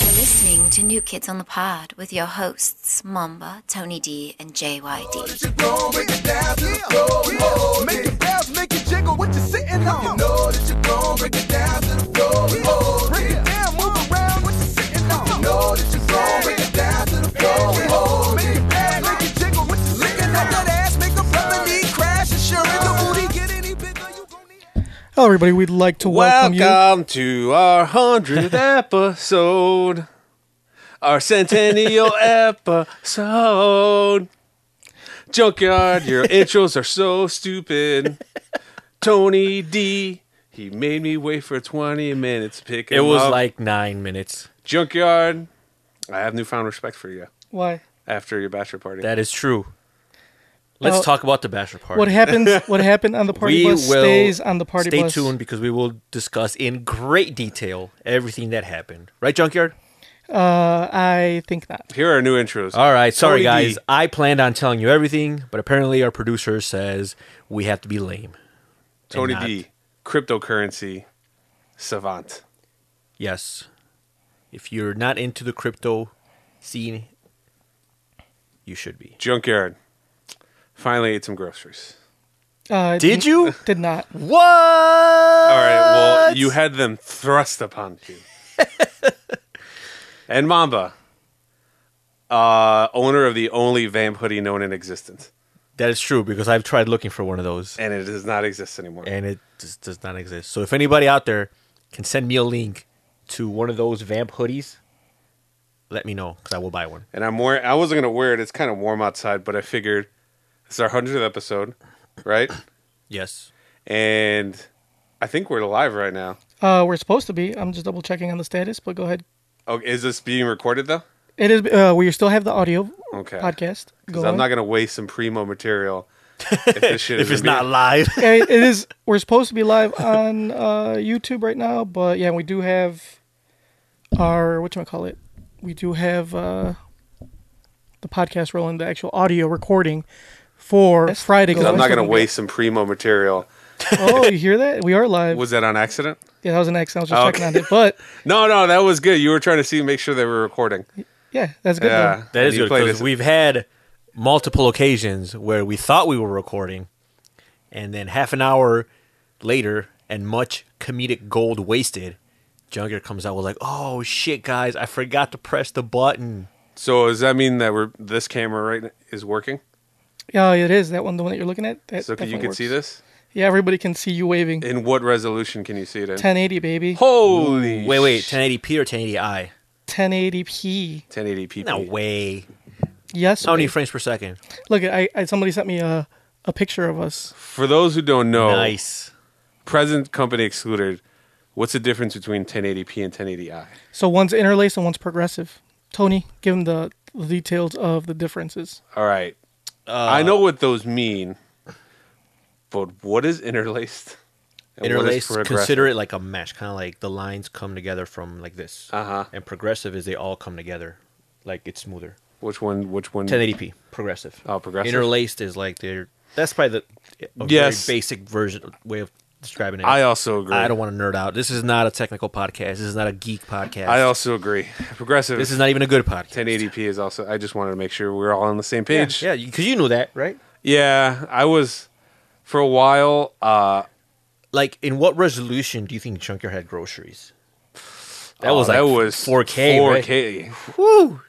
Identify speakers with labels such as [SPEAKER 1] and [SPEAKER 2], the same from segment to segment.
[SPEAKER 1] listening to New Kids on the Pod with your hosts, Mamba, Tony D, and JYD.
[SPEAKER 2] Make it bounce, make it jiggle, what you sitting on? You know that you're gon' break it down to the floor. break it down, move around, what you sitting on? You know that you're gon' break it down to the floor. Make it bounce, make it jiggle, what you licking up that ass, make a brother need crash insurance. The booty get any bigger, you gon' need.
[SPEAKER 3] Hello, everybody. We'd like to welcome,
[SPEAKER 4] Welcome to our hundredth episode, our centennial e-, episode. Junkyard, your intros are so stupid. Tony D, he made me wait for twenty minutes to pick.
[SPEAKER 5] It
[SPEAKER 4] him
[SPEAKER 5] was
[SPEAKER 4] up.
[SPEAKER 5] like nine minutes.
[SPEAKER 4] Junkyard. I have newfound respect for you
[SPEAKER 3] you. Why?
[SPEAKER 4] after your bachelor party.
[SPEAKER 5] That is true. Let's
[SPEAKER 3] Well,
[SPEAKER 5] talk about the bachelor party.
[SPEAKER 3] What happens? What happened on the party
[SPEAKER 5] we
[SPEAKER 3] bus
[SPEAKER 5] will
[SPEAKER 3] stays on the party
[SPEAKER 5] stay
[SPEAKER 3] bus.
[SPEAKER 5] tuned because we will discuss in great detail everything that happened. Right, Junkyard?
[SPEAKER 3] Uh, I think not.
[SPEAKER 4] Here are our new intros.
[SPEAKER 5] All right. Sorry,
[SPEAKER 4] Tony
[SPEAKER 5] guys.
[SPEAKER 4] D.
[SPEAKER 5] I planned on telling you everything, but apparently our producer says we have to be lame. and
[SPEAKER 4] Tony
[SPEAKER 5] not-
[SPEAKER 4] D, cryptocurrency savant.
[SPEAKER 5] Yes. If you're not into the crypto scene, you should be.
[SPEAKER 4] Junkyard. Finally ate some groceries.
[SPEAKER 3] Uh,
[SPEAKER 5] Did
[SPEAKER 3] n-
[SPEAKER 5] you?
[SPEAKER 3] Did not.
[SPEAKER 5] What? All
[SPEAKER 4] All right. Well, you had them thrust upon you. and Mamba, uh, owner of the only vamp hoodie known in existence,
[SPEAKER 5] That is true because I've tried looking for one of those.
[SPEAKER 4] and it does not exist anymore.
[SPEAKER 5] and it just does not exist. So if anybody out there can send me a link to one of those vamp hoodies, let me know because I will buy one.
[SPEAKER 4] And I'm wearing. I wasn't gonna wear it. It's kind of warm outside, but I figured it's our hundredth episode, right?
[SPEAKER 5] Yes.
[SPEAKER 4] and I think we're live right now.
[SPEAKER 3] Uh, we're supposed to be. I'm just double checking on the status, but go ahead.
[SPEAKER 4] Oh, is this being recorded though?
[SPEAKER 3] It is. Uh, we still have the audio
[SPEAKER 4] Okay.
[SPEAKER 3] podcast.
[SPEAKER 4] Because
[SPEAKER 3] Go
[SPEAKER 4] I'm
[SPEAKER 3] on.
[SPEAKER 4] not gonna waste some primo material. If this shit
[SPEAKER 5] If
[SPEAKER 4] isn't
[SPEAKER 5] it's
[SPEAKER 4] being-
[SPEAKER 5] not live,
[SPEAKER 3] Yeah, it it is. We're supposed to be live on uh, YouTube right now, but yeah, we do have our what you call it. We do have uh, the podcast rolling, the actual audio recording for Friday.
[SPEAKER 4] because I'm not gonna
[SPEAKER 3] to
[SPEAKER 4] waste some primo material.
[SPEAKER 3] Oh, you hear that? We are live.
[SPEAKER 4] Was that on accident?
[SPEAKER 3] yeah, that was an X. I was just
[SPEAKER 4] Oh,
[SPEAKER 3] checking on it, but
[SPEAKER 4] No, no, that was good. You were trying to see, make sure they were recording.
[SPEAKER 3] yeah, that's good.
[SPEAKER 4] Yeah,
[SPEAKER 5] that is
[SPEAKER 4] You
[SPEAKER 5] good
[SPEAKER 4] played
[SPEAKER 5] because
[SPEAKER 4] it-
[SPEAKER 5] we've had multiple occasions where we thought we were recording, and then half an hour later, and much comedic gold wasted. Junker comes out was like, "Oh shit, guys! I forgot to press the button."
[SPEAKER 4] So does that mean that we're this camera right n- is working?
[SPEAKER 3] though. Yeah, it is that one, the one that you're looking at. That
[SPEAKER 4] So can, you
[SPEAKER 3] definitely
[SPEAKER 4] can see
[SPEAKER 3] works.
[SPEAKER 4] this.
[SPEAKER 3] Yeah, everybody can see you waving.
[SPEAKER 4] In what resolution can you see it in?
[SPEAKER 3] 1080 baby,
[SPEAKER 4] Holy
[SPEAKER 5] Wait, wait,
[SPEAKER 4] sh-
[SPEAKER 5] 1080p or 1080i?
[SPEAKER 3] 1080p.
[SPEAKER 4] 1080p.
[SPEAKER 5] No way.
[SPEAKER 3] Yes,
[SPEAKER 5] How many
[SPEAKER 3] babe.
[SPEAKER 5] frames per second?
[SPEAKER 3] Look, I, I somebody sent me a a picture of us.
[SPEAKER 4] For those who don't know,
[SPEAKER 5] Nice.
[SPEAKER 4] present company excluded. What's the difference between 1080p and 1080i?
[SPEAKER 3] So one's interlaced and one's progressive. Tony, give him the, the details of the differences.
[SPEAKER 4] All right,
[SPEAKER 5] Uh,
[SPEAKER 4] I know what those mean, but what is interlaced? And what is
[SPEAKER 5] interlaced
[SPEAKER 4] progressive?
[SPEAKER 5] consider it like a mesh kind of like the lines come together from like this
[SPEAKER 4] Uh-huh.
[SPEAKER 5] and progressive is they all come together like it's smoother
[SPEAKER 4] Which one? Which one?
[SPEAKER 5] 1080p progressive
[SPEAKER 4] Oh, progressive.
[SPEAKER 5] interlaced is like they're that's probably the a
[SPEAKER 4] Yes.
[SPEAKER 5] very basic version way of describing it
[SPEAKER 4] I also agree.
[SPEAKER 5] I don't want to nerd out this is not a technical podcast this is not a geek podcast
[SPEAKER 4] I also agree. Progressive.
[SPEAKER 5] this is not even a good podcast
[SPEAKER 4] 1080p is also. I just wanted to make sure we are all on the same
[SPEAKER 5] yeah
[SPEAKER 4] page.
[SPEAKER 5] because you know that right
[SPEAKER 4] Yeah, I was for a while. Uh,
[SPEAKER 5] like in what resolution do you think junkyard had groceries that
[SPEAKER 4] oh,
[SPEAKER 5] was like
[SPEAKER 4] that was
[SPEAKER 5] 4k 4k
[SPEAKER 4] 4K.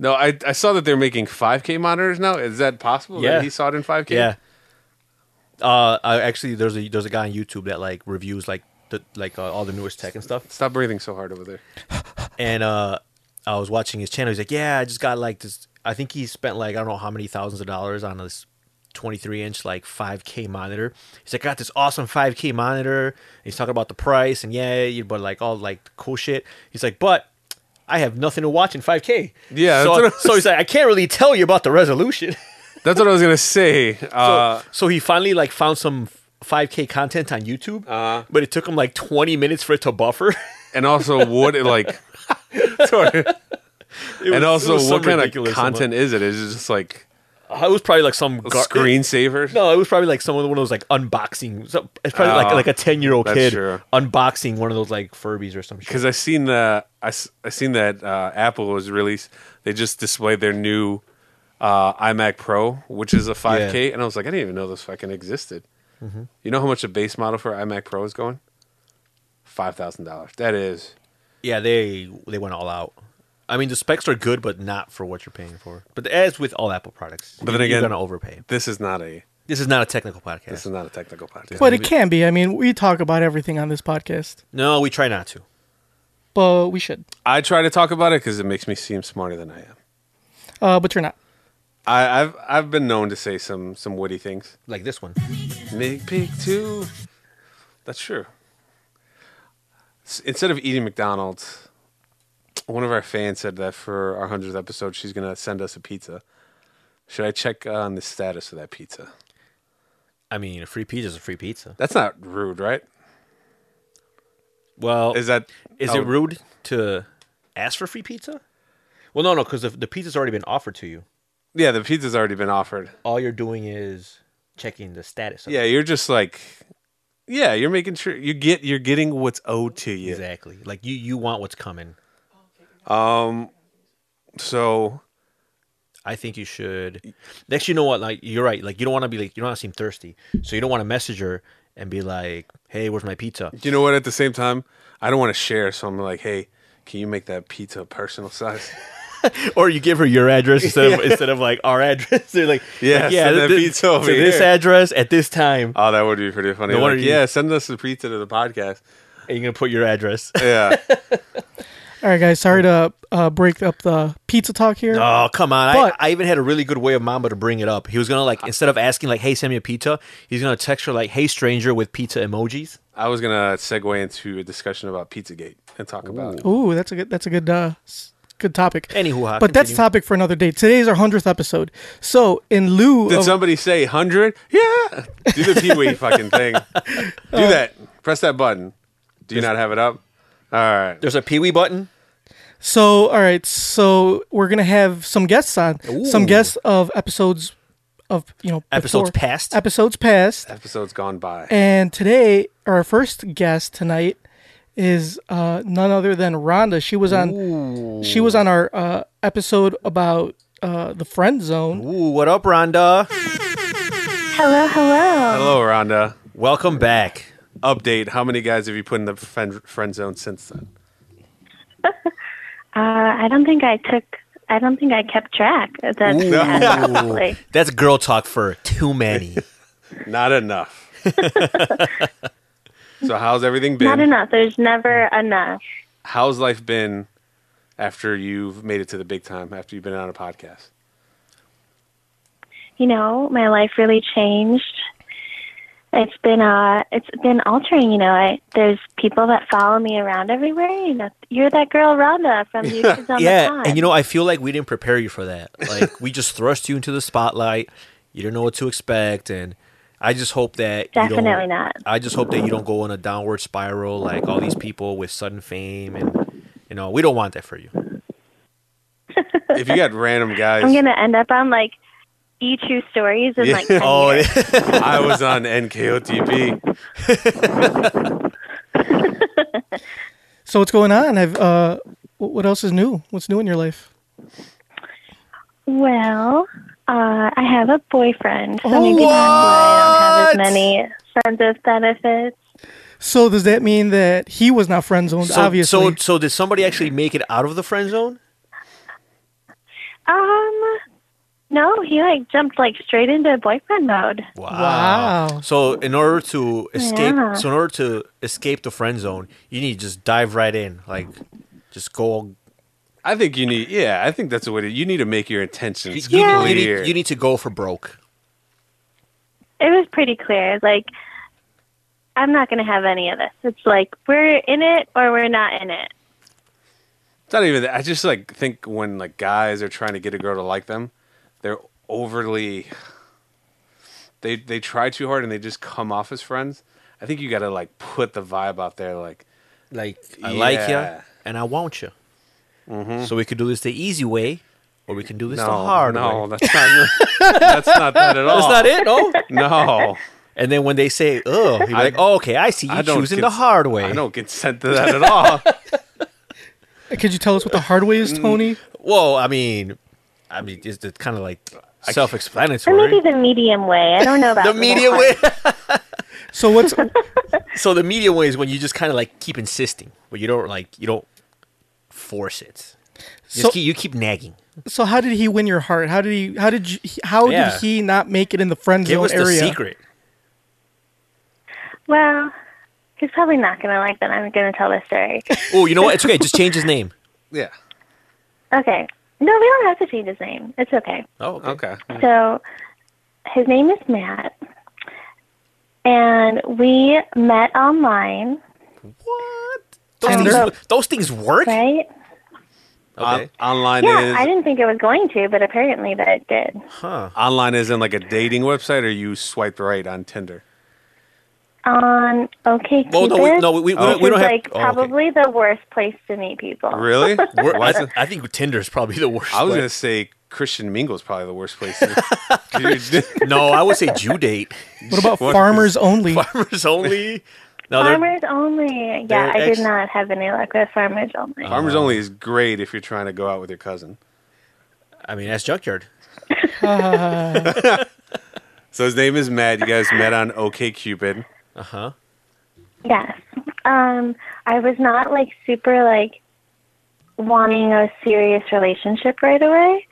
[SPEAKER 4] No, I I saw that they're making 5K monitors now. Is that possible?
[SPEAKER 5] Yeah.
[SPEAKER 4] that he saw it in 5K.
[SPEAKER 5] Yeah. Uh, I actually there's a there's a guy on YouTube that like reviews like the like uh, all the newest tech and stuff.
[SPEAKER 4] Stop breathing so hard over there.
[SPEAKER 5] And uh, I was watching his channel. He's like, yeah, I just got like this. I think he spent like I don't know how many thousands of dollars on this 23 inch like 5K monitor. He's like, I got this awesome 5K monitor. And he's talking about the price and yeah, you- but like all like cool shit. He's like, but. I have nothing to watch in 5K.
[SPEAKER 4] Yeah,
[SPEAKER 5] so,
[SPEAKER 4] that's what I
[SPEAKER 5] so he's like, I can't really tell you about the resolution.
[SPEAKER 4] That's what I was gonna say. Uh,
[SPEAKER 5] so, so he finally like found some 5k content on YouTube, but it took him like 20 minutes for it to buffer.
[SPEAKER 4] Uh-huh. and also, what it like? sorry.
[SPEAKER 5] It was-
[SPEAKER 4] and
[SPEAKER 5] it
[SPEAKER 4] also,
[SPEAKER 5] was some
[SPEAKER 4] what kind of
[SPEAKER 5] ridiculous
[SPEAKER 4] content is it? Is it just like
[SPEAKER 5] amount. it was probably like some gar-
[SPEAKER 4] Screensaver.
[SPEAKER 5] No, it was probably like someone one of those like unboxing. so- It's probably like
[SPEAKER 4] Oh,
[SPEAKER 5] like a ten year old
[SPEAKER 4] that's
[SPEAKER 5] kid
[SPEAKER 4] true.
[SPEAKER 5] unboxing one of those like Furbies or some shit.
[SPEAKER 4] because I seen the I, s- I seen that uh, Apple was released. They just displayed their new uh, iMac Pro, which is a 5K, and I was like, I didn't even know this fucking existed.
[SPEAKER 5] Mm-hmm.
[SPEAKER 4] You know how much a base model for iMac Pro is going? Five thousand dollars. That is
[SPEAKER 5] Yeah, they they went all out. I mean, the specs are good, but not for what you're paying for. But as with all Apple products,
[SPEAKER 4] But then again-
[SPEAKER 5] you're gonna overpay.
[SPEAKER 4] this is not a
[SPEAKER 5] This is not a technical podcast.
[SPEAKER 4] this is not a technical podcast.
[SPEAKER 3] But it can be. I mean, we talk about everything on this podcast,
[SPEAKER 5] no, we try not to.
[SPEAKER 3] but we should.
[SPEAKER 4] I try to talk about it because it makes me seem smarter than I am.
[SPEAKER 3] Uh, but you're not.
[SPEAKER 4] I, I've I've been known to say some some witty things.
[SPEAKER 5] Like this one.
[SPEAKER 4] Big Pig too. That's true. S- Instead of eating McDonald's, one of our fans said that for our hundredth episode, she's gonna send us a pizza. Should I check on the status of that pizza?
[SPEAKER 5] I mean, a free pizza is a free pizza.
[SPEAKER 4] That's not rude, right?
[SPEAKER 5] Well,
[SPEAKER 4] Is that
[SPEAKER 5] is
[SPEAKER 4] oh,
[SPEAKER 5] it rude to ask for free pizza? Well, no, no, because the, the pizza's already been offered to you.
[SPEAKER 4] Yeah, the pizza's already been offered.
[SPEAKER 5] All you're doing is checking the status. Of
[SPEAKER 4] Yeah,
[SPEAKER 5] it.
[SPEAKER 4] you're just like, yeah, you're making sure you get you're getting what's owed to you.
[SPEAKER 5] exactly. Like you, you want what's coming.
[SPEAKER 4] Um, So
[SPEAKER 5] I think you should. Next, you know what? Like you're right. Like you don't want to be like you don't want to seem thirsty, so you don't want to message her and be like, "Hey, where's my pizza?"
[SPEAKER 4] you know what? At the same time, I don't want to share, so I'm like, hey, can you make that pizza personal size?
[SPEAKER 5] Or you give her your address instead of instead of like our address. They're like,
[SPEAKER 4] Yeah,
[SPEAKER 5] like,
[SPEAKER 4] send
[SPEAKER 5] th-
[SPEAKER 4] that
[SPEAKER 5] th-
[SPEAKER 4] pizza over
[SPEAKER 5] to this
[SPEAKER 4] here."
[SPEAKER 5] address at this time.
[SPEAKER 4] Oh, that would be pretty funny.
[SPEAKER 5] No
[SPEAKER 4] Like,
[SPEAKER 5] wonder you-
[SPEAKER 4] yeah, send us the pizza to the podcast.
[SPEAKER 5] And you're gonna put your address.
[SPEAKER 4] Yeah.
[SPEAKER 3] All right, guys. Sorry to uh, break up the pizza talk here.
[SPEAKER 5] Oh come on!
[SPEAKER 3] But-
[SPEAKER 5] I, I even had a really good way of Mamba to bring it up. He was gonna like instead of asking like, "Hey, send me a pizza," he's gonna text her like, "Hey, stranger," with pizza emojis.
[SPEAKER 4] I was going to segue into a discussion about Pizzagate and talk about it.
[SPEAKER 3] Ooh, that's a good. That's a good. Uh, s- good topic.
[SPEAKER 5] Anywho, uh,
[SPEAKER 3] but that's
[SPEAKER 5] continue.
[SPEAKER 3] topic for another day. Today's our hundredth episode. So in lieu
[SPEAKER 5] um,
[SPEAKER 4] Did
[SPEAKER 3] of
[SPEAKER 4] somebody say 100? Yeah. Do the Pee Wee fucking thing. Do
[SPEAKER 5] Uh,
[SPEAKER 4] that. Press that button. Do you not have it up? All right.
[SPEAKER 5] There's a Pee Wee button.
[SPEAKER 3] So, all right. So we're gonna have some guests on. Some
[SPEAKER 5] Ooh.
[SPEAKER 3] guests of episodes of you know
[SPEAKER 5] Episodes
[SPEAKER 3] before-
[SPEAKER 5] past?
[SPEAKER 3] Episodes past.
[SPEAKER 4] Episode's gone by.
[SPEAKER 3] And today, our first guest tonight is uh, none other than Rhonda. She was on. She was on our uh, episode about uh, the friend zone.
[SPEAKER 5] Ooh, what up, Rhonda?
[SPEAKER 6] Hello, hello.
[SPEAKER 4] Hello, Rhonda.
[SPEAKER 5] Welcome back.
[SPEAKER 4] Update. How many guys have you put in the friend, friend zone since then?
[SPEAKER 6] Uh, I don't think I took. I don't think I kept track. That's honestly.
[SPEAKER 5] That's girl talk for too many.
[SPEAKER 4] Not enough. so, how's everything been?
[SPEAKER 6] not enough. There's never enough.
[SPEAKER 4] How's life been after you've made it to the big time, after you've been on a podcast?
[SPEAKER 6] You know, my life really changed. It's been uh, it's been altering. You know, I there's people that follow me around everywhere. You know, you're that girl Rhonda from You Kids on the
[SPEAKER 5] yeah,
[SPEAKER 6] Pod.
[SPEAKER 5] and you know, I feel like we didn't prepare you for that. Like we just thrust you into the spotlight. You didn't know what to expect, and I just hope that you
[SPEAKER 6] Definitely
[SPEAKER 5] don't,
[SPEAKER 6] not.
[SPEAKER 5] I just hope that you don't go on a downward spiral like all these people with sudden fame, and you know, we don't want that for you.
[SPEAKER 4] if you got random guys,
[SPEAKER 6] I'm gonna end up on like E True Stories and like
[SPEAKER 4] Yeah. Oh,
[SPEAKER 6] 10 years.
[SPEAKER 4] I was on NKOTB.
[SPEAKER 3] So what's going on? Have uh, wh- what else is new? What's new in your life?
[SPEAKER 6] Well, uh, I have a boyfriend, so maybe that's why I don't have as many friends with benefits.
[SPEAKER 3] So does that mean that he was not friend zoned?
[SPEAKER 5] So,
[SPEAKER 3] obviously.
[SPEAKER 5] so, so did somebody actually make it out of the friend zone?
[SPEAKER 6] Um, no, he like jumped like straight into boyfriend mode.
[SPEAKER 3] Wow.
[SPEAKER 5] So, in order to escape,
[SPEAKER 6] Yeah.
[SPEAKER 5] so in order to escape the friend zone, you need to just dive right in, like just go.
[SPEAKER 4] I think you need, yeah, I think that's the way to, you need to make your intentions
[SPEAKER 5] You,
[SPEAKER 6] Yeah.
[SPEAKER 5] you,
[SPEAKER 4] clear.
[SPEAKER 5] need, you need to go for broke.
[SPEAKER 6] It was pretty clear. Like, I'm not gonna have any of this. It's like we're in it or we're not in it.
[SPEAKER 4] it's not even that. I just like think when like guys are trying to get a girl to like them, they're overly, they, they try too hard and they just come off as friends. I think you got to like put the vibe out there. Like,
[SPEAKER 5] Like I like
[SPEAKER 4] Yeah. Mm-hmm.
[SPEAKER 5] you and I want you. So we could do this the easy way, or we can do this
[SPEAKER 4] no,
[SPEAKER 5] the hard
[SPEAKER 4] no,
[SPEAKER 5] way.
[SPEAKER 4] that's not. that's not that at all.
[SPEAKER 5] That's not it. No.
[SPEAKER 4] No,
[SPEAKER 5] And then when they say, "Oh," you're like, "Oh, okay, I see you
[SPEAKER 4] I don't
[SPEAKER 5] choosing
[SPEAKER 4] cons-
[SPEAKER 5] the hard way."
[SPEAKER 4] I don't consent to that at all.
[SPEAKER 3] Could you tell us what the hard way
[SPEAKER 5] Mm.
[SPEAKER 3] is, Tony?
[SPEAKER 5] Well, I mean, I mean, it's, it's kind of like
[SPEAKER 6] Or maybe
[SPEAKER 5] self-explanatory.
[SPEAKER 6] the medium way. I don't know about
[SPEAKER 5] The
[SPEAKER 6] that
[SPEAKER 5] media
[SPEAKER 6] one.
[SPEAKER 5] way.
[SPEAKER 3] So what's
[SPEAKER 5] so the media way is when you just kind of like keep insisting, but you don't like you don't force it. Just
[SPEAKER 3] So-
[SPEAKER 5] keep, you keep nagging.
[SPEAKER 3] so? How did he win your heart? How did he? How did you? How
[SPEAKER 5] Yeah.
[SPEAKER 3] did he not make it in the friend
[SPEAKER 5] Give
[SPEAKER 3] zone
[SPEAKER 5] us the
[SPEAKER 3] area?
[SPEAKER 5] secret.
[SPEAKER 6] Well, he's probably not going to like that I'm going to tell this story.
[SPEAKER 5] Oh, you know what? It's okay. Just change his name.
[SPEAKER 4] Yeah.
[SPEAKER 6] okay. No, we don't have to change his name. It's okay.
[SPEAKER 5] Oh, okay.
[SPEAKER 4] Okay.
[SPEAKER 6] So his name is Matt. And we met online,
[SPEAKER 5] What? Those
[SPEAKER 3] Tinder?
[SPEAKER 5] things, those things work.
[SPEAKER 6] right?
[SPEAKER 5] Okay.
[SPEAKER 4] On- online
[SPEAKER 6] Yeah,
[SPEAKER 4] is
[SPEAKER 6] I didn't think it was going to, but apparently that it did.
[SPEAKER 5] huh.
[SPEAKER 4] online is in like a dating website, or you swipe right on Tinder.
[SPEAKER 6] On OK
[SPEAKER 5] Well, no, we, no, we, we, don't- we don't have.
[SPEAKER 6] like
[SPEAKER 5] oh, okay.
[SPEAKER 6] probably the worst place to meet people.
[SPEAKER 4] Really?
[SPEAKER 5] We're-
[SPEAKER 4] Why is
[SPEAKER 5] I,
[SPEAKER 4] it-
[SPEAKER 5] I think Tinder is probably the worst.
[SPEAKER 4] I was
[SPEAKER 5] but-
[SPEAKER 4] gonna say Christian Mingle is probably the worst place. To, Dude,
[SPEAKER 5] no, I would say Jew date.
[SPEAKER 3] What about
[SPEAKER 4] What is-
[SPEAKER 3] farmers only?
[SPEAKER 5] Farmers only. No, they're-
[SPEAKER 6] Farmers only.
[SPEAKER 5] they're
[SPEAKER 6] Yeah, I
[SPEAKER 5] ex- Uh-huh.
[SPEAKER 6] did not have any luck with farmers only.
[SPEAKER 4] Farmers Only is great if you're trying to go out with your cousin.
[SPEAKER 5] I mean, that's junkyard.
[SPEAKER 4] So his name is Matt. You guys met on OKCupid.
[SPEAKER 5] Uh huh.
[SPEAKER 6] Yes. Um, I was not like super like wanting a serious relationship right away.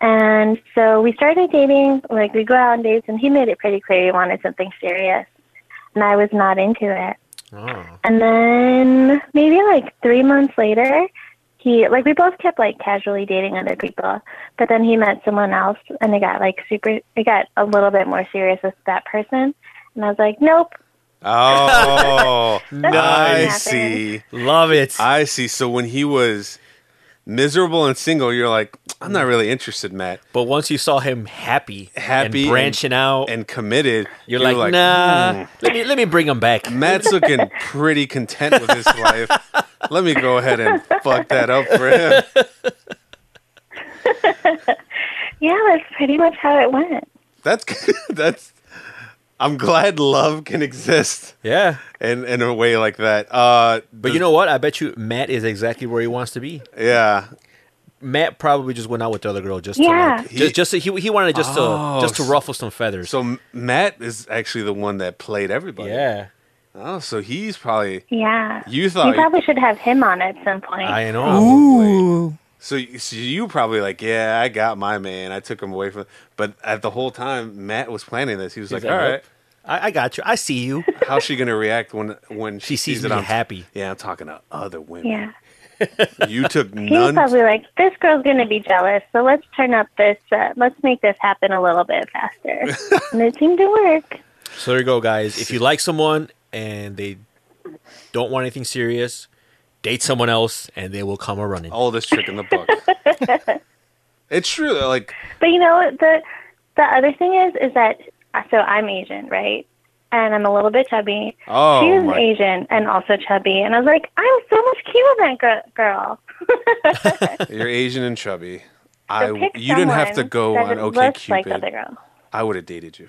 [SPEAKER 6] And so we started dating, like we go out on dates and he made it pretty clear he wanted something serious. And I was not into it.
[SPEAKER 5] Oh.
[SPEAKER 6] And then maybe like three months later, he like we both kept like casually dating other people, but then he met someone else and it got like super it got a little bit more serious with that person. And I was like, Nope.
[SPEAKER 4] Oh,
[SPEAKER 6] That's not
[SPEAKER 4] I
[SPEAKER 6] happening.
[SPEAKER 4] see.
[SPEAKER 5] Love it.
[SPEAKER 4] I see. So when he was miserable and single, you're like, I'm not really interested, Matt,
[SPEAKER 5] but once you saw him happy,
[SPEAKER 4] Happy
[SPEAKER 5] and
[SPEAKER 4] and-
[SPEAKER 5] branching out,
[SPEAKER 4] and committed.
[SPEAKER 5] you're, like, nah. Let me let me bring him back.
[SPEAKER 4] "Hmm." Matt's looking pretty content with his life. Let me go ahead and fuck that up for him.
[SPEAKER 6] Yeah, that's pretty much how it went.
[SPEAKER 4] That's that's. I'm glad love can exist
[SPEAKER 5] Yeah.
[SPEAKER 4] in in a way like that. Uh,
[SPEAKER 5] But you know what? I bet you Matt is exactly where he wants to be.
[SPEAKER 4] yeah,
[SPEAKER 5] Matt probably just went out with the other girl just
[SPEAKER 6] Yeah.
[SPEAKER 5] to like,
[SPEAKER 4] He-
[SPEAKER 5] just, just to, he he wanted just
[SPEAKER 4] Oh,
[SPEAKER 5] to just to
[SPEAKER 4] so-
[SPEAKER 5] ruffle some feathers.
[SPEAKER 4] So M- Matt is actually the one that played everybody.
[SPEAKER 5] yeah,
[SPEAKER 4] Oh, so he's probably
[SPEAKER 6] Yeah.
[SPEAKER 4] you
[SPEAKER 6] You
[SPEAKER 4] thought.
[SPEAKER 6] probably should have him on at some point.
[SPEAKER 5] I know.
[SPEAKER 3] Ooh,
[SPEAKER 4] so, y- so you probably like, yeah, I got my man. I took him away from. But at the whole time, Matt was planning this. He was like,
[SPEAKER 5] like,
[SPEAKER 4] all right,
[SPEAKER 5] nope. I, I got you. I see you.
[SPEAKER 4] how's she gonna react when when she,
[SPEAKER 5] She sees
[SPEAKER 4] that
[SPEAKER 5] me
[SPEAKER 4] I'm
[SPEAKER 5] happy.
[SPEAKER 4] Yeah, I'm talking to other women.
[SPEAKER 6] Yeah.
[SPEAKER 4] You took
[SPEAKER 6] He was
[SPEAKER 4] none.
[SPEAKER 6] probably like, this girl's going to be jealous, so let's turn up this, uh, let's make this happen a little bit faster. and it seemed to work.
[SPEAKER 5] So there you go, guys. If you like someone and they don't want anything serious, date someone else, and they will come a running.
[SPEAKER 4] all this trick in the book. it's true. Like,
[SPEAKER 6] But you know, the, the other thing is, is that, uh, so I'm Asian, right? And I'm a little bit chubby.
[SPEAKER 4] oh
[SPEAKER 6] she was
[SPEAKER 4] my,
[SPEAKER 6] Asian and also chubby. And I was like, I'm so much cuter than gr- girl.
[SPEAKER 4] you're Asian and chubby.
[SPEAKER 6] So
[SPEAKER 4] I
[SPEAKER 6] pick
[SPEAKER 4] you didn't have to
[SPEAKER 6] someone
[SPEAKER 4] go
[SPEAKER 6] that
[SPEAKER 4] on
[SPEAKER 6] looks like
[SPEAKER 4] OKCupid.
[SPEAKER 6] other girl.
[SPEAKER 4] I would have dated you.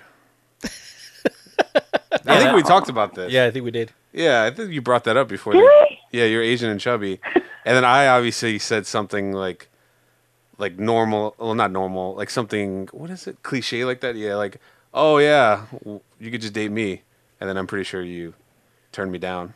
[SPEAKER 4] I think we talked about this.
[SPEAKER 5] Yeah, I think we did.
[SPEAKER 4] Yeah, I think you brought that up before.
[SPEAKER 6] Did
[SPEAKER 4] the-
[SPEAKER 6] I?
[SPEAKER 4] Yeah, you're Asian and chubby, and then I obviously said something like, like normal. Well, not normal. Like something. What is it? Cliche like that? Yeah. Like, oh yeah, w- you could just date me, and then I'm pretty sure you turned me down.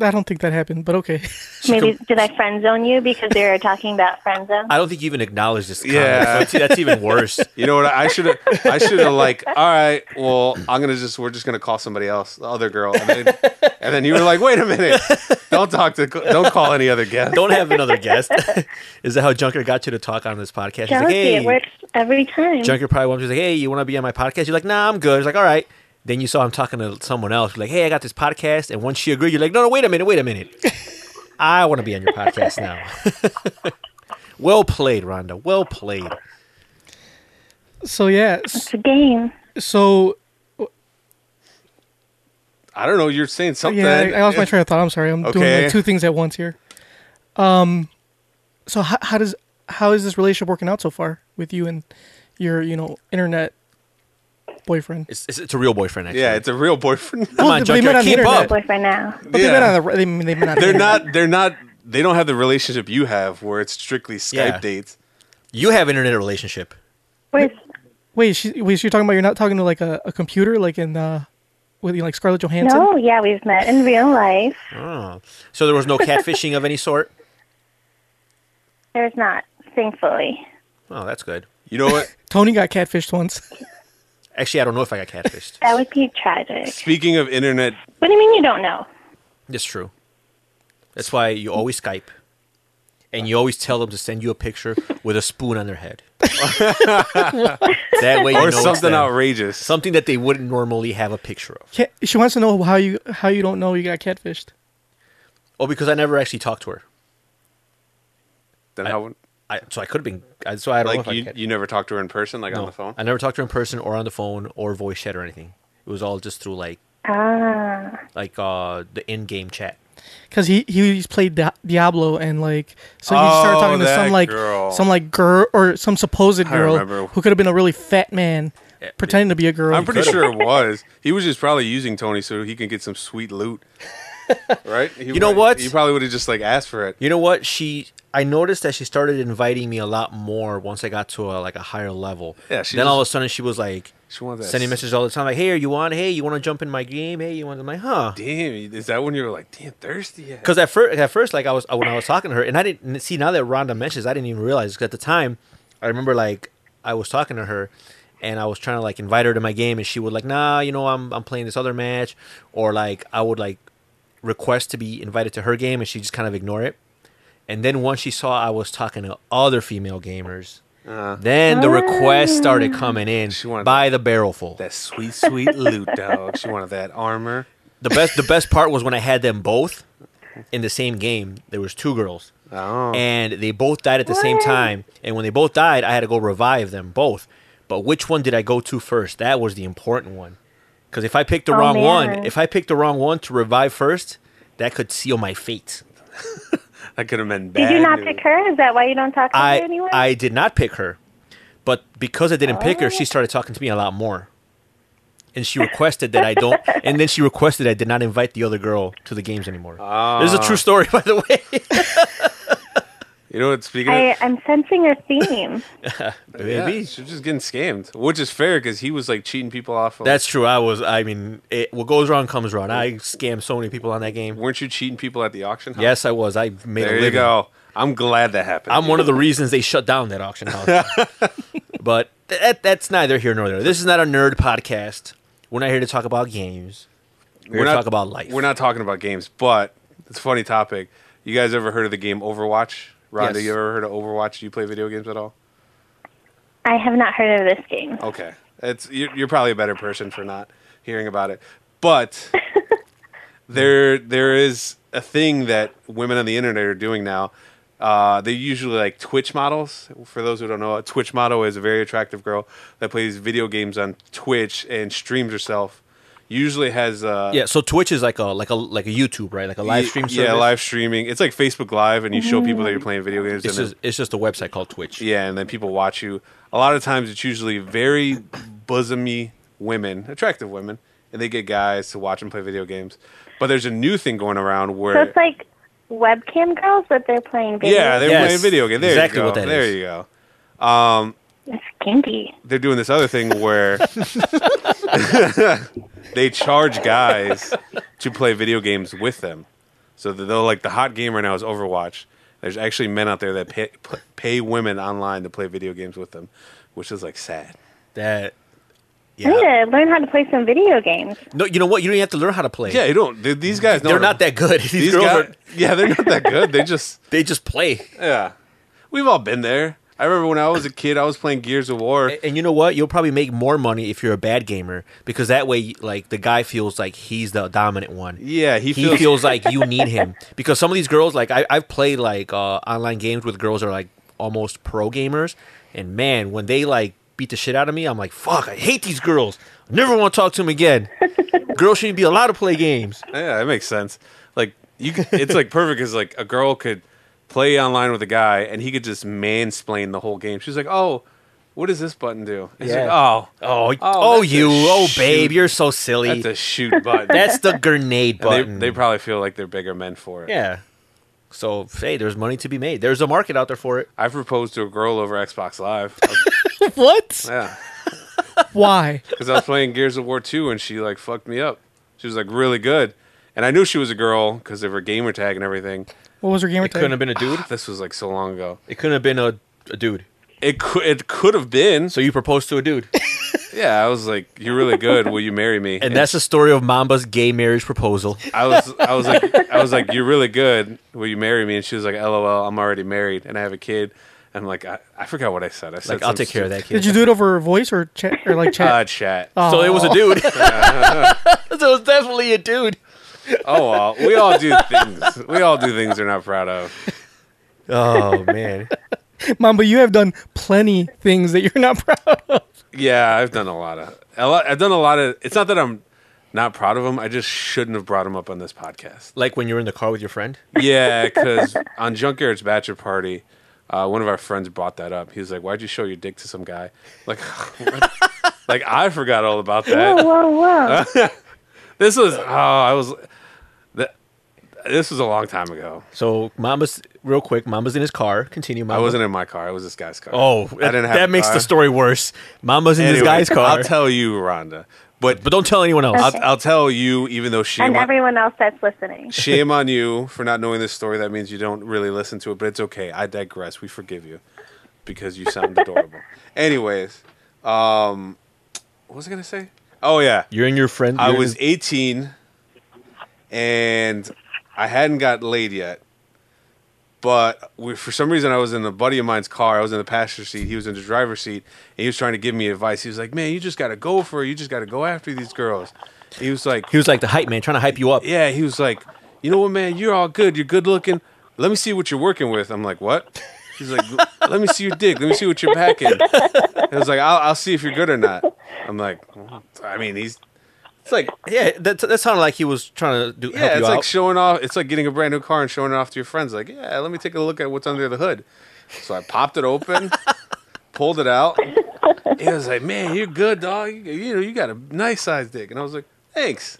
[SPEAKER 3] I don't think that happened, but okay.
[SPEAKER 6] Maybe did I friend zone you because we were talking about friend zone?
[SPEAKER 5] I don't think you even acknowledged this. Comment,
[SPEAKER 4] Yeah.
[SPEAKER 5] yeah, that's, that's even worse.
[SPEAKER 4] You know what? I should have. I should have like. All right. Well, I'm gonna just. We're just gonna call somebody else, the other girl, and then, and then you were like, wait a minute, don't talk to. Don't call any other guest.
[SPEAKER 5] Don't have another guest. Is that how Junker got you to talk on this podcast? He's like,
[SPEAKER 6] Jealousy, it
[SPEAKER 5] hey,
[SPEAKER 6] works every time.
[SPEAKER 5] Junker probably wants to like, hey, you want to be on my podcast? You're like, nah, I'm good. He's like, all right. Then you saw him talking to someone else. You're like, hey, I got this podcast. And once she agreed, you're like, no, no, wait a minute, wait a minute. I want to be on your podcast now. well played, Rhonda. Well played.
[SPEAKER 3] So yeah, s-
[SPEAKER 6] It's a game.
[SPEAKER 3] so
[SPEAKER 4] I don't know. You're saying something.
[SPEAKER 3] Oh, yeah, I, I lost my train of thought. I'm sorry. I'm doing
[SPEAKER 4] Okay.
[SPEAKER 3] like two things at once here. Um, so how, how does how is this relationship working out so far with you and your you know internet boyfriend?
[SPEAKER 5] It's, it's, it's a real boyfriend, actually.
[SPEAKER 4] Yeah, it's a real boyfriend.
[SPEAKER 5] Come on,
[SPEAKER 3] Well, they met
[SPEAKER 5] Junkyard,
[SPEAKER 3] on the
[SPEAKER 5] keep
[SPEAKER 3] internet.
[SPEAKER 5] up.
[SPEAKER 6] boyfriend now.
[SPEAKER 3] But they
[SPEAKER 4] Yeah.
[SPEAKER 3] met on the. They, they met on
[SPEAKER 4] They're not. They're not. They don't have the relationship you have, where it's strictly Skype
[SPEAKER 5] Yeah.
[SPEAKER 4] dates.
[SPEAKER 5] You have internet relationship.
[SPEAKER 6] Where's
[SPEAKER 3] Wait, she, wait, so you're talking about you're not talking to like a, a computer, like in uh, with you know, like Scarlett Johansson.
[SPEAKER 6] no? Yeah, we've met in real life.
[SPEAKER 5] Oh. So there was no catfishing of any sort?
[SPEAKER 6] There's not, thankfully.
[SPEAKER 5] Oh, that's good.
[SPEAKER 4] You know what?
[SPEAKER 3] Tony got catfished once.
[SPEAKER 5] Actually, I don't know if I got catfished.
[SPEAKER 6] That would be tragic.
[SPEAKER 4] Speaking of internet,
[SPEAKER 6] What do you mean you don't know?
[SPEAKER 5] That's true. That's why you always Skype. And you always tell them to send you a picture with a spoon on their head. that way you know
[SPEAKER 4] or
[SPEAKER 5] it's
[SPEAKER 4] something
[SPEAKER 5] them.
[SPEAKER 4] outrageous,
[SPEAKER 5] Something that they wouldn't normally have a picture of.
[SPEAKER 3] Cat, she wants to know how you how you don't know you got catfished.
[SPEAKER 5] Oh, because I never actually talked to her.
[SPEAKER 4] then how?
[SPEAKER 5] I, so I could have been. I, so I don't know
[SPEAKER 4] Like
[SPEAKER 5] if I
[SPEAKER 4] you,
[SPEAKER 5] cat-
[SPEAKER 4] you never talked to her in person, like on
[SPEAKER 5] no.
[SPEAKER 4] the phone.
[SPEAKER 5] I never talked to her in person or on the phone or voice chat or anything. It was all just through like
[SPEAKER 6] Ah,
[SPEAKER 5] like uh the in game chat.
[SPEAKER 3] Cause he he's played Di- Diablo and like so he started
[SPEAKER 4] Oh,
[SPEAKER 3] talking to some
[SPEAKER 4] that
[SPEAKER 3] like
[SPEAKER 4] girl.
[SPEAKER 3] some like girl or some supposed girl
[SPEAKER 4] remember.
[SPEAKER 3] who could have been a really fat man pretending to be a girl.
[SPEAKER 4] I'm pretty sure it was. He was just probably using Tony so he can get some sweet loot, right? He
[SPEAKER 5] You know
[SPEAKER 4] would-
[SPEAKER 5] what?
[SPEAKER 4] He probably would have just like asked for it.
[SPEAKER 5] You know what? She I noticed that she started inviting me a lot more once I got to a, like a higher level.
[SPEAKER 4] Yeah, she
[SPEAKER 5] then
[SPEAKER 4] was-
[SPEAKER 5] all of a sudden she was like
[SPEAKER 4] She wanted that
[SPEAKER 5] sending messages all the time like, "Hey, are you on? Hey, you want to jump in my game? Hey, you want?" I'm like, "Huh."
[SPEAKER 4] Damn, is that when you were like, damn, thirsty? Yeah.
[SPEAKER 5] Because at first, at first, like I was when I was talking to her, and I didn't see now that Rhonda mentions, I didn't even realize. 'Cause at the time, I remember like I was talking to her, and I was trying to like invite her to my game, and she would like, nah, you know, I'm I'm playing this other match, or like I would like request to be invited to her game, and she just kind of ignore it. And then once she saw I was talking to other female gamers, then the requests started coming in
[SPEAKER 4] She wanted
[SPEAKER 5] by the barrelful.
[SPEAKER 4] That sweet, sweet loot, dog. She wanted that armor.
[SPEAKER 5] The best the best part was when I had them both in the same game. There was two girls.
[SPEAKER 4] Oh.
[SPEAKER 5] And they both died at the same time. And when they both died, I had to go revive them both. But which one did I go to first? That was the important one. Cuz if I picked the
[SPEAKER 6] Oh,
[SPEAKER 5] wrong one,
[SPEAKER 6] man.
[SPEAKER 5] if I picked the wrong one to revive first, that could seal my fate.
[SPEAKER 4] That could have meant bad.
[SPEAKER 6] did you not
[SPEAKER 4] news.
[SPEAKER 6] pick her? Is that why you don't talk to her
[SPEAKER 5] I
[SPEAKER 6] anymore?
[SPEAKER 5] I did not pick her. But because I didn't pick her, she started talking to me a lot more. And she requested that I don't and then she requested I did not invite the other girl to the games anymore. This is
[SPEAKER 4] Ah.
[SPEAKER 5] a true story by the way.
[SPEAKER 4] You know what? Speaking
[SPEAKER 6] I,
[SPEAKER 4] of,
[SPEAKER 6] I'm sensing a theme.
[SPEAKER 4] yeah,
[SPEAKER 5] Maybe.
[SPEAKER 4] she's just getting scammed, which is fair because he was like cheating people off. Of,
[SPEAKER 5] That's true. I was. I mean, it, what goes wrong comes wrong. I scammed so many people on that game.
[SPEAKER 4] weren't you cheating people at the auction? house?
[SPEAKER 5] Yes, I was. I made a
[SPEAKER 4] There
[SPEAKER 5] living.
[SPEAKER 4] you go. I'm glad that happened.
[SPEAKER 5] I'm one of the reasons they shut down that auction house. but that, that's neither here nor there. This is not a nerd podcast. We're not here to talk about games. We're,
[SPEAKER 4] not
[SPEAKER 5] to talk about life.
[SPEAKER 4] We're not talking about games, but it's a funny topic. You guys ever heard of the game Overwatch? Rhonda,
[SPEAKER 5] Yes.
[SPEAKER 4] you ever heard of Overwatch? Do you play video games at all?
[SPEAKER 6] I have not heard of this game.
[SPEAKER 4] Okay, it's you're, you're probably a better person for not hearing about it, but there there is a thing that women on the internet are doing now. Uh, they're usually like Twitch models. For those who don't know, a Twitch model is a very attractive girl that plays video games on Twitch and streams herself. Usually has uh,
[SPEAKER 5] Yeah. So Twitch is like a like a like a YouTube, right? Like a live stream.
[SPEAKER 4] Yeah,
[SPEAKER 5] service.
[SPEAKER 4] live streaming. It's like Facebook Live, and you show people that you're playing video games.
[SPEAKER 5] It's
[SPEAKER 4] and then-
[SPEAKER 5] just it's just a website called Twitch.
[SPEAKER 4] yeah, and then people watch you. A lot of times, it's usually very bosomy women, attractive women, and they get guys to watch them play video games. But there's a new thing going around
[SPEAKER 6] So
[SPEAKER 4] where
[SPEAKER 6] it's like webcam girls, but they're playing video.
[SPEAKER 4] yeah, they're
[SPEAKER 5] Yes,
[SPEAKER 4] playing video games. There
[SPEAKER 5] exactly
[SPEAKER 4] you go.
[SPEAKER 5] what that
[SPEAKER 4] there
[SPEAKER 5] is.
[SPEAKER 4] you go. Um,
[SPEAKER 6] It's kinky.
[SPEAKER 4] They're doing this other thing where they charge guys to play video games with them. So that they'll like the hot game right now is Overwatch. There's actually men out there that pay, p- pay women online to play video games with them, which is like sad.
[SPEAKER 5] That.
[SPEAKER 6] I
[SPEAKER 5] Yeah.
[SPEAKER 6] need to learn how to play some video games.
[SPEAKER 5] No, you know what? You don't even have to learn how to play.
[SPEAKER 4] Yeah, you don't. th- These guys, know
[SPEAKER 5] They're
[SPEAKER 4] how
[SPEAKER 5] not
[SPEAKER 4] to-
[SPEAKER 5] that good. These,
[SPEAKER 4] These
[SPEAKER 5] girls
[SPEAKER 4] guys,
[SPEAKER 5] are.
[SPEAKER 4] yeah, they're not that good. They just
[SPEAKER 5] They just play.
[SPEAKER 4] yeah. We've all been there. I remember when I was a kid, I was playing Gears of War.
[SPEAKER 5] A- And you know what? You'll probably make more money if you're a bad gamer because that way, like the guy feels like he's the dominant one.
[SPEAKER 4] Yeah, he
[SPEAKER 5] he
[SPEAKER 4] feels-
[SPEAKER 5] feels, like you need him because some of these girls, like I, I've played like uh, online games with girls that are like almost pro gamers, and man, when they like beat the shit out of me, I'm like, fuck, I hate these girls. Never want to talk to them again. girls shouldn't be allowed to play games.
[SPEAKER 4] Yeah, that makes sense. Like you, c- it's like perfect because like a girl could play online with a guy, and he could just mansplain the whole game. She's like, "Oh, what does this button do?" He's like,
[SPEAKER 5] Yeah.
[SPEAKER 4] "Oh,
[SPEAKER 5] Oh, oh,
[SPEAKER 4] that's a
[SPEAKER 5] you, oh,
[SPEAKER 4] shoot.
[SPEAKER 5] babe, you're so silly.
[SPEAKER 4] that's a shoot button."
[SPEAKER 5] That's the grenade
[SPEAKER 4] And they,
[SPEAKER 5] button.
[SPEAKER 4] they probably feel like they're bigger men for it.
[SPEAKER 5] yeah. So hey, there's money to be made. There's a market out there for it.
[SPEAKER 4] I proposed to a girl over Xbox Live.
[SPEAKER 3] What?
[SPEAKER 4] yeah,
[SPEAKER 3] Why?
[SPEAKER 4] because I was playing Gears of War 2 and she like fucked me up. She was like really good, and I knew she was a girl because of her gamer tag and everything.
[SPEAKER 3] What was her gamer
[SPEAKER 5] It couldn't have
[SPEAKER 3] tag?
[SPEAKER 5] been a dude.
[SPEAKER 4] This was like so long ago.
[SPEAKER 5] It couldn't have been a, a dude.
[SPEAKER 4] It could it could have been.
[SPEAKER 5] So you proposed to a dude,
[SPEAKER 4] yeah, I was like, "You're really good. Will you marry me?"
[SPEAKER 5] and that's the story of Mamba's gay marriage proposal.
[SPEAKER 4] I was I was like I was like you're really good. Will you marry me? And she was like, "LOL, I'm already married and I have a kid." And I'm like, I, I forgot what I said. I said
[SPEAKER 5] Like I'll
[SPEAKER 4] some
[SPEAKER 5] take care of that
[SPEAKER 3] Did
[SPEAKER 5] kid.
[SPEAKER 3] you do it over voice or chat or like
[SPEAKER 4] stupid- Uh,
[SPEAKER 3] chat?
[SPEAKER 4] chat.
[SPEAKER 3] Oh.
[SPEAKER 5] so it was a dude. so it was definitely a dude.
[SPEAKER 4] Oh well, we all do things. We all do things we're not proud of.
[SPEAKER 5] Oh man.
[SPEAKER 3] Mamba, you have done plenty things that you're not proud of.
[SPEAKER 4] Yeah, I've done a lot of. A lot, I've done a lot of. It's not that I'm not proud of them. I just shouldn't have brought them up on this podcast.
[SPEAKER 5] Like when you're in the car with your friend.
[SPEAKER 4] Yeah, because on Junkyard's bachelor party, uh, one of our friends brought that up. He was like, "Why'd you show your dick to some guy?" Like, like I forgot all about that.
[SPEAKER 6] Whoa, whoa, whoa.
[SPEAKER 4] This was oh, I was that. This was a long time ago.
[SPEAKER 5] So Mamba's real quick. Mamba's in his car. Continue. Mamba.
[SPEAKER 4] I wasn't in my car. I was this guy's car.
[SPEAKER 5] Oh,
[SPEAKER 4] I didn't have a
[SPEAKER 5] that makes
[SPEAKER 4] car.
[SPEAKER 5] the story worse. Mamba's in
[SPEAKER 4] Anyway,
[SPEAKER 5] this guy's car.
[SPEAKER 4] I'll tell you, Rhonda. But
[SPEAKER 5] but don't tell anyone else.
[SPEAKER 6] Okay.
[SPEAKER 4] I'll, I'll tell you, even though shame
[SPEAKER 6] and
[SPEAKER 4] on,
[SPEAKER 6] everyone else that's listening.
[SPEAKER 4] shame on you for not knowing this story. That means you don't really listen to it. But it's okay. I digress. We forgive you because you sound adorable. Anyways, um, what was I gonna say? Oh yeah,
[SPEAKER 5] You're in your friend.
[SPEAKER 4] I
[SPEAKER 5] you're in
[SPEAKER 4] was
[SPEAKER 5] his-
[SPEAKER 4] 18 and I hadn't got laid yet. But we, for some reason, I was in a buddy of mine's car. I was in the passenger seat. He was in the driver's seat. And he was trying to give me advice. He was like, Man, you just got to go for it. You just got to go after these girls. He was like,
[SPEAKER 5] He was like the hype man, trying to hype you up.
[SPEAKER 4] Yeah. He was like, You know what, man? You're all good. You're good looking. Let me see what you're working with. I'm like, What? He's like, Let me see your dick. Let me see what you're packing. He was like, I'll, I'll see if you're good or not. I'm like, I mean, he's
[SPEAKER 5] It's like, yeah, that, that sounded like he was trying to do help
[SPEAKER 4] Yeah,
[SPEAKER 5] you
[SPEAKER 4] it's
[SPEAKER 5] out.
[SPEAKER 4] like showing off. It's like getting a brand new car and showing it off to your friends. Like, yeah, let me take a look at what's under the hood. So I popped it open, pulled it out. He was like, "Man, you're good, dog. You, you know, you got a nice sized dick." And I was like, "Thanks."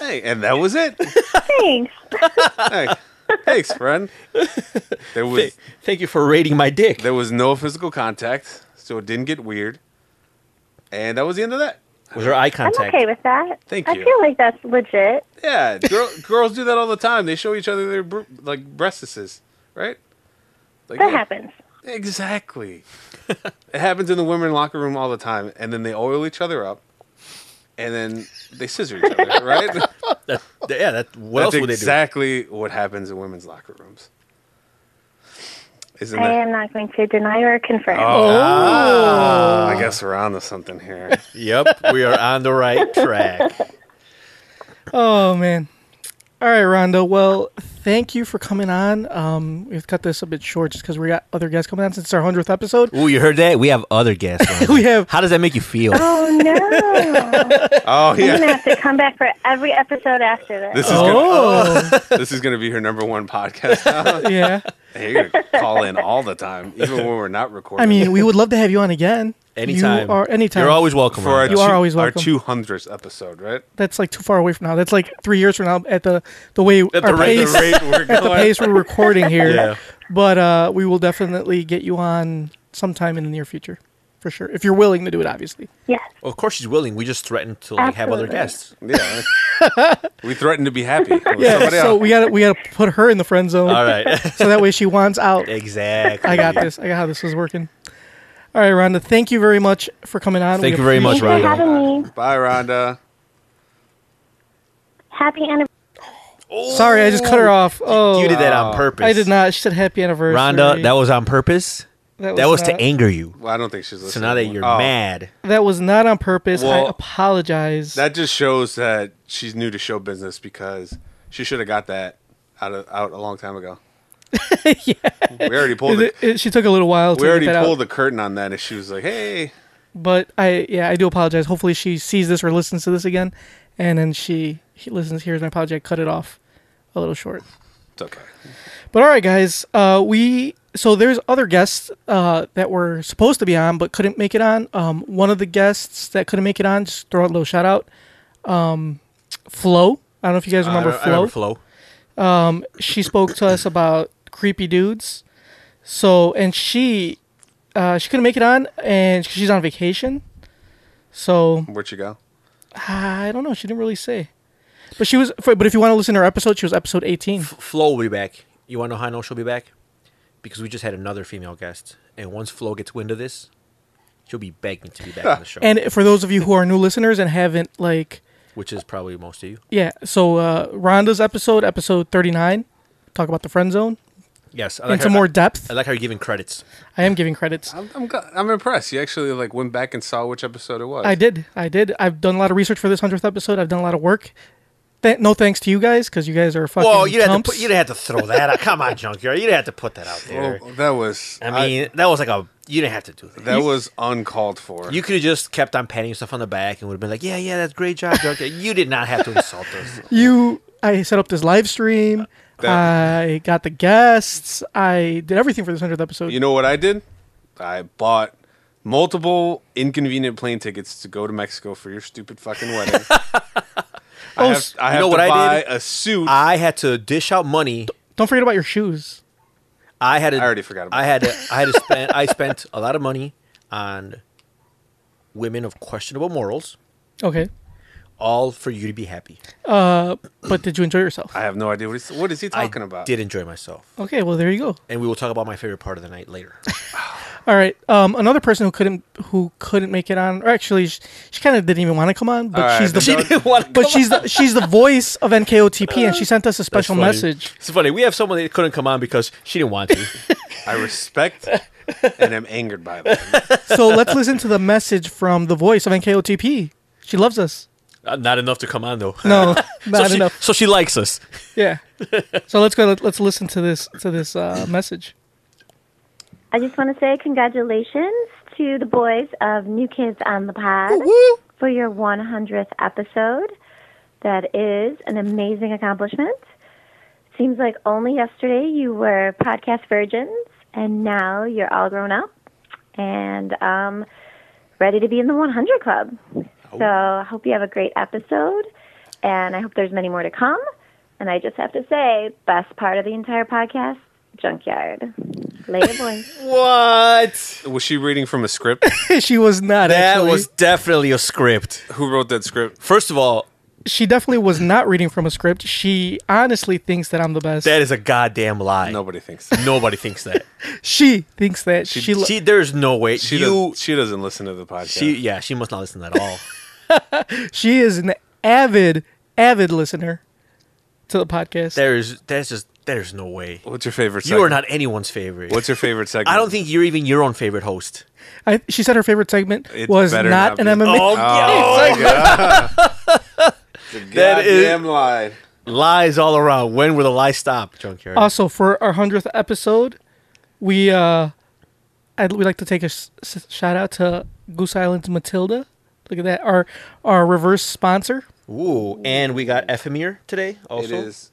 [SPEAKER 4] hey, and that was it.
[SPEAKER 6] Thanks.
[SPEAKER 4] Hey, thanks, friend. There was
[SPEAKER 5] Thank you for rating my dick.
[SPEAKER 4] there was no physical contact, so it didn't get weird. And that was the end of that.
[SPEAKER 5] Was there eye
[SPEAKER 6] I'm
[SPEAKER 5] contact?
[SPEAKER 6] okay with that.
[SPEAKER 4] Thank
[SPEAKER 6] I
[SPEAKER 4] you.
[SPEAKER 6] feel like that's legit.
[SPEAKER 4] Yeah, girl, girls do that all the time. They show each other their br- like breastises, right? Like,
[SPEAKER 6] That
[SPEAKER 4] yeah.
[SPEAKER 6] happens.
[SPEAKER 4] Exactly. it happens in the women locker room all the time, and then they oil each other up, and then they scissor each other, right?
[SPEAKER 5] That- that- yeah, that, what
[SPEAKER 4] That's
[SPEAKER 5] else would they
[SPEAKER 4] exactly what happens in women's locker rooms. Isn't
[SPEAKER 6] I
[SPEAKER 4] that? Oh.
[SPEAKER 6] am not going to deny or confirm.
[SPEAKER 5] Oh.
[SPEAKER 4] ah, I guess we're on to something here.
[SPEAKER 5] do? Yep, we are on the right track.
[SPEAKER 3] Oh man. All right, Rhonda. Well, thank you for coming on. Um, we've cut this a bit short just because we got other guests coming on since it's our hundredth episode.
[SPEAKER 5] Ooh, you heard that? We have other guests. on.
[SPEAKER 3] We have-
[SPEAKER 5] How does that make you feel?
[SPEAKER 6] Oh no!
[SPEAKER 4] oh
[SPEAKER 6] I'm
[SPEAKER 4] yeah,
[SPEAKER 6] gonna have to come back for every episode after this.
[SPEAKER 4] this is
[SPEAKER 3] Oh,
[SPEAKER 4] gonna, this is gonna be her number one podcast. Now.
[SPEAKER 3] yeah.
[SPEAKER 4] You're gonna call in all the time, even when we're not recording.
[SPEAKER 3] I mean, we would love to have you on again.
[SPEAKER 5] Anytime.
[SPEAKER 3] You are anytime.
[SPEAKER 5] You're always welcome.
[SPEAKER 4] for our
[SPEAKER 5] Rhonda.
[SPEAKER 3] You are
[SPEAKER 4] two-
[SPEAKER 3] always
[SPEAKER 4] our
[SPEAKER 3] welcome.
[SPEAKER 4] two hundredth episode, right?
[SPEAKER 3] That's like too far away from now. That's like three years from now at the the way
[SPEAKER 4] At
[SPEAKER 3] our
[SPEAKER 4] the rate,
[SPEAKER 3] pace
[SPEAKER 4] the rate we're
[SPEAKER 3] at the
[SPEAKER 4] going.
[SPEAKER 3] pace we're recording here.
[SPEAKER 5] Yeah.
[SPEAKER 3] But uh, we will definitely get you on sometime in the near future, for sure. If you're willing to do it, obviously.
[SPEAKER 6] Yes.
[SPEAKER 5] Of course, she's willing. We just threatened to like, have other
[SPEAKER 6] Absolutely.
[SPEAKER 5] guests.
[SPEAKER 4] Yeah. we threatened to be happy. with
[SPEAKER 3] Yeah.
[SPEAKER 4] somebody
[SPEAKER 3] So
[SPEAKER 4] else.
[SPEAKER 3] we got to we got to put her in the friend zone.
[SPEAKER 5] All right,
[SPEAKER 3] So that way she wants out.
[SPEAKER 5] exactly.
[SPEAKER 3] I got this. I got how this is working. All right, Rhonda. Thank you very much for coming on.
[SPEAKER 5] Thank
[SPEAKER 3] We
[SPEAKER 5] you very much,
[SPEAKER 6] Thanks for
[SPEAKER 5] Rhonda.
[SPEAKER 6] having me.
[SPEAKER 4] Bye, Rhonda.
[SPEAKER 6] Happy anniversary.
[SPEAKER 3] appreciate- Sorry, I just cut her off. Oh,
[SPEAKER 5] You did that on purpose.
[SPEAKER 3] I did not. She said happy anniversary.
[SPEAKER 5] Rhonda, that was on purpose.
[SPEAKER 3] That
[SPEAKER 5] That was,
[SPEAKER 3] was
[SPEAKER 5] to
[SPEAKER 3] not-
[SPEAKER 5] anger you.
[SPEAKER 4] Well, I don't think she's listening.
[SPEAKER 5] So now that you're
[SPEAKER 4] Oh,
[SPEAKER 5] mad,
[SPEAKER 3] that was not on purpose.
[SPEAKER 4] Well,
[SPEAKER 3] I apologize.
[SPEAKER 4] that just shows that she's new to show business because she should have got that out of, out a long time ago. yeah. We already pulled. The,
[SPEAKER 3] It- it- she took a little while to
[SPEAKER 4] we already
[SPEAKER 3] get that
[SPEAKER 4] pulled
[SPEAKER 3] out,
[SPEAKER 4] the curtain on that, and she was like, "Hey,
[SPEAKER 3] but I yeah I do apologize. Hopefully she sees this or listens to this again, and then she he listens hears my apology. I cut it off a little short.
[SPEAKER 4] It's okay.
[SPEAKER 3] But all right, guys, uh, we so there's other guests uh, that were supposed to be on but couldn't make it on. Um, one of the guests that couldn't make it on, just throw out a little shout out, um, Flo. I don't know if you guys remember
[SPEAKER 5] I, I
[SPEAKER 3] Flo. Um,
[SPEAKER 5] remember Flo.
[SPEAKER 3] She spoke to us about creepy dudes. So and she uh, she couldn't make it on, and she's on vacation. So
[SPEAKER 4] Where'd you go?
[SPEAKER 3] I don't know. She didn't really say. But she was. But if you want to listen to her episode, she was episode 18.
[SPEAKER 5] Flo will be back. You want to know how I know she'll be back? Because we just had another female guest, and once Flo gets wind of this, she'll be begging to be back on the show,
[SPEAKER 3] And for those of you who are new listeners and haven't like,
[SPEAKER 5] which is probably most of you.
[SPEAKER 3] yeah. So uh, Rhonda's episode, episode 39, talk about the friend zone
[SPEAKER 5] Yes, I
[SPEAKER 3] into
[SPEAKER 5] how-
[SPEAKER 3] more
[SPEAKER 5] I
[SPEAKER 3] depth.
[SPEAKER 5] like how you're giving credits.
[SPEAKER 3] I am giving credits.
[SPEAKER 4] I'm, I'm go- I'm impressed. You actually like went back and saw which episode it was.
[SPEAKER 3] I did. I did. I've done a lot of research for this hundredth episode. I've done a lot of work. Th- no thanks to you guys because you guys are fucking.
[SPEAKER 5] Whoa, you didn't have to
[SPEAKER 3] chumps.
[SPEAKER 5] put, you didn't have to throw that. out. Come on, junkyard, you didn't have to put that out
[SPEAKER 4] Well,
[SPEAKER 5] there.
[SPEAKER 4] that was.
[SPEAKER 5] I mean, that was like a you didn't have to do that.
[SPEAKER 4] that was uncalled for.
[SPEAKER 5] You could have just kept on patting yourself on the back and would have been like, "Yeah, yeah, that's great job, junkyard." you did not have to insult us.
[SPEAKER 3] You. I set up this live stream.
[SPEAKER 5] Uh,
[SPEAKER 4] That-
[SPEAKER 3] I got the guests. I did everything for this hundredth episode.
[SPEAKER 4] You know what I did? I bought multiple inconvenient plane tickets to go to Mexico for your stupid fucking wedding.
[SPEAKER 3] Oh,
[SPEAKER 4] I have, I
[SPEAKER 5] you
[SPEAKER 4] have
[SPEAKER 5] know
[SPEAKER 4] to
[SPEAKER 5] what I
[SPEAKER 4] buy
[SPEAKER 5] did?
[SPEAKER 4] a suit.
[SPEAKER 5] I had to dish out money.
[SPEAKER 3] Don't forget about your shoes.
[SPEAKER 5] I had. To,
[SPEAKER 4] I already forgot about
[SPEAKER 5] I had. To, I had to spend. I spent a lot of money on women of questionable morals,
[SPEAKER 3] Okay. Uh,
[SPEAKER 5] all for you to be happy.
[SPEAKER 3] But did you enjoy yourself?
[SPEAKER 4] I have no idea what he's, what is he talking
[SPEAKER 5] I
[SPEAKER 4] about.
[SPEAKER 5] did enjoy myself,
[SPEAKER 3] Okay, well there you go.
[SPEAKER 5] and we will talk about my favorite part of the night later.
[SPEAKER 3] All right. Um, another person who couldn't who couldn't make it on, or actually, she, she kind of didn't even want to come on, but
[SPEAKER 4] All right,
[SPEAKER 3] she's the
[SPEAKER 4] she
[SPEAKER 5] didn't want to
[SPEAKER 3] but she's the she's the voice of NKOTP, and she sent us a special
[SPEAKER 5] That's funny.
[SPEAKER 3] message.
[SPEAKER 5] It's funny. We have someone that couldn't come on because she didn't want to.
[SPEAKER 4] I respect and am angered by that.
[SPEAKER 3] So let's listen to the message from the voice of NKOTP. She loves us.
[SPEAKER 5] Uh, not enough to come on though.
[SPEAKER 3] No,
[SPEAKER 5] so
[SPEAKER 3] not
[SPEAKER 5] she,
[SPEAKER 3] enough.
[SPEAKER 5] So she likes us.
[SPEAKER 3] Yeah. So let's go. Let, us listen to this to this uh, message.
[SPEAKER 6] I just want to say congratulations to the boys of New Kids on the Pod for your 100th episode. That is an amazing accomplishment. Seems like only yesterday you were podcast virgins, and now you're all grown up and um, ready to be in the 100 Club. So I hope you have a great episode, and I hope there's many more to come. And I just have to say, best part of the entire podcast, Junkyard. Later, boys.
[SPEAKER 5] What?
[SPEAKER 4] Was she reading from a script?
[SPEAKER 3] she was not.
[SPEAKER 5] That
[SPEAKER 3] actually.
[SPEAKER 5] was definitely a script.
[SPEAKER 4] Who wrote that script?
[SPEAKER 5] First of all,
[SPEAKER 3] She definitely was not reading from a script. She honestly thinks that I'm the best.
[SPEAKER 5] that is a goddamn lie.
[SPEAKER 4] Nobody thinks. That.
[SPEAKER 5] Nobody thinks that.
[SPEAKER 3] she thinks that. She. lo-
[SPEAKER 5] she, there's no way.
[SPEAKER 4] She
[SPEAKER 5] you,
[SPEAKER 4] does, she doesn't listen to the podcast.
[SPEAKER 5] she, yeah, she must not listen at all.
[SPEAKER 3] She is an avid, avid listener to the podcast.
[SPEAKER 5] there's, that's just, there's no way.
[SPEAKER 4] What's your favorite?
[SPEAKER 5] You are
[SPEAKER 4] segment?
[SPEAKER 5] not anyone's favorite.
[SPEAKER 4] What's your favorite segment?
[SPEAKER 5] I don't think you're even your own favorite host.
[SPEAKER 3] I, she said her favorite segment
[SPEAKER 4] It
[SPEAKER 3] was not,
[SPEAKER 4] better not
[SPEAKER 3] an
[SPEAKER 4] be.
[SPEAKER 3] MMA.
[SPEAKER 5] Oh, yeah. That is-
[SPEAKER 4] Goddamn lie.
[SPEAKER 5] lies all around. When will the lie stop, Junkyard?
[SPEAKER 3] Oh. Also, for our hundredth episode, we uh, I'd we like to take a s- s- shout out to Goose Island's Matilda. Look at that, our our reverse sponsor.
[SPEAKER 5] Ooh, and we got Ephemere today also.
[SPEAKER 4] It is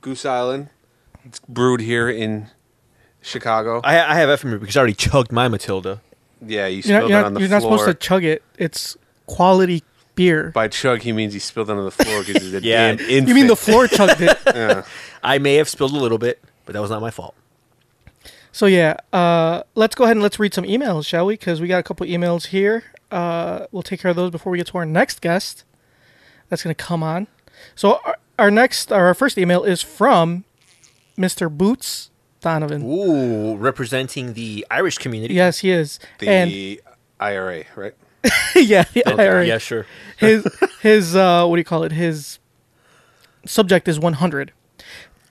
[SPEAKER 4] Goose Island. It's brewed here in Chicago.
[SPEAKER 5] I, I have Ephemere because I already chugged my Matilda.
[SPEAKER 4] yeah,
[SPEAKER 3] You're
[SPEAKER 4] you
[SPEAKER 3] not,
[SPEAKER 4] spilled
[SPEAKER 3] you're
[SPEAKER 4] it
[SPEAKER 3] not-
[SPEAKER 4] on the
[SPEAKER 3] you're
[SPEAKER 4] floor.
[SPEAKER 3] not supposed to chug it. It's quality beer.
[SPEAKER 4] By chug, he means he spilled it on the floor because he's a
[SPEAKER 5] Yeah.
[SPEAKER 4] damn infant.
[SPEAKER 3] You mean the floor chugged it?
[SPEAKER 5] I may have spilled a little bit, but that was not my fault.
[SPEAKER 3] So yeah, uh, let's go ahead and let's read some emails, shall we? Because we got a couple emails here. Uh, we'll take care of those before we get to our next guest. That's going to come on. So our, our next, our first email is from Mr. Boots Donovan.
[SPEAKER 5] Ooh, representing the Irish community.
[SPEAKER 3] Yes, he is. and
[SPEAKER 4] the IRA, right?
[SPEAKER 3] yeah, yeah, all right.
[SPEAKER 5] Yeah, sure.
[SPEAKER 3] his his uh, what do you call it? His subject is 100.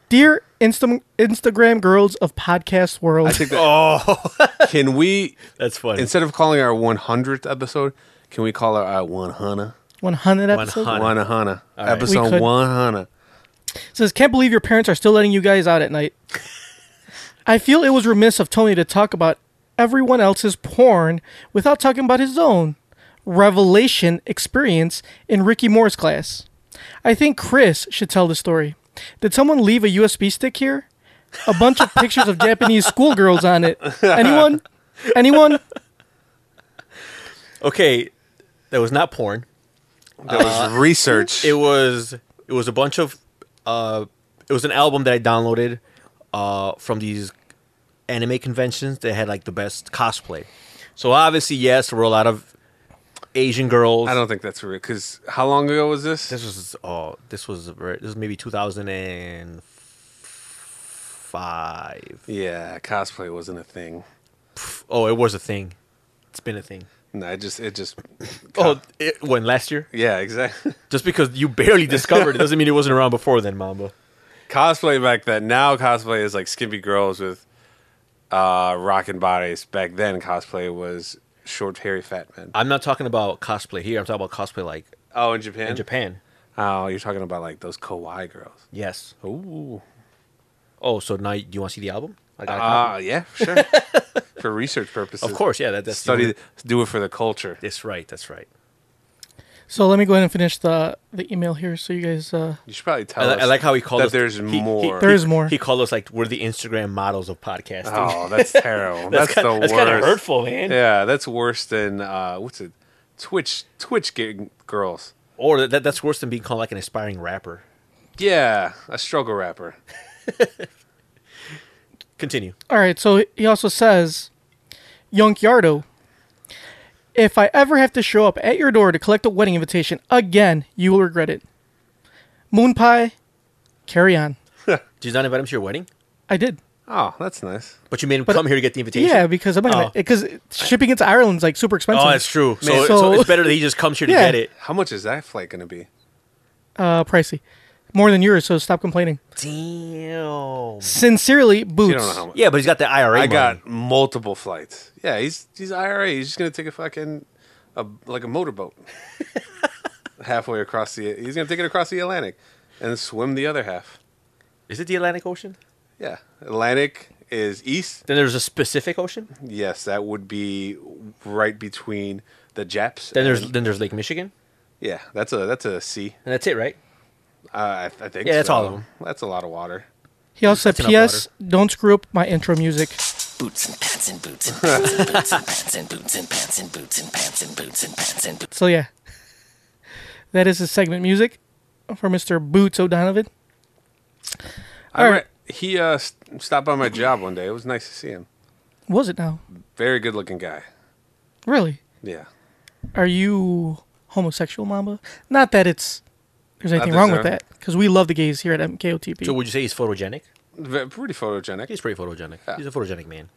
[SPEAKER 3] Dear Insta- Instagram girls of podcast world,
[SPEAKER 4] I think that.
[SPEAKER 5] Oh,
[SPEAKER 4] Can we
[SPEAKER 5] that's funny.
[SPEAKER 4] instead of calling our 100th episode, can we call our, our 100?
[SPEAKER 3] 100 episodes.
[SPEAKER 5] 100.
[SPEAKER 4] 100
[SPEAKER 5] right.
[SPEAKER 3] We
[SPEAKER 4] episode
[SPEAKER 3] could-
[SPEAKER 4] 100.
[SPEAKER 3] Says, can't believe your parents are still letting you guys out at night. I feel it was remiss of Tony to talk about everyone else's porn without talking about his own revelation experience in Ricky Moore's class. I think Chris should tell the story. Did someone leave a USB stick here? A bunch of pictures of Japanese schoolgirls on it. Anyone? Anyone?
[SPEAKER 5] Okay, that was not porn.
[SPEAKER 4] That was Uh, research.
[SPEAKER 5] It was it was a bunch of uh it was an album that I downloaded uh from these anime conventions that had like the best cosplay. So obviously, yes, there were a lot of Asian girls.
[SPEAKER 4] I don't think that's real. Because how long ago was this?
[SPEAKER 5] This was oh, this was ver- this was maybe two thousand and five.
[SPEAKER 4] yeah, cosplay wasn't a thing.
[SPEAKER 5] Oh, it was a thing. It's been a thing.
[SPEAKER 4] No, it just it just.
[SPEAKER 5] Oh, it, when last year?
[SPEAKER 4] yeah, exactly.
[SPEAKER 5] Just because you barely discovered it doesn't mean it wasn't around before then, Mamba.
[SPEAKER 4] cosplay back then. Now cosplay is like skimpy girls with uh, rocking bodies. Back then, cosplay was short, hairy, fat men.
[SPEAKER 5] I'm not talking about cosplay here. I'm talking about cosplay like
[SPEAKER 4] Oh, in Japan.
[SPEAKER 5] in Japan.
[SPEAKER 4] Oh, you're talking about like those kawaii girls.
[SPEAKER 5] Yes.
[SPEAKER 4] Ooh.
[SPEAKER 5] Oh, so now you- do you want to see the album? I got a copy.
[SPEAKER 4] Uh, yeah, sure. for research purposes,
[SPEAKER 5] Of course, yeah. That, that's the
[SPEAKER 4] Study,
[SPEAKER 5] only-
[SPEAKER 4] do it for the culture.
[SPEAKER 5] That's right. That's right.
[SPEAKER 3] So let me go ahead and finish the the email here, so you guys. Uh,
[SPEAKER 4] You should probably tell
[SPEAKER 5] I, li-
[SPEAKER 4] us.
[SPEAKER 5] I like how he called
[SPEAKER 4] that
[SPEAKER 5] us.
[SPEAKER 4] There's
[SPEAKER 5] he- he-
[SPEAKER 4] more.
[SPEAKER 3] There's more.
[SPEAKER 5] He called us like we're the Instagram models of podcasting.
[SPEAKER 4] oh, that's terrible. that's
[SPEAKER 5] kinda,
[SPEAKER 4] the
[SPEAKER 5] that's
[SPEAKER 4] worst.
[SPEAKER 5] kind of hurtful, man.
[SPEAKER 4] Yeah, that's worse than uh, what's it? Twitch Twitch g- girls.
[SPEAKER 5] Or that, that's worse than being called like an aspiring rapper.
[SPEAKER 4] Yeah, a struggle rapper.
[SPEAKER 5] Continue.
[SPEAKER 3] all right. So he also says, Yonk Yardo. If I ever have to show up at your door to collect a wedding invitation again, you will regret it. Moon pie, carry on.
[SPEAKER 5] Did you not invite him to your wedding?
[SPEAKER 3] I did.
[SPEAKER 4] Oh, that's nice.
[SPEAKER 5] But you made him come here to get the invitation.
[SPEAKER 3] Yeah, because I'm not gonna-
[SPEAKER 5] Oh.
[SPEAKER 3] because shipping into Ireland's like super expensive.
[SPEAKER 5] Oh, that's true. So,
[SPEAKER 3] Man,
[SPEAKER 5] so
[SPEAKER 3] so-
[SPEAKER 5] it's better that he just comes here to
[SPEAKER 3] Yeah.
[SPEAKER 5] get it.
[SPEAKER 4] How much is that flight going to be?
[SPEAKER 3] Uh, pricey, more than yours. So stop complaining.
[SPEAKER 5] Damn.
[SPEAKER 3] Sincerely, boots.
[SPEAKER 4] You don't know how much.
[SPEAKER 5] Yeah, but he's got the IRA.
[SPEAKER 4] I
[SPEAKER 5] money.
[SPEAKER 4] got multiple flights. Yeah, he's he's IRA. He's just going to take a fucking a, like a motorboat halfway across the. He's going to take it across the Atlantic and swim the other half.
[SPEAKER 5] Is it the Atlantic Ocean?
[SPEAKER 4] Yeah, Atlantic is east.
[SPEAKER 5] Then there's a specific ocean.
[SPEAKER 4] Yes, that would be right between the Japs.
[SPEAKER 5] Then there's
[SPEAKER 4] and-
[SPEAKER 5] then there's Lake Michigan,
[SPEAKER 4] yeah, that's a that's a sea.
[SPEAKER 5] and that's it, right?
[SPEAKER 4] Uh, I, I think
[SPEAKER 5] Yeah, that's
[SPEAKER 4] so.
[SPEAKER 5] all of 'em.
[SPEAKER 4] That's a lot of water.
[SPEAKER 3] He also
[SPEAKER 5] That's
[SPEAKER 3] said,
[SPEAKER 5] enough
[SPEAKER 3] "P.S. Don't screw up my intro music."
[SPEAKER 7] Boots and pants and boots and pants and boots and pants and boots and pants and boots and pants and boots and pants and boots.
[SPEAKER 3] So yeah, that is his segment music for Mister Boots O'Donovan.
[SPEAKER 4] I
[SPEAKER 3] All
[SPEAKER 4] re-
[SPEAKER 3] right.
[SPEAKER 4] he uh, st- stopped by my job one day. It was nice to see him.
[SPEAKER 3] Was it now?
[SPEAKER 4] Very good looking guy.
[SPEAKER 3] Really?
[SPEAKER 4] Yeah.
[SPEAKER 3] Are you homosexual, Mamba? Not that it's there's anything wrong with
[SPEAKER 4] there's
[SPEAKER 3] that because we love the gays here at MKOTP.
[SPEAKER 5] So would you say he's photogenic?
[SPEAKER 4] Ve- Pretty photogenic.
[SPEAKER 5] He's pretty photogenic. He's a photogenic man.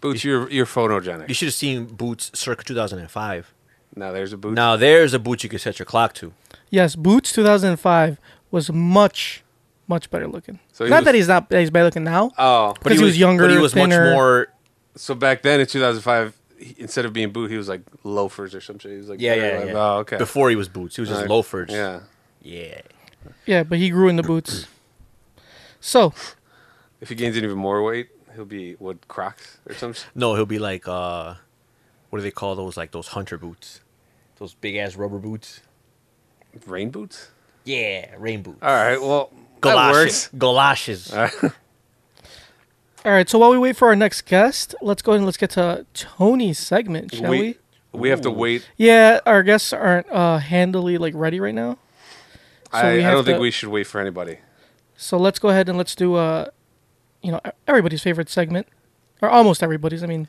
[SPEAKER 4] Boots, you're you're
[SPEAKER 5] You
[SPEAKER 4] photogenic.
[SPEAKER 5] should have seen Boots circa 2005.
[SPEAKER 4] Now there's a boot.
[SPEAKER 5] Now there's a boot you could set your clock to.
[SPEAKER 3] yes, Boots 2005 was much much better looking.
[SPEAKER 4] So he
[SPEAKER 3] not
[SPEAKER 4] was-
[SPEAKER 3] that he's not that he's bad looking now.
[SPEAKER 4] Oh,
[SPEAKER 3] Because he was younger,
[SPEAKER 5] But he was
[SPEAKER 3] thinner.
[SPEAKER 5] much more.
[SPEAKER 4] so back then in 2005, he, instead of being boot, he was like loafers or some shit. He was like,
[SPEAKER 5] Yeah,
[SPEAKER 4] very,
[SPEAKER 5] yeah,
[SPEAKER 4] like,
[SPEAKER 5] yeah.
[SPEAKER 4] Oh, okay.
[SPEAKER 5] Before he was Boots, he was just
[SPEAKER 4] Like,
[SPEAKER 5] loafers.
[SPEAKER 4] Yeah,
[SPEAKER 5] yeah.
[SPEAKER 3] yeah, but he grew in the boots. So
[SPEAKER 4] if he gains even more weight, he'll be what Crocs or some shit.
[SPEAKER 5] No, he'll be like, uh, what do they call those? Like those hunter boots, those big ass rubber boots.
[SPEAKER 4] rain boots.
[SPEAKER 5] Yeah, rain boots.
[SPEAKER 4] All right, well that
[SPEAKER 5] Galoshes.
[SPEAKER 4] works.
[SPEAKER 5] Galoshes.
[SPEAKER 3] All right, so while we wait for our next guest, let's go ahead and let's get to Tony's segment, shall we?
[SPEAKER 4] we we have to wait.
[SPEAKER 3] Yeah, our guests aren't uh, handily like ready right now,
[SPEAKER 4] I,
[SPEAKER 3] we
[SPEAKER 4] I
[SPEAKER 3] have
[SPEAKER 4] don't think
[SPEAKER 3] to-
[SPEAKER 4] we should wait for anybody.
[SPEAKER 3] so let's go ahead and let's do uh, you know, everybody's favorite segment, or almost everybody's. I mean,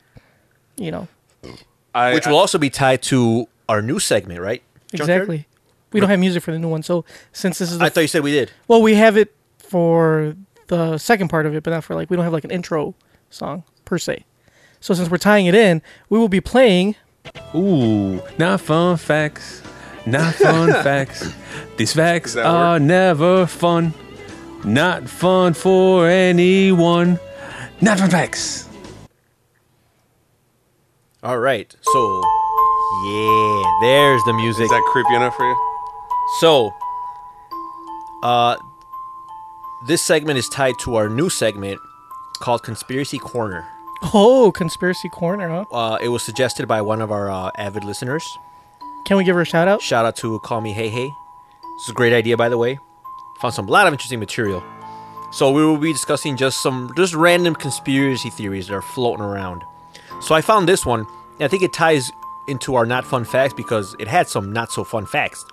[SPEAKER 3] you know,
[SPEAKER 4] I,
[SPEAKER 5] Which will also be tied to our new segment, right? Junkyard?
[SPEAKER 3] exactly. We don't have music for the new one, so since this is the
[SPEAKER 5] I thought you said we did.
[SPEAKER 3] well, we have it for the second part of it, but not for like we don't have like an intro song per se. So since we're tying it in, we will be playing
[SPEAKER 8] Ooh, not fun facts. Not fun facts. These facts
[SPEAKER 4] that
[SPEAKER 8] are
[SPEAKER 4] work?
[SPEAKER 8] never fun. Not fun for anyone. Not fun facts.
[SPEAKER 5] All right. So, yeah, there's the music.
[SPEAKER 4] is that creepy enough for you?
[SPEAKER 5] So, uh, this segment is tied to our new segment called Conspiracy Corner.
[SPEAKER 3] oh conspiracy corner. Huh?
[SPEAKER 5] Uh, it was suggested by one of our uh, avid listeners.
[SPEAKER 3] Can we give her a shout out?
[SPEAKER 5] Shout out to Call Me Hey Hey. This is a great idea, by the way. Found some lot of interesting material. So we will be discussing just some just random conspiracy theories that are floating around. So I found this one, and I think it ties into our not fun facts because it had some not so fun facts.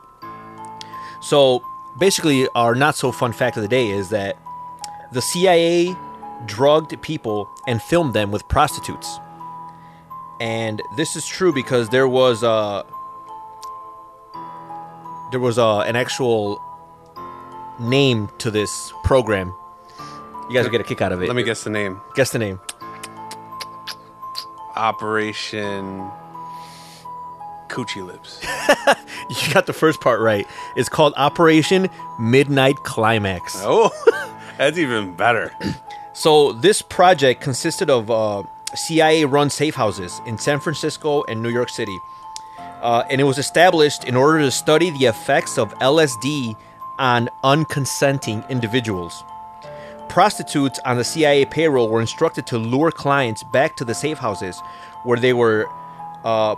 [SPEAKER 5] So basically, our not so fun fact of the day is that the CIA drugged people and filmed them with prostitutes. And this is true because there was a there was a, an actual name to this program. You guys will get a kick out of it.
[SPEAKER 4] Let me guess the name.
[SPEAKER 5] guess the name.
[SPEAKER 4] Operation Coochie Lips.
[SPEAKER 5] You got the first part right. It's called Operation Midnight Climax.
[SPEAKER 4] Oh, that's even better.
[SPEAKER 5] So this project consisted of uh, CIA-run safe houses in San Francisco and New York City, uh, and it was established in order to study the effects of LSD on unconsenting individuals. Prostitutes on the CIA payroll were instructed to lure clients back to the safe houses, where they were uh,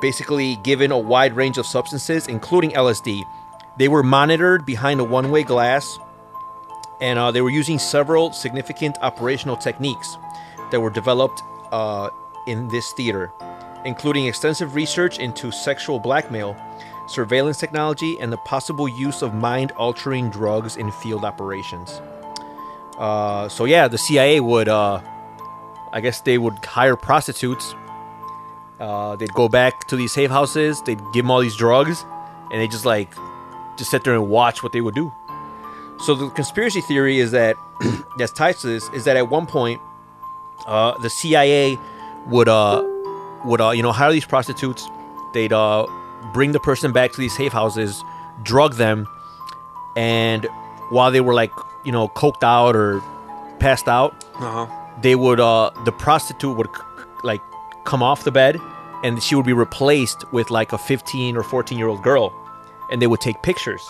[SPEAKER 5] basically given a wide range of substances, including LSD. They were monitored behind a one-way glass and uh, they were using several significant operational techniques that were developed uh, in this theater, including extensive research into sexual blackmail, surveillance technology, and the possible use of mind altering drugs in field operations. Uh, so, yeah, the CIA would, uh, I guess, they would hire prostitutes. Uh, they'd go back to these safe houses, they'd give them all these drugs, and they just like, just sit there and watch what they would do. So the conspiracy theory is that that's tied to this is that at one point, uh, the CIA would uh would uh you know hire these prostitutes, they'd uh bring the person back to these safe houses, drug them, and while they were like you know coked out or passed out,
[SPEAKER 4] Uh-huh.
[SPEAKER 5] they would uh the prostitute would c- like come off the bed and she would be replaced with like a 15 or 14 year old girl and they would take pictures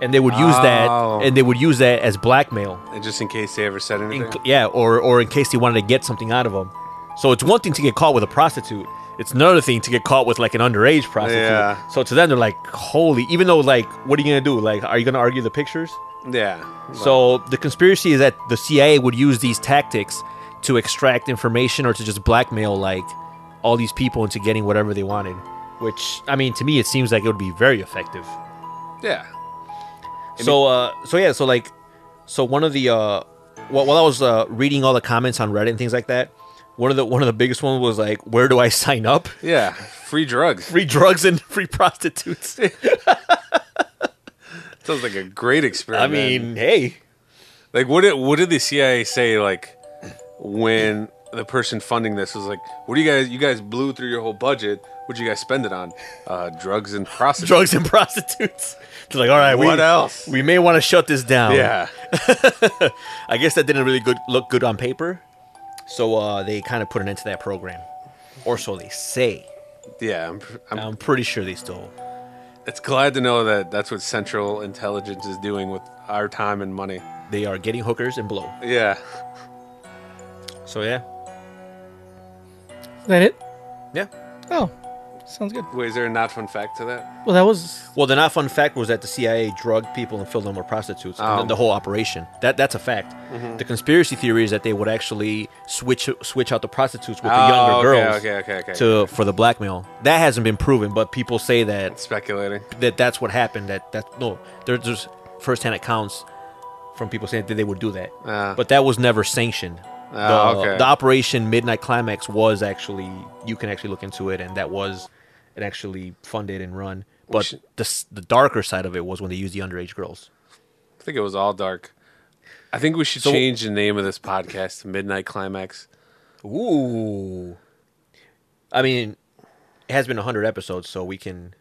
[SPEAKER 5] and they would use
[SPEAKER 4] Oh.
[SPEAKER 5] that and they would use that as blackmail
[SPEAKER 4] And just in case they ever said anything.
[SPEAKER 5] in, yeah or or in case they wanted to get something out of them so it's one thing to get caught with a prostitute it's another thing to get caught with like an underage prostitute
[SPEAKER 4] Yeah.
[SPEAKER 5] so to them they're like holy even though like what are you gonna do like are you gonna argue the pictures
[SPEAKER 4] yeah.
[SPEAKER 5] so the conspiracy is that the CIA would use these tactics to extract information or to just blackmail like all these people into getting whatever they wanted. Which I mean, to me, it seems like it would be very effective.
[SPEAKER 4] Yeah.
[SPEAKER 5] So, uh, so yeah, so like, so one of the uh, while, while I was uh, reading all the comments on Reddit and things like that, one of the one of the biggest ones was like, "Where do I sign up?
[SPEAKER 4] Yeah. Free drugs.
[SPEAKER 5] Free drugs and free prostitutes."
[SPEAKER 4] Sounds like a great
[SPEAKER 5] I
[SPEAKER 4] experiment.
[SPEAKER 5] mean, hey,
[SPEAKER 4] like, what did, what did the CIA say, like, when the person funding this was like, what do you guys, you guys blew through your whole budget. What'd you guys spend it on? Uh, drugs and prostitutes.
[SPEAKER 5] drugs and prostitutes. They're like, "All right,
[SPEAKER 4] What
[SPEAKER 5] we,
[SPEAKER 4] else?
[SPEAKER 5] We may want to shut this down."
[SPEAKER 4] Yeah.
[SPEAKER 5] I guess that didn't really good look good on paper, so uh, they kind of put an end to that program, or so they say.
[SPEAKER 4] Yeah. I'm, I'm,
[SPEAKER 5] I'm pretty sure they still.
[SPEAKER 4] it's glad to know that that's what Central Intelligence is doing with our time and money.
[SPEAKER 5] They are getting hookers and blow.
[SPEAKER 4] Yeah.
[SPEAKER 5] So yeah,
[SPEAKER 3] Is that it?
[SPEAKER 5] yeah.
[SPEAKER 3] Oh, sounds good.
[SPEAKER 4] Wait, is there a not fun fact to that?
[SPEAKER 3] Well, that was
[SPEAKER 5] Well, the not fun fact was that the CIA drugged people and filled them with prostitutes. And then
[SPEAKER 4] Oh.
[SPEAKER 5] the whole operation. That that's a fact.
[SPEAKER 4] Mm-hmm.
[SPEAKER 5] The conspiracy theory is that they would actually switch switch out the prostitutes with the younger
[SPEAKER 4] Oh, okay,
[SPEAKER 5] girls
[SPEAKER 4] okay, okay, okay.
[SPEAKER 5] to for the blackmail. That hasn't been proven, but people say that
[SPEAKER 4] Speculating.
[SPEAKER 5] that that's what happened. That that no, there, there's firsthand accounts from people saying that they would do that,
[SPEAKER 4] Ah.
[SPEAKER 5] but that was never sanctioned.
[SPEAKER 4] Ah,
[SPEAKER 5] the,
[SPEAKER 4] okay.
[SPEAKER 5] the Operation Midnight Climax was actually you can actually look into it, and that was it actually funded and run. But
[SPEAKER 4] should-
[SPEAKER 5] the s- the darker side of it was when they used the underage girls.
[SPEAKER 4] I think it was all dark. I think we should
[SPEAKER 5] So-
[SPEAKER 4] change the name of this podcast to Midnight Climax.
[SPEAKER 5] Ooh, I mean, it has been hundred episodes, so we can.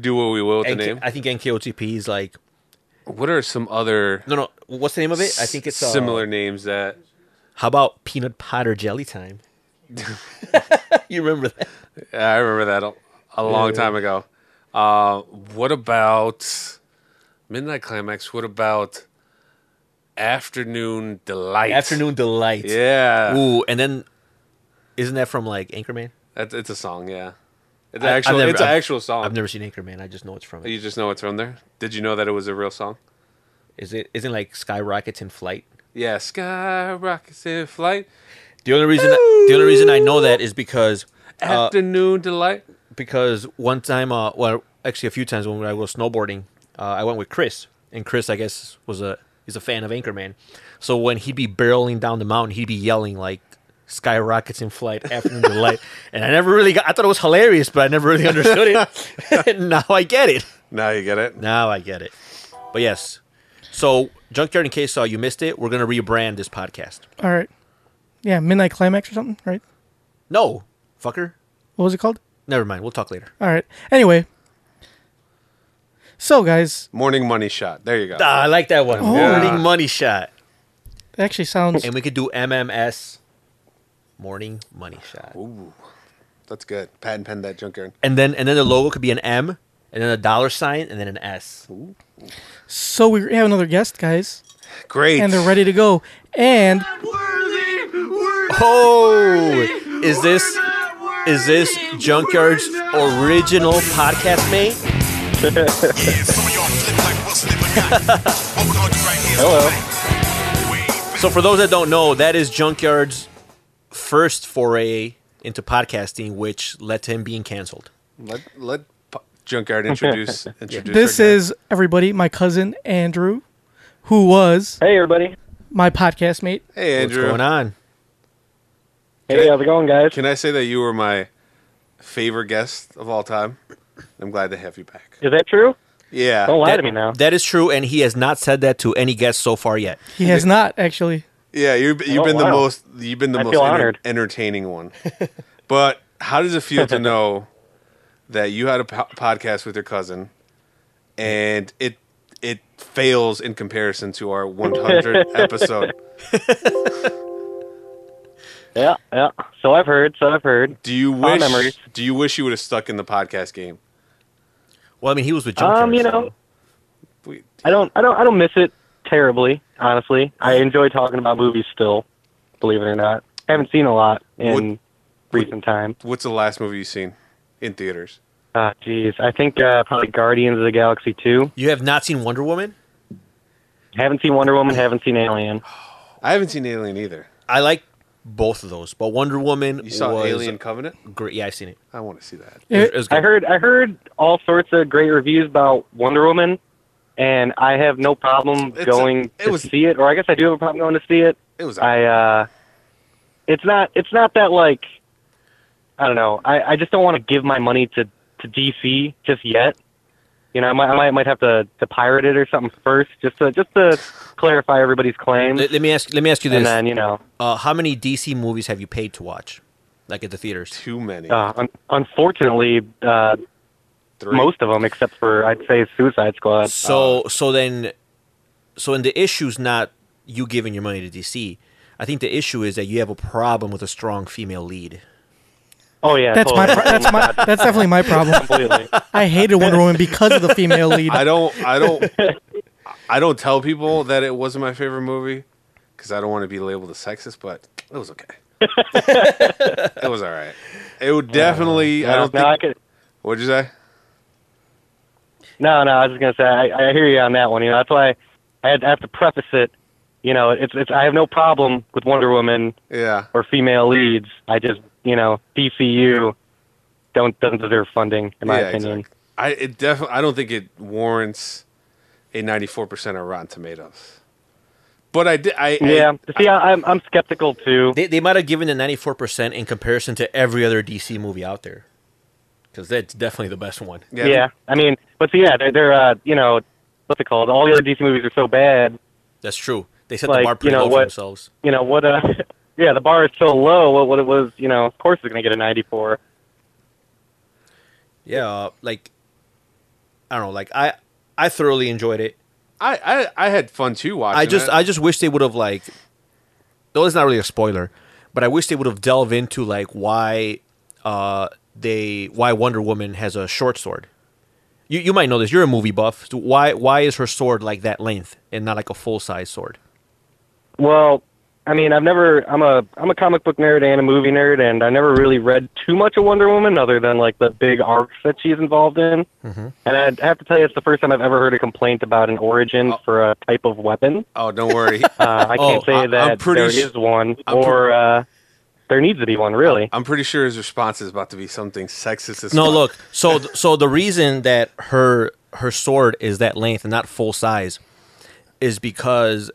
[SPEAKER 4] Do what we will with the
[SPEAKER 5] NK
[SPEAKER 4] name.
[SPEAKER 5] I think NKOTP is like
[SPEAKER 4] What are some other
[SPEAKER 5] no no. What's the name of it? I think it's uh,
[SPEAKER 4] similar names that
[SPEAKER 5] How about peanut pot or jelly time? you remember that?
[SPEAKER 4] I remember that a, a long time ago. Uh, what about Midnight Climax? What about Afternoon Delight?
[SPEAKER 5] Afternoon delight.
[SPEAKER 4] Yeah.
[SPEAKER 5] Ooh, and then isn't that from like Anchorman?
[SPEAKER 4] That's, it's a song, yeah. It's
[SPEAKER 5] I-
[SPEAKER 4] an
[SPEAKER 5] I've
[SPEAKER 4] actual,
[SPEAKER 5] never-
[SPEAKER 4] it's an
[SPEAKER 5] I've-
[SPEAKER 4] actual song.
[SPEAKER 5] I've never seen Anchorman. I just know it's from it.
[SPEAKER 4] You just know it's from there. Did you know that it was a real song?
[SPEAKER 5] Is it isn't like skyrockets in flight?
[SPEAKER 4] Yeah, skyrockets in flight,
[SPEAKER 5] The only reason the only reason I know that is because uh,
[SPEAKER 4] afternoon delight.
[SPEAKER 5] because one time, uh, well, actually a few times when I was snowboarding, uh, I went with Chris, and Chris, I guess, was a he's a fan of Anchorman. So when he'd be barreling down the mountain, he'd be yelling like "skyrockets in flight, afternoon delight," and I never really got. I thought it was hilarious, but I never really understood it. and now I get it.
[SPEAKER 4] Now you get it.
[SPEAKER 5] Now I get it. But yes, so Junkyard and K-Saw, you missed it. We're gonna rebrand this podcast.
[SPEAKER 3] All right. Yeah, Midnight Climax or something, right?
[SPEAKER 5] No, fucker.
[SPEAKER 3] What was it called?
[SPEAKER 5] Never mind. We'll talk later.
[SPEAKER 3] All right. Anyway. So, guys, Oh.
[SPEAKER 4] Morning money shot. There you go.
[SPEAKER 5] Ah, I like that one.
[SPEAKER 4] Yeah.
[SPEAKER 5] Morning money shot.
[SPEAKER 3] it actually sounds
[SPEAKER 5] And we could do MMS morning money shot.
[SPEAKER 4] That's good. Patent pen that junkyard.
[SPEAKER 5] And then and then the logo could be an M and then a dollar sign and then an S.
[SPEAKER 3] so. We have another guest, guys,
[SPEAKER 4] Great.
[SPEAKER 3] and they're ready to go. And
[SPEAKER 5] Oh is this is this Junkyard's original podcast mate?
[SPEAKER 2] Hello.
[SPEAKER 5] So for those that don't know, that is Junkyard's first foray into podcasting, which led to him being canceled.
[SPEAKER 4] Let let P- junkyard introduce introduce.
[SPEAKER 3] this
[SPEAKER 4] our guest.
[SPEAKER 3] is everybody, my cousin Andrew, who was
[SPEAKER 9] Hey, everybody.
[SPEAKER 3] my podcast mate.
[SPEAKER 4] hey
[SPEAKER 5] What's
[SPEAKER 4] Andrew.
[SPEAKER 5] going on?
[SPEAKER 9] Hey, how's it going, guys?
[SPEAKER 4] Can I say that you were my favorite guest of all time? I'm glad to have you back.
[SPEAKER 9] Is that true?
[SPEAKER 4] Yeah.
[SPEAKER 9] Don't lie
[SPEAKER 5] That-
[SPEAKER 9] to me now.
[SPEAKER 5] That is true, and he has not said that to any guest so far yet.
[SPEAKER 3] He has not actually.
[SPEAKER 4] Yeah, you've you've
[SPEAKER 9] Oh,
[SPEAKER 4] been the
[SPEAKER 9] wow.
[SPEAKER 4] most you've been the
[SPEAKER 9] I
[SPEAKER 4] most
[SPEAKER 9] feel
[SPEAKER 4] enter-
[SPEAKER 9] honored.
[SPEAKER 4] entertaining one. but how does it feel to know that you had a po- podcast with your cousin, and it it fails in comparison to our 100 episode?
[SPEAKER 9] Yeah, yeah. So I've heard. So I've heard.
[SPEAKER 4] Do you wish
[SPEAKER 9] memories.
[SPEAKER 4] Do you wish you would have stuck in the podcast game?
[SPEAKER 5] Well, I mean, he was with Junkyard.
[SPEAKER 9] Um, you
[SPEAKER 5] so-
[SPEAKER 9] know,
[SPEAKER 4] We,
[SPEAKER 9] I don't, I don't, I don't miss it terribly. Honestly, I enjoy talking about movies still. Believe it or not, I haven't seen a lot in
[SPEAKER 4] Would-
[SPEAKER 9] recent time.
[SPEAKER 4] what's the last movie you've seen in theaters?
[SPEAKER 9] Ah, jeez. I think uh, probably Guardians of the Galaxy two.
[SPEAKER 5] you have not seen Wonder Woman.
[SPEAKER 9] Haven't seen Wonder Woman. Haven't seen Alien.
[SPEAKER 4] I haven't seen Alien either.
[SPEAKER 5] I like both of those, but Wonder Woman
[SPEAKER 4] You saw
[SPEAKER 5] was
[SPEAKER 4] Alien Covenant?
[SPEAKER 5] great. Yeah, I've seen it.
[SPEAKER 4] I want to see that.
[SPEAKER 5] It was, it
[SPEAKER 3] It-
[SPEAKER 5] was good.
[SPEAKER 9] I heard, I heard all sorts of great reviews about Wonder Woman, and I have no problem
[SPEAKER 4] It's a-
[SPEAKER 9] going
[SPEAKER 4] it
[SPEAKER 9] to
[SPEAKER 4] was-
[SPEAKER 9] see it. Or I guess I do have a problem going to see it.
[SPEAKER 4] It was
[SPEAKER 9] I uh it's not it's not that like I don't know. I, I just don't want to give my money to to DC just yet. You know, I might I might, might have to, to pirate it or something first just to just to clarify everybody's claims.
[SPEAKER 5] Let, let me ask. Let me ask you this:
[SPEAKER 9] and then, you know,
[SPEAKER 5] uh, How many DC movies have you paid to watch, like at the theaters?
[SPEAKER 4] too many.
[SPEAKER 9] uh, un- unfortunately, uh,
[SPEAKER 4] Three.
[SPEAKER 9] most of them, except for I'd say Suicide Squad.
[SPEAKER 5] So,
[SPEAKER 4] Uh,
[SPEAKER 5] so then, so in the issue's not you giving your money to DC. I think the issue is that you have a problem with a strong female lead.
[SPEAKER 9] Oh yeah,
[SPEAKER 3] That's my.
[SPEAKER 9] totally.
[SPEAKER 3] Pro- that's my. That's definitely my problem.
[SPEAKER 9] Completely.
[SPEAKER 3] I hated Wonder Woman because of the female lead.
[SPEAKER 4] I don't I don't I don't tell people that it wasn't my favorite movie because I don't want to be labeled a sexist, but it was okay. it was all right. It would definitely. I
[SPEAKER 9] no,
[SPEAKER 4] don't
[SPEAKER 9] no,
[SPEAKER 4] think.
[SPEAKER 9] I could,
[SPEAKER 4] What'd you say?
[SPEAKER 9] No, no, I was just gonna say I, I hear you on that one. You know, that's why I, had, I have to preface it. You know, it's it's I have no problem with Wonder Woman
[SPEAKER 4] Yeah,
[SPEAKER 9] or female leads. I just you know DCU don't doesn't deserve funding in my
[SPEAKER 4] yeah,
[SPEAKER 9] opinion.
[SPEAKER 4] exactly. I it definitely. I don't think it warrants a ninety-four percent of Rotten Tomatoes. But I did. I
[SPEAKER 9] Yeah,
[SPEAKER 4] I,
[SPEAKER 9] see, I, I'm I'm skeptical too.
[SPEAKER 5] They, they might have given it ninety four percent in comparison to every other DC movie out there, because that's definitely the best one.
[SPEAKER 9] Yeah, I mean, but see, yeah, they're, they're uh, you know what's it called? All the other DC movies are so bad.
[SPEAKER 5] That's true. They set the
[SPEAKER 9] Like,
[SPEAKER 5] bar
[SPEAKER 9] you
[SPEAKER 5] pretty
[SPEAKER 9] know
[SPEAKER 5] low for
[SPEAKER 9] what-
[SPEAKER 5] themselves.
[SPEAKER 9] You know what? Uh, yeah, the bar is so low. What what it was? You know, of course it's gonna get a 94.
[SPEAKER 5] Yeah, uh, like I don't know. Like I, I thoroughly enjoyed it.
[SPEAKER 4] I, I I had fun too watching.
[SPEAKER 5] I just
[SPEAKER 4] it.
[SPEAKER 5] I just wish they would have like though it's not really a spoiler, but I wish they would have delved into like why uh they why Wonder Woman has a short sword. You you might know this. You're a movie buff. So why why is her sword like that length and not like a full size sword?
[SPEAKER 9] Well, I mean, I've never. I'm a I'm a comic book nerd and a movie nerd, and I never really read too much of Wonder Woman other than like the big arcs that she's involved in.
[SPEAKER 4] Mm-hmm.
[SPEAKER 9] And I have to tell you, it's the first time I've ever heard a complaint about an origin for a type of weapon.
[SPEAKER 4] Oh, don't worry.
[SPEAKER 9] Uh, I
[SPEAKER 4] Oh,
[SPEAKER 9] can't say
[SPEAKER 4] I- I'm
[SPEAKER 9] that
[SPEAKER 4] pretty
[SPEAKER 9] there
[SPEAKER 4] su-
[SPEAKER 9] is one,
[SPEAKER 4] I'm
[SPEAKER 9] or
[SPEAKER 4] pre-
[SPEAKER 9] uh, there needs to be one, really.
[SPEAKER 4] I'm pretty sure his response is about to be something sexist. As
[SPEAKER 5] No,
[SPEAKER 4] fuck.
[SPEAKER 5] look. So th- so the reason that her her sword is that length and not full size is because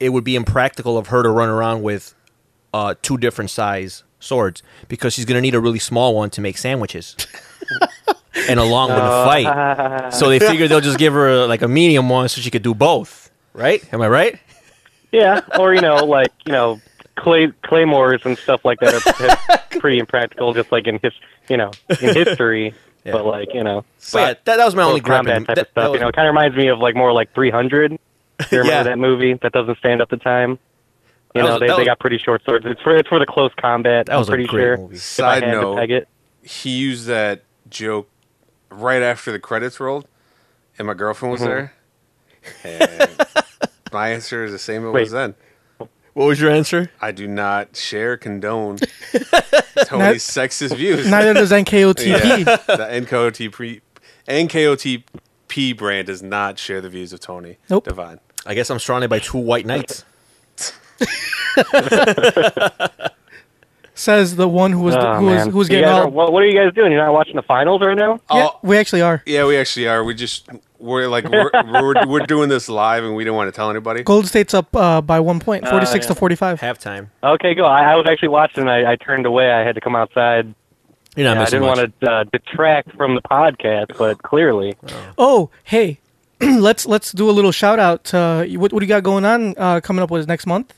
[SPEAKER 5] it would be impractical of her to run around with uh, two different size swords because she's gonna need a really small one to make sandwiches and a long one to
[SPEAKER 9] Uh.
[SPEAKER 5] fight. So they figure they'll just give her uh, like a medium one so she could do both. Right? Am I right?
[SPEAKER 9] Yeah, or you know, like you know, clay claymores and stuff like that are pretty impractical, just like in his, you know, in history. But like you know,
[SPEAKER 5] But yeah, that, that was my only gripe.
[SPEAKER 9] combat
[SPEAKER 5] with-
[SPEAKER 9] type
[SPEAKER 5] that-
[SPEAKER 9] of stuff.
[SPEAKER 5] that was-
[SPEAKER 9] you know, it kind of reminds me of like more like 300. You remember
[SPEAKER 5] Yeah.
[SPEAKER 9] that movie that doesn't stand up to time? You
[SPEAKER 5] That
[SPEAKER 9] know,
[SPEAKER 5] was-
[SPEAKER 9] they,
[SPEAKER 5] that
[SPEAKER 9] they
[SPEAKER 5] was-
[SPEAKER 9] got pretty short swords. It's for it's for the close combat.
[SPEAKER 5] That was
[SPEAKER 9] I'm
[SPEAKER 5] a
[SPEAKER 9] pretty
[SPEAKER 5] great
[SPEAKER 9] sure.
[SPEAKER 5] movie.
[SPEAKER 9] If I
[SPEAKER 4] Side
[SPEAKER 9] had to
[SPEAKER 4] note,
[SPEAKER 9] peg it,
[SPEAKER 4] he used that joke right after the credits rolled, and my girlfriend was there.
[SPEAKER 5] Mm-hmm.
[SPEAKER 4] And my answer is the same it was
[SPEAKER 9] Wait.
[SPEAKER 4] then.
[SPEAKER 5] what was your answer?
[SPEAKER 4] I do not share condone
[SPEAKER 3] Not-
[SPEAKER 4] Tony's sexist views.
[SPEAKER 3] Neither does NKOTP.
[SPEAKER 4] Yeah, the NKOT pre, NKOTP brand does not share the views of Tony
[SPEAKER 3] Nope.
[SPEAKER 4] Divine.
[SPEAKER 5] I guess I'm surrounded by two white knights.
[SPEAKER 3] Says the one who was
[SPEAKER 9] oh,
[SPEAKER 3] who was
[SPEAKER 9] man.
[SPEAKER 3] who was
[SPEAKER 9] You
[SPEAKER 3] getting
[SPEAKER 9] guys
[SPEAKER 3] all.
[SPEAKER 9] are- what, what are you guys doing? You're not watching the finals right now?
[SPEAKER 3] yeah,
[SPEAKER 4] Oh,
[SPEAKER 3] we actually are.
[SPEAKER 4] yeah, we actually are. We just we're like we're we're, we're doing this live, and we didn't want to tell anybody.
[SPEAKER 3] Golden State's up uh, by one point, forty six
[SPEAKER 9] yeah.
[SPEAKER 3] to forty five.
[SPEAKER 5] Halftime.
[SPEAKER 9] Okay, go. I, I was actually watching. and I, I turned away. I had to come outside.
[SPEAKER 5] You're
[SPEAKER 9] Yeah,
[SPEAKER 5] not
[SPEAKER 9] I
[SPEAKER 5] missing
[SPEAKER 9] didn't
[SPEAKER 5] much.
[SPEAKER 9] want to uh, detract from the podcast, but clearly,
[SPEAKER 3] Oh, hey, let's let's do a little shout out. To, uh, what what do you got going on uh, coming up with next month?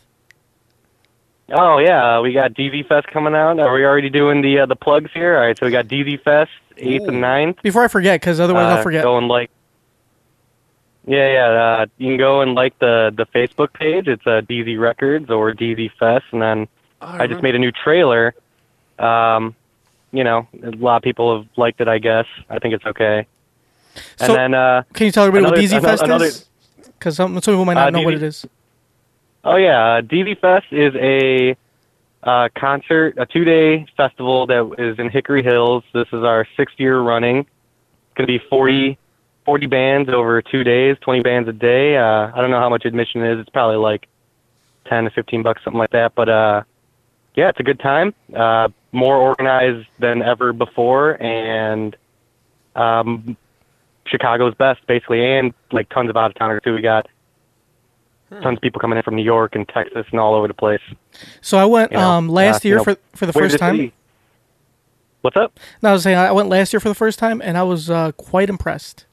[SPEAKER 9] oh yeah, uh, we got DV Fest coming out. Are we already doing the uh, the plugs here? All right, so we got DV Fest eighth and 9th.
[SPEAKER 3] Before I forget, because otherwise
[SPEAKER 9] uh,
[SPEAKER 3] I'll forget.
[SPEAKER 9] Go and like. Yeah, yeah. Uh, you can go and like the the Facebook page. It's uh, DZ Records or DZ Fest, and then I just made a new trailer. Um, you know, a lot of people have liked it. I guess I think it's okay. And
[SPEAKER 3] So-
[SPEAKER 9] then, uh,
[SPEAKER 3] Can you tell everybody
[SPEAKER 9] another-
[SPEAKER 3] what DZ
[SPEAKER 9] another-
[SPEAKER 3] Fest
[SPEAKER 9] another-
[SPEAKER 3] is? Because some, some people might not
[SPEAKER 9] Uh,
[SPEAKER 3] know what it
[SPEAKER 9] DZ
[SPEAKER 3] is.
[SPEAKER 9] oh yeah, uh, DZ Fest is a uh, concert, a two day festival that is in Hickory Hills. This is our sixth year running. It's going to be 40, 40 bands over two days, 20 bands a day. Uh, I don't know how much admission is. It's probably like 10 to 15 bucks, something like that. But uh, yeah, it's a good time. Uh, more organized than ever before. And um, Chicago's best, basically, and like tons of out of towners, too. We got. Hmm. Tons of people coming in from New York and Texas and all over the place
[SPEAKER 3] So I went
[SPEAKER 9] you know,
[SPEAKER 3] um, last
[SPEAKER 9] uh, you
[SPEAKER 3] year
[SPEAKER 9] know,
[SPEAKER 3] for for the
[SPEAKER 9] where
[SPEAKER 3] first
[SPEAKER 9] did
[SPEAKER 3] time.
[SPEAKER 9] he- What's up?
[SPEAKER 3] No, I was saying I went last year for the first time, and I was uh, quite impressed.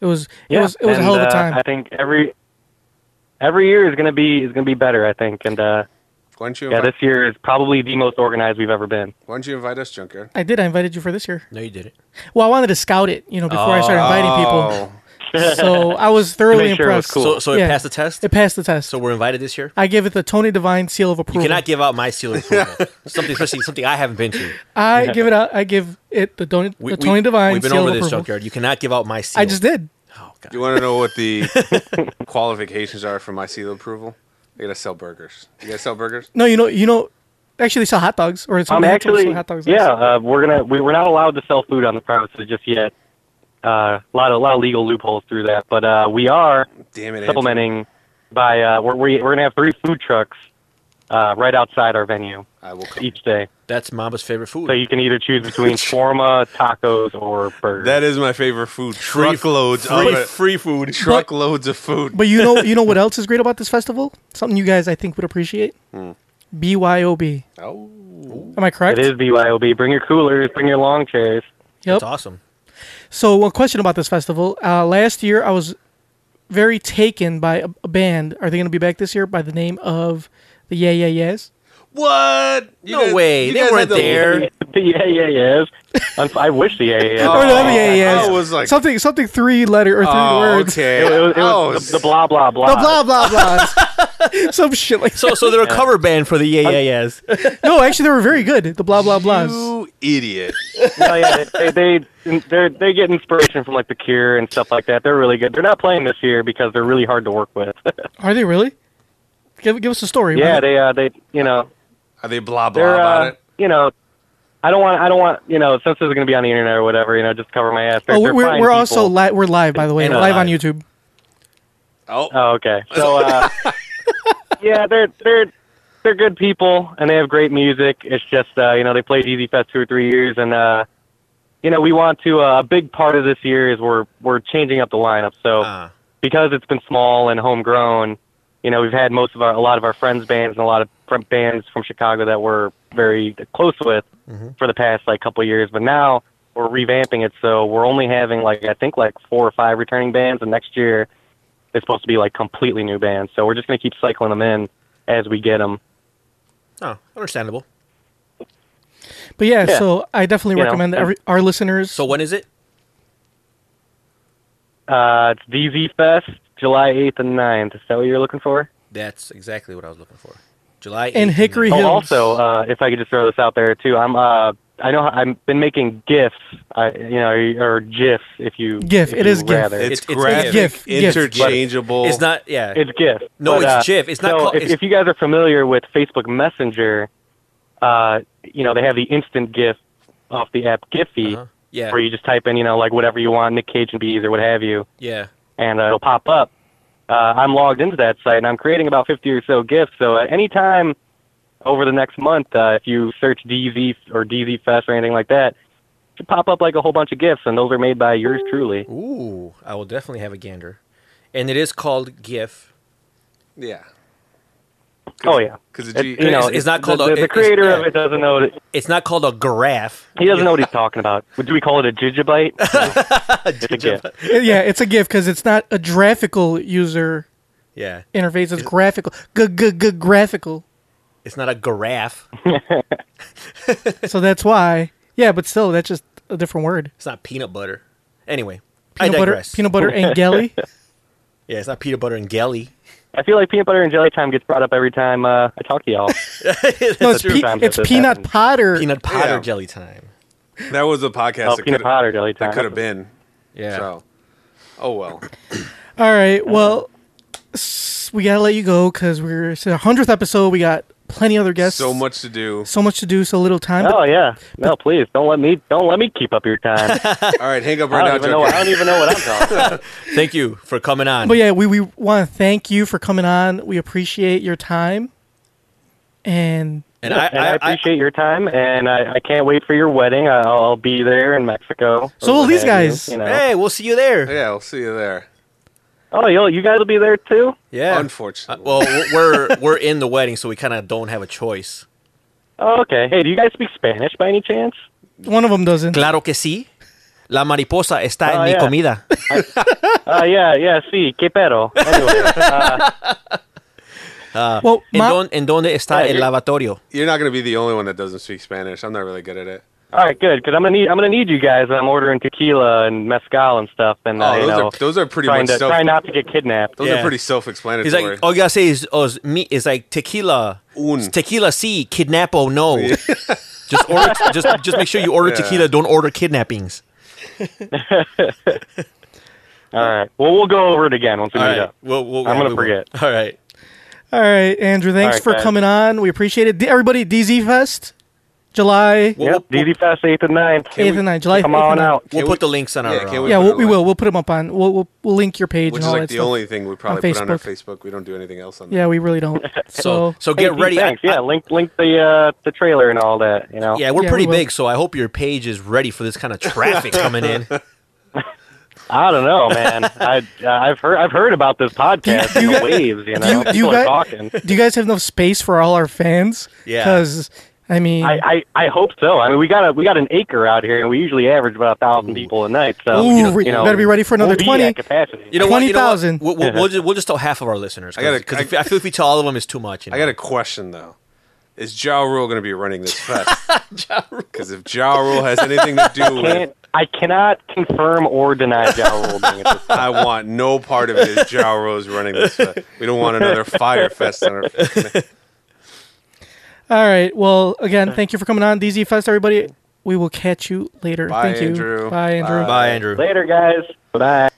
[SPEAKER 3] It was it was it was a
[SPEAKER 9] and,
[SPEAKER 3] hell of a
[SPEAKER 9] uh,
[SPEAKER 3] time.
[SPEAKER 9] I think every every year is gonna be is gonna be better. I think, and uh,
[SPEAKER 4] Why don't you
[SPEAKER 9] yeah,
[SPEAKER 4] invite,
[SPEAKER 9] this year is probably the most organized we've ever been.
[SPEAKER 4] why don't you invite us, Junkyard?
[SPEAKER 3] I, did. I invited you for this year.
[SPEAKER 5] No, you didn't.
[SPEAKER 3] Well, I wanted to scout it, you know, before I started inviting
[SPEAKER 4] Oh,
[SPEAKER 3] people. So I was thoroughly
[SPEAKER 9] make sure it was
[SPEAKER 3] impressed.
[SPEAKER 9] cool.
[SPEAKER 5] So, so it
[SPEAKER 3] Yeah.
[SPEAKER 5] passed the test.
[SPEAKER 3] It passed the test.
[SPEAKER 5] so we're invited this year.
[SPEAKER 3] I give it the Tony Divine seal of
[SPEAKER 5] You
[SPEAKER 3] approval.
[SPEAKER 5] cannot give out my seal of approval. something, especially something I haven't been to.
[SPEAKER 3] I give it out. I give it the, Tony
[SPEAKER 5] We,
[SPEAKER 3] the Tony
[SPEAKER 5] we,
[SPEAKER 3] Divine
[SPEAKER 5] We've been
[SPEAKER 3] seal
[SPEAKER 5] over
[SPEAKER 3] of
[SPEAKER 5] this
[SPEAKER 3] approval.
[SPEAKER 5] junkyard. You cannot give out my seal.
[SPEAKER 3] I just did.
[SPEAKER 5] Oh god.
[SPEAKER 4] you want to know what the qualifications are for my seal approval? You gotta sell burgers. You gotta sell burgers.
[SPEAKER 3] No, you know, you know. Actually, they sell hot dogs, or it's
[SPEAKER 9] Um,
[SPEAKER 3] that's what they
[SPEAKER 9] actually,
[SPEAKER 3] sell hot dogs.
[SPEAKER 9] yeah, uh, we're gonna we, we're not allowed to sell food on the premises just yet. Uh, A lot of a lot of legal loopholes through that, but uh, we are
[SPEAKER 4] Damn it, Andrew.
[SPEAKER 9] supplementing by uh, we're we- we're gonna have three food trucks uh, right outside our venue
[SPEAKER 4] I will come.
[SPEAKER 9] each day,
[SPEAKER 5] That's Mama's favorite food.
[SPEAKER 9] so you can either choose between shawarma, tacos, or burgers.
[SPEAKER 4] That is my favorite food. Truckloads
[SPEAKER 5] free,
[SPEAKER 4] of it.
[SPEAKER 5] free food.
[SPEAKER 4] Truckloads of food.
[SPEAKER 3] But you know, you know what else is great about this festival? Something you guys I think would appreciate.
[SPEAKER 4] hmm.
[SPEAKER 3] BYOB.
[SPEAKER 4] Oh.
[SPEAKER 3] Am I correct?
[SPEAKER 9] It is BYOB. Bring your coolers. Bring your long chairs.
[SPEAKER 3] Yep.
[SPEAKER 5] That's awesome.
[SPEAKER 3] So, one question about this festival. Uh, last year, I was very taken by a, a band. Are they going to be back this year by the name of the Yeah Yeah Yeahs?
[SPEAKER 4] What? You
[SPEAKER 5] No way. They
[SPEAKER 4] guys
[SPEAKER 5] weren't
[SPEAKER 4] had the-
[SPEAKER 5] there.
[SPEAKER 9] yeah, yeah, yes. Unf- I wish the yeah, yeah.
[SPEAKER 3] or no,
[SPEAKER 9] yeah.
[SPEAKER 3] not the Yeah Yeah Yeahs.
[SPEAKER 4] Oh, I was like-
[SPEAKER 3] something, something three letter or three
[SPEAKER 4] Oh,
[SPEAKER 3] words.
[SPEAKER 4] okay.
[SPEAKER 9] It, was, it
[SPEAKER 4] Oh,
[SPEAKER 9] was the, the blah blah blah.
[SPEAKER 3] The blah blah blah. Some shit like
[SPEAKER 5] So, so they're a cover band for the yeah yeah yeahs.
[SPEAKER 3] No, actually, they were very good. The blah blah blahs.
[SPEAKER 4] You idiot.
[SPEAKER 9] No, Oh, yeah, they they they they get inspiration from like the Cure and stuff like that. They're really good. They're not playing this year because they're really hard to work with.
[SPEAKER 3] Are they really? Give give us a story.
[SPEAKER 9] Yeah,
[SPEAKER 3] right?
[SPEAKER 9] they uh, they you know
[SPEAKER 4] Are they blah blah
[SPEAKER 9] they're
[SPEAKER 4] about
[SPEAKER 9] uh,
[SPEAKER 4] it?
[SPEAKER 9] you know I don't want I don't want you know since this is gonna be on the internet or whatever you know just cover my ass. They're,
[SPEAKER 3] oh,
[SPEAKER 9] they're
[SPEAKER 3] we're we're,
[SPEAKER 9] fine
[SPEAKER 3] we're
[SPEAKER 9] people.
[SPEAKER 3] also li- we're live by the way,
[SPEAKER 5] And
[SPEAKER 3] live on
[SPEAKER 5] live.
[SPEAKER 3] YouTube.
[SPEAKER 4] Oh,
[SPEAKER 9] Oh, okay. So, uh, yeah, they're they're they're good people, and they have great music. It's just uh, you know they played Easy Fest two or three years, and uh, you know we want to. Uh, a big part of this year is we're we're changing up the lineup. So
[SPEAKER 5] Uh,
[SPEAKER 9] because it's been small and homegrown, you know we've had most of our a lot of our friends' bands and a lot of fr- bands from Chicago that we're very close with for the past like couple years, but now. We're revamping it, so we're only having like I think like four or five returning bands, and next year it's supposed to be like completely new bands. So we're just going to keep cycling them in as we get them.
[SPEAKER 5] oh, understandable.
[SPEAKER 3] But yeah,
[SPEAKER 9] Yeah.
[SPEAKER 3] so I definitely
[SPEAKER 9] You know,
[SPEAKER 3] recommend that
[SPEAKER 9] and-
[SPEAKER 3] every, our listeners.
[SPEAKER 5] So when is it?
[SPEAKER 9] Uh, it's DZ Fest, July 8th and 9th. Is that what you're looking for?
[SPEAKER 5] That's exactly what I was looking for. July 8th
[SPEAKER 3] and Hickory
[SPEAKER 9] Oh,
[SPEAKER 3] Hills.
[SPEAKER 9] also, uh, if I could just throw this out there too, I'm uh, I know I've been making gifs, I, you know, or gifs if you
[SPEAKER 3] GIF,
[SPEAKER 9] If
[SPEAKER 3] it
[SPEAKER 9] you
[SPEAKER 3] is GIF.
[SPEAKER 9] rather.
[SPEAKER 4] it's,
[SPEAKER 5] it's- it's
[SPEAKER 4] graphic,
[SPEAKER 3] GIF, GIF.
[SPEAKER 4] interchangeable.
[SPEAKER 5] It's not. Yeah.
[SPEAKER 9] It's GIF.
[SPEAKER 5] No,
[SPEAKER 9] But,
[SPEAKER 5] it's
[SPEAKER 9] uh,
[SPEAKER 5] GIF. It's not
[SPEAKER 9] So
[SPEAKER 5] called-
[SPEAKER 9] if,
[SPEAKER 5] it's-
[SPEAKER 9] if you guys are familiar with Facebook Messenger, uh, you know they have the instant GIF off the app Giphy,
[SPEAKER 5] Uh-huh. Yeah.
[SPEAKER 9] where you just type in, you know, like whatever you want, Nick Cage and Bees or what have you,
[SPEAKER 5] Yeah.
[SPEAKER 9] and uh, it'll pop up. Uh, I'm logged into that site, and I'm creating about 50 or so gifts. So at any time over the next month, uh, if you search DZ or DZ Fest or anything like that, it should pop up like a whole bunch of gifts, and those are made by yours truly.
[SPEAKER 5] Ooh, I will definitely have a gander. And it is called GIF.
[SPEAKER 4] yeah.
[SPEAKER 9] Oh yeah,
[SPEAKER 4] Because
[SPEAKER 9] It-
[SPEAKER 4] G-
[SPEAKER 9] you know,
[SPEAKER 5] it's- it's not
[SPEAKER 9] the-
[SPEAKER 5] called a-
[SPEAKER 9] the,
[SPEAKER 5] it-
[SPEAKER 9] the
[SPEAKER 5] it's-
[SPEAKER 9] creator
[SPEAKER 5] yeah.
[SPEAKER 9] of it doesn't know. That,
[SPEAKER 5] It's not called a graph.
[SPEAKER 9] He doesn't know what he's talking about. Do we call it a gigabyte? it's a gift.
[SPEAKER 3] Uh, yeah, it's a GIF because it's not a graphical user
[SPEAKER 5] Yeah.
[SPEAKER 3] interface. It's graphical. G g g graphical.
[SPEAKER 5] It's not a graph.
[SPEAKER 3] So that's why. Yeah, but still, that's just a different word.
[SPEAKER 5] It's not peanut butter. Anyway,
[SPEAKER 3] Peanut
[SPEAKER 5] I
[SPEAKER 3] butter,
[SPEAKER 5] digress.
[SPEAKER 3] peanut butter and jelly.
[SPEAKER 5] yeah, it's not peanut butter and jelly.
[SPEAKER 9] I feel like peanut butter and jelly time gets brought up every time uh, I talk to y'all.
[SPEAKER 3] no, it's,
[SPEAKER 9] true
[SPEAKER 3] pe-
[SPEAKER 9] times
[SPEAKER 3] it's
[SPEAKER 9] that this
[SPEAKER 3] peanut
[SPEAKER 9] happens.
[SPEAKER 3] potter.
[SPEAKER 5] Peanut butter
[SPEAKER 4] Yeah.
[SPEAKER 5] jelly time.
[SPEAKER 4] that was a podcast
[SPEAKER 9] Oh,
[SPEAKER 4] that
[SPEAKER 9] peanut
[SPEAKER 4] coulda-
[SPEAKER 9] butter jelly time.
[SPEAKER 4] that could have been.
[SPEAKER 5] Yeah.
[SPEAKER 4] So, oh well.
[SPEAKER 3] All
[SPEAKER 9] Uh-huh.
[SPEAKER 3] right. Well, s- we gotta let you go because we're it's our hundredth episode. We got plenty other guests.
[SPEAKER 4] So much to do.
[SPEAKER 3] So much to do. So little time.
[SPEAKER 9] Oh yeah. No, please don't let me don't let me keep up your time.
[SPEAKER 4] All right, hang up
[SPEAKER 9] I don't
[SPEAKER 4] right now,
[SPEAKER 9] even know. I
[SPEAKER 4] Joker.
[SPEAKER 9] don't even know what I'm talking. about.
[SPEAKER 5] Thank you for coming on.
[SPEAKER 3] But yeah, we, we want to thank you for coming on. We appreciate your time. And
[SPEAKER 5] and I,
[SPEAKER 9] And I appreciate your time, and I, I can't wait for your wedding. I- I'll, I'll be there in Mexico. or
[SPEAKER 3] So will
[SPEAKER 9] what
[SPEAKER 3] these
[SPEAKER 9] have
[SPEAKER 3] guys.
[SPEAKER 9] You, you know.
[SPEAKER 5] Hey, we'll see you there.
[SPEAKER 4] Yeah, we'll see you there.
[SPEAKER 9] Oh, you you guys will be there too.
[SPEAKER 5] Yeah. Uh,
[SPEAKER 4] Unfortunately.
[SPEAKER 5] well, we're we're in the wedding, so we kind of don't have a choice.
[SPEAKER 9] Oh, okay. Hey, do you guys speak Spanish by any chance?
[SPEAKER 3] one of them doesn't.
[SPEAKER 5] Claro que sí. La mariposa está
[SPEAKER 9] Oh,
[SPEAKER 5] en mi
[SPEAKER 9] yeah.
[SPEAKER 5] comida.
[SPEAKER 9] Uh, yeah, yeah. See, que pedo. Anyway, Uh,
[SPEAKER 3] Well,
[SPEAKER 5] ¿En,
[SPEAKER 3] my-
[SPEAKER 5] don- en donde está
[SPEAKER 9] Yeah,
[SPEAKER 5] el
[SPEAKER 9] you're-
[SPEAKER 5] lavatorio?
[SPEAKER 4] You're not going to be the only one that doesn't speak Spanish. I'm not really good at it.
[SPEAKER 9] All right, good. Because I'm gonna need I'm gonna need you guys. when I'm ordering tequila and mezcal and stuff, and uh,
[SPEAKER 4] Oh,
[SPEAKER 9] you
[SPEAKER 4] those
[SPEAKER 9] know,
[SPEAKER 4] are those are pretty
[SPEAKER 9] trying
[SPEAKER 4] much
[SPEAKER 9] to
[SPEAKER 4] self.
[SPEAKER 9] try not to get kidnapped.
[SPEAKER 4] those
[SPEAKER 5] Yeah.
[SPEAKER 4] are pretty
[SPEAKER 5] He's
[SPEAKER 4] self-explanatory.
[SPEAKER 5] like, all you gotta say is, oh, is me is like tequila.
[SPEAKER 4] Un.
[SPEAKER 5] Tequila, sí. Kidnapo, no. just order. Just just make sure you order
[SPEAKER 4] Yeah.
[SPEAKER 5] tequila. Don't order kidnappings.
[SPEAKER 9] All right. Well, we'll go over it again once we
[SPEAKER 5] All
[SPEAKER 9] meet
[SPEAKER 5] right.
[SPEAKER 9] up.
[SPEAKER 5] We'll- we'll-
[SPEAKER 9] I'm
[SPEAKER 5] yeah,
[SPEAKER 9] gonna
[SPEAKER 5] we will.
[SPEAKER 9] forget.
[SPEAKER 5] All right.
[SPEAKER 3] all right, Andrew, thanks
[SPEAKER 9] All right,
[SPEAKER 3] for
[SPEAKER 9] guys.
[SPEAKER 3] coming on. We appreciate it. D- everybody, DZ Fest, July
[SPEAKER 4] Well,
[SPEAKER 9] Yep.
[SPEAKER 4] well,
[SPEAKER 9] DZ Fest eighth and 9th.
[SPEAKER 3] 8th and 9th. July
[SPEAKER 9] Come
[SPEAKER 3] 8th and
[SPEAKER 9] on
[SPEAKER 3] 9th.
[SPEAKER 9] out.
[SPEAKER 5] We'll
[SPEAKER 4] Can
[SPEAKER 5] put
[SPEAKER 4] we-
[SPEAKER 5] the links on our.
[SPEAKER 4] yeah, can
[SPEAKER 5] uh,
[SPEAKER 4] we-
[SPEAKER 3] Yeah,
[SPEAKER 4] put
[SPEAKER 3] we'll,
[SPEAKER 4] it
[SPEAKER 3] we
[SPEAKER 4] on.
[SPEAKER 3] will. We'll put them up on. We'll, we'll, we'll link your page
[SPEAKER 4] which
[SPEAKER 3] and
[SPEAKER 4] is
[SPEAKER 3] all
[SPEAKER 4] like
[SPEAKER 3] that
[SPEAKER 4] the
[SPEAKER 3] stuff.
[SPEAKER 4] only thing we probably put on our Facebook. We don't do anything else on there.
[SPEAKER 3] Yeah, we really don't.
[SPEAKER 5] so
[SPEAKER 3] so,
[SPEAKER 5] so get
[SPEAKER 9] Hey,
[SPEAKER 5] ready. I-
[SPEAKER 9] Thanks. Yeah, link link the uh, the trailer and all that. You know.
[SPEAKER 5] Yeah, we're
[SPEAKER 3] Yeah,
[SPEAKER 5] pretty
[SPEAKER 3] we will.
[SPEAKER 5] big, so I hope your page is ready for this kind of traffic coming in.
[SPEAKER 9] I don't know, man. I uh, I've heard I've heard about this podcast
[SPEAKER 3] you
[SPEAKER 9] and
[SPEAKER 3] guys-
[SPEAKER 9] the waves. You know,
[SPEAKER 3] do you- do you
[SPEAKER 9] people are
[SPEAKER 3] guys-
[SPEAKER 9] talking.
[SPEAKER 3] do you guys have enough space for all our fans?
[SPEAKER 5] Yeah.
[SPEAKER 3] Because I mean,
[SPEAKER 9] I, I, I hope so. I mean, we got a we got an acre out here, and we usually average about a thousand people a night. So
[SPEAKER 3] Ooh,
[SPEAKER 9] you know,
[SPEAKER 3] we-
[SPEAKER 9] you know,
[SPEAKER 3] better be ready for another
[SPEAKER 9] we'll be
[SPEAKER 3] 20.
[SPEAKER 9] at capacity.
[SPEAKER 5] You know what? You know what?
[SPEAKER 3] 20,000.
[SPEAKER 5] We'll, we'll, we'll just, we'll just tell half of our listeners.
[SPEAKER 4] I gotta-
[SPEAKER 5] Because I,
[SPEAKER 4] I-
[SPEAKER 5] feel if we tell all of them, it's too much. you
[SPEAKER 4] I
[SPEAKER 5] know?
[SPEAKER 4] got a question though. Is Ja Rule going to be running this fest? Because if Ja Rule has anything to do with
[SPEAKER 9] can't,
[SPEAKER 4] it,
[SPEAKER 9] I cannot confirm or deny Ja Rule being at this time.
[SPEAKER 4] I want no part of it. Is Ja Rule's running this fest? We don't want another fire fest on our.
[SPEAKER 3] all right. Well, again, thank you for coming on DZ Fest, everybody. We will catch you later.
[SPEAKER 4] Bye,
[SPEAKER 3] thank you.
[SPEAKER 4] Andrew.
[SPEAKER 3] Bye, Andrew.
[SPEAKER 5] Bye, Andrew.
[SPEAKER 9] Later, guys. Bye.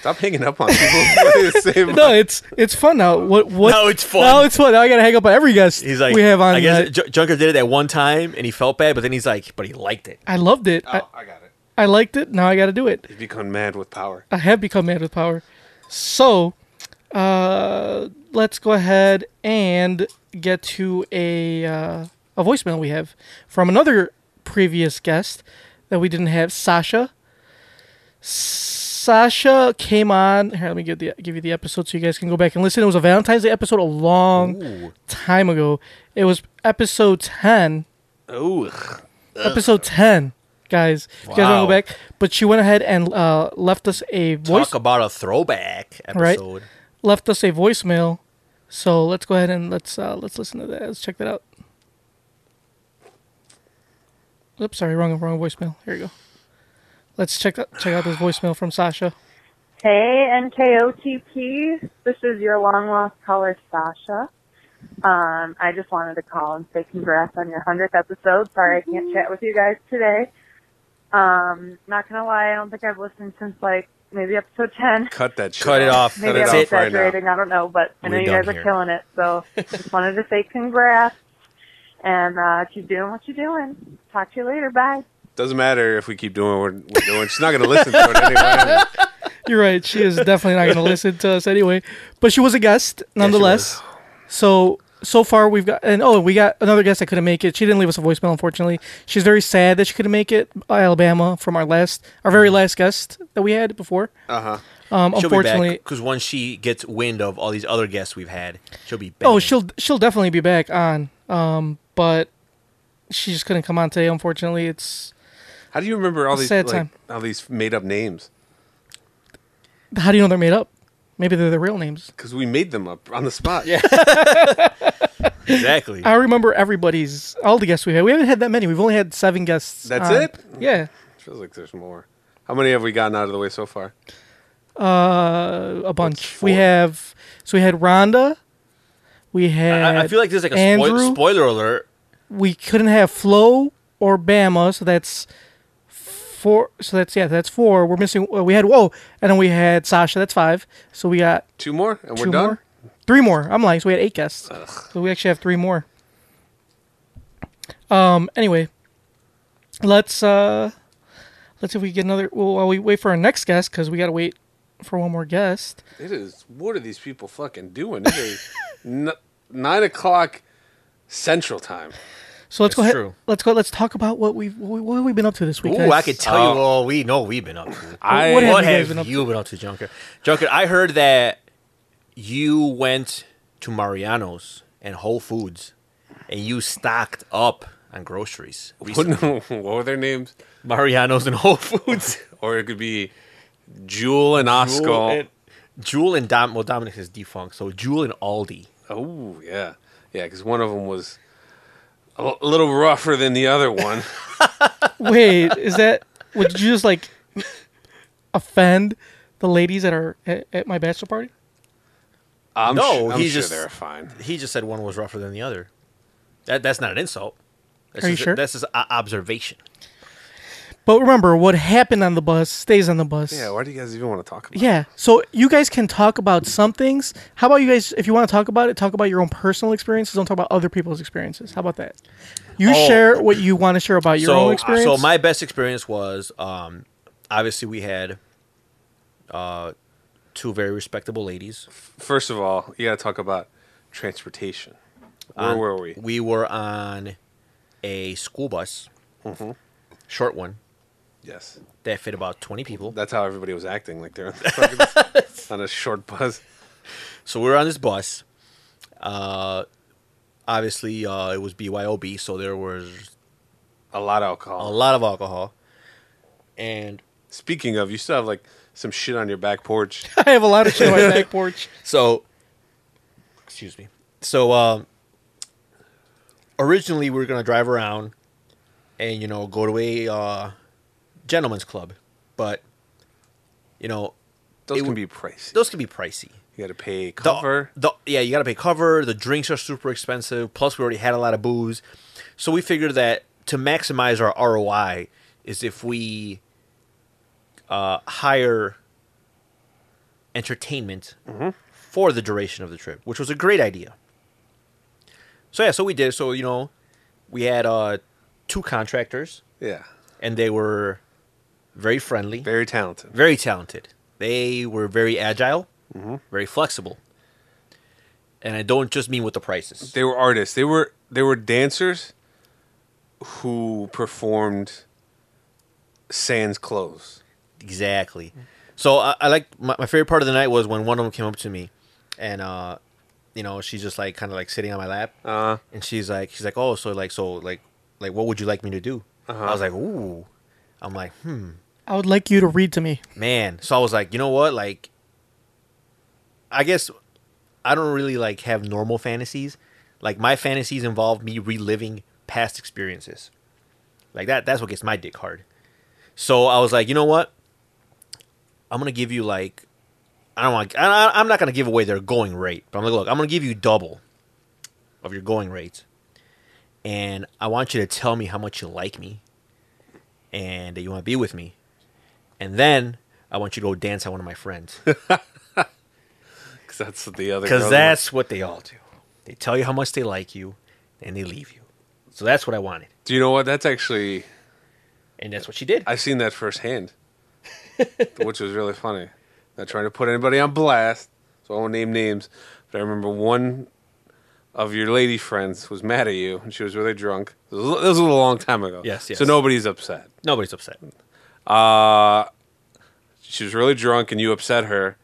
[SPEAKER 4] Stop hanging up on people. the same-
[SPEAKER 3] No, it's it's fun now. What what?
[SPEAKER 5] Now it's fun.
[SPEAKER 3] Now it's fun. Now I gotta hang up on every guest
[SPEAKER 5] He's like,
[SPEAKER 3] we have on.
[SPEAKER 5] I
[SPEAKER 3] I,
[SPEAKER 5] guess J- Junker did it at one time and he felt bad, but then he's like, but he liked it.
[SPEAKER 3] I loved it. I,
[SPEAKER 4] Oh, I got it.
[SPEAKER 3] I liked it. Now I gotta do it.
[SPEAKER 4] You've become mad with power.
[SPEAKER 3] I have become mad with power. So, uh, let's go ahead and get to a uh, a voicemail we have from another previous guest that we didn't have, Sasha. Sasha came on. Here, let me give the give you the episode so you guys can go back and listen. It was a Valentine's Day episode a long time ago. It was episode ten
[SPEAKER 4] Ooh.
[SPEAKER 3] episode 10 guys if you guys want to
[SPEAKER 5] Wow.
[SPEAKER 3] go back but she went ahead and uh, left us a voice
[SPEAKER 5] Talk about a throwback
[SPEAKER 3] Right.
[SPEAKER 5] episode.
[SPEAKER 3] left us a voicemail so let's go ahead and let's uh, let's listen to that let's check that out oops sorry wrong wrong voicemail here we go let's check out check out this voicemail from sasha
[SPEAKER 10] Hey, NKOTP. This is your long lost caller, Sasha. Um, I just wanted to call and say congrats on your 100th episode. Sorry I can't chat with you guys today. Um, not gonna lie, I don't think I've listened since like maybe episode 10.
[SPEAKER 4] Cut that shit
[SPEAKER 5] Cut it off.
[SPEAKER 4] Cut
[SPEAKER 10] Maybe I'm
[SPEAKER 4] it off right now.
[SPEAKER 10] exaggerating. I don't know, but I know
[SPEAKER 5] We're
[SPEAKER 10] you
[SPEAKER 5] done
[SPEAKER 10] guys
[SPEAKER 5] here.
[SPEAKER 10] are killing it. So just wanted to say congrats and, uh, keep doing what you're doing. Talk to you later. Bye.
[SPEAKER 4] Doesn't matter if we keep doing what we're doing. She's not going to listen to it anyway.
[SPEAKER 3] you're right she is definitely not going to listen to us anyway but she was a guest nonetheless so so far we've got and oh we got another guest that couldn't make it she didn't leave us a voicemail unfortunately she's very sad that she couldn't make it alabama from our last our very last guest that we had before uh-huh um
[SPEAKER 5] Mm-hmm. She'll
[SPEAKER 3] unfortunately
[SPEAKER 5] be back because once she gets wind of all these other guests we've had, she'll be back.
[SPEAKER 3] oh she'll she'll definitely be back on um but she just couldn't come on today unfortunately it's
[SPEAKER 4] How do you remember all these
[SPEAKER 3] Sad
[SPEAKER 4] like,
[SPEAKER 3] time.
[SPEAKER 4] all these made up names?
[SPEAKER 3] how do you know they're made up maybe they're the real names
[SPEAKER 4] Because we made them up on the spot.
[SPEAKER 5] Yeah. exactly.
[SPEAKER 3] i remember everybody's all the guests we had we haven't had that many we've only had seven guests
[SPEAKER 4] That's
[SPEAKER 3] on.
[SPEAKER 4] it?
[SPEAKER 3] yeah
[SPEAKER 4] Feels like there's more. How many have we gotten out of the way so far?
[SPEAKER 3] Uh, a bunch. We
[SPEAKER 4] four?
[SPEAKER 3] have so we had Rhonda. We had.
[SPEAKER 5] I, I feel like there's like a
[SPEAKER 3] Andrew.
[SPEAKER 5] spoil- spoiler alert.
[SPEAKER 3] we couldn't have Flo or Bama, so that's four. So that's yeah, that's four. We're missing. uh, we had whoa, and then we had Sasha. That's five. So we got
[SPEAKER 4] Two more and
[SPEAKER 3] two
[SPEAKER 4] we're done.
[SPEAKER 3] more, three more. I'm lying. So we had eight guests. So we actually have three more. Um. Anyway, let's uh, let's see if we get another. Well, while we wait for our next guest, because we gotta wait for one more guest.
[SPEAKER 4] It is. What are these people fucking doing? It is n- nine o'clock Central Time.
[SPEAKER 3] So let's go
[SPEAKER 5] That's
[SPEAKER 3] ahead.
[SPEAKER 5] true.
[SPEAKER 3] Let's go. Let's talk about what we've what we- what have we been up to this week.
[SPEAKER 5] Ooh,
[SPEAKER 3] guys.
[SPEAKER 5] I could tell
[SPEAKER 4] Uh,
[SPEAKER 5] you all we know we've been up to.
[SPEAKER 4] I
[SPEAKER 3] What
[SPEAKER 5] what,
[SPEAKER 3] have you guys
[SPEAKER 5] have
[SPEAKER 3] been up to?
[SPEAKER 5] you been up to, Junker? Junker, I heard that you went to Mariano's and Whole Foods and you stocked up on groceries. recently.
[SPEAKER 4] wouldn't know what were their names?
[SPEAKER 5] Mariano's and Whole Foods.
[SPEAKER 4] Or it could be Jewel and
[SPEAKER 5] Jewel
[SPEAKER 4] Oscar.
[SPEAKER 5] and, Jewel and Dom. Well, Dominic is defunct, so Jewel and Aldi.
[SPEAKER 4] Oh yeah, yeah. Because one of them was a l- little rougher than the other one.
[SPEAKER 3] Wait, is that would you just like offend the ladies that are at, at my bachelor party?
[SPEAKER 4] I'm
[SPEAKER 5] No,
[SPEAKER 4] su- I'm
[SPEAKER 5] he
[SPEAKER 4] sure
[SPEAKER 5] just-
[SPEAKER 4] they're fine.
[SPEAKER 5] He just said one was rougher than the other. That that's not an insult. That's
[SPEAKER 3] Are you
[SPEAKER 5] just,
[SPEAKER 3] sure?
[SPEAKER 5] That's just a- observation.
[SPEAKER 3] But remember, what happened on the bus stays on the bus.
[SPEAKER 4] Yeah. Why do you guys even want to talk about? it?
[SPEAKER 3] Yeah. So you guys can talk about some things. How about you guys? If you want to talk about it, talk about your own personal experiences. Don't talk about other people's experiences. How about that? You
[SPEAKER 5] Oh.
[SPEAKER 3] share what you want to share about Uh, your own experience.
[SPEAKER 5] So my best experience was um, obviously we had uh, two very respectable ladies.
[SPEAKER 4] First of all, you got to talk about transportation. Where
[SPEAKER 5] On-
[SPEAKER 4] were we?
[SPEAKER 5] We were on a school bus,
[SPEAKER 4] Mm-hmm.
[SPEAKER 5] short one
[SPEAKER 4] Yes,
[SPEAKER 5] that fit about twenty people.
[SPEAKER 4] that's how everybody was acting. Like they're on, the fucking- on a short bus.
[SPEAKER 5] So we were on this bus. Uh, obviously, uh, it was BYOB, so there was
[SPEAKER 4] A lot of
[SPEAKER 5] a
[SPEAKER 4] alcohol.
[SPEAKER 5] lot of alcohol, and
[SPEAKER 4] Speaking of, you still have like some shit on your back porch.
[SPEAKER 3] I have a lot of shit on my back porch.
[SPEAKER 5] So, excuse me. So, um, originally we were gonna drive around and you know go to a uh, gentleman's club, but you know
[SPEAKER 4] Those
[SPEAKER 5] It
[SPEAKER 4] can
[SPEAKER 5] would-
[SPEAKER 4] be pricey.
[SPEAKER 5] those can be pricey.
[SPEAKER 4] You got to pay
[SPEAKER 5] The-
[SPEAKER 4] cover.
[SPEAKER 5] the- yeah, you gotta pay cover. The drinks are super expensive. Plus, we already had a lot of booze, so we figured that to maximize our ROI is if we uh, hire entertainment
[SPEAKER 4] Mm-hmm.
[SPEAKER 5] for the duration of the trip, which was a great idea. So yeah, so we did. So you know, we had uh, two contractors,
[SPEAKER 4] Yeah.
[SPEAKER 5] and they were very friendly,
[SPEAKER 4] Very talented.
[SPEAKER 5] very talented. They were very agile,
[SPEAKER 4] Mm-hmm.
[SPEAKER 5] very flexible, and I don't just mean with the prices.
[SPEAKER 4] They were artists. They were they were dancers who performed sans clothes.
[SPEAKER 5] Exactly. So I, I like my, my favorite part of the night was when one of them came up to me, and uh, you know she's just like kind of like sitting on my lap,
[SPEAKER 4] Uh,
[SPEAKER 5] and she's like she's like oh so like so like like what would you like me to do?
[SPEAKER 4] Uh-huh.
[SPEAKER 5] I was like ooh, I'm like hmm
[SPEAKER 3] I would like you to read to me.
[SPEAKER 5] man. So I was like you know what like, I guess I don't really like have normal fantasies. Like my fantasies involve me reliving past experiences. Like that that's what gets my dick hard. So I was like, you know what? I'm gonna give you like I don't want I, I- I'm not gonna give away their going rate, but I'm like, look, I'm gonna give you double of your going rates, and I want you to tell me how much you like me, and that you want to be with me, and then I want you to go dance on one of my friends.
[SPEAKER 4] Because that's what the other.
[SPEAKER 5] Because
[SPEAKER 4] girls
[SPEAKER 5] that's what they all do. They tell you how much they like you, and they leave you. So that's what I wanted,
[SPEAKER 4] were. Do you know what? That's actually
[SPEAKER 5] and that's what she did.
[SPEAKER 4] I've seen that firsthand, which was really funny. Not trying to put anybody on blast, so I won't name names. But I remember one of your lady friends was mad at you, and she was really drunk. This was this was a long time ago.
[SPEAKER 5] Yes, yes.
[SPEAKER 4] So nobody's upset.
[SPEAKER 5] Nobody's upset.
[SPEAKER 4] Uh, she was really drunk, and you upset her.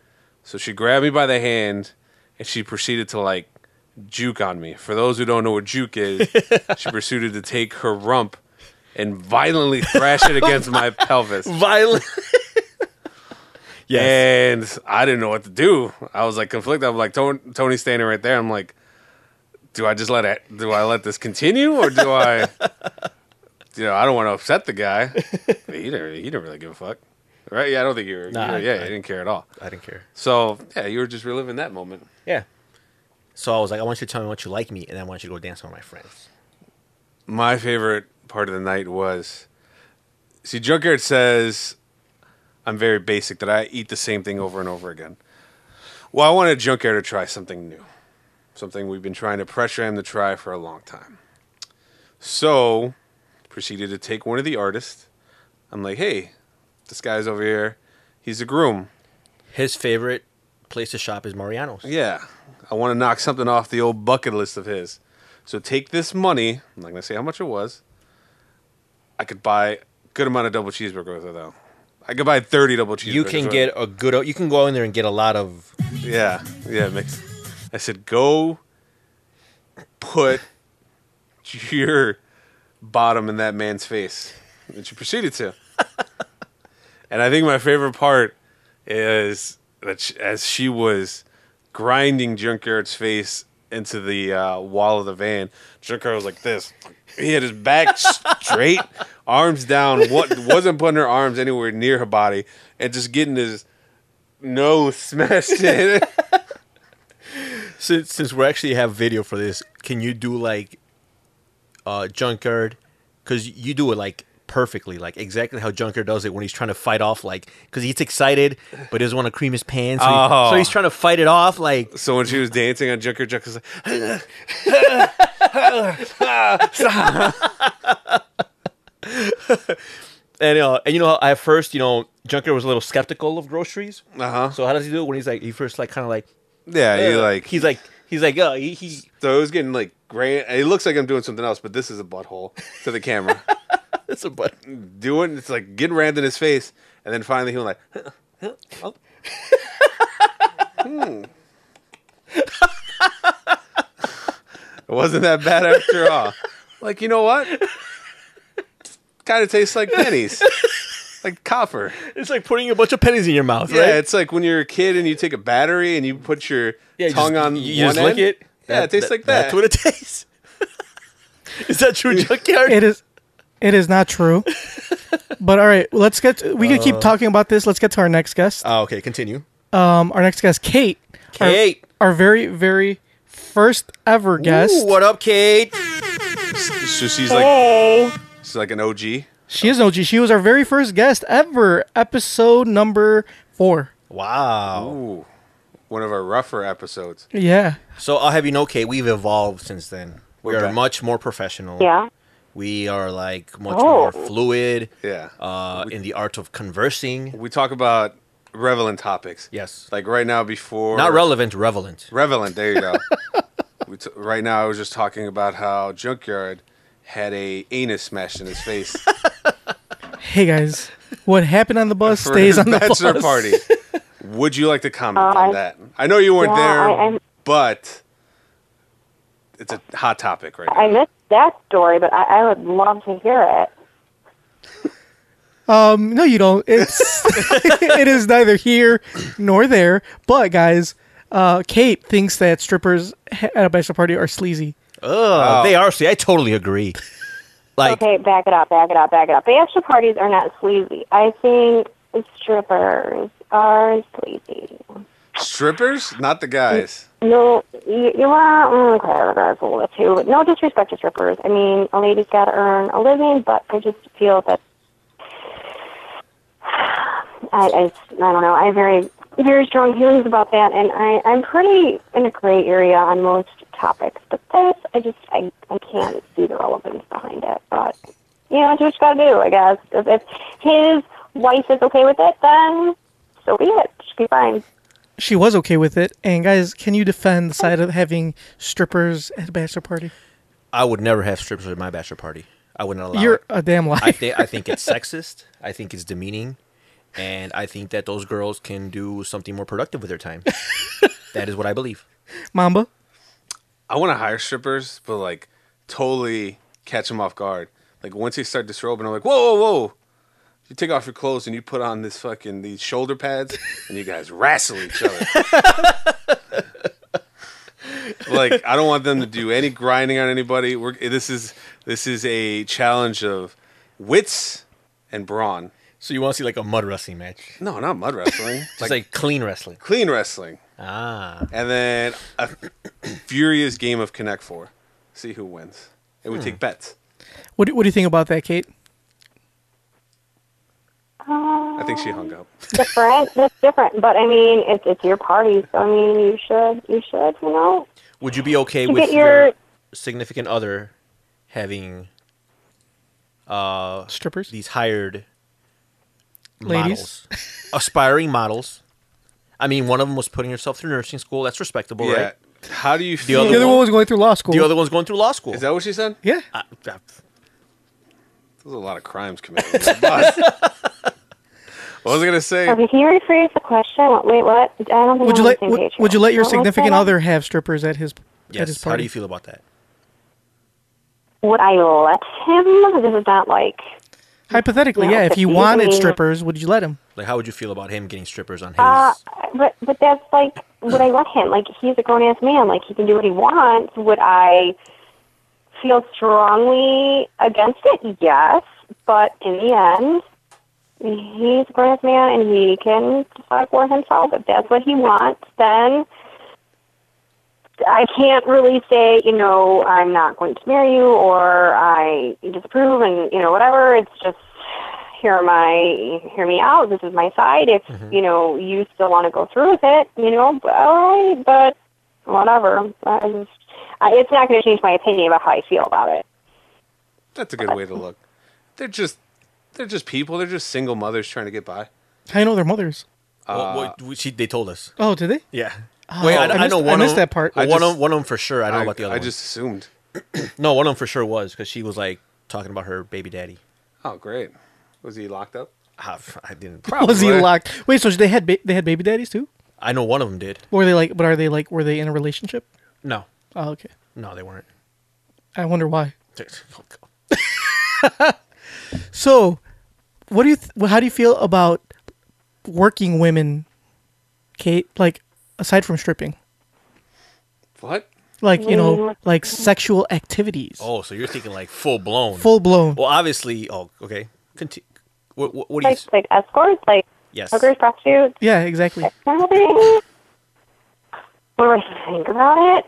[SPEAKER 4] So she grabbed me by the hand, and she proceeded to like juke on me. For those who don't know what juke is, she proceeded to take her rump and violently thrash it against my pelvis.
[SPEAKER 5] Violent. yes.
[SPEAKER 4] And I didn't know what to do. I was like conflicted. I'm like Tony, Tony's standing right there. I'm like, do I just let it? Do I let this continue, or do I? you know, I don't want to upset the guy. But he didn't. He didn't really give a fuck, right? Yeah, I don't think you were.
[SPEAKER 5] Nah,
[SPEAKER 4] you were-
[SPEAKER 5] I-
[SPEAKER 4] yeah,
[SPEAKER 5] I-
[SPEAKER 4] he didn't care at all.
[SPEAKER 5] I didn't care.
[SPEAKER 4] So yeah, you were just reliving that moment.
[SPEAKER 5] Yeah. So I was like, I want you to tell me what you like me, and then I want you to go dance with my friends.
[SPEAKER 4] my favorite part of the night was see junkyard says i'm very basic that i eat the same thing over and over again well i wanted junkyard to try something new something we've been trying to pressure him to try for a long time so proceeded to take one of the artists i'm like hey this guy's over here he's a groom
[SPEAKER 5] His favorite place to shop is Mariano's.
[SPEAKER 4] yeah, I want to knock something off the old bucket list of his. So take this money. I'm not gonna say how much it was. I could buy a good amount of double cheeseburger with it though. I could buy thirty double cheeseburgers.
[SPEAKER 5] You can
[SPEAKER 4] with
[SPEAKER 5] get
[SPEAKER 4] it.
[SPEAKER 5] a good. You can go in there and get a lot of.
[SPEAKER 4] yeah, yeah. It makes. I said go put your bottom in that man's face, and she proceeded to. and I think my favorite part is that sh as she was grinding Junkyard's face into the uh, wall of the van, Junkyard was like this. He had his back straight, arms down. What wasn't putting her arms anywhere near her body, and just getting his nose smashed in.
[SPEAKER 5] Since since we actually have video for this, can you do like, uh, Junkyard? Because you do it like perfectly, like exactly how Junkyard does it when he's trying to fight off, like because he gets excited but doesn't want to cream his pants, so, he-
[SPEAKER 4] Oh.
[SPEAKER 5] so he's trying to fight it off, like
[SPEAKER 4] so when she was dancing on Junkyard, Junkyard was like.
[SPEAKER 5] and uh, and you know at first you know Junkyard was a little skeptical of groceries.
[SPEAKER 4] Uh huh.
[SPEAKER 5] So how does he do it when he's like he first like kind of like
[SPEAKER 4] Yeah, he like
[SPEAKER 5] he's like he's like uh, he, he
[SPEAKER 4] so it was getting like grand. It looks like I'm doing something else, but this is a butthole to the camera.
[SPEAKER 5] it's a button.
[SPEAKER 4] doing it's like getting rammed in his face, and then finally he went like, huh, huh, oh. Hmm. it wasn't that bad after all. Like you know what? Kind of tastes like pennies, like copper.
[SPEAKER 5] It's like putting a bunch of pennies in your mouth,
[SPEAKER 4] Yeah,
[SPEAKER 5] right?
[SPEAKER 4] it's like when you're a kid and you take a battery and you put your
[SPEAKER 5] Yeah, you
[SPEAKER 4] tongue
[SPEAKER 5] just-
[SPEAKER 4] on
[SPEAKER 5] you
[SPEAKER 4] one
[SPEAKER 5] just lick
[SPEAKER 4] end.
[SPEAKER 5] it.
[SPEAKER 4] Yeah, it tastes like that.
[SPEAKER 5] That's what it tastes. Is that true, Junkyard?
[SPEAKER 3] It is, it is not true. but all right, let's get. To, we can
[SPEAKER 5] Uh.
[SPEAKER 3] keep talking about this. Let's get to our next guest.
[SPEAKER 5] Oh, okay, continue.
[SPEAKER 3] Um, our next guest, Kate. Our-
[SPEAKER 5] Kate.
[SPEAKER 3] our, very, very first ever guest.
[SPEAKER 5] Ooh, what up, Kate?
[SPEAKER 4] So she's like, she's like an OG.
[SPEAKER 3] She is an OG. She was our very first guest ever. Episode number four.
[SPEAKER 5] Wow.
[SPEAKER 4] Ooh, one of our rougher episodes.
[SPEAKER 3] Yeah.
[SPEAKER 5] So I'll have you know, Kate, we've evolved since then. We
[SPEAKER 4] We're
[SPEAKER 5] are
[SPEAKER 4] back.
[SPEAKER 5] much more professional.
[SPEAKER 11] Yeah.
[SPEAKER 5] We are like much
[SPEAKER 11] Oh.
[SPEAKER 5] more fluid
[SPEAKER 4] Yeah,
[SPEAKER 5] uh, in the art of conversing.
[SPEAKER 4] we talk about relevant topics.
[SPEAKER 5] Yes.
[SPEAKER 4] like right now before
[SPEAKER 5] Not relevant, relevant.
[SPEAKER 4] Relevant. There you go. we t- right now, I was just talking about how Junkyard had a anus smashed in his face
[SPEAKER 3] Hey guys, what happened on the bus
[SPEAKER 4] for
[SPEAKER 3] stays
[SPEAKER 4] his
[SPEAKER 3] on the bus.
[SPEAKER 4] bachelor party. Would you like to comment
[SPEAKER 11] Uh,
[SPEAKER 4] on that? I know you weren't
[SPEAKER 11] yeah,
[SPEAKER 4] there,
[SPEAKER 11] I- I'm-
[SPEAKER 4] but it's a hot topic right now.
[SPEAKER 11] I missed that story, but I, I would love to hear it.
[SPEAKER 3] Um, no, you don't. It's it is neither here nor there. But guys, uh, Kate thinks that strippers ha- at a bachelor party are sleazy.
[SPEAKER 4] Oh.
[SPEAKER 5] Ugh, They are. See, I totally agree. Like,
[SPEAKER 11] Okay, back it up, back it up, back it up. Bachelor parties are not sleazy. I think strippers are sleazy.
[SPEAKER 4] Strippers, not the guys.
[SPEAKER 11] No, you, Mm, you are okay. That's a little bit too. But no disrespect to strippers. I mean, a lady's got to earn a living, but I just feel that I, I, I don't know. I have very very strong feelings about that, and I I'm pretty in a gray area on most topics. But this, I just I I can't see the relevance behind it. But you know, it's what you got to do, I guess. If, if his wife is okay with it, then so be it. Just be fine.
[SPEAKER 3] She was okay with it. And guys, can you defend the side of having strippers at a bachelor party?
[SPEAKER 5] I would never have strippers at my bachelor party. I wouldn't allow
[SPEAKER 3] You're
[SPEAKER 5] it.
[SPEAKER 3] a damn liar.
[SPEAKER 5] I think I think it's sexist. I think it's demeaning, and I think that those girls can do something more productive with their time. that is what I believe.
[SPEAKER 3] Mamba.
[SPEAKER 4] I want to hire strippers, but like totally catch them off guard. Like once they start disrobing, I'm like, whoa, whoa, whoa. You take off your clothes and you put on this fucking these shoulder pads, and you guys wrestle each other. like I don't want them to do any grinding on anybody. We're, this is this is a challenge of wits and brawn.
[SPEAKER 5] So you want to see like a mud wrestling match?
[SPEAKER 4] No, not mud wrestling.
[SPEAKER 5] Just
[SPEAKER 4] like,
[SPEAKER 5] like clean wrestling.
[SPEAKER 4] clean wrestling,
[SPEAKER 5] Ah,
[SPEAKER 4] and then a furious game of Connect Four. See who wins, and
[SPEAKER 5] Hmm.
[SPEAKER 4] we take bets.
[SPEAKER 3] What do, what do you think about that, Kate?
[SPEAKER 4] I think she hung up.
[SPEAKER 11] different. That's different. But I mean, it's it's your party, so I mean, you should you should you know
[SPEAKER 5] would you be okay
[SPEAKER 11] You
[SPEAKER 5] with
[SPEAKER 11] get your-
[SPEAKER 5] your significant other having uh
[SPEAKER 3] Strippers.
[SPEAKER 5] these hired
[SPEAKER 3] Ladies?
[SPEAKER 5] models, aspiring models? I mean, one of them was putting herself through nursing school. That's respectable, right?
[SPEAKER 4] Yeah. How do you
[SPEAKER 5] The
[SPEAKER 4] feel?
[SPEAKER 3] The other one was going through law school.
[SPEAKER 5] The other one's going through law school.
[SPEAKER 4] Is that what she said?
[SPEAKER 3] yeah.
[SPEAKER 5] I- I-
[SPEAKER 4] There's a lot of crimes committed. on that bus. what was I gonna say?
[SPEAKER 11] Okay, can you rephrase the question? Wait, what? I don't think
[SPEAKER 3] Would
[SPEAKER 11] I'm
[SPEAKER 3] you
[SPEAKER 11] on
[SPEAKER 3] let
[SPEAKER 11] the same
[SPEAKER 3] would,
[SPEAKER 11] page
[SPEAKER 3] would you
[SPEAKER 11] here.
[SPEAKER 3] let your
[SPEAKER 11] What was
[SPEAKER 3] significant
[SPEAKER 11] that?
[SPEAKER 3] other have strippers at his at his
[SPEAKER 5] yes.
[SPEAKER 3] party?
[SPEAKER 5] How do you feel about that?
[SPEAKER 11] Would I let him? This is not like
[SPEAKER 3] Hypothetically,
[SPEAKER 11] No,
[SPEAKER 3] yeah. If
[SPEAKER 11] but
[SPEAKER 3] you
[SPEAKER 11] you
[SPEAKER 3] wanted
[SPEAKER 11] mean-
[SPEAKER 3] strippers, would you let him?
[SPEAKER 5] Like, how would you feel about him getting strippers on his?
[SPEAKER 11] uh, but but that's like would I let him? Like he's a grown ass man. Like he can do what he wants. Would I feel strongly against it? Yes, but in the end, he's a grown ass man and he can decide for himself. If that's what he wants, then I can't really say, you know, I'm not going to marry you or I disapprove and, you know, whatever. It's just hear my hear me out. This is my side. If, you know, you still want to go through with it, you know, b- all right, but whatever. I just, I, Uh, it's not going to change my opinion about how I feel about it.
[SPEAKER 4] That's a good way to look. They're just they're just people. They're just single mothers trying to get by. Uh,
[SPEAKER 3] I know their mothers.
[SPEAKER 5] well, what- we- she, they told us.
[SPEAKER 3] Oh, did they? Oh,
[SPEAKER 5] Yeah. Wait,
[SPEAKER 3] I
[SPEAKER 5] I, I
[SPEAKER 3] missed-
[SPEAKER 5] know
[SPEAKER 3] I
[SPEAKER 5] one. of
[SPEAKER 3] missed
[SPEAKER 5] them-
[SPEAKER 3] that part.
[SPEAKER 5] Well,
[SPEAKER 3] I
[SPEAKER 5] one
[SPEAKER 4] just-
[SPEAKER 5] of one of them for sure. I don't know
[SPEAKER 4] I,
[SPEAKER 5] about the other
[SPEAKER 4] I
[SPEAKER 5] one.
[SPEAKER 4] just assumed.
[SPEAKER 5] no, one of them for sure was because she was like talking about her baby daddy.
[SPEAKER 4] Oh, great. Was he locked up?
[SPEAKER 5] Ah, f- I didn't.
[SPEAKER 3] Was he
[SPEAKER 4] Probably.
[SPEAKER 3] locked? Wait, so they had ba- they had baby daddies too?
[SPEAKER 5] I know one of them did.
[SPEAKER 3] Were they like? But are they like? Were they in a relationship?
[SPEAKER 5] No,
[SPEAKER 3] Oh, okay.
[SPEAKER 5] no, they weren't.
[SPEAKER 3] I wonder why. So, what do you? Th- how do you feel about working women, Kate? Like, aside from stripping,
[SPEAKER 4] What?
[SPEAKER 3] like you
[SPEAKER 5] Mm.
[SPEAKER 3] know, like sexual activities,
[SPEAKER 5] Oh, so you're thinking like full blown.
[SPEAKER 3] full blown.
[SPEAKER 5] Well, obviously. Oh, okay. Conti- what, what, what do you?
[SPEAKER 11] Like,
[SPEAKER 5] s-
[SPEAKER 11] like escorts, like
[SPEAKER 5] Yes.
[SPEAKER 11] hookers, prostitutes,
[SPEAKER 3] yeah, exactly.
[SPEAKER 11] kind of thing. What do I think about it?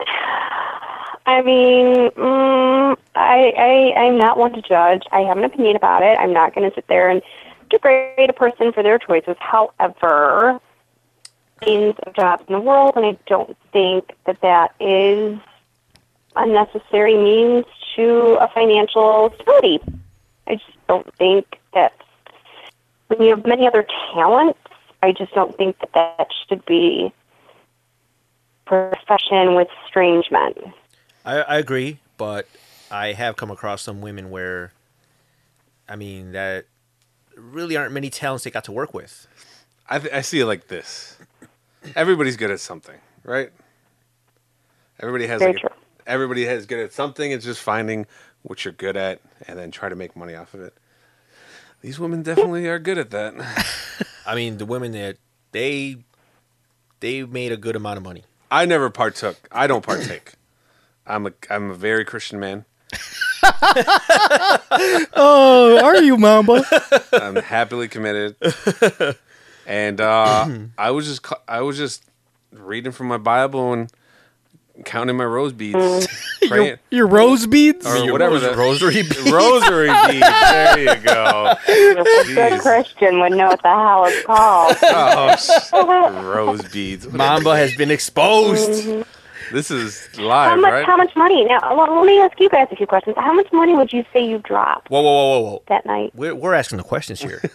[SPEAKER 11] I mean, mm, I, I I'm not one to judge. I have an opinion about it. I'm not going to sit there and degrade a person for their choices. However, millions of jobs in the world, and I don't think that that is a necessary means to a financial stability. I just don't think that when you have many other talents, I just don't think that that should be a profession with strange men.
[SPEAKER 5] I, I agree, but I have come across some women where, I mean, that really aren't many talents they got to work with.
[SPEAKER 4] I, th- I see it like this. Everybody's good at something, right? Everybody has.
[SPEAKER 11] Very
[SPEAKER 4] Like a- everybody has good at something. It's just finding what you're good at and then try to make money off of it. These women definitely are good at that.
[SPEAKER 5] I mean, the women that they they made a good amount of money.
[SPEAKER 4] I never partook. I don't partake. I'm a I'm a very Christian man.
[SPEAKER 3] oh, are you, Mamba?
[SPEAKER 4] I'm happily committed. And uh, I was just cu- I was just reading from my Bible and counting my rose beads, praying.
[SPEAKER 3] Your rose beads?
[SPEAKER 4] Or whatever the
[SPEAKER 5] Mm. rosary beads.
[SPEAKER 4] rosary beads. There you go.
[SPEAKER 11] A good Christian would know what the hell it's called.
[SPEAKER 4] Oh, sh- rose beads.
[SPEAKER 5] Mamba has been exposed.
[SPEAKER 11] Mhm.
[SPEAKER 4] Mm-hmm. This is
[SPEAKER 11] How
[SPEAKER 4] live,
[SPEAKER 11] much?
[SPEAKER 4] right?
[SPEAKER 11] How much money? Now, well, let me ask you guys a few questions. How much money would you say you dropped
[SPEAKER 5] Whoa, whoa, whoa, whoa, whoa!
[SPEAKER 11] that night?
[SPEAKER 5] We're we're asking the questions here.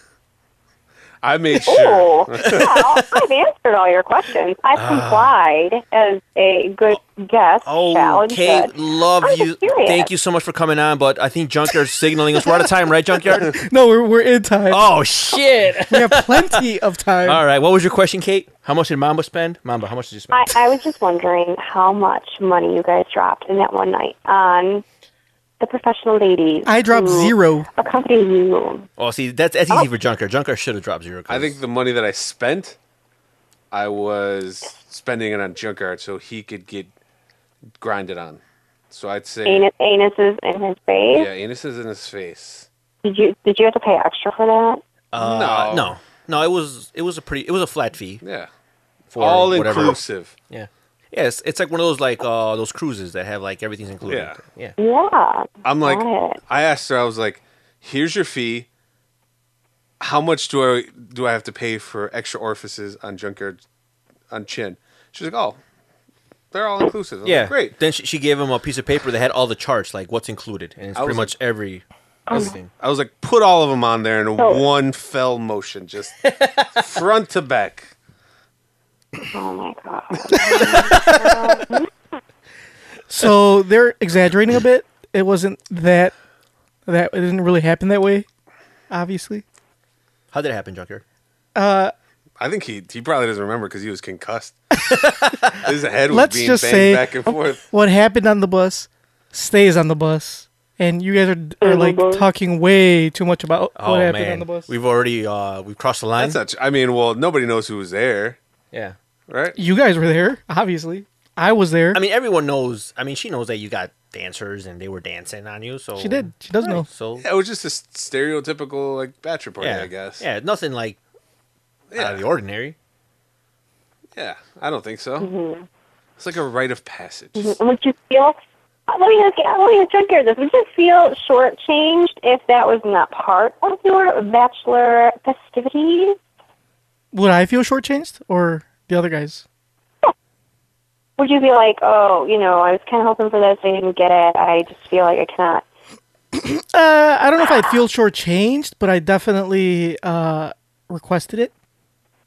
[SPEAKER 4] I made sure.
[SPEAKER 11] Oh, well, I've answered all your questions. I've
[SPEAKER 4] Ah.
[SPEAKER 11] complied as a good guest. shall
[SPEAKER 5] Oh,
[SPEAKER 11] and
[SPEAKER 5] Kate,
[SPEAKER 11] should.
[SPEAKER 5] love
[SPEAKER 11] I'm
[SPEAKER 5] you.
[SPEAKER 11] serious.
[SPEAKER 5] Thank you so much for coming on, but I think Junkyard's signaling us. We're out of time, right, Junkyard?
[SPEAKER 3] No, we're, we're in time.
[SPEAKER 5] oh shit!
[SPEAKER 3] We have plenty of time.
[SPEAKER 5] All right, what was your question, Kate? How much did Mamba spend? Mamba, how much did you spend?
[SPEAKER 11] I, I was just wondering how much money you guys dropped in that one night on the professional ladies.
[SPEAKER 3] I dropped
[SPEAKER 11] who
[SPEAKER 3] zero.
[SPEAKER 11] Accompany you.
[SPEAKER 5] oh, see, that's that's easy for Junkyard. Junkyard should have dropped zero. 'cause-
[SPEAKER 4] I think the money that I spent, I was spending it on junk art so he could get grinded on. So I'd say,
[SPEAKER 11] Anus, anuses in his
[SPEAKER 4] yeah,
[SPEAKER 11] face.
[SPEAKER 4] anus is in his face.
[SPEAKER 11] Did you did you have to pay extra for that?
[SPEAKER 5] Uh,
[SPEAKER 4] no.
[SPEAKER 5] no, no, it was it was a pretty it was a flat fee
[SPEAKER 4] Yeah,
[SPEAKER 5] for
[SPEAKER 4] all
[SPEAKER 5] whatever.
[SPEAKER 4] inclusive.
[SPEAKER 5] Yeah, yes, it's like one of those like uh those cruises that have like everything's included.
[SPEAKER 4] Yeah.
[SPEAKER 5] yeah.
[SPEAKER 11] Yeah.
[SPEAKER 4] I'm like,
[SPEAKER 11] Got it.
[SPEAKER 4] I asked her, I was like, "Here's your fee. How much do I do I have to pay for extra orifices on junkyard on chin?" She's like, "Oh, they're all inclusive." I was
[SPEAKER 5] Yeah,
[SPEAKER 4] like, great.
[SPEAKER 5] Then she, she gave him a piece of paper that had all the charts, like what's included, and it's
[SPEAKER 4] I
[SPEAKER 5] pretty
[SPEAKER 4] was um,
[SPEAKER 5] much every
[SPEAKER 11] Oh
[SPEAKER 5] everything.
[SPEAKER 4] I was like, put all of them on there in
[SPEAKER 11] So-
[SPEAKER 4] one fell motion, just front to back.
[SPEAKER 11] Oh my god.
[SPEAKER 3] So they're exaggerating a bit. It wasn't that that it didn't really happen that way, obviously. Uh,
[SPEAKER 5] How did it happen, Junker?
[SPEAKER 4] Uh, I think he he probably doesn't remember because he was concussed. His head was
[SPEAKER 3] Let's
[SPEAKER 4] being
[SPEAKER 3] just
[SPEAKER 4] banged
[SPEAKER 3] say-
[SPEAKER 4] back and forth.
[SPEAKER 3] What happened on the bus stays on the bus. And you guys are, are like talking way too much about
[SPEAKER 4] Oh,
[SPEAKER 3] what happened on the bus.
[SPEAKER 5] Oh, we've already uh we've crossed the line.
[SPEAKER 4] That's not. tr- I mean, well, nobody knows who was there,
[SPEAKER 5] yeah,
[SPEAKER 4] right?
[SPEAKER 3] you guys were there, obviously. I was there.
[SPEAKER 5] I mean everyone knows. I mean she knows that you got dancers and they were dancing on you. So
[SPEAKER 3] She did. She does know.
[SPEAKER 5] So
[SPEAKER 4] Yeah, it was just a s- stereotypical like bachelor party,
[SPEAKER 5] yeah,
[SPEAKER 4] I guess.
[SPEAKER 5] yeah, nothing like out of the ordinary.
[SPEAKER 4] Yeah, I don't think so. It's like a rite of passage.
[SPEAKER 11] Would you feel? Let me ask you. Let me ask you here this. Would you feel shortchanged if that was not part of your bachelor festivities?
[SPEAKER 3] Would I feel shortchanged or the other guys?
[SPEAKER 11] Would you be like, oh, you know, I was kind of hoping for this, I didn't get it. I just feel like I cannot.
[SPEAKER 3] Uh, I don't know if I'd feel shortchanged, but I definitely uh, requested it,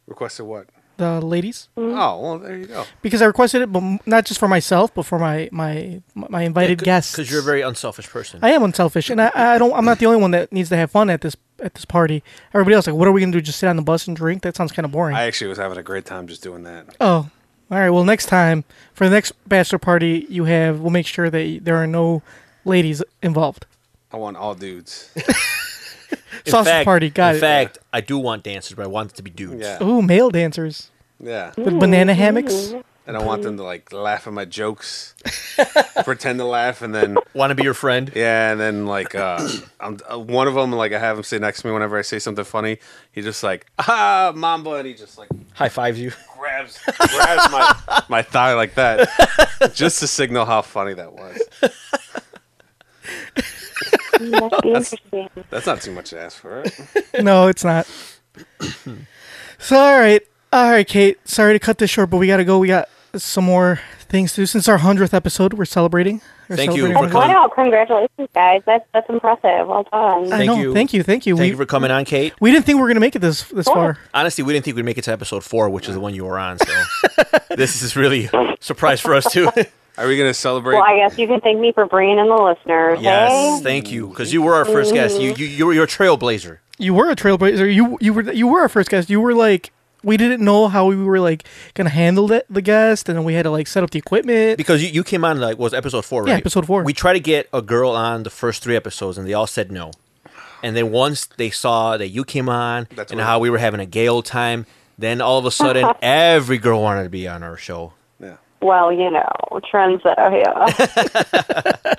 [SPEAKER 4] Requested what?
[SPEAKER 3] the ladies.
[SPEAKER 5] Mm-hmm.
[SPEAKER 4] Oh, well, there you go.
[SPEAKER 3] because I requested it, but m- not just for myself, but for my my my invited guests.
[SPEAKER 5] because you're a very unselfish person.
[SPEAKER 3] I am unselfish, and I, I don't. I'm not the only one that needs to have fun at this at this party. Everybody else, like, what are we gonna do? Just sit on the bus and drink? That sounds kind of boring.
[SPEAKER 4] I actually was having a great time just doing that.
[SPEAKER 3] oh, all right. Well, next time for the next bachelor party, you have. We'll make sure that there are no ladies involved.
[SPEAKER 4] I want all dudes.
[SPEAKER 5] In
[SPEAKER 3] Sausage
[SPEAKER 5] fact-
[SPEAKER 3] party, got
[SPEAKER 5] in
[SPEAKER 3] it.
[SPEAKER 5] fact, I do want dancers, but I want it to be dudes.
[SPEAKER 4] Yeah,
[SPEAKER 3] Ooh, male dancers
[SPEAKER 4] yeah.
[SPEAKER 3] with banana hammocks.
[SPEAKER 4] And I want them to like laugh at my jokes, pretend to laugh, and then
[SPEAKER 5] Want to be your friend?
[SPEAKER 4] yeah, and then like uh, I'm uh, one of them. Like I have him sit next to me whenever I say something funny. He just like ah mamba, and he just like
[SPEAKER 5] High fives you.
[SPEAKER 4] grabs grabs my my thigh like that, just to signal how funny that was.
[SPEAKER 11] That'd be interesting.
[SPEAKER 4] That's not too much to ask for. Right?
[SPEAKER 3] no, it's not. so all right, All right, Kate. Sorry to cut this short, but we gotta go. We got some more things to do. Since our hundredth episode, we're celebrating. We're
[SPEAKER 5] Thank you
[SPEAKER 3] celebrating
[SPEAKER 5] for
[SPEAKER 3] our-
[SPEAKER 5] coming.
[SPEAKER 11] Wow, congratulations, guys. That's, that's impressive. Well done.
[SPEAKER 3] I know. Thank you. Thank you.
[SPEAKER 5] Thank
[SPEAKER 3] we,
[SPEAKER 5] you for coming on, Kate.
[SPEAKER 3] we didn't think we were gonna make it this this far.
[SPEAKER 5] Honestly, we didn't think we'd make it to episode four, which is the one you were on. So this is really a surprise for us too.
[SPEAKER 4] Are we going to celebrate?
[SPEAKER 11] Well, I guess you can thank me for bringing in the listeners.
[SPEAKER 5] Yes,
[SPEAKER 11] eh?
[SPEAKER 5] thank you, because you were our first guest. You you you were your trailblazer.
[SPEAKER 3] You were a trailblazer. You you were you were our first guest. You were like we didn't know how we were like gonna handle the, the guest, and then we had to like set up the equipment.
[SPEAKER 5] Because you, you came on like was episode four, right?
[SPEAKER 3] Yeah, episode four.
[SPEAKER 5] We tried to get a girl on the first three episodes, and they all said no. And then once they saw that you came on and how we were having a gay old time, then all of a sudden every girl wanted to be on our show.
[SPEAKER 11] Well, you know, trends that are here.
[SPEAKER 3] All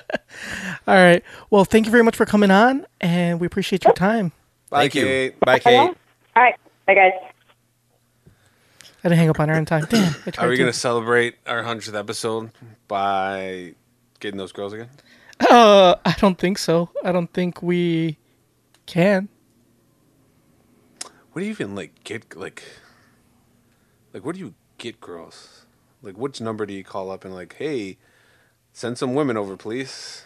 [SPEAKER 3] right. Well, thank you very much for coming on, and we appreciate your time.
[SPEAKER 5] Thank you. Bye, Kate.
[SPEAKER 11] All right. Bye, guys.
[SPEAKER 3] I didn't hang up on her in time. Damn. I tried
[SPEAKER 4] Are we
[SPEAKER 3] to.
[SPEAKER 4] going to celebrate our hundredth episode by getting those girls again?
[SPEAKER 3] Uh, I don't think so. I don't think we can.
[SPEAKER 4] What do you even like get like? Like, what do you get girls? Like, which number do you call up and like, hey, send some women over, please?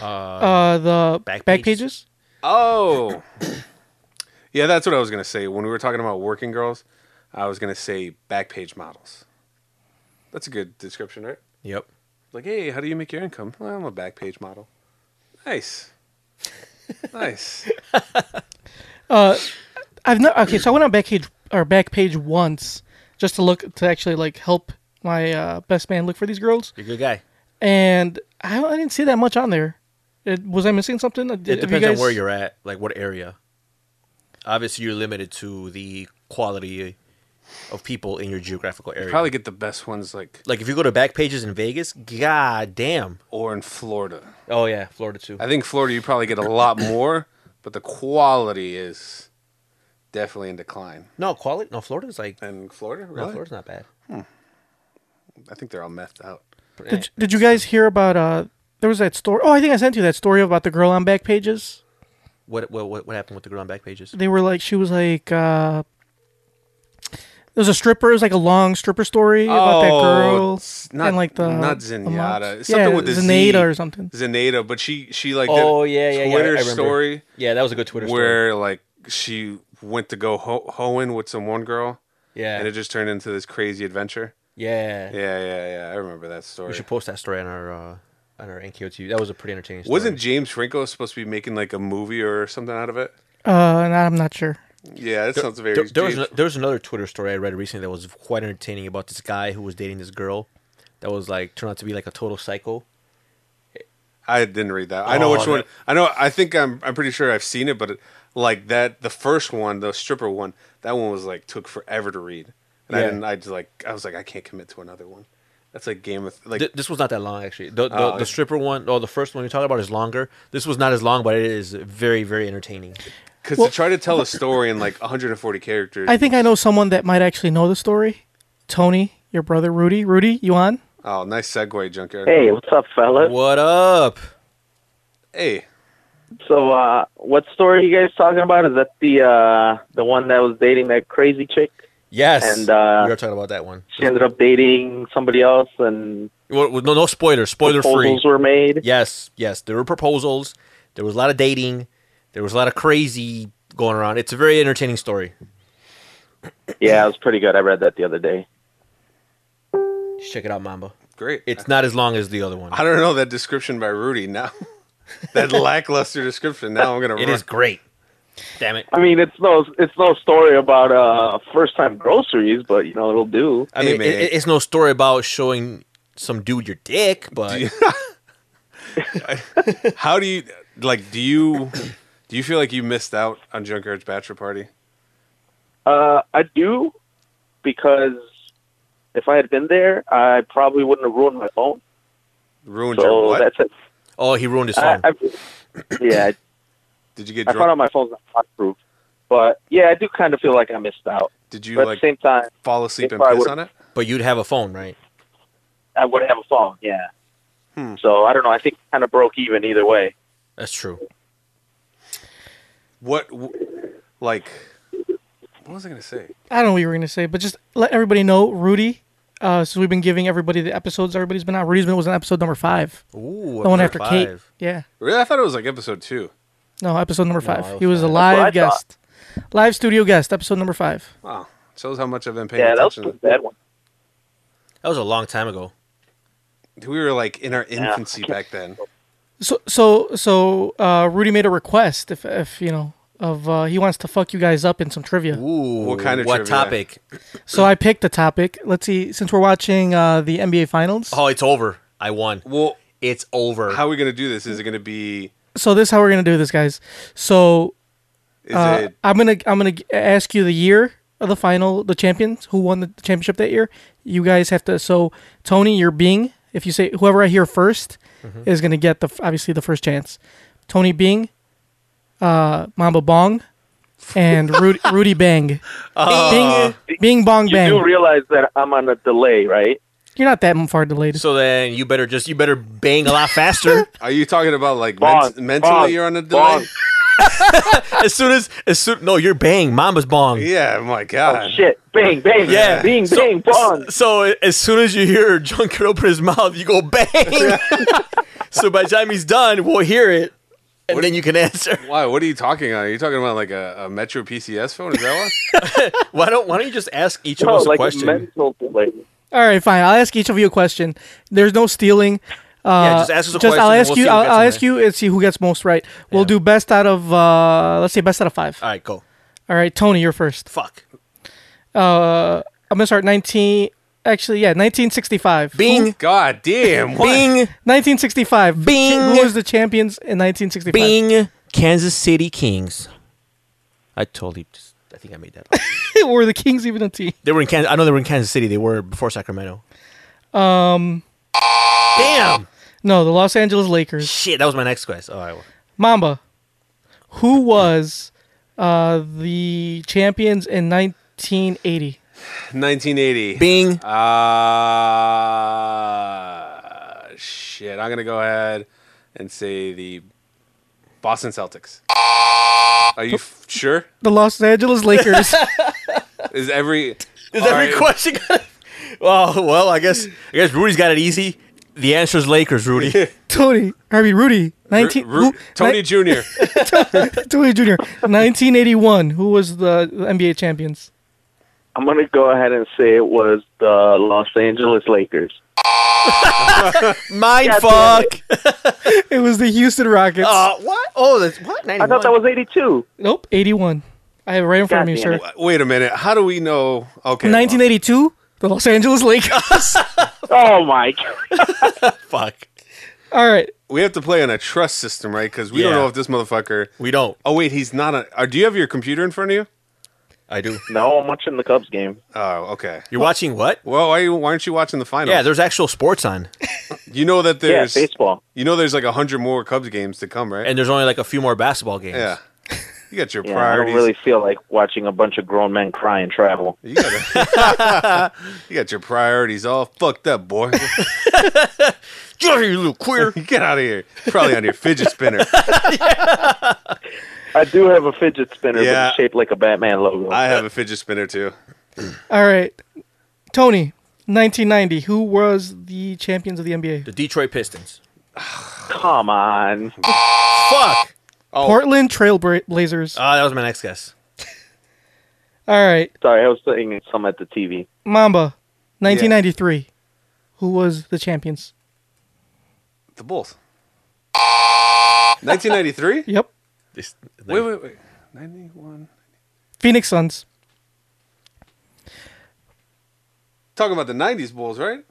[SPEAKER 3] Uh, the back, pages.
[SPEAKER 4] Oh, yeah, that's what I was gonna say when we were talking about working girls. I was gonna say backpage models. That's a good description, right?
[SPEAKER 5] Yep.
[SPEAKER 4] Like, hey, how do you make your income? Well, I'm a backpage model. Nice, nice.
[SPEAKER 3] Uh, I've not. Okay, so I went on back page or back page once just to look to actually like help my uh, best man look for these girls,
[SPEAKER 5] You're a good guy.
[SPEAKER 3] and I, I didn't see that much on there. It, was I missing something?
[SPEAKER 5] It depends on where you're at, like what area. Obviously, you're limited to the quality of people in your geographical area.
[SPEAKER 4] Probably get the best ones like
[SPEAKER 5] like if you go to back pages in Vegas, god damn.
[SPEAKER 4] or in Florida.
[SPEAKER 5] Oh yeah, Florida too.
[SPEAKER 4] I think Florida you probably get a lot more, but the quality is definitely in decline.
[SPEAKER 5] No quality. No, Florida's like
[SPEAKER 4] And Florida,
[SPEAKER 5] no,
[SPEAKER 4] really? Hmm.
[SPEAKER 5] Florida's not bad.
[SPEAKER 4] I think they're all methed out.
[SPEAKER 3] Did, did you guys hear about uh? There was that story. Oh, I think I sent you that story about the girl on back pages.
[SPEAKER 5] What what what, what happened with the girl on back pages?
[SPEAKER 3] they were like she was like uh there was a stripper it was like a long stripper story about that girl
[SPEAKER 4] Oh, it's not,
[SPEAKER 3] and like the
[SPEAKER 4] not
[SPEAKER 3] the
[SPEAKER 4] Zenyatta,
[SPEAKER 3] mobs.
[SPEAKER 4] It's something
[SPEAKER 3] yeah,
[SPEAKER 4] with the
[SPEAKER 3] Zenaida
[SPEAKER 4] Z.
[SPEAKER 3] or something
[SPEAKER 4] Zenada, but she she like
[SPEAKER 5] Oh
[SPEAKER 4] did
[SPEAKER 5] yeah, yeah, yeah. I- I
[SPEAKER 4] Twitter
[SPEAKER 5] remember.
[SPEAKER 4] story
[SPEAKER 5] Yeah, that was a good Twitter story.
[SPEAKER 4] where like she went to go ho- hoeing with some one girl,
[SPEAKER 5] Yeah,
[SPEAKER 4] and it just turned into this crazy adventure.
[SPEAKER 5] yeah.
[SPEAKER 4] Yeah, yeah, yeah. I remember that story.
[SPEAKER 5] We should post that story on our uh, on our NKOT. That was a pretty entertaining. Story.
[SPEAKER 4] Wasn't James Franco supposed to be making like a movie or something out of it?
[SPEAKER 3] uh and i'm not sure
[SPEAKER 4] Yeah, that sounds very.
[SPEAKER 5] there, there was
[SPEAKER 4] James-
[SPEAKER 5] an- there was another Twitter story I read recently that was quite entertaining about this guy who was dating this girl that was like turned out to be like a total psycho.
[SPEAKER 4] I didn't read that. I know
[SPEAKER 5] Oh,
[SPEAKER 4] which one.
[SPEAKER 5] that-
[SPEAKER 4] I know. I think I'm. I'm pretty sure I've seen it, but it, like that, the first one, the stripper one, that one was like took forever to read, and I
[SPEAKER 5] Yeah.
[SPEAKER 4] didn't. I just like. I was like, I can't commit to another one. That's like Game of like.
[SPEAKER 5] Th- this was not that long actually. The the,
[SPEAKER 4] Oh,
[SPEAKER 5] the
[SPEAKER 4] yeah.
[SPEAKER 5] stripper one or the first one you're talking about is longer. This was not as long, but it is very very entertaining.
[SPEAKER 4] Because
[SPEAKER 3] well-
[SPEAKER 4] to try to tell a story in like 140 characters.
[SPEAKER 3] i think i know someone that might actually know the story tony your brother rudy rudy you on
[SPEAKER 4] Oh, nice segue, Junkyard.
[SPEAKER 12] Hey, what's up, fella?
[SPEAKER 5] What up?
[SPEAKER 4] Hey.
[SPEAKER 12] So, uh, what story you guys talking about? Is that the uh, the one that was dating that crazy chick?
[SPEAKER 5] Yes,
[SPEAKER 12] And, uh,
[SPEAKER 5] we were talking about that one.
[SPEAKER 12] She ended up dating somebody else, and
[SPEAKER 5] Well, well, no, no spoilers. Spoiler free.
[SPEAKER 12] proposals were made.
[SPEAKER 5] Yes, yes. There were proposals. There was a lot of dating. There was a lot of crazy going around. It's a very entertaining story.
[SPEAKER 12] Yeah, it was pretty good. I read that the other day.
[SPEAKER 5] Just check it out, Mamba.
[SPEAKER 4] Great.
[SPEAKER 5] It's not as long as the other one.
[SPEAKER 4] I don't know that description by Rudy now. that lackluster description. Now I'm gonna.
[SPEAKER 5] It
[SPEAKER 4] run.
[SPEAKER 5] is great. Damn it.
[SPEAKER 12] I mean, it's no it's no story about uh, first time groceries, but you know it'll do.
[SPEAKER 5] I
[SPEAKER 4] Hey,
[SPEAKER 5] mean,
[SPEAKER 4] man.
[SPEAKER 5] it, it's no story about showing some dude your dick, but
[SPEAKER 4] How do you like? Do you do you feel like you missed out on Junkyard's bachelor party?
[SPEAKER 12] Uh, I do because if I had been there, I probably wouldn't have ruined my phone.
[SPEAKER 4] Ruined your
[SPEAKER 12] So
[SPEAKER 4] what?
[SPEAKER 12] that's it.
[SPEAKER 5] oh, he ruined his
[SPEAKER 12] I,
[SPEAKER 5] phone.
[SPEAKER 12] I, yeah, I
[SPEAKER 4] Did you get
[SPEAKER 12] I
[SPEAKER 4] drunk?
[SPEAKER 12] found out my phone's not waterproof. But yeah, I do kind of feel like I missed out.
[SPEAKER 4] Did you
[SPEAKER 12] but
[SPEAKER 4] like
[SPEAKER 12] at the same time,
[SPEAKER 4] fall asleep
[SPEAKER 12] if
[SPEAKER 4] and
[SPEAKER 12] I
[SPEAKER 4] piss
[SPEAKER 12] would've-
[SPEAKER 4] on it?
[SPEAKER 5] but you'd have a phone, right?
[SPEAKER 12] I wouldn't have a phone. Yeah.
[SPEAKER 4] Hmm.
[SPEAKER 12] So I don't know. I think kind of broke even either way.
[SPEAKER 5] That's true.
[SPEAKER 4] What, w- like, What was I gonna say?
[SPEAKER 3] I don't know what you were gonna say, but just let everybody know, Rudy. Uh, since we've been giving everybody the episodes, everybody's been on. Rudy's been was on episode number five.
[SPEAKER 4] Ooh,
[SPEAKER 3] the one
[SPEAKER 4] episode
[SPEAKER 3] after Kate.
[SPEAKER 4] five.
[SPEAKER 3] Yeah,
[SPEAKER 4] Really, I thought it was like episode two.
[SPEAKER 3] no, episode number
[SPEAKER 4] No,
[SPEAKER 3] five.
[SPEAKER 4] I was
[SPEAKER 3] he was a
[SPEAKER 4] fine. That's what I
[SPEAKER 3] live guest, live studio guest. Episode number five.
[SPEAKER 4] Wow, shows how much I've been paying
[SPEAKER 12] Yeah, that was
[SPEAKER 4] attention.
[SPEAKER 12] a bad one.
[SPEAKER 5] That was a long time ago.
[SPEAKER 4] We were like in our infancy back then.
[SPEAKER 3] So so so uh, Rudy made a request if if you know of uh, he wants to fuck you guys up in some trivia.
[SPEAKER 5] Ooh,
[SPEAKER 4] What kind of
[SPEAKER 5] what
[SPEAKER 4] trivia?
[SPEAKER 5] topic?
[SPEAKER 3] So I picked a topic. Let's see. Since we're watching uh, the NBA Finals,
[SPEAKER 5] Oh, it's over. I won.
[SPEAKER 4] Well,
[SPEAKER 5] it's over.
[SPEAKER 4] How are we gonna do this? Is it gonna be?
[SPEAKER 3] so this is how we're gonna do this, guys. So
[SPEAKER 4] Is
[SPEAKER 3] uh,
[SPEAKER 4] it-
[SPEAKER 3] I'm gonna I'm gonna g- ask you the year of the final, the champions who won the championship that year. You guys have to. So Tony, you're Bing. If you say whoever I hear 1st
[SPEAKER 5] Mhm.
[SPEAKER 3] is gonna get the f- obviously the first chance. Tony Bing, uh, Mamba Bong, and Rudy, Rudy Bang.
[SPEAKER 12] Uh,
[SPEAKER 3] Bing, Bing Bong
[SPEAKER 12] You
[SPEAKER 3] Bang.
[SPEAKER 12] do realize that I'm on a delay, right?
[SPEAKER 3] You're not that far delayed.
[SPEAKER 5] So then you better just you better bang a lot faster.
[SPEAKER 4] Are you talking about like
[SPEAKER 5] Bong,
[SPEAKER 4] men- mentally
[SPEAKER 5] bong,
[SPEAKER 4] you're on a delay?
[SPEAKER 5] as soon as as soon no, you're bang. Mama's bong.
[SPEAKER 4] Yeah, my god.
[SPEAKER 12] shit. Bang, bang,
[SPEAKER 5] Yeah.
[SPEAKER 12] bing,
[SPEAKER 5] so,
[SPEAKER 12] bang, bong.
[SPEAKER 5] So, as soon as you hear Junker open his mouth, you go bang. so by the time he's done, we'll hear it. And then you can answer.
[SPEAKER 4] Why? What are you talking on? Are you talking about like a, a Metro PCS phone? Is that
[SPEAKER 5] one? why don't Why don't you just ask each of
[SPEAKER 4] No,
[SPEAKER 5] us
[SPEAKER 4] like
[SPEAKER 5] a
[SPEAKER 4] a
[SPEAKER 5] question?
[SPEAKER 4] mental
[SPEAKER 3] All right, fine. I'll ask each of you a question. There's no stealing. Uh,
[SPEAKER 5] Yeah, just ask us a question
[SPEAKER 3] I'll
[SPEAKER 5] and
[SPEAKER 3] ask
[SPEAKER 5] we'll
[SPEAKER 3] you.
[SPEAKER 5] see who
[SPEAKER 3] I'll,
[SPEAKER 5] gets
[SPEAKER 3] I'll
[SPEAKER 5] it
[SPEAKER 3] ask
[SPEAKER 5] right.
[SPEAKER 3] you and see who gets most right. We'll do best out of. Uh, let's say best out of five.
[SPEAKER 5] All right, go.
[SPEAKER 3] All right, Tony, you're first.
[SPEAKER 5] Fuck.
[SPEAKER 3] Uh, I'm gonna start 19. Actually, yeah, 1965.
[SPEAKER 5] Bing.
[SPEAKER 4] God damn. What?
[SPEAKER 5] Bing.
[SPEAKER 3] 1965.
[SPEAKER 5] Bing.
[SPEAKER 3] Who was the champions in 1965?
[SPEAKER 5] Bing. Kansas City Kings. I totally just. I think I made that. up.
[SPEAKER 3] Were the Kings even a team?
[SPEAKER 5] they were in Kansas. I know they were in Kansas City. They were before Sacramento.
[SPEAKER 3] Um.
[SPEAKER 5] Damn.
[SPEAKER 3] No, the Los Angeles Lakers.
[SPEAKER 5] Shit, that was my next quest. Oh, I,
[SPEAKER 3] Mamba, who was uh, the champions in 1980?
[SPEAKER 4] 1980.
[SPEAKER 5] Bing.
[SPEAKER 4] Uh, shit. I'm going to go ahead and say the Boston Celtics. Are you f- sure?
[SPEAKER 3] The Los Angeles Lakers.
[SPEAKER 4] Is every.
[SPEAKER 5] Is
[SPEAKER 4] All
[SPEAKER 5] every
[SPEAKER 4] right.
[SPEAKER 5] question? Gonna... Well, well, I guess I guess Rudy's got it easy. The answer is Lakers, Rudy.
[SPEAKER 3] Tony, I mean Rudy, 19
[SPEAKER 5] Ru-
[SPEAKER 3] who-
[SPEAKER 5] Tony
[SPEAKER 3] ni-
[SPEAKER 4] Jr.
[SPEAKER 3] Tony Jr. 1981. Who was the the NBA champions?
[SPEAKER 12] I'm going to go ahead and say it was the Los Angeles Lakers.
[SPEAKER 5] Mind
[SPEAKER 12] fuck.
[SPEAKER 3] It was the Houston Rockets.
[SPEAKER 5] Uh, what? Oh, that's, what?
[SPEAKER 12] I thought that was 82.
[SPEAKER 3] Nope, 81. I have it right in front of me, sir.
[SPEAKER 4] W- Wait a minute. How do we know? Okay.
[SPEAKER 3] 1982, the Los Angeles Lakers.
[SPEAKER 12] oh, my
[SPEAKER 5] Fuck.
[SPEAKER 3] All right.
[SPEAKER 4] We have to play on a trust system, right? Because we don't
[SPEAKER 5] Yeah.
[SPEAKER 4] know if this motherfucker.
[SPEAKER 5] We don't.
[SPEAKER 4] Oh wait, he's not a. Are, do you have your computer in front of you?
[SPEAKER 5] I do.
[SPEAKER 12] No, I'm watching the Cubs game.
[SPEAKER 4] Oh, okay.
[SPEAKER 5] You're watching what?
[SPEAKER 4] Well, why, why aren't you watching the finals?
[SPEAKER 5] Yeah, there's actual sports on,
[SPEAKER 4] You know that
[SPEAKER 5] Yeah,
[SPEAKER 4] there's
[SPEAKER 5] baseball.
[SPEAKER 4] You know there's like a hundred more Cubs games to come, right?
[SPEAKER 5] and there's only like a few more basketball games.
[SPEAKER 4] yeah, you got your
[SPEAKER 12] Yeah, I don't
[SPEAKER 4] priorities.
[SPEAKER 12] really feel like watching a bunch of grown men cry and travel.
[SPEAKER 4] You got you got your priorities all fucked up, boy.
[SPEAKER 5] Get out of here, you little queer.
[SPEAKER 4] Get out of here. Probably on your fidget spinner.
[SPEAKER 12] I do have a fidget spinner,
[SPEAKER 4] Yeah.
[SPEAKER 12] but it's shaped like a Batman logo.
[SPEAKER 4] I have a fidget spinner too.
[SPEAKER 3] All right. Tony, 1990. Who was the champions of the NBA?
[SPEAKER 5] The Detroit Pistons.
[SPEAKER 12] Come on.
[SPEAKER 5] Fuck. Oh.
[SPEAKER 3] Portland Trail Bra- Blazers.
[SPEAKER 5] Ah, that was my next guess.
[SPEAKER 3] All right.
[SPEAKER 12] Sorry, I was saying some at the TV.
[SPEAKER 3] Mamba, 1993. Who was the champions?
[SPEAKER 4] The Bulls. 1993.
[SPEAKER 3] Yep.
[SPEAKER 4] Wait, wait, wait. 91.
[SPEAKER 3] Phoenix Suns.
[SPEAKER 4] Talking about the 90s Bulls, right?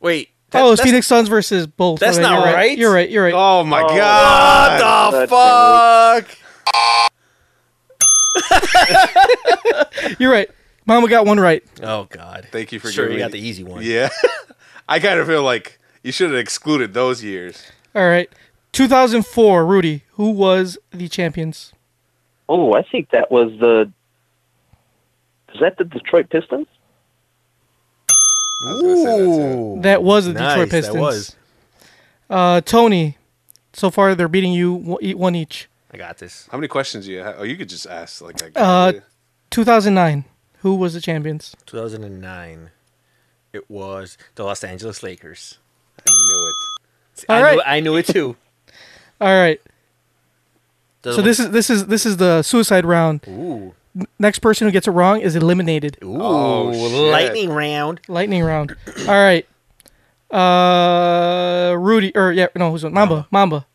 [SPEAKER 5] Wait.
[SPEAKER 3] oh, it was Phoenix Suns versus Bulls.
[SPEAKER 4] that's
[SPEAKER 3] Okay,
[SPEAKER 4] not
[SPEAKER 3] you're
[SPEAKER 4] right.
[SPEAKER 3] You're right. You're right.
[SPEAKER 4] Oh my
[SPEAKER 3] Oh,
[SPEAKER 4] god.
[SPEAKER 3] what the
[SPEAKER 5] fuck?
[SPEAKER 3] You're right. Mama got one right.
[SPEAKER 5] Oh God.
[SPEAKER 4] Thank you for
[SPEAKER 5] Sure,
[SPEAKER 4] giving
[SPEAKER 5] you
[SPEAKER 4] me-
[SPEAKER 5] got the easy one.
[SPEAKER 4] Yeah. I kind of feel like you should have excluded those years.
[SPEAKER 3] All right. 2004, Rudy. Who was the champions?
[SPEAKER 12] Oh, I think that was the. Is that the Detroit Pistons?
[SPEAKER 5] Ooh.
[SPEAKER 3] That was the
[SPEAKER 5] Nice,
[SPEAKER 3] Detroit
[SPEAKER 5] that
[SPEAKER 3] Pistons.
[SPEAKER 5] was.
[SPEAKER 3] Uh, Tony, so far they're beating you one- e- one each.
[SPEAKER 5] I got this.
[SPEAKER 4] How many questions do you have? Oh, you could just ask like that.
[SPEAKER 3] Uh, 2009. Who was the champions?
[SPEAKER 5] 2009. It was the Los Angeles Lakers.
[SPEAKER 4] I knew it.
[SPEAKER 3] All
[SPEAKER 5] I,
[SPEAKER 3] right.
[SPEAKER 5] knew, I knew it too.
[SPEAKER 3] All right.
[SPEAKER 5] Doesn't
[SPEAKER 3] so
[SPEAKER 5] look-
[SPEAKER 3] this is this is this is the suicide round.
[SPEAKER 5] Ooh.
[SPEAKER 3] N- Next person who gets it wrong is eliminated.
[SPEAKER 5] Ooh,
[SPEAKER 4] Oh,
[SPEAKER 5] Oh, lightning round.
[SPEAKER 3] Lightning round. All right. Uh, Rudy or yeah, no, who's it? Mamba? Mamba.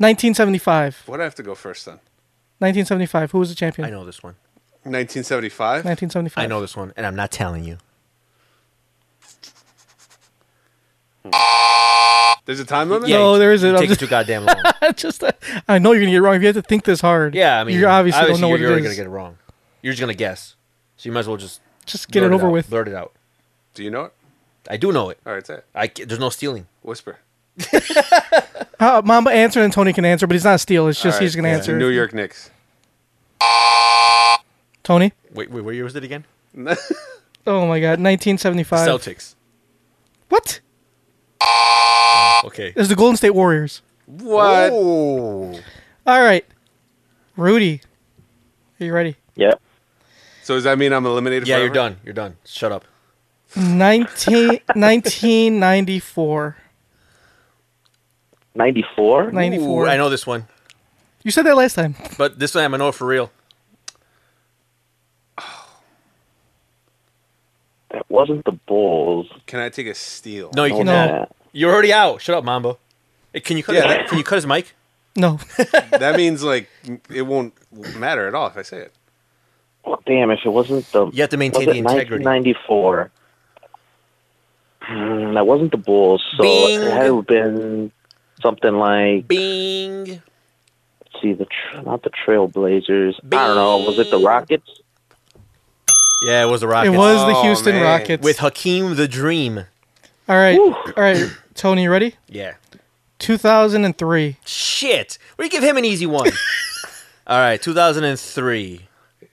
[SPEAKER 3] 1975.
[SPEAKER 4] What do I have to go first then?
[SPEAKER 3] 1975. Who was the champion?
[SPEAKER 5] I know this one.
[SPEAKER 4] 1975.
[SPEAKER 3] 1975.
[SPEAKER 5] I know this one, and I'm not telling you.
[SPEAKER 4] Hmm. There's a time limit.
[SPEAKER 3] no, there isn't. I'm
[SPEAKER 5] Take
[SPEAKER 3] just-
[SPEAKER 5] too goddamn long.
[SPEAKER 3] just, uh, I know you're gonna get it wrong. If you have to think this hard,
[SPEAKER 5] Yeah, I mean,
[SPEAKER 3] you obviously, don't know
[SPEAKER 5] you're,
[SPEAKER 3] what
[SPEAKER 5] you're
[SPEAKER 3] it
[SPEAKER 5] gonna
[SPEAKER 3] is.
[SPEAKER 5] get it wrong. You're just gonna guess, so you might as well just
[SPEAKER 3] Just get
[SPEAKER 5] blurt
[SPEAKER 3] it over
[SPEAKER 5] out,
[SPEAKER 3] with.
[SPEAKER 5] Blurt it out.
[SPEAKER 4] Do you know it?
[SPEAKER 5] I do know it.
[SPEAKER 4] All right, say it.
[SPEAKER 5] I ca- there's no stealing.
[SPEAKER 4] Whisper.
[SPEAKER 3] Uh, Mamba answer and Tony can answer, but he's not a steal. It's
[SPEAKER 4] All
[SPEAKER 3] just
[SPEAKER 4] right,
[SPEAKER 3] he's gonna
[SPEAKER 4] yeah.
[SPEAKER 3] answer.
[SPEAKER 4] New York Knicks.
[SPEAKER 3] Tony.
[SPEAKER 5] Wait, wait, where year was it again?
[SPEAKER 3] Oh my God. 1975.
[SPEAKER 5] Celtics.
[SPEAKER 3] What?
[SPEAKER 5] Okay.
[SPEAKER 3] It's the Golden State Warriors.
[SPEAKER 4] What?
[SPEAKER 3] All right, Rudy. Are you ready?
[SPEAKER 12] Yep.
[SPEAKER 4] So does that mean I'm eliminated?
[SPEAKER 5] Yeah,
[SPEAKER 4] forever?
[SPEAKER 5] you're done. You're done. Shut up.
[SPEAKER 3] 19, 1994.
[SPEAKER 12] 94?
[SPEAKER 3] 94.
[SPEAKER 5] Ooh, I know this one,
[SPEAKER 3] You said that last time.
[SPEAKER 5] but this one I'm gonna know for real.
[SPEAKER 12] That wasn't the Bulls.
[SPEAKER 4] Can I take a steal?
[SPEAKER 5] No, you can.
[SPEAKER 3] No.
[SPEAKER 5] You're already out. Shut up, Mambo. Hey, can you cut?
[SPEAKER 4] Yeah,
[SPEAKER 5] his-
[SPEAKER 4] that-
[SPEAKER 5] can you cut his mic?
[SPEAKER 3] No.
[SPEAKER 4] that means like it won't matter at all if I say it.
[SPEAKER 12] Well, oh, damn, if it wasn't the.
[SPEAKER 5] You have to maintain
[SPEAKER 12] was it
[SPEAKER 5] the integrity.
[SPEAKER 12] 1994. Hmm, that wasn't the Bulls, so
[SPEAKER 5] Bing.
[SPEAKER 12] it had to have been something like.
[SPEAKER 5] Bing.
[SPEAKER 12] Let's see, the tr not the Trailblazers. I don't know. Was it the Rockets?
[SPEAKER 5] Yeah, it was the
[SPEAKER 3] It
[SPEAKER 5] Rockets.
[SPEAKER 3] was the
[SPEAKER 4] Oh,
[SPEAKER 3] Houston
[SPEAKER 4] man.
[SPEAKER 3] Rockets.
[SPEAKER 5] with Hakeem the Dream.
[SPEAKER 3] All right. All right, Tony, you ready?
[SPEAKER 5] Yeah.
[SPEAKER 3] 2003.
[SPEAKER 5] Shit. We give him an easy one. All right, 2003.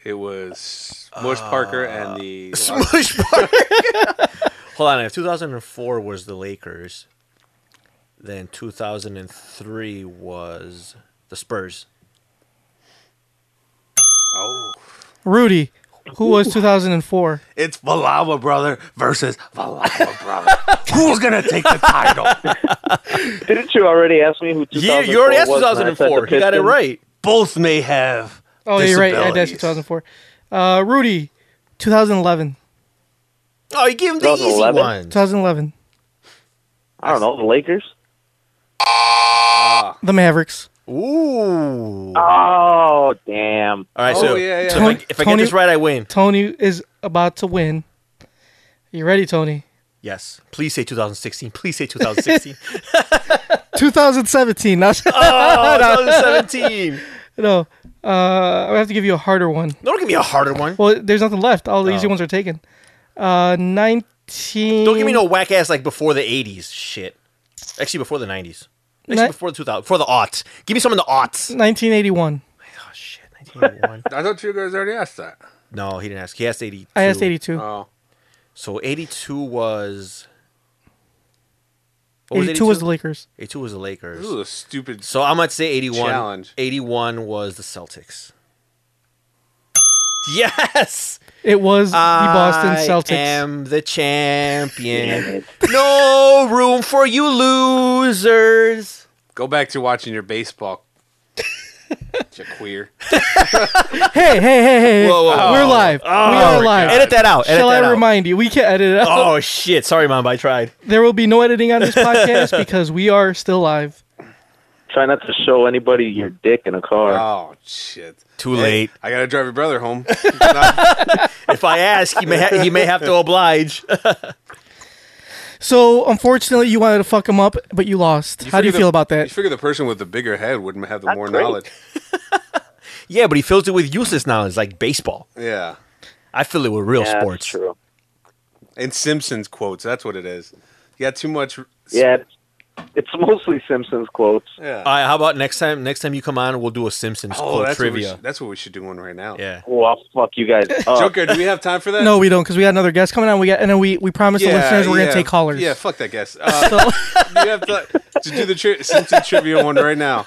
[SPEAKER 4] It was Bush Parker and the
[SPEAKER 5] Uh, Smush Park. Hold on. If 2004 was the Lakers, then 2003 was the Spurs.
[SPEAKER 4] oh,
[SPEAKER 3] Rudy, who was 2004?
[SPEAKER 8] It's Valawa brother versus Valawa brother. Who's gonna take the title?
[SPEAKER 12] Didn't you already ask me who?
[SPEAKER 5] Yeah, you already asked 2004. You got it right.
[SPEAKER 8] Both may have.
[SPEAKER 3] Oh, you're right. I did
[SPEAKER 8] Disabilities.
[SPEAKER 3] 2004. Uh, Rudy, 2011.
[SPEAKER 5] Oh, you gave him the easy
[SPEAKER 12] 2011?
[SPEAKER 5] one.
[SPEAKER 3] 2011.
[SPEAKER 12] I don't know. The Lakers.
[SPEAKER 3] The Mavericks.
[SPEAKER 5] Ah. Ooh. All
[SPEAKER 12] Oh, damn.
[SPEAKER 5] right,
[SPEAKER 4] Oh,
[SPEAKER 5] so
[SPEAKER 4] yeah, yeah.
[SPEAKER 5] so if, I, if I get
[SPEAKER 3] Tony-
[SPEAKER 5] this right, I win.
[SPEAKER 3] Tony is about to win. You ready, Tony?
[SPEAKER 5] Yes. Please say 2016. Please say 2016.
[SPEAKER 3] 2017. Not,
[SPEAKER 5] oh, 2017.
[SPEAKER 3] no, uh, I have to give you a harder one.
[SPEAKER 5] Don't give me a harder one.
[SPEAKER 3] Well, there's nothing left. All the easy
[SPEAKER 5] Oh.
[SPEAKER 3] ones are taken. Uh, 19.
[SPEAKER 5] Don't give me no whack ass like before the 80s shit. Actually, before the 90s. Actually,
[SPEAKER 3] Ni-
[SPEAKER 5] before the 2000, before the aughts. Give me some of the aughts.
[SPEAKER 3] 1981.
[SPEAKER 5] Oh shit, 1981.
[SPEAKER 4] I thought you guys already asked that.
[SPEAKER 5] no, he didn't ask. He asked 82.
[SPEAKER 3] I asked 82.
[SPEAKER 4] Oh,
[SPEAKER 5] So 82 was. What
[SPEAKER 3] 82, was the Lakers.
[SPEAKER 5] 82 was the
[SPEAKER 4] this
[SPEAKER 5] Lakers.
[SPEAKER 4] is a stupid.
[SPEAKER 5] So I'm gonna say 81.
[SPEAKER 4] Challenge.
[SPEAKER 5] 81 was the Celtics. Yes,
[SPEAKER 3] It was the Boston Celtics.
[SPEAKER 5] I am the champion. no room for you losers.
[SPEAKER 4] Go back to watching your baseball. you queer.
[SPEAKER 3] Hey, hey, hey, hey!
[SPEAKER 5] Whoa, whoa, whoa.
[SPEAKER 3] We're live. we are live.
[SPEAKER 5] Edit that out. Edit
[SPEAKER 3] Shall
[SPEAKER 5] that
[SPEAKER 3] I
[SPEAKER 5] out.
[SPEAKER 3] remind you? We can't edit it out.
[SPEAKER 5] Oh shit! Sorry, mom. I tried.
[SPEAKER 3] There will be no editing on this podcast because we are still live.
[SPEAKER 12] Try not to show anybody your dick in a car.
[SPEAKER 4] Oh shit!
[SPEAKER 5] Too late.
[SPEAKER 4] I gotta drive your brother home. Not-
[SPEAKER 5] if I ask, he may ha- he may have to oblige.
[SPEAKER 3] So unfortunately, you wanted to fuck him up, but you lost. How do you
[SPEAKER 4] figure the-
[SPEAKER 3] feel about
[SPEAKER 4] You
[SPEAKER 3] that?
[SPEAKER 4] figure the person with the bigger head wouldn't have the more
[SPEAKER 12] great.
[SPEAKER 4] knowledge.
[SPEAKER 5] yeah, but he fills it with useless knowledge like baseball.
[SPEAKER 4] Yeah,
[SPEAKER 5] I fill it with real
[SPEAKER 12] Yeah, that's
[SPEAKER 5] sports.
[SPEAKER 12] true.
[SPEAKER 4] and Simpsons quotes. That's what it is. You got too much.
[SPEAKER 12] Yeah, it's- it's mostly Simpsons quotes.
[SPEAKER 5] All
[SPEAKER 4] Yeah.
[SPEAKER 5] right, how about next time? Next time you come on, we'll do a Simpsons
[SPEAKER 4] Oh,
[SPEAKER 5] quote
[SPEAKER 4] that's what, we
[SPEAKER 5] trivia.
[SPEAKER 4] should, that's what we should do one right now.
[SPEAKER 5] yeah.
[SPEAKER 12] Oh, I'll fuck you guys up.
[SPEAKER 4] Joker, do we have time for that?
[SPEAKER 3] No, we don't, because we got another guest coming on. We got, and then we we promised the listeners we're
[SPEAKER 4] yeah.
[SPEAKER 3] gonna take callers.
[SPEAKER 4] Yeah, fuck that guess. Uh, you have to, to do the tri- Simpson trivia one right now.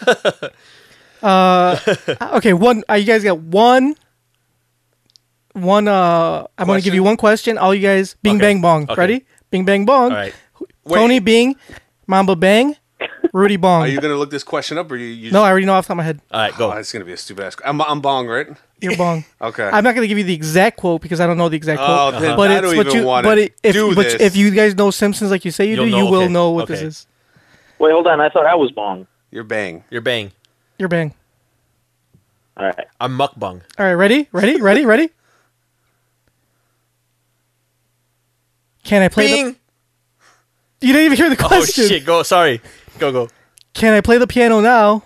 [SPEAKER 3] Uh, okay, one. Uh, you guys got one. One. Uh, I'm going to give you one question. All you guys, Bing Bang Bong.
[SPEAKER 4] Okay.
[SPEAKER 3] Ready? Bing Bang Bong.
[SPEAKER 4] All right.
[SPEAKER 3] Tony Bing, Mamba Bang, Rudy Bong.
[SPEAKER 4] Are you going to look this question up, or you? you
[SPEAKER 3] no, I already know off the top of my head.
[SPEAKER 4] All right, go. it's going to be a stupid ass. I'm, I'm bong, right?
[SPEAKER 3] You're bong.
[SPEAKER 4] Okay.
[SPEAKER 3] I'm not going to give you the exact quote because I don't know the exact
[SPEAKER 4] Oh,
[SPEAKER 3] quote.
[SPEAKER 4] then
[SPEAKER 3] but
[SPEAKER 4] I
[SPEAKER 3] it's
[SPEAKER 4] don't
[SPEAKER 3] what
[SPEAKER 4] even
[SPEAKER 3] you.
[SPEAKER 4] wanna
[SPEAKER 3] But it, if
[SPEAKER 4] do
[SPEAKER 3] but
[SPEAKER 4] this.
[SPEAKER 3] if you guys know Simpsons like you say you
[SPEAKER 4] You'll
[SPEAKER 3] do,
[SPEAKER 4] know,
[SPEAKER 3] you will
[SPEAKER 4] okay.
[SPEAKER 3] know what this
[SPEAKER 4] Okay.
[SPEAKER 3] is.
[SPEAKER 12] Wait, hold on. I thought I was bong.
[SPEAKER 4] You're bang.
[SPEAKER 5] You're bang.
[SPEAKER 3] You're bang.
[SPEAKER 12] All right.
[SPEAKER 5] I'm mukbang.
[SPEAKER 3] All right, ready, ready, ready, ready. Can I play
[SPEAKER 5] Bing.
[SPEAKER 3] the? You didn't even hear the question.
[SPEAKER 5] Oh shit! Go. Sorry. Go go.
[SPEAKER 3] Can I play the piano now?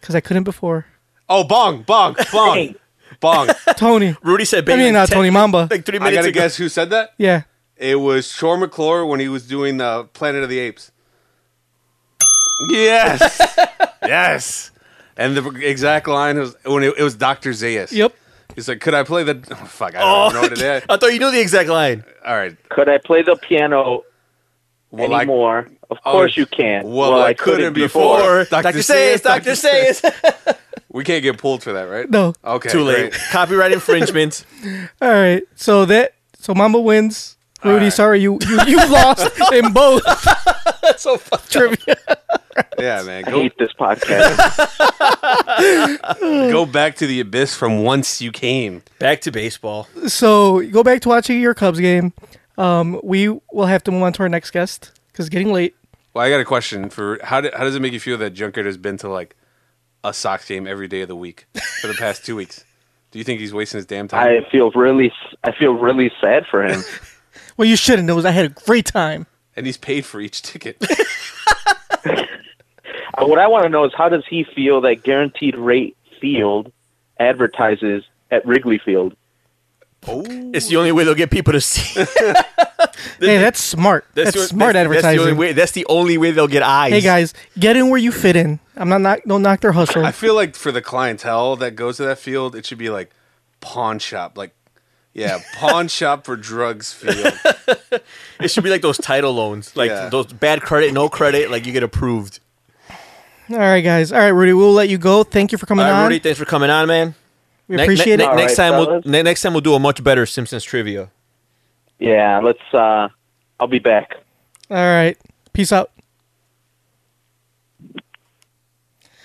[SPEAKER 3] Because I couldn't before.
[SPEAKER 4] Oh, bong, bong, bong, bong.
[SPEAKER 3] Tony.
[SPEAKER 5] Rudy said.
[SPEAKER 3] I mean, not Tony Mamba.
[SPEAKER 4] I gotta guess who said that.
[SPEAKER 3] Yeah.
[SPEAKER 4] It was Shore McClure when he was doing uh, Planet of the Apes. Yes, yes. And the exact line was when it, it was Doctor Zayas.
[SPEAKER 3] Yep.
[SPEAKER 4] He's like, "Could I play the?" Oh, fuck, I don't know what it is.
[SPEAKER 5] Oh, I thought you knew the exact line.
[SPEAKER 4] All right.
[SPEAKER 12] Could I play the piano
[SPEAKER 4] Well, I-
[SPEAKER 12] anymore? of
[SPEAKER 4] Oh,
[SPEAKER 12] course you can.
[SPEAKER 4] Well, I, couldn't, before.
[SPEAKER 5] Dr. Sayers, Dr. Sayers.
[SPEAKER 4] we can't get pulled for that, right?
[SPEAKER 3] No.
[SPEAKER 4] Okay.
[SPEAKER 5] Too late.
[SPEAKER 4] great.
[SPEAKER 5] Copyright infringement.
[SPEAKER 3] All right. So that so Mamba wins. Rudy, sorry you you, you lost in both.
[SPEAKER 5] That's so fucked
[SPEAKER 3] trivia.
[SPEAKER 4] Yeah, man.
[SPEAKER 12] I hate this podcast.
[SPEAKER 4] Go back to the abyss from whence you came.
[SPEAKER 5] Back to baseball.
[SPEAKER 3] So go back to watching your Cubs game. Um, we will have to move on to our next guest because it's getting late.
[SPEAKER 4] Well, I got a question for how, do, how does it make you feel that Junker has been to like a Sox game every day of the week for the past two weeks? Do you think he's wasting his damn time?
[SPEAKER 12] I feel really, I feel really sad for him.
[SPEAKER 3] Well, you shouldn't. It was I had a great time.
[SPEAKER 4] and he's paid for each ticket.
[SPEAKER 12] Uh, what I want to know is how does he feel that Guaranteed Rate Field advertises at Wrigley Field?
[SPEAKER 5] It's the only way they'll get people to see.
[SPEAKER 3] Hey, that's smart. That's,
[SPEAKER 5] the-
[SPEAKER 3] smart
[SPEAKER 5] That's the,
[SPEAKER 3] advertising.
[SPEAKER 5] only way, that's the only way they'll get eyes.
[SPEAKER 3] hey guys, get in where you fit in. I'm not knock, don't knock their hustle.
[SPEAKER 4] I feel like for the clientele that goes to that field, it should be like pawn shop, like yeah, pawn shop for drugs field.
[SPEAKER 5] It should be like those title loans, like those bad credit, no credit, like you get approved.
[SPEAKER 3] All right, guys. All right, Rudy, we'll let you go. Thank you for coming
[SPEAKER 5] All right,
[SPEAKER 3] on.
[SPEAKER 5] Rudy, thanks for coming on, man.
[SPEAKER 3] We
[SPEAKER 5] Ne- ne-
[SPEAKER 3] appreciate
[SPEAKER 5] ne-
[SPEAKER 3] it.
[SPEAKER 5] next
[SPEAKER 12] All right,
[SPEAKER 5] time, we'll,
[SPEAKER 12] fellas.
[SPEAKER 5] ne- next time we'll do a much better Simpsons trivia.
[SPEAKER 12] Yeah, let's. uh I'll be back.
[SPEAKER 3] All right, peace out.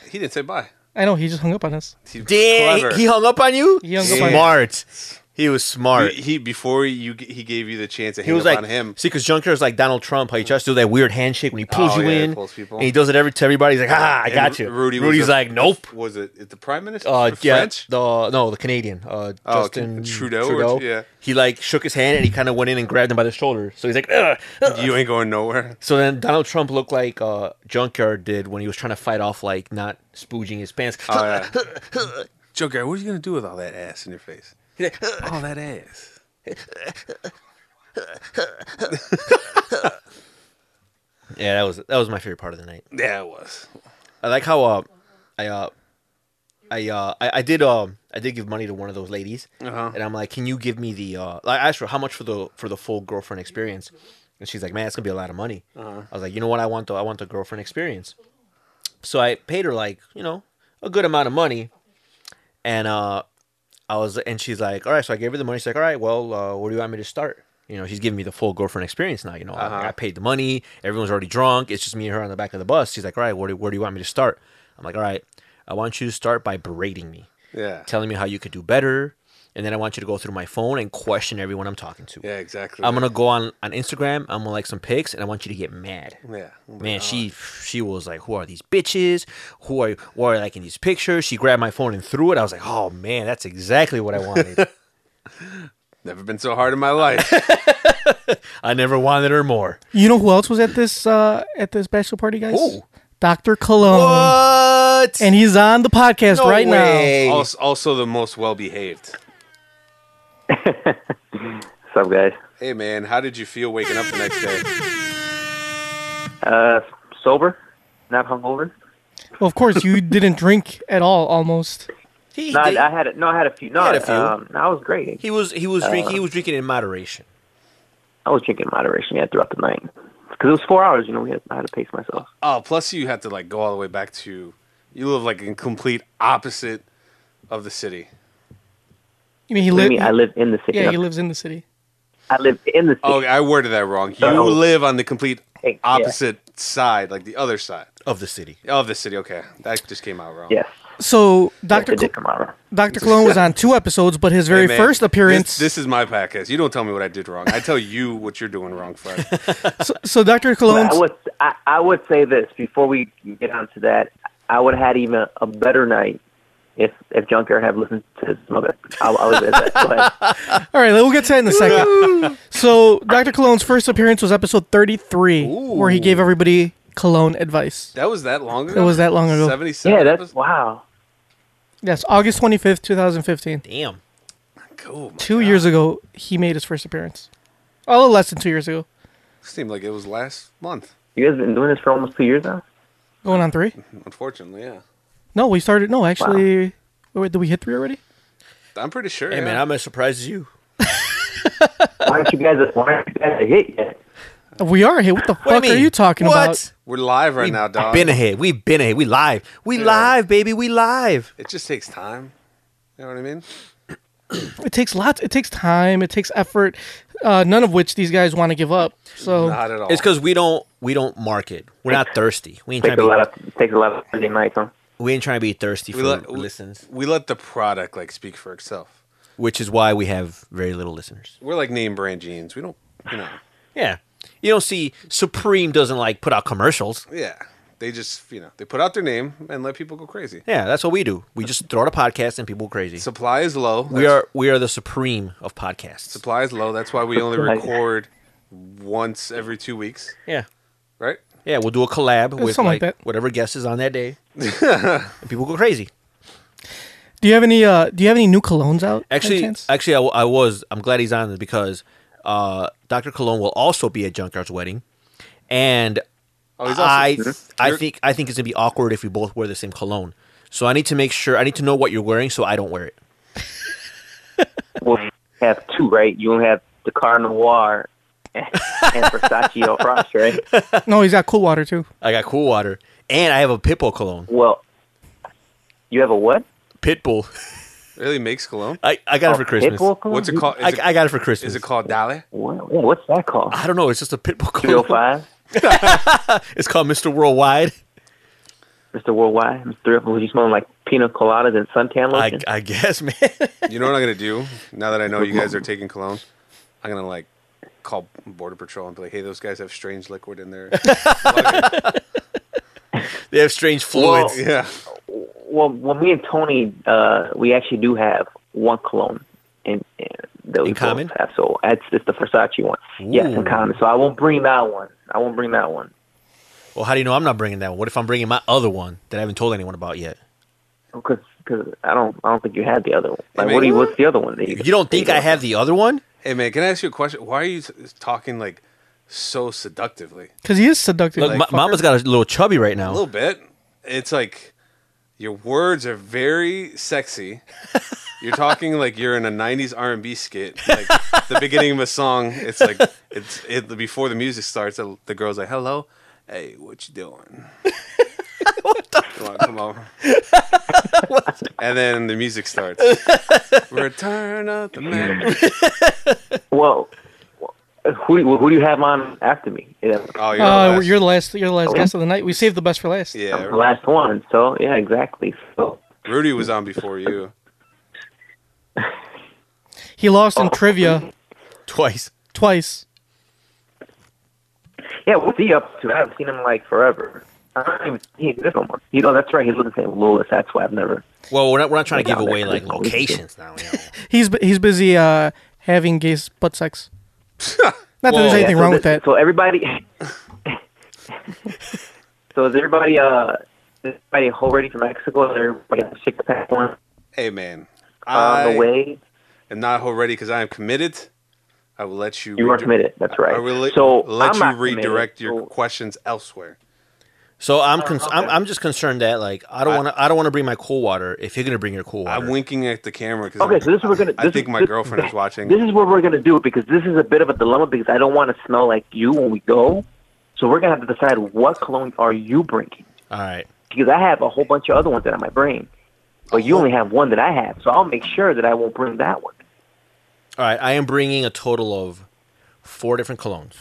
[SPEAKER 4] He didn't say bye.
[SPEAKER 3] I know he just hung up on us.
[SPEAKER 4] He's
[SPEAKER 5] Dang,
[SPEAKER 4] clever.
[SPEAKER 5] he hung up on you.
[SPEAKER 3] He hung up on
[SPEAKER 5] smart. He was smart.
[SPEAKER 4] He, he- before you g- he gave you the chance to hang
[SPEAKER 5] He was
[SPEAKER 4] up
[SPEAKER 5] like,
[SPEAKER 4] on him.
[SPEAKER 5] see, because Junker is like Donald Trump, how he tries to do that weird handshake when he pulls
[SPEAKER 4] Oh,
[SPEAKER 5] you
[SPEAKER 4] yeah, he
[SPEAKER 5] in,
[SPEAKER 4] pulls people.
[SPEAKER 5] and he does it every to everybody. He's like, ah, I
[SPEAKER 4] And
[SPEAKER 5] got you.
[SPEAKER 4] Ru- Rudy was
[SPEAKER 5] Rudy's
[SPEAKER 4] a-
[SPEAKER 5] like, nope.
[SPEAKER 4] Was it, it the prime minister?
[SPEAKER 5] Uh, yeah,
[SPEAKER 4] French?
[SPEAKER 5] the no, the Canadian, uh,
[SPEAKER 4] Oh,
[SPEAKER 5] Justin
[SPEAKER 4] Trudeau or-
[SPEAKER 5] Trudeau.
[SPEAKER 4] yeah.
[SPEAKER 5] he like shook his hand and he kind of went in and grabbed him by the shoulder. So he's like, Ugh, ugh."
[SPEAKER 4] You ain't going nowhere.
[SPEAKER 5] so then Donald Trump looked like uh, Junkyard did when he was trying to fight off like not spooging his pants.
[SPEAKER 4] Oh, yeah. Joker, what are you gonna do with all that ass in your face? all that ass.
[SPEAKER 5] Yeah, that was that was my favorite part of the night.
[SPEAKER 4] Yeah, it was.
[SPEAKER 5] I like how uh, I uh, I uh, I, I did um, I did give money to one of those ladies,
[SPEAKER 4] Uh-huh.
[SPEAKER 5] and I'm like, can you give me the uh, like, I asked her how much for the for the full girlfriend experience, and she's like, man, it's gonna be a lot of money.
[SPEAKER 4] Uh-huh.
[SPEAKER 5] I was like, you know what, I want the I want the girlfriend experience, so I paid her like you know a good amount of money, and uh, I was and she's like, all right, so I gave her the money. She's like, all right, well, uh, where do you want me to start? You know, she's giving me the full girlfriend experience now. You know, I-
[SPEAKER 4] Uh-huh.
[SPEAKER 5] I, paid the money. Everyone's already drunk. It's just me and her on the back of the bus. She's like, all right, where do, where do you want me to start? I'm like, all right, I want you to start by berating me,
[SPEAKER 4] Yeah.
[SPEAKER 5] telling me how you could do better. And then I want you to go through my phone and question everyone I'm talking to.
[SPEAKER 4] Yeah, exactly.
[SPEAKER 5] I'm going to go on, on Instagram. I'm going to like some pics and I want you to get mad.
[SPEAKER 4] Yeah.
[SPEAKER 5] Man, she she was like, "Who are these bitches? Who are who are like in these pictures?" She grabbed my phone and threw it. I was like, "Oh man, that's exactly what I wanted.
[SPEAKER 4] Never been so hard in my life.
[SPEAKER 5] I never wanted her more."
[SPEAKER 3] You know who else was at this uh at this bachelor party, guys?
[SPEAKER 5] Who?
[SPEAKER 3] Dr. Cologne.
[SPEAKER 5] What?
[SPEAKER 3] And he's on the podcast
[SPEAKER 5] No
[SPEAKER 3] right
[SPEAKER 5] way.
[SPEAKER 4] also, also the most well behaved.
[SPEAKER 12] What's up, guys?
[SPEAKER 4] Hey man, how did you feel waking up the next day?
[SPEAKER 12] Uh, sober, not hungover.
[SPEAKER 3] now. Well, of course, you didn't drink at all, almost.
[SPEAKER 5] He,
[SPEAKER 12] No, I,
[SPEAKER 5] did-
[SPEAKER 12] I had it. No, I had a few. No,
[SPEAKER 5] He had a few.
[SPEAKER 12] Um, no, I was great.
[SPEAKER 5] he was he was drinking
[SPEAKER 12] Uh,
[SPEAKER 5] he was drinking in moderation.
[SPEAKER 12] I was drinking in moderation. Yeah, throughout the night because it was four hours. You know, we had I had to pace myself.
[SPEAKER 4] Oh, plus you had to like go all the way back to You live like in complete opposite of the city.
[SPEAKER 3] You mean he
[SPEAKER 4] What do
[SPEAKER 3] lives?
[SPEAKER 4] you mean? I live in the city.
[SPEAKER 3] Yeah, he lives in the city.
[SPEAKER 12] I live in the city.
[SPEAKER 4] Oh, I worded that wrong. You
[SPEAKER 3] So-
[SPEAKER 4] live on the complete opposite side, like the other side
[SPEAKER 5] of the city.
[SPEAKER 4] Of the city. Okay, that just came out wrong.
[SPEAKER 12] Yes.
[SPEAKER 3] So Doctor Doctor Clone was on two episodes, but his very
[SPEAKER 4] Hey, man,
[SPEAKER 3] first appearance.
[SPEAKER 4] This, this is my podcast. You don't tell me what I did wrong. I tell you what you're doing wrong, Fred.
[SPEAKER 3] so Doctor
[SPEAKER 12] Well,
[SPEAKER 3] Cologne.
[SPEAKER 12] I would I, I would say this before we get onto that. I would have had even a better night if if Junker had listened to some of it. I, I would have that. But
[SPEAKER 3] All right, we'll get to that in a second. so Doctor Cologne's first appearance was episode thirty-three, where he gave everybody cologne advice.
[SPEAKER 4] That was that long ago.
[SPEAKER 3] It was that long ago.
[SPEAKER 4] Seventy-seven.
[SPEAKER 3] Yeah, that's-
[SPEAKER 12] wow.
[SPEAKER 3] Yes, August twenty-fifth, two thousand fifteen.
[SPEAKER 5] Damn.
[SPEAKER 4] Cool.
[SPEAKER 3] Two years ago, he made his first appearance. A little less than two years ago,
[SPEAKER 4] Seemed like it was last month.
[SPEAKER 12] you guys been doing this for almost two years now.
[SPEAKER 3] going on three.
[SPEAKER 4] Unfortunately, yeah.
[SPEAKER 3] No, we started. No, actually, wait, did we hit three already?
[SPEAKER 4] I'm pretty sure.
[SPEAKER 5] Hey man, I'm as surprised as you.
[SPEAKER 12] Why aren't you guys? Why aren't you guys a hit yet?
[SPEAKER 3] We are here. What the fuck are you talking about?
[SPEAKER 4] We're live right now, dog.
[SPEAKER 5] Been ahead. We been ahead. We live. We
[SPEAKER 4] Yeah.
[SPEAKER 5] live, baby. We live.
[SPEAKER 4] It just takes time. You know what I mean?
[SPEAKER 3] It takes lots. It takes time. It takes effort. Uh, none of which these guys want to give up. So
[SPEAKER 5] It's because we don't we don't market. We're not thirsty. We ain't
[SPEAKER 12] Takes
[SPEAKER 5] trying
[SPEAKER 12] a
[SPEAKER 5] to be,
[SPEAKER 12] lot of takes a lot of Sunday nights, huh?
[SPEAKER 5] we ain't trying to be thirsty for listens,
[SPEAKER 4] We let the product like speak for itself.
[SPEAKER 5] which is why we have very little listeners.
[SPEAKER 4] We're like name brand jeans. We don't, you know.
[SPEAKER 5] Yeah, you don't see Supreme doesn't like put out commercials.
[SPEAKER 4] Yeah, they just you know they put out their name and let people go crazy.
[SPEAKER 5] Yeah, that's what we do. We just throw out a podcast and people go crazy.
[SPEAKER 4] Supply is low.
[SPEAKER 5] We are we are the supreme of podcasts.
[SPEAKER 4] Supply is low. That's why we only
[SPEAKER 5] Supply.
[SPEAKER 4] record once every two weeks.
[SPEAKER 5] Yeah.
[SPEAKER 4] Right.
[SPEAKER 5] Yeah, we'll do a collab with
[SPEAKER 3] something like
[SPEAKER 5] like, whatever guest is on that day. and people go crazy.
[SPEAKER 3] do you have any? Uh, do you have any new colognes out? by
[SPEAKER 5] Actually,
[SPEAKER 3] chance?
[SPEAKER 5] actually, I, w- I was. I'm glad he's on this because uh, Dr. Cologne will also be at Junkyard's wedding, and
[SPEAKER 4] Oh, he's also-
[SPEAKER 5] I,
[SPEAKER 4] Mhm.
[SPEAKER 5] I
[SPEAKER 4] You're-
[SPEAKER 5] think, I think it's gonna be awkward if we both wear the same cologne. So I need to make sure. I need to know what you're wearing so I don't wear it.
[SPEAKER 12] Well, you have two, right? You only have the Car Noir and, and Versace or Frost, right?
[SPEAKER 3] no, he's got cool water too.
[SPEAKER 5] I got Cool Water, and I have a Pitbull cologne.
[SPEAKER 12] Well, you have a what?
[SPEAKER 5] Pitbull.
[SPEAKER 4] Really makes cologne.
[SPEAKER 5] I, I
[SPEAKER 12] Oh,
[SPEAKER 5] got it
[SPEAKER 3] Oh,
[SPEAKER 5] for Christmas.
[SPEAKER 4] What's it called? Is
[SPEAKER 5] I,
[SPEAKER 4] it-
[SPEAKER 5] I got it for Christmas.
[SPEAKER 4] Is it called Dolly?
[SPEAKER 12] What's that called?
[SPEAKER 5] I don't know. It's just a Pitbull cologne.
[SPEAKER 12] 305?
[SPEAKER 5] it's called Mr. Worldwide.
[SPEAKER 12] Mr. Worldwide, Mr. 305, was you smelling like pina coladas and suntan
[SPEAKER 5] I,
[SPEAKER 12] lotion?
[SPEAKER 5] I guess, man.
[SPEAKER 4] You know what I'm gonna do now that I know you guys are taking cologne. I'm gonna like call Border Patrol and be like, "Hey, those guys have strange liquid in their luggage."
[SPEAKER 5] They have strange fluids.
[SPEAKER 4] yeah.
[SPEAKER 12] Well, well, me and Tony, uh, we actually do have one cologne in, in that we both
[SPEAKER 5] common?
[SPEAKER 12] have. So it's, it's the Versace one. Yes, in
[SPEAKER 5] Ooh.
[SPEAKER 12] common. So I won't bring that one. I won't bring that one.
[SPEAKER 5] Well, how do you know I'm not bringing that one? What if I'm bringing my other one that I haven't told anyone about yet?
[SPEAKER 12] Because Oh, cause I don't I don't think you had the other one. Like, what do you, what's the other one? That you,
[SPEAKER 5] You don't think I have the other one?
[SPEAKER 4] Hey man, can I ask you a question? Why are you s- talking like so seductively?
[SPEAKER 3] Because he is seductive.
[SPEAKER 5] Look,
[SPEAKER 3] Like,
[SPEAKER 5] ma-
[SPEAKER 3] fucker.
[SPEAKER 5] Mama's got a little chubby right
[SPEAKER 4] A
[SPEAKER 5] now.
[SPEAKER 4] little bit. It's like your words are very sexy. You're talking like you're in a '90s R&B skit, like the beginning of a song. It's like it's it before the music starts. The the girl's like, "Hello, hey, what you doing?" come on, come over. and then the music starts. Return of the man.
[SPEAKER 12] Well, who, do you- who do you have on after me? Yeah.
[SPEAKER 4] Oh,
[SPEAKER 3] uh, you're the last. You're the last guest of the night. We saved the best for last.
[SPEAKER 4] Yeah,
[SPEAKER 12] last one. So yeah, exactly. So
[SPEAKER 4] Rudy was on before you.
[SPEAKER 3] He lost
[SPEAKER 12] Oh.
[SPEAKER 3] in trivia
[SPEAKER 5] twice.
[SPEAKER 3] Twice.
[SPEAKER 12] yeah, what's he up to? I haven't seen him like forever. I don't even see him this one. You know, that's right. He lives in St. Louis. That's why I've never.
[SPEAKER 5] Well, we're not, we're not trying to
[SPEAKER 12] Yeah,
[SPEAKER 5] give away
[SPEAKER 12] man.
[SPEAKER 5] like locations now.
[SPEAKER 3] He's bu- he's busy uh, having gay s- butt sex. Not that there's
[SPEAKER 12] Whoa.
[SPEAKER 3] anything
[SPEAKER 12] Yeah, so
[SPEAKER 3] wrong with
[SPEAKER 12] this-
[SPEAKER 3] that.
[SPEAKER 12] So everybody. so is everybody uh, is everybody whole ready for Mexico? Is everybody got a six pack one
[SPEAKER 4] Hey man,
[SPEAKER 12] on the way?
[SPEAKER 4] am not already because I am committed. I will let you.
[SPEAKER 12] You are committed, that's right.
[SPEAKER 4] I will let,
[SPEAKER 12] So,
[SPEAKER 4] let
[SPEAKER 12] I'm
[SPEAKER 4] you
[SPEAKER 12] not
[SPEAKER 4] redirect your questions elsewhere.
[SPEAKER 5] So
[SPEAKER 4] Oh,
[SPEAKER 5] I'm, cons- I'm I'm just concerned that like I don't want to I don't want to bring my cool water if you're gonna bring your cool water.
[SPEAKER 4] I'm winking at the camera because
[SPEAKER 12] Okay, so this is what we're gonna.
[SPEAKER 4] I
[SPEAKER 12] this
[SPEAKER 4] think
[SPEAKER 12] is-
[SPEAKER 4] my
[SPEAKER 12] this-
[SPEAKER 4] girlfriend is watching.
[SPEAKER 12] This is what we're gonna do because this is a bit of a dilemma because I don't want to smell like you when we go. So we're gonna have to decide what cologne are you bringing.
[SPEAKER 5] All right.
[SPEAKER 12] because I have a whole bunch of other ones that I might bring, but
[SPEAKER 4] Oh.
[SPEAKER 12] you only have one that I have, so I'll make sure that I won't bring that one.
[SPEAKER 5] All right, I am bringing a total of four different colognes.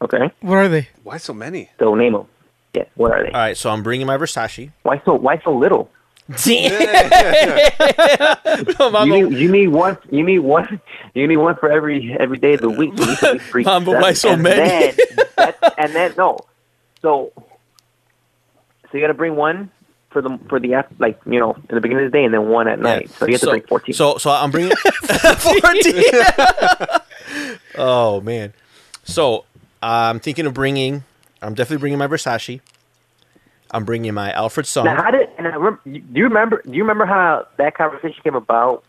[SPEAKER 12] Okay.
[SPEAKER 3] What are they?
[SPEAKER 4] Why so many?
[SPEAKER 12] So name them. Yeah. What are they?
[SPEAKER 5] All right, so I'm bringing my Versace.
[SPEAKER 12] Why so Why so little?
[SPEAKER 5] Mambo-
[SPEAKER 12] you, need, you need one. You need one. You need one for every every day of the week. You need to be free.
[SPEAKER 5] Mambo,
[SPEAKER 12] That's-
[SPEAKER 5] why so
[SPEAKER 12] and
[SPEAKER 5] many?
[SPEAKER 12] Then, that, and then no. So, so you got to bring one for the for the af- like you know in the beginning of the day, and then one at night. So you have to bring fourteen.
[SPEAKER 5] So, so I'm bringing 14. oh man. So I'm thinking of bringing. I'm definitely bringing my Versace. I'm bringing my Alfred Song.
[SPEAKER 12] Now, how did and I rem- do you remember? Do you remember how that conversation came about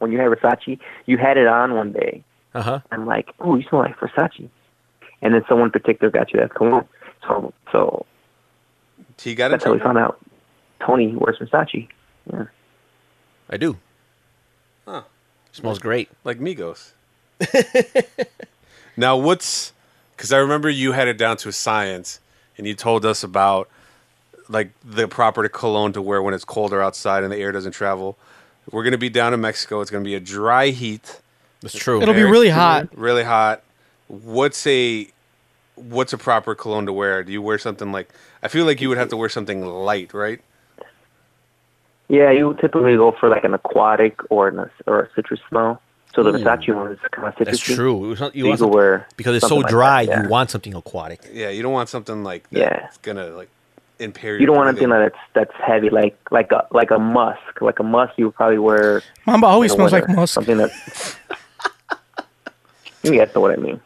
[SPEAKER 12] when you had Versace? You had it on one day.
[SPEAKER 5] Uh huh.
[SPEAKER 12] I'm like, oh, you smell like Versace, and then someone in particular got you that cologne. So, so
[SPEAKER 4] He got
[SPEAKER 12] that's how we found out. Tony wears Versace. Yeah.
[SPEAKER 5] I do.
[SPEAKER 4] Huh.
[SPEAKER 5] Smells great.
[SPEAKER 4] Like Migos. now, what's. Because I remember you had it down to a science and you told us about like the proper cologne to wear when it's colder outside and the air doesn't travel. We're going to be down in Mexico. It's going to be a dry heat.
[SPEAKER 5] That's true.
[SPEAKER 3] It'll be really hot.
[SPEAKER 4] Really hot. What's a. What's a proper cologne to wear? Do you wear something like? I feel like you would have to wear something light, right?
[SPEAKER 12] Yeah, you typically go for like an aquatic or an, or a citrus smell. So
[SPEAKER 4] Hmm.
[SPEAKER 12] the
[SPEAKER 5] Ooh.
[SPEAKER 12] Versace one is kind of citrusy.
[SPEAKER 5] That's true. It was not- you
[SPEAKER 12] So
[SPEAKER 5] want
[SPEAKER 12] can
[SPEAKER 5] some-
[SPEAKER 12] wear
[SPEAKER 5] because it's so
[SPEAKER 12] something like
[SPEAKER 5] dry.
[SPEAKER 12] that, yeah.
[SPEAKER 5] You want something aquatic.
[SPEAKER 4] Yeah, you don't want something like that
[SPEAKER 12] Yeah.
[SPEAKER 4] It's gonna like impair.
[SPEAKER 12] You don't want anything
[SPEAKER 4] breathing.
[SPEAKER 12] like that's that's heavy, like like a like a musk, like a musk. You would probably wear.
[SPEAKER 3] Mamba always
[SPEAKER 12] in the
[SPEAKER 3] smells like
[SPEAKER 12] winter.
[SPEAKER 3] musk.
[SPEAKER 12] Something that. you guys know what I mean.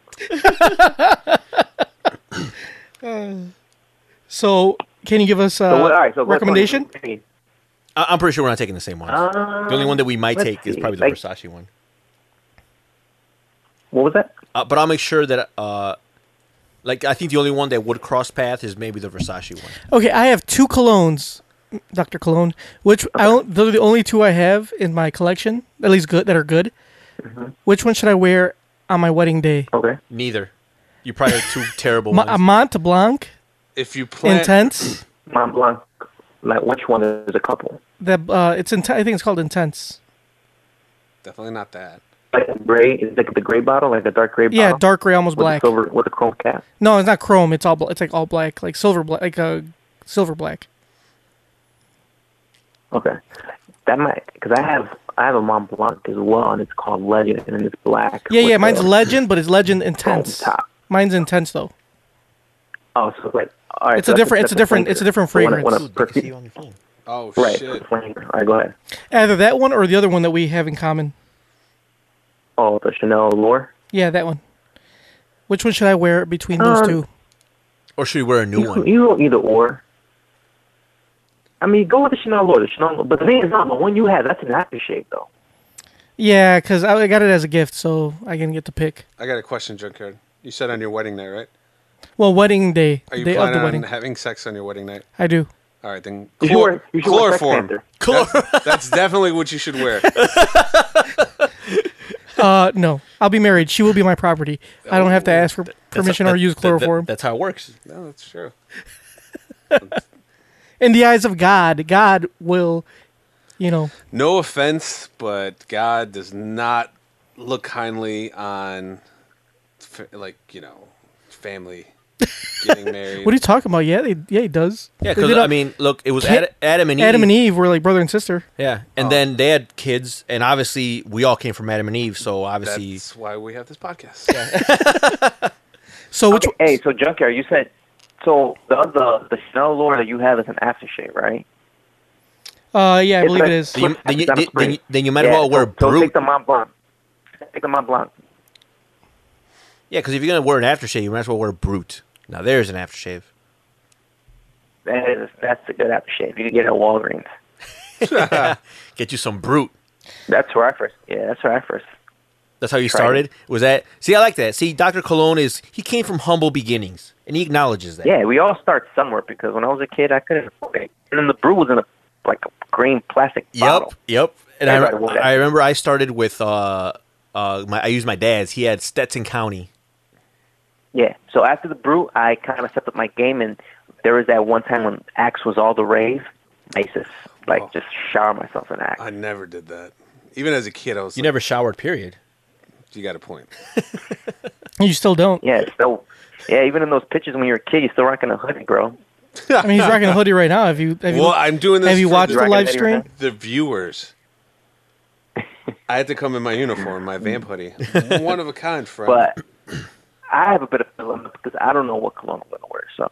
[SPEAKER 3] So, can you give us uh,
[SPEAKER 5] So what- all right,
[SPEAKER 12] so what-
[SPEAKER 3] recommendation?
[SPEAKER 5] I- I'm pretty sure we're not taking the same ones. the only one that we might
[SPEAKER 12] let's
[SPEAKER 5] take is
[SPEAKER 12] see,
[SPEAKER 5] probably the
[SPEAKER 12] like-
[SPEAKER 5] Versace one.
[SPEAKER 12] What was that?
[SPEAKER 5] Uh, but I'll make sure that, uh, like, I think the only one that would cross path is maybe the Versace one.
[SPEAKER 3] Okay, I have two colognes, Doctor Cologne, which I don't, those are the only two I have in my collection, at least good that are good.
[SPEAKER 12] Mm-hmm.
[SPEAKER 3] Which one should I wear on my wedding day?
[SPEAKER 12] Okay,
[SPEAKER 5] Neither. You probably have two terrible
[SPEAKER 3] Ma-
[SPEAKER 5] ones.
[SPEAKER 3] Mont Blanc,
[SPEAKER 4] If you plan,
[SPEAKER 3] Intense.
[SPEAKER 12] Mont Blanc. Like which one? There's a couple.
[SPEAKER 3] That uh, it's int- I think it's called Intense.
[SPEAKER 4] definitely not that.
[SPEAKER 12] Like a gray, is it like the gray bottle, like the dark gray
[SPEAKER 3] Yeah,
[SPEAKER 12] bottle.
[SPEAKER 3] dark gray, almost
[SPEAKER 12] with
[SPEAKER 3] black.
[SPEAKER 12] A silver with a chrome cap.
[SPEAKER 3] No, it's not chrome. It's all bla- it's like all black, like silver black, like uh, silver black.
[SPEAKER 12] Okay, that might because I have I have a Mont Blanc as well, and it's called Legend, and it's black.
[SPEAKER 3] Yeah,
[SPEAKER 12] with
[SPEAKER 3] yeah. Mine's
[SPEAKER 12] the-
[SPEAKER 3] Legend, but it's Legend Intense. Mine's Intense though.
[SPEAKER 12] Oh, so it's like all right.
[SPEAKER 3] It's
[SPEAKER 12] so
[SPEAKER 3] a
[SPEAKER 12] that's
[SPEAKER 3] different- it's
[SPEAKER 12] that's
[SPEAKER 3] a different-
[SPEAKER 12] flavor.
[SPEAKER 3] it's a different
[SPEAKER 12] So when it- when
[SPEAKER 3] fragrance.
[SPEAKER 12] it perfu-
[SPEAKER 4] Oh
[SPEAKER 12] right,
[SPEAKER 4] shit!
[SPEAKER 12] it's a flavor. All right, go ahead.
[SPEAKER 3] Either that one or the other one that we have in common.
[SPEAKER 12] Oh, the Chanel Allure.
[SPEAKER 3] Yeah, that one. Which one should I wear between those
[SPEAKER 12] Um,
[SPEAKER 3] two?
[SPEAKER 5] Or should we wear a new
[SPEAKER 12] You,
[SPEAKER 5] one?
[SPEAKER 12] you don't either or. I mean, go with the Chanel Allure. The Chanel, Allure- but the thing is, not the one you have. That's an aftershave, though.
[SPEAKER 3] Yeah, because I I got it as a gift, so I can get to pick.
[SPEAKER 4] I got a question, Junkyard. You said on your wedding night, right?
[SPEAKER 3] Well, wedding day,
[SPEAKER 4] Are you
[SPEAKER 3] day of
[SPEAKER 4] planning
[SPEAKER 3] the
[SPEAKER 4] on
[SPEAKER 3] wedding.
[SPEAKER 4] having sex on your wedding night?
[SPEAKER 3] I do.
[SPEAKER 4] All right, then
[SPEAKER 12] You should
[SPEAKER 4] chlor-
[SPEAKER 12] wear- you should wear Sex
[SPEAKER 4] chloroform.
[SPEAKER 12] Panther.
[SPEAKER 4] that's, that's definitely what you should wear.
[SPEAKER 3] Uh, no, I'll be married. She will be my property. I don't have to ask for
[SPEAKER 5] Oh, That's-
[SPEAKER 3] permission or
[SPEAKER 5] that-
[SPEAKER 3] use
[SPEAKER 5] that- that-
[SPEAKER 3] chloroform.
[SPEAKER 5] that's how it works.
[SPEAKER 4] No, that's true.
[SPEAKER 3] In the eyes of God, God will, you know.
[SPEAKER 4] No offense, but God does not look kindly on, fa- like you know, family getting married.
[SPEAKER 3] What are you talking about? Yeah, they, yeah, he does.
[SPEAKER 5] Yeah,
[SPEAKER 3] They
[SPEAKER 5] because
[SPEAKER 3] did
[SPEAKER 5] I
[SPEAKER 3] a-
[SPEAKER 5] mean, look, it was
[SPEAKER 3] Ca-
[SPEAKER 5] Ad- Adam and Eve.
[SPEAKER 3] Adam and Eve were like brother and sister.
[SPEAKER 5] Yeah,
[SPEAKER 4] Oh.
[SPEAKER 5] and then they had kids, and obviously we all came from Adam and Eve, so obviously
[SPEAKER 4] That's why we have this podcast.
[SPEAKER 3] So which?
[SPEAKER 12] Okay, hey, so Junkyard, you said so the the the Chanel Allure that you have is an aftershave, right?
[SPEAKER 3] Uh, yeah, I
[SPEAKER 12] It's
[SPEAKER 3] believe
[SPEAKER 12] like-
[SPEAKER 3] it is.
[SPEAKER 5] then you, then you,
[SPEAKER 12] It's not a
[SPEAKER 5] then,
[SPEAKER 12] spray.
[SPEAKER 5] you, then you might as
[SPEAKER 12] Yeah,
[SPEAKER 5] well wear
[SPEAKER 12] so, So
[SPEAKER 5] brute.
[SPEAKER 12] take the Mont Blanc. Take the Mont Blanc.
[SPEAKER 5] yeah, because if you're gonna wear an aftershave, you might as well wear brute. Now there's an aftershave.
[SPEAKER 12] That is, that's a good aftershave. You can get it at Walgreens.
[SPEAKER 5] Get you some brute.
[SPEAKER 12] That's where I first. Yeah, that's where I first.
[SPEAKER 5] That's how you
[SPEAKER 12] Try
[SPEAKER 5] started. Was that? See, I like that. See, Doctor Cologne is he came from humble beginnings, and he acknowledges that.
[SPEAKER 12] Yeah, we all start somewhere because when I was a kid, I couldn't afford it, and then the brew was in a like a green plastic
[SPEAKER 5] Yep.
[SPEAKER 12] bottle.
[SPEAKER 5] Yep. And I,
[SPEAKER 12] Everybody wore that.
[SPEAKER 5] I remember I started with uh uh my I used my dad's. He had Stetson County.
[SPEAKER 12] Yeah. So after the brew, I kind of stepped up my game and there was that one time when Axe was all the rave. I used to like
[SPEAKER 5] Oh.
[SPEAKER 12] just shower myself in Axe.
[SPEAKER 4] I never did that. Even as a kid, I was.
[SPEAKER 5] You never showered, period.
[SPEAKER 4] You got a point.
[SPEAKER 3] You still don't.
[SPEAKER 12] Yeah, so yeah, even in those pictures when you were a kid, you still rocking a hoodie, bro.
[SPEAKER 3] I mean, he's rocking a hoodie right now. Have you? Have you
[SPEAKER 4] well, I'm doing this.
[SPEAKER 3] Have you
[SPEAKER 4] for
[SPEAKER 3] watched the live stream?
[SPEAKER 4] The viewers. I had to come in my uniform, my vamp hoodie, one of a kind, friend.
[SPEAKER 12] But I have a bit of a dilemma because I don't know what cologne I'm gonna wear. So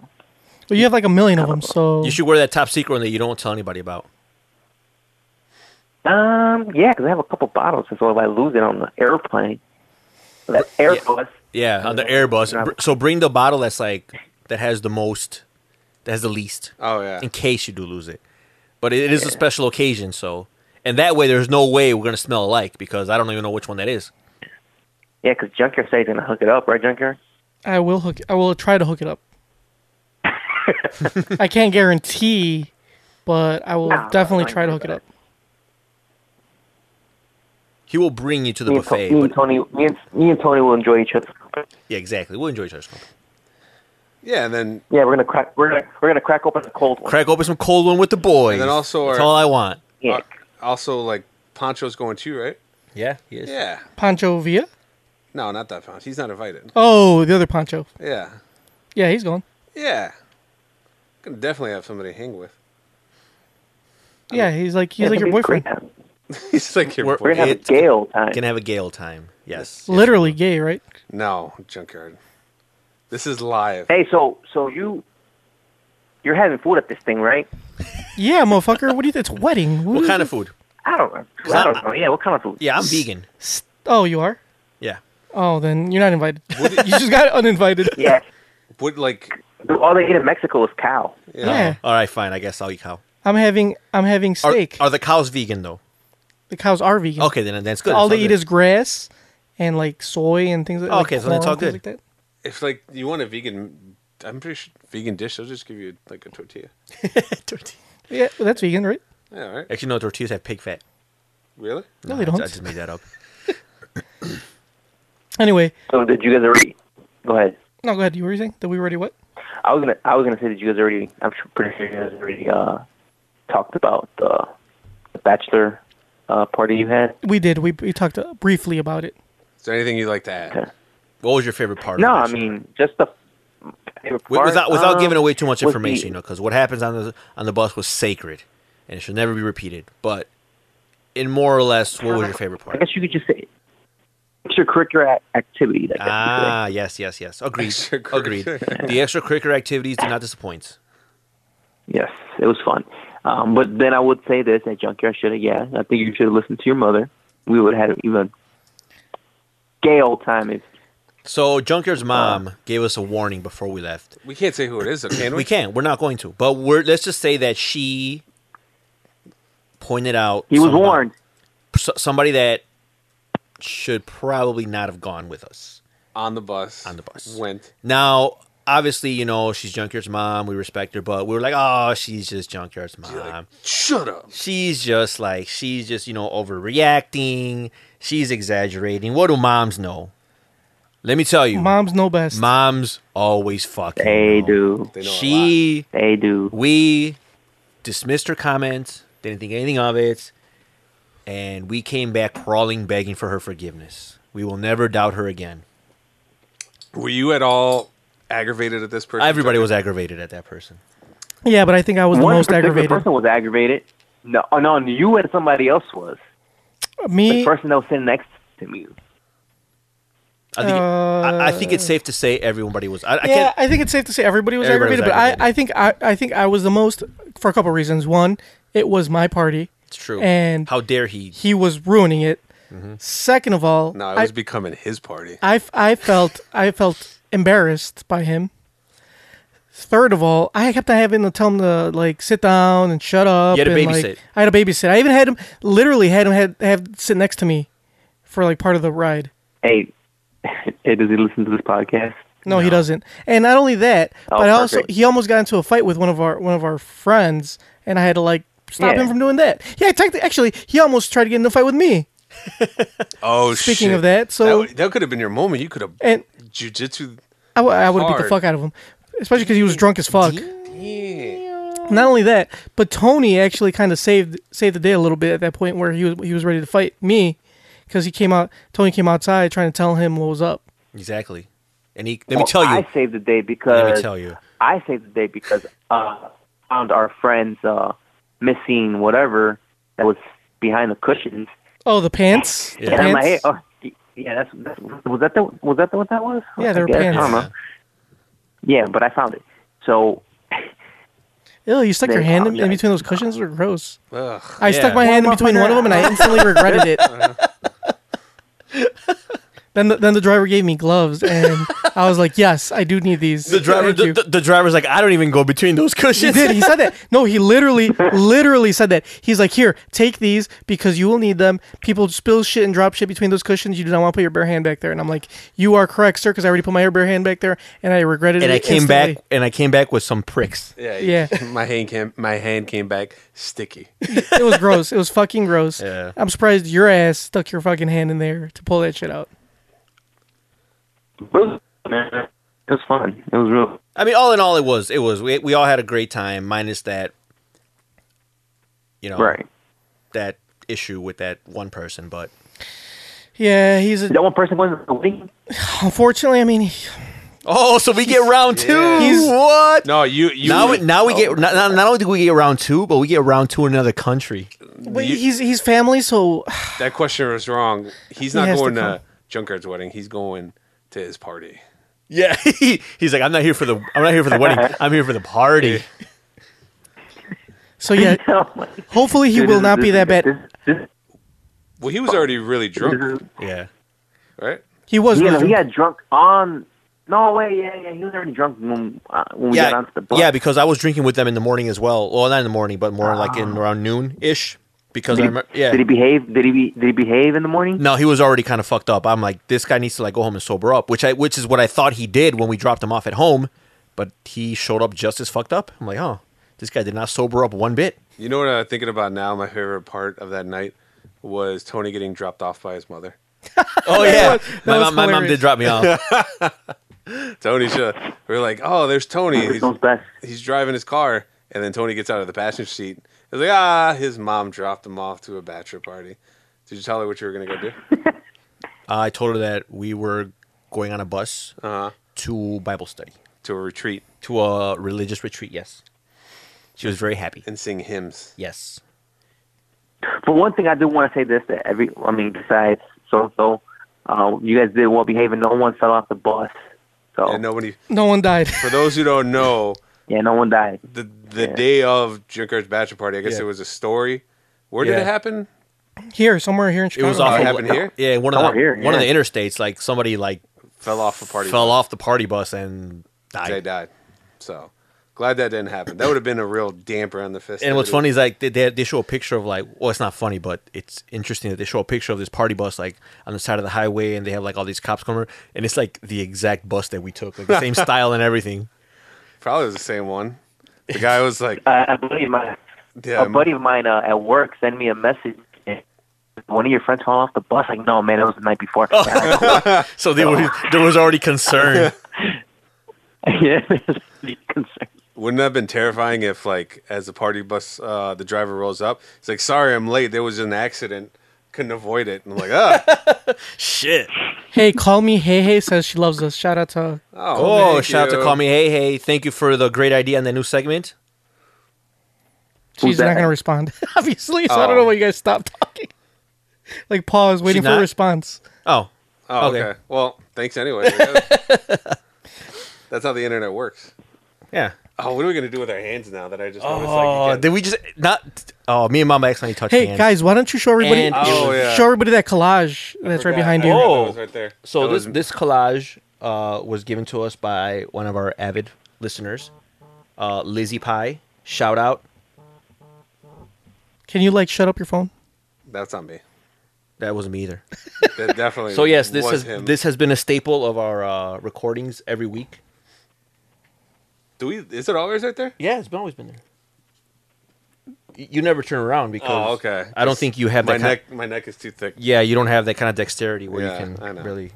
[SPEAKER 3] Well, you have like a million of them, so
[SPEAKER 5] You should wear that top secret one that you don't tell anybody about.
[SPEAKER 12] um, yeah, because I have a couple bottles, and so if I lose it on the airplane, that Airbus.
[SPEAKER 5] Yeah,
[SPEAKER 12] Uh,
[SPEAKER 5] on the Airbus. Br- So bring the bottle that's like that has the most, that has the least.
[SPEAKER 4] Oh yeah.
[SPEAKER 5] In case you do lose it, but it is a special occasion, so and that way there's no way we're gonna smell alike because I don't even know which one that is.
[SPEAKER 12] Yeah, because Junker said he's gonna hook it up, right, Junker?
[SPEAKER 3] I will hook. I will try to hook it up. I can't guarantee, but I will
[SPEAKER 12] Nah,
[SPEAKER 3] definitely
[SPEAKER 12] I
[SPEAKER 3] try to hook it up.
[SPEAKER 5] He will bring you to the
[SPEAKER 12] me
[SPEAKER 5] buffet.
[SPEAKER 12] And,
[SPEAKER 5] but-
[SPEAKER 12] Tony- me, and Tony, me, and, me and Tony will enjoy each other's company.
[SPEAKER 5] yeah, exactly. We'll enjoy each other's company.
[SPEAKER 4] Yeah, and then
[SPEAKER 12] Yeah, we're gonna crack. We're gonna we're gonna crack open a cold one.
[SPEAKER 5] Crack open some cold one with the boys.
[SPEAKER 4] And then also
[SPEAKER 5] that's
[SPEAKER 4] our- Uh,
[SPEAKER 5] all I want.
[SPEAKER 12] Yeah.
[SPEAKER 4] also like Poncho's going too, right?
[SPEAKER 5] Yeah.
[SPEAKER 4] Yeah.
[SPEAKER 3] Pancho Villa.
[SPEAKER 4] No, not that Poncho. He's not invited.
[SPEAKER 3] Oh, the other Pancho.
[SPEAKER 4] Yeah.
[SPEAKER 3] Yeah, he's gone.
[SPEAKER 4] Yeah. Can definitely have somebody to hang with.
[SPEAKER 3] Yeah, he's like he's
[SPEAKER 4] Yeah,
[SPEAKER 3] like your
[SPEAKER 4] it'll be
[SPEAKER 3] boyfriend.
[SPEAKER 4] He's like your
[SPEAKER 5] We're-
[SPEAKER 4] boy.
[SPEAKER 5] we're gonna have a
[SPEAKER 4] It-
[SPEAKER 12] Gale time.
[SPEAKER 5] Gonna have a Gale time. Yes.
[SPEAKER 3] Literally gay, right?
[SPEAKER 4] No, junkyard. This is live.
[SPEAKER 12] Hey, so so you you're having food at this thing, right?
[SPEAKER 3] Yeah, motherfucker. What do you? It's wedding. What,
[SPEAKER 5] What
[SPEAKER 3] is it?
[SPEAKER 5] kind of food?
[SPEAKER 12] I don't know. I don't know. Yeah, what kind of food?
[SPEAKER 5] Yeah, I'm vegan.
[SPEAKER 3] Oh, you are.
[SPEAKER 5] Yeah.
[SPEAKER 3] Oh, then you're not invited. you just got uninvited.
[SPEAKER 12] Yeah,
[SPEAKER 4] Would like
[SPEAKER 12] all they eat in Mexico is cow.
[SPEAKER 3] Yeah. Yeah.
[SPEAKER 5] All right, fine. I guess I'll eat cow.
[SPEAKER 3] I'm having I'm having
[SPEAKER 5] Are,
[SPEAKER 3] steak.
[SPEAKER 5] are the cows vegan though?
[SPEAKER 3] the cows are vegan.
[SPEAKER 5] Okay, then that's good.
[SPEAKER 3] All
[SPEAKER 5] That's
[SPEAKER 3] they eat
[SPEAKER 5] good. Oh,
[SPEAKER 3] is grass and like soy and things. Like, like
[SPEAKER 5] Okay, so then it's
[SPEAKER 3] corn,
[SPEAKER 5] all
[SPEAKER 3] things
[SPEAKER 5] good.
[SPEAKER 3] Like that.
[SPEAKER 4] if like you want a vegan, I'm pretty sure vegan dish. They'll just give you like a tortilla.
[SPEAKER 3] Yeah, well, that's vegan, right?
[SPEAKER 4] Yeah, all right.
[SPEAKER 5] Actually, no, tortillas have pig fat.
[SPEAKER 4] Really?
[SPEAKER 3] No,
[SPEAKER 5] Nah,
[SPEAKER 3] they
[SPEAKER 5] I-
[SPEAKER 3] don't.
[SPEAKER 5] I just made that up.
[SPEAKER 3] Anyway,
[SPEAKER 12] So did you guys already? Go ahead.
[SPEAKER 3] no, go ahead. You were saying that we already what?
[SPEAKER 12] I was gonna I was gonna say that you guys already. I'm sure, pretty sure you guys already uh, talked about the, the bachelor uh, party you had.
[SPEAKER 3] We did. We we talked uh, briefly about it.
[SPEAKER 4] Is there anything you'd like to add?
[SPEAKER 5] What was your favorite part?
[SPEAKER 12] No,
[SPEAKER 5] of
[SPEAKER 12] I
[SPEAKER 5] the show?
[SPEAKER 12] mean just the favorite
[SPEAKER 5] Wi-
[SPEAKER 12] part,
[SPEAKER 5] without without
[SPEAKER 12] um,
[SPEAKER 5] giving away too much
[SPEAKER 12] was the-
[SPEAKER 5] information, you know, because what happens on the on the bus was sacred, and it should never be repeated. But in more or less, what was your favorite
[SPEAKER 12] I
[SPEAKER 5] part?
[SPEAKER 12] guess you could just say extracurricular ac- activity. That
[SPEAKER 5] Ah, yes, yes, yes. Agreed. Agreed. The extracurricular activities did not disappoint.
[SPEAKER 12] Yes, it was fun. Um, but then I would say this at Junkyard should have, yeah, I think you should have listened to your mother. We would have had even gay old time if
[SPEAKER 5] So Junker's mom gave us a warning before we left.
[SPEAKER 4] We can't say who it is, though, can we?
[SPEAKER 5] We can. We're not going to. But we're let's just say that she pointed out
[SPEAKER 12] he was
[SPEAKER 5] somebody-
[SPEAKER 12] warned.
[SPEAKER 5] s- somebody that should probably not have gone with us.
[SPEAKER 4] On the bus. On
[SPEAKER 5] the bus.
[SPEAKER 4] Went.
[SPEAKER 5] Now, obviously, you know, she's Junkyard's mom. We respect her, but we were like, oh, she's just Junkyard's mom.
[SPEAKER 4] Shut up.
[SPEAKER 5] she's just like, she's just, you know, overreacting. She's exaggerating. What do moms know? Let me tell you,
[SPEAKER 3] Moms know best.
[SPEAKER 5] moms always fucking.
[SPEAKER 12] They
[SPEAKER 5] know.
[SPEAKER 12] do.
[SPEAKER 4] They know a
[SPEAKER 5] She,
[SPEAKER 12] They do.
[SPEAKER 5] we dismissed her comment, didn't think anything of it, and we came back crawling, begging for her forgiveness. We will never doubt her again.
[SPEAKER 4] Were you at all aggravated at this person?
[SPEAKER 5] Everybody was aggravated at that person.
[SPEAKER 3] Yeah, but I think I was
[SPEAKER 12] One
[SPEAKER 3] the most
[SPEAKER 12] particular
[SPEAKER 3] aggravated.
[SPEAKER 12] person was aggravated. No, oh, no, you and somebody else was. The
[SPEAKER 3] Me.
[SPEAKER 12] person that was sitting next to me.
[SPEAKER 5] I think, I, I think
[SPEAKER 3] Uh,
[SPEAKER 5] it's safe to say everybody was. I, I
[SPEAKER 3] yeah,
[SPEAKER 5] can't.
[SPEAKER 3] I think it's safe to say everybody was
[SPEAKER 5] Everybody was
[SPEAKER 3] aggravated, but I, I think I, I think I was the most for a couple reasons. One, it was my party.
[SPEAKER 5] It's true.
[SPEAKER 3] And
[SPEAKER 5] how dare he? Mm-hmm.
[SPEAKER 3] he was ruining it. Second of all,
[SPEAKER 4] No, it
[SPEAKER 3] I-
[SPEAKER 4] was becoming his party.
[SPEAKER 3] I, f- I felt I felt embarrassed by him. Third of all, I kept on having to tell him to like sit down and shut up.
[SPEAKER 5] You had to
[SPEAKER 3] and, like,
[SPEAKER 5] babysit.
[SPEAKER 3] I had a babysit. I even had him literally had him had have sit next to me for like part of the ride.
[SPEAKER 12] Hey, hey, does he listen to this podcast?
[SPEAKER 3] No, he doesn't. And not only that,
[SPEAKER 12] Oh,
[SPEAKER 3] but I also
[SPEAKER 12] perfect.
[SPEAKER 3] he almost got into a fight with one of our one of our friends, and I had to like stop
[SPEAKER 12] Yeah.
[SPEAKER 3] him from doing that. Yeah, technically, actually, he almost tried to get into a fight with me.
[SPEAKER 4] Oh,
[SPEAKER 3] Speaking
[SPEAKER 4] shit.
[SPEAKER 3] of that, so-
[SPEAKER 4] That, that could have been your moment. You could have
[SPEAKER 3] And
[SPEAKER 4] jujitsu.
[SPEAKER 3] I would have beat the
[SPEAKER 4] Hard.
[SPEAKER 3] fuck out of him, especially because he was drunk as fuck. Not only that, but Tony actually kind of saved saved the day a little bit at that point where he was he was ready to fight me because he came out. Tony came outside trying to tell him what was up.
[SPEAKER 5] Exactly. And he, let me
[SPEAKER 12] Well,
[SPEAKER 5] tell you.
[SPEAKER 12] I saved the day because
[SPEAKER 5] Let me tell you.
[SPEAKER 12] I saved the day because uh, found our friend's uh, missing whatever that was behind the cushions.
[SPEAKER 3] Oh, the pants. The
[SPEAKER 12] And I'm like, hey,
[SPEAKER 3] pants?
[SPEAKER 12] oh, yeah, that's, that's was that the was that the, what that was?
[SPEAKER 3] Yeah, they
[SPEAKER 12] I
[SPEAKER 3] were
[SPEAKER 12] guess, I
[SPEAKER 3] pants.
[SPEAKER 12] don't know. Yeah, but I found it. So
[SPEAKER 3] Ew, you stuck your
[SPEAKER 12] They
[SPEAKER 3] hand in,
[SPEAKER 12] apologize.
[SPEAKER 3] in between those cushions? They're gross.
[SPEAKER 12] Ugh.
[SPEAKER 3] I stuck
[SPEAKER 12] Yeah.
[SPEAKER 3] my hand in between one of them and I instantly regretted it. then, the, then the driver gave me gloves, and I was like, "Yes, I do need these."
[SPEAKER 5] The driver,
[SPEAKER 3] Thank
[SPEAKER 5] the,
[SPEAKER 3] you.
[SPEAKER 5] the, the driver's like, I don't even go between those
[SPEAKER 3] He
[SPEAKER 5] cushions.
[SPEAKER 3] did. He said that. No, he literally, literally said that. He's like, "Here, take these because you will need them. People spill shit and drop shit between those cushions. You do not want to put your bare hand back there." And I'm like, "You are correct, sir, because I already put my bare hand back there, and I regretted
[SPEAKER 5] and
[SPEAKER 3] it."
[SPEAKER 5] I came
[SPEAKER 3] instantly."
[SPEAKER 5] back, and I came back with some pricks.
[SPEAKER 4] Yeah,
[SPEAKER 3] Yeah.
[SPEAKER 4] My hand came. My hand came back sticky.
[SPEAKER 3] it was gross. It was fucking gross. I'm surprised your ass stuck your fucking hand in there to pull that shit out.
[SPEAKER 12] man, it was fun. It was real.
[SPEAKER 5] I mean, all in all, it was. It was. We, we all had a great time, minus that, you know,
[SPEAKER 12] Right.
[SPEAKER 5] that issue with that one person. But
[SPEAKER 3] Yeah, he's a.
[SPEAKER 12] That one person wasn't the wedding.
[SPEAKER 3] Unfortunately, I mean, he-
[SPEAKER 5] oh, so we get round two.
[SPEAKER 3] He's-
[SPEAKER 5] what?
[SPEAKER 4] No, you. you
[SPEAKER 5] now, we, now we
[SPEAKER 4] Oh.
[SPEAKER 5] get. Not, not not only do we get round two, but we get round two in another country.
[SPEAKER 3] but he's he's family, so
[SPEAKER 4] That question was wrong. He's
[SPEAKER 3] He
[SPEAKER 4] not
[SPEAKER 3] has to
[SPEAKER 4] going
[SPEAKER 3] come.
[SPEAKER 4] to, Junkard's wedding. He's going to his party.
[SPEAKER 5] Yeah, he's like, I'm not here for the. I'm not here for the wedding. I'm here for the party.
[SPEAKER 3] so yeah. Hopefully, he
[SPEAKER 4] Dude,
[SPEAKER 3] will
[SPEAKER 4] this-
[SPEAKER 3] not be
[SPEAKER 4] this-
[SPEAKER 3] that bad.
[SPEAKER 4] Well, he was already really drunk.
[SPEAKER 5] Yeah.
[SPEAKER 4] Right.
[SPEAKER 3] He was.
[SPEAKER 12] Yeah,
[SPEAKER 3] really
[SPEAKER 12] he
[SPEAKER 3] drunk.
[SPEAKER 12] got drunk on. No way. Yeah, yeah, he was already drunk when uh, when we got
[SPEAKER 5] yeah,
[SPEAKER 12] onto the bus. Ah.
[SPEAKER 5] yeah, because I was drinking with them in the morning as well. Well, not in the morning, but more like in around noon ish. Because
[SPEAKER 12] did
[SPEAKER 5] I
[SPEAKER 12] he,
[SPEAKER 5] remember, yeah,
[SPEAKER 12] did he behave? Did he be, did he behave in the morning?
[SPEAKER 5] No, he was already kind of fucked up. I'm like, this guy needs to like go home and sober up, which I which is what I thought he did when we dropped him off at home, but he showed up just as fucked up. I'm like, oh, this guy did not sober up one bit.
[SPEAKER 4] You know what I'm thinking about now? My favorite part of that night was Tony getting dropped off by his mother.
[SPEAKER 5] Oh yeah, my, mom, my mom did drop me off.
[SPEAKER 4] Tony should. We are like, oh, there's Tony. He's,
[SPEAKER 12] best.
[SPEAKER 4] he's driving his car, and then Tony gets out of the passenger seat. It's like, ah, his mom dropped him off to a bachelor party. Did you tell her what you were gonna go do?
[SPEAKER 5] I told her that we were going on a bus to Bible study,
[SPEAKER 4] Uh-huh. to a retreat,
[SPEAKER 5] to a religious retreat. Yes, she was very happy
[SPEAKER 4] and sing hymns.
[SPEAKER 5] Yes,
[SPEAKER 12] But one thing I do want to say this that every I mean besides so and so, uh, you guys did well behaving. No one fell off the bus. So
[SPEAKER 4] And nobody.
[SPEAKER 3] No one died.
[SPEAKER 4] For those who don't know,
[SPEAKER 12] yeah, no one died.
[SPEAKER 4] The the day of Junkard's bachelor party, I guess
[SPEAKER 12] Yeah.
[SPEAKER 4] it was a story. Where did
[SPEAKER 5] Yeah.
[SPEAKER 4] it happen?
[SPEAKER 3] Here, somewhere here in Chicago.
[SPEAKER 4] off of- happened here?
[SPEAKER 5] Yeah, one of the
[SPEAKER 4] Oh, here,
[SPEAKER 5] one of the
[SPEAKER 4] yeah.
[SPEAKER 5] interstates, like somebody like
[SPEAKER 4] Fell off a party
[SPEAKER 5] fell
[SPEAKER 4] bus.
[SPEAKER 5] off the party bus and died.
[SPEAKER 4] They died. So glad that didn't happen. That would have been a real damper on the fist.
[SPEAKER 5] And what's funny is like they, they they show a picture of like well it's not funny but it's interesting that they show a picture of this party bus like on the side of the highway and they have like all these cops coming and it's like the exact bus that we took like the same style and everything.
[SPEAKER 4] probably was the same one. The guy was like,
[SPEAKER 12] Uh, a buddy of mine,
[SPEAKER 4] Yeah,
[SPEAKER 12] a buddy of mine uh, at work sent me a message. One of your friends fell off the bus. Like, no, man, it was the night before.
[SPEAKER 5] so they were, there was already concern.
[SPEAKER 12] yeah,
[SPEAKER 4] Wouldn't that have been terrifying if, like, as the party bus, uh, the driver rolls up, it's like, "Sorry, I'm late. There was an accident. Couldn't avoid it." And I'm like, "Ah,
[SPEAKER 5] shit."
[SPEAKER 3] Hey, call me. Hey, hey, says she loves us. Shout out to.
[SPEAKER 5] Oh, shout out to Call Me Hey Hey. Thank you for the great idea on the new segment.
[SPEAKER 3] She's not gonna respond, obviously. So I
[SPEAKER 5] Oh.
[SPEAKER 3] don't know why you guys stopped talking. Like pause, waiting
[SPEAKER 4] She's
[SPEAKER 3] for a
[SPEAKER 4] not?
[SPEAKER 3] response.
[SPEAKER 5] Oh.
[SPEAKER 4] Oh, okay.
[SPEAKER 5] Okay.
[SPEAKER 4] Well, thanks anyway. I guess. That's how the internet works.
[SPEAKER 5] Yeah.
[SPEAKER 4] Oh, what are we gonna do with our hands now that I just noticed?
[SPEAKER 5] Oh,
[SPEAKER 4] Like,
[SPEAKER 5] did we just not? Oh, me and Mama accidentally touched
[SPEAKER 3] Hey
[SPEAKER 5] hands.
[SPEAKER 3] guys, why don't you show everybody?
[SPEAKER 5] And it Oh, was- yeah.
[SPEAKER 3] Show everybody that collage that's right behind you.
[SPEAKER 5] Oh, So
[SPEAKER 3] That
[SPEAKER 5] this
[SPEAKER 3] was-
[SPEAKER 5] this collage uh, was given to us by one of our avid listeners, uh, Lizzie Pie. Shout out.
[SPEAKER 3] Can you like shut up your phone?
[SPEAKER 4] that's on me.
[SPEAKER 5] That wasn't me either.
[SPEAKER 4] That definitely.
[SPEAKER 5] So yes, this
[SPEAKER 4] was
[SPEAKER 5] has
[SPEAKER 4] him.
[SPEAKER 5] this has been a staple of our uh, recordings every week.
[SPEAKER 4] Do we? Is it always right there?
[SPEAKER 5] Yeah, it's been always been there. Y- You never turn around because
[SPEAKER 4] Oh, okay.
[SPEAKER 5] I don't think you have
[SPEAKER 4] my
[SPEAKER 5] that kind
[SPEAKER 4] neck. my neck is too thick.
[SPEAKER 5] yeah, you don't have that kind of dexterity where
[SPEAKER 4] Yeah,
[SPEAKER 5] you
[SPEAKER 4] I
[SPEAKER 5] can
[SPEAKER 4] know.
[SPEAKER 5] really.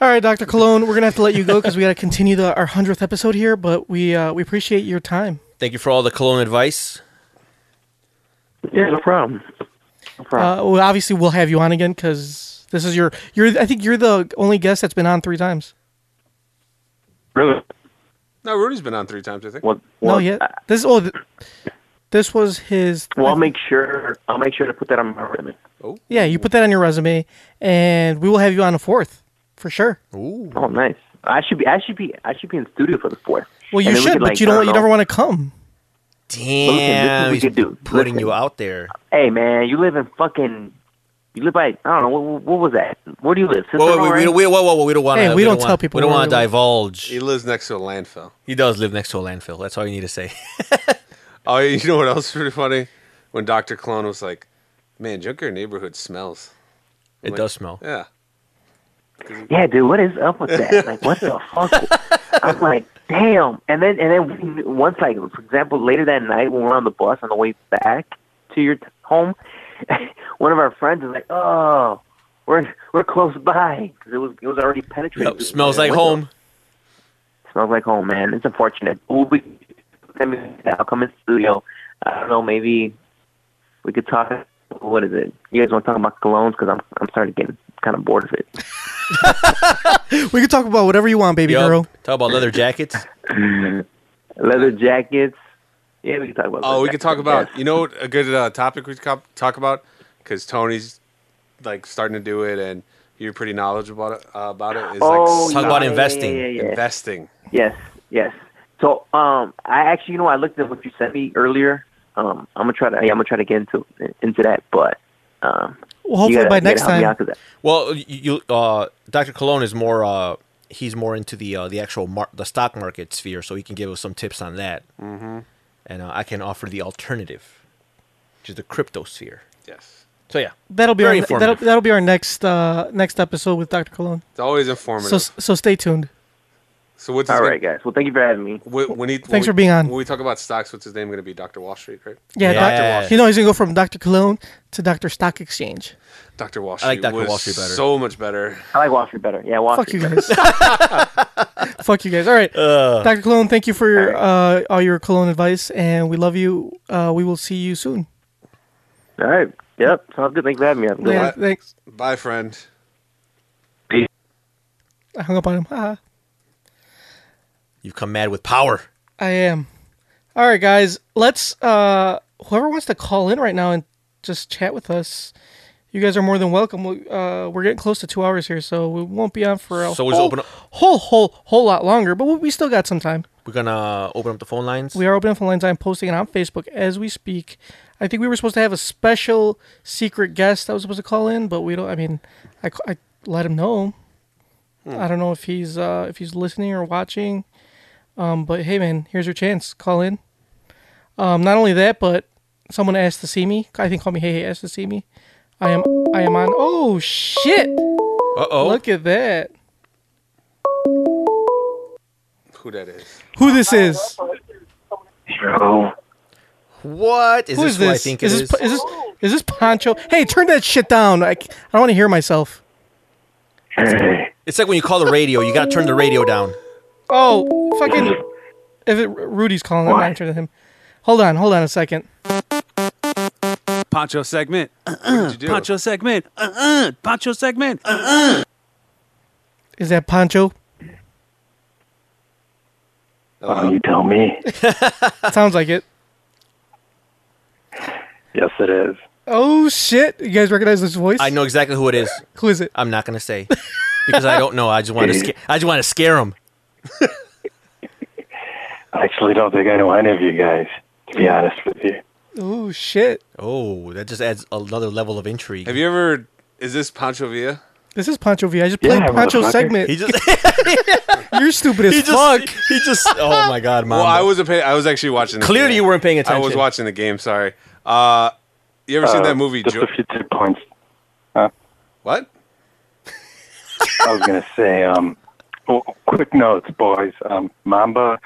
[SPEAKER 3] All right, Dr. Cologne, we're gonna have to let you go because we got to continue the, our hundredth episode here. But we uh, we appreciate your time.
[SPEAKER 5] Thank you for all the cologne advice.
[SPEAKER 12] Yeah, no problem.
[SPEAKER 3] Uh, well, obviously, we'll have you on again because this is your you're. I think you're the only guest that's been on three times.
[SPEAKER 12] Really?
[SPEAKER 4] No, Rudy's been on three times, I think.
[SPEAKER 3] no, yeah. This oh, th- this was his.
[SPEAKER 12] Well, I'll make sure. I'll make sure to put that on my resume.
[SPEAKER 4] Oh.
[SPEAKER 3] Yeah, you put that on your resume, and we will have you on a fourth for sure.
[SPEAKER 4] Ooh.
[SPEAKER 12] Oh, nice. I should be. I should be. I should be in studio for the fourth.
[SPEAKER 3] Well, you
[SPEAKER 12] And then we
[SPEAKER 3] should,
[SPEAKER 12] could,
[SPEAKER 3] but
[SPEAKER 12] like,
[SPEAKER 3] you
[SPEAKER 12] I
[SPEAKER 3] don't. you
[SPEAKER 12] know.
[SPEAKER 3] never want to come.
[SPEAKER 12] Well, listen, this is what
[SPEAKER 5] Damn,
[SPEAKER 12] we
[SPEAKER 5] he's
[SPEAKER 12] could do.
[SPEAKER 5] putting
[SPEAKER 12] Listen.
[SPEAKER 5] you out there.
[SPEAKER 12] Hey, man, you live in fucking. You live by. I don't know. What, what was that? Where do you live?
[SPEAKER 5] Whoa, whoa,
[SPEAKER 12] Cicero,
[SPEAKER 5] wait,
[SPEAKER 12] right?
[SPEAKER 5] wait, whoa, whoa, whoa, we don't want to.
[SPEAKER 3] Hey, we don't tell people
[SPEAKER 5] We don't
[SPEAKER 3] where
[SPEAKER 5] want
[SPEAKER 3] we
[SPEAKER 5] to
[SPEAKER 3] live.
[SPEAKER 5] divulge.
[SPEAKER 4] He lives next to a landfill.
[SPEAKER 5] He does live next to a landfill. That's all you need to say.
[SPEAKER 4] Oh, you know what else is pretty funny? When Dr. Clone was like, man, Junker neighborhood smells.
[SPEAKER 5] It
[SPEAKER 4] Like,
[SPEAKER 5] does smell.
[SPEAKER 4] Yeah.
[SPEAKER 12] Yeah, dude, what is up with that? Like, what the fuck? I'm like, damn. And then, and then we- once, like, for example, later that night when we're on the bus on the way back to your t- home, one of our friends is like, "Oh, we're we're close by because it was it was already penetrated."
[SPEAKER 5] Yep, smells like
[SPEAKER 12] What the-
[SPEAKER 5] home.
[SPEAKER 12] Smells like home, man. It's unfortunate. We'll be, I mean, I'll come in the studio. I don't know. Maybe we could talk. What is it? You guys want to talk about colognes? Because I'm I'm starting to get kind of bored of it.
[SPEAKER 3] We can talk about whatever you want, baby
[SPEAKER 5] Yup.
[SPEAKER 3] girl.
[SPEAKER 5] Talk about leather jackets.
[SPEAKER 12] Leather jackets. Yeah, we can talk about.
[SPEAKER 4] Oh,
[SPEAKER 12] leather
[SPEAKER 4] we could talk
[SPEAKER 12] jackets,
[SPEAKER 4] about,
[SPEAKER 12] yeah.
[SPEAKER 4] you know, what a good uh, topic we could co- talk about? Because Tony's like starting to do it and you're pretty knowledgeable about it. Uh, about it is,
[SPEAKER 12] Oh,
[SPEAKER 4] like,
[SPEAKER 5] Talk
[SPEAKER 12] yeah,
[SPEAKER 5] about
[SPEAKER 12] yeah,
[SPEAKER 5] investing.
[SPEAKER 12] Yeah, yeah, yeah.
[SPEAKER 4] investing.
[SPEAKER 12] Yes, yes. So, um, I actually, you know, I looked at what you sent me earlier. Um, I'm gonna try to, yeah, I'm gonna try to get into into that, but um,
[SPEAKER 3] Well, hopefully
[SPEAKER 12] you gotta,
[SPEAKER 3] by
[SPEAKER 12] you gotta
[SPEAKER 3] next
[SPEAKER 12] help me
[SPEAKER 3] time.
[SPEAKER 12] out 'cause I-
[SPEAKER 5] Well, you, you- uh, Dr. Cologne is more. Uh, he's more into the uh, the actual mar- the stock market sphere, so he can give us some tips on that. Mm-hmm. And uh, I can offer the alternative, which is the crypto sphere.
[SPEAKER 4] Yes.
[SPEAKER 5] So yeah,
[SPEAKER 3] That'll be our,
[SPEAKER 5] Very
[SPEAKER 3] that'll,
[SPEAKER 5] informative.
[SPEAKER 3] that'll be our next uh, next episode with Dr. Cologne.
[SPEAKER 4] It's always informative.
[SPEAKER 3] So
[SPEAKER 4] So,
[SPEAKER 3] so stay tuned.
[SPEAKER 4] what's his
[SPEAKER 12] All
[SPEAKER 4] name-
[SPEAKER 12] right, guys. Well, thank you for having me.
[SPEAKER 4] wh- When he, when
[SPEAKER 3] Thanks
[SPEAKER 4] we-
[SPEAKER 3] for being on.
[SPEAKER 4] When we talk about stocks, what's his name going to be? Dr. Wall Street, right?
[SPEAKER 3] Yeah,
[SPEAKER 5] Yeah.
[SPEAKER 3] Dr. You know he's gonna go from Dr. Cologne to Dr. Stock Exchange.
[SPEAKER 4] Dr. Wall Street.
[SPEAKER 5] I like Dr.
[SPEAKER 4] was
[SPEAKER 5] Wall Street better.
[SPEAKER 4] So much better.
[SPEAKER 12] I like Wall Street better. Yeah, Wall
[SPEAKER 3] Fuck
[SPEAKER 12] Street.
[SPEAKER 3] you guys. Fuck you guys. All right, Dr. Cologne, thank you for your, uh, all your Cologne advice, and we love you. Uh, we will see you soon.
[SPEAKER 12] All right. Yep. Sounds good. Thanks for having me. Have a good
[SPEAKER 3] Yeah,
[SPEAKER 12] one.
[SPEAKER 3] thanks.
[SPEAKER 4] Bye, friend.
[SPEAKER 3] I hung up on him. Haha.
[SPEAKER 5] you've come mad with power.
[SPEAKER 3] I am. All right, guys. Let's. uh Whoever wants to call in right now and just chat with us, you guys are more than welcome. We, uh, we're getting close to two hours here, so we won't be on for a
[SPEAKER 5] So we
[SPEAKER 3] whole,
[SPEAKER 5] open up-
[SPEAKER 3] whole whole whole lot longer. But we- we still got some time.
[SPEAKER 5] We're gonna open up the phone lines.
[SPEAKER 3] We are opening up the lines. I'm posting it on Facebook as we speak. I think we were supposed to have a special secret guest that was supposed to call in, but we don't. I mean, I, c- I let him know. I don't know if he's uh, if he's listening or watching. Um, but hey, man, here's your chance. Call in. Um, not only that, but someone asked to see me. I think call me. Hey, hey, asked to see me. I am. I am on. Oh shit!
[SPEAKER 5] Uh oh.
[SPEAKER 3] Look at that.
[SPEAKER 4] Who that is?
[SPEAKER 3] Who this is?
[SPEAKER 12] Yo.
[SPEAKER 5] What is
[SPEAKER 3] Who
[SPEAKER 5] this?
[SPEAKER 3] is
[SPEAKER 5] who I
[SPEAKER 3] this?
[SPEAKER 5] think
[SPEAKER 3] is
[SPEAKER 5] it
[SPEAKER 3] this is this is this Poncho? Hey, turn that shit down. I, c- I don't want to hear myself.
[SPEAKER 12] Hey.
[SPEAKER 5] It's like when you call the radio, you gotta turn the radio down.
[SPEAKER 3] Oh, fucking! If it, Rudy's calling, I'm not answering to him. Hold on, hold on a second.
[SPEAKER 8] Poncho segment.
[SPEAKER 4] What did you do?
[SPEAKER 8] Poncho segment. Uh-uh. Poncho segment.
[SPEAKER 3] Is that Poncho?
[SPEAKER 4] Hello?
[SPEAKER 12] Oh, you tell me.
[SPEAKER 3] Sounds like it.
[SPEAKER 12] yes, it is.
[SPEAKER 3] Oh shit! You guys recognize this voice?
[SPEAKER 5] I know exactly who it is.
[SPEAKER 3] Who is it?
[SPEAKER 5] I'm not gonna say because I don't know. I just want to. Sca- I just want to scare him.
[SPEAKER 13] I actually don't think I know any of you guys, to be honest with you.
[SPEAKER 3] Oh shit!
[SPEAKER 5] Oh, that just adds another level of intrigue.
[SPEAKER 4] Have you ever? Is this Pancho Villa?
[SPEAKER 3] This is Poncho V. I just
[SPEAKER 13] Yeah,
[SPEAKER 3] played Poncho's
[SPEAKER 13] motherfucker.
[SPEAKER 3] segment.
[SPEAKER 5] he just.
[SPEAKER 3] You're stupid as
[SPEAKER 5] he just.
[SPEAKER 3] fuck.
[SPEAKER 5] He just. Oh my god, mom.
[SPEAKER 4] Well, I wasn't. Pay- I was actually watching. The
[SPEAKER 5] Clearly,
[SPEAKER 4] game.
[SPEAKER 5] you weren't paying attention.
[SPEAKER 4] I was watching the game. Sorry. Uh, you ever seen
[SPEAKER 13] Uh,
[SPEAKER 4] that movie?
[SPEAKER 13] Just
[SPEAKER 4] Jo-
[SPEAKER 13] a few tip points.
[SPEAKER 4] what?
[SPEAKER 13] I was gonna say, um, oh, quick notes, boys. Um, Mamba,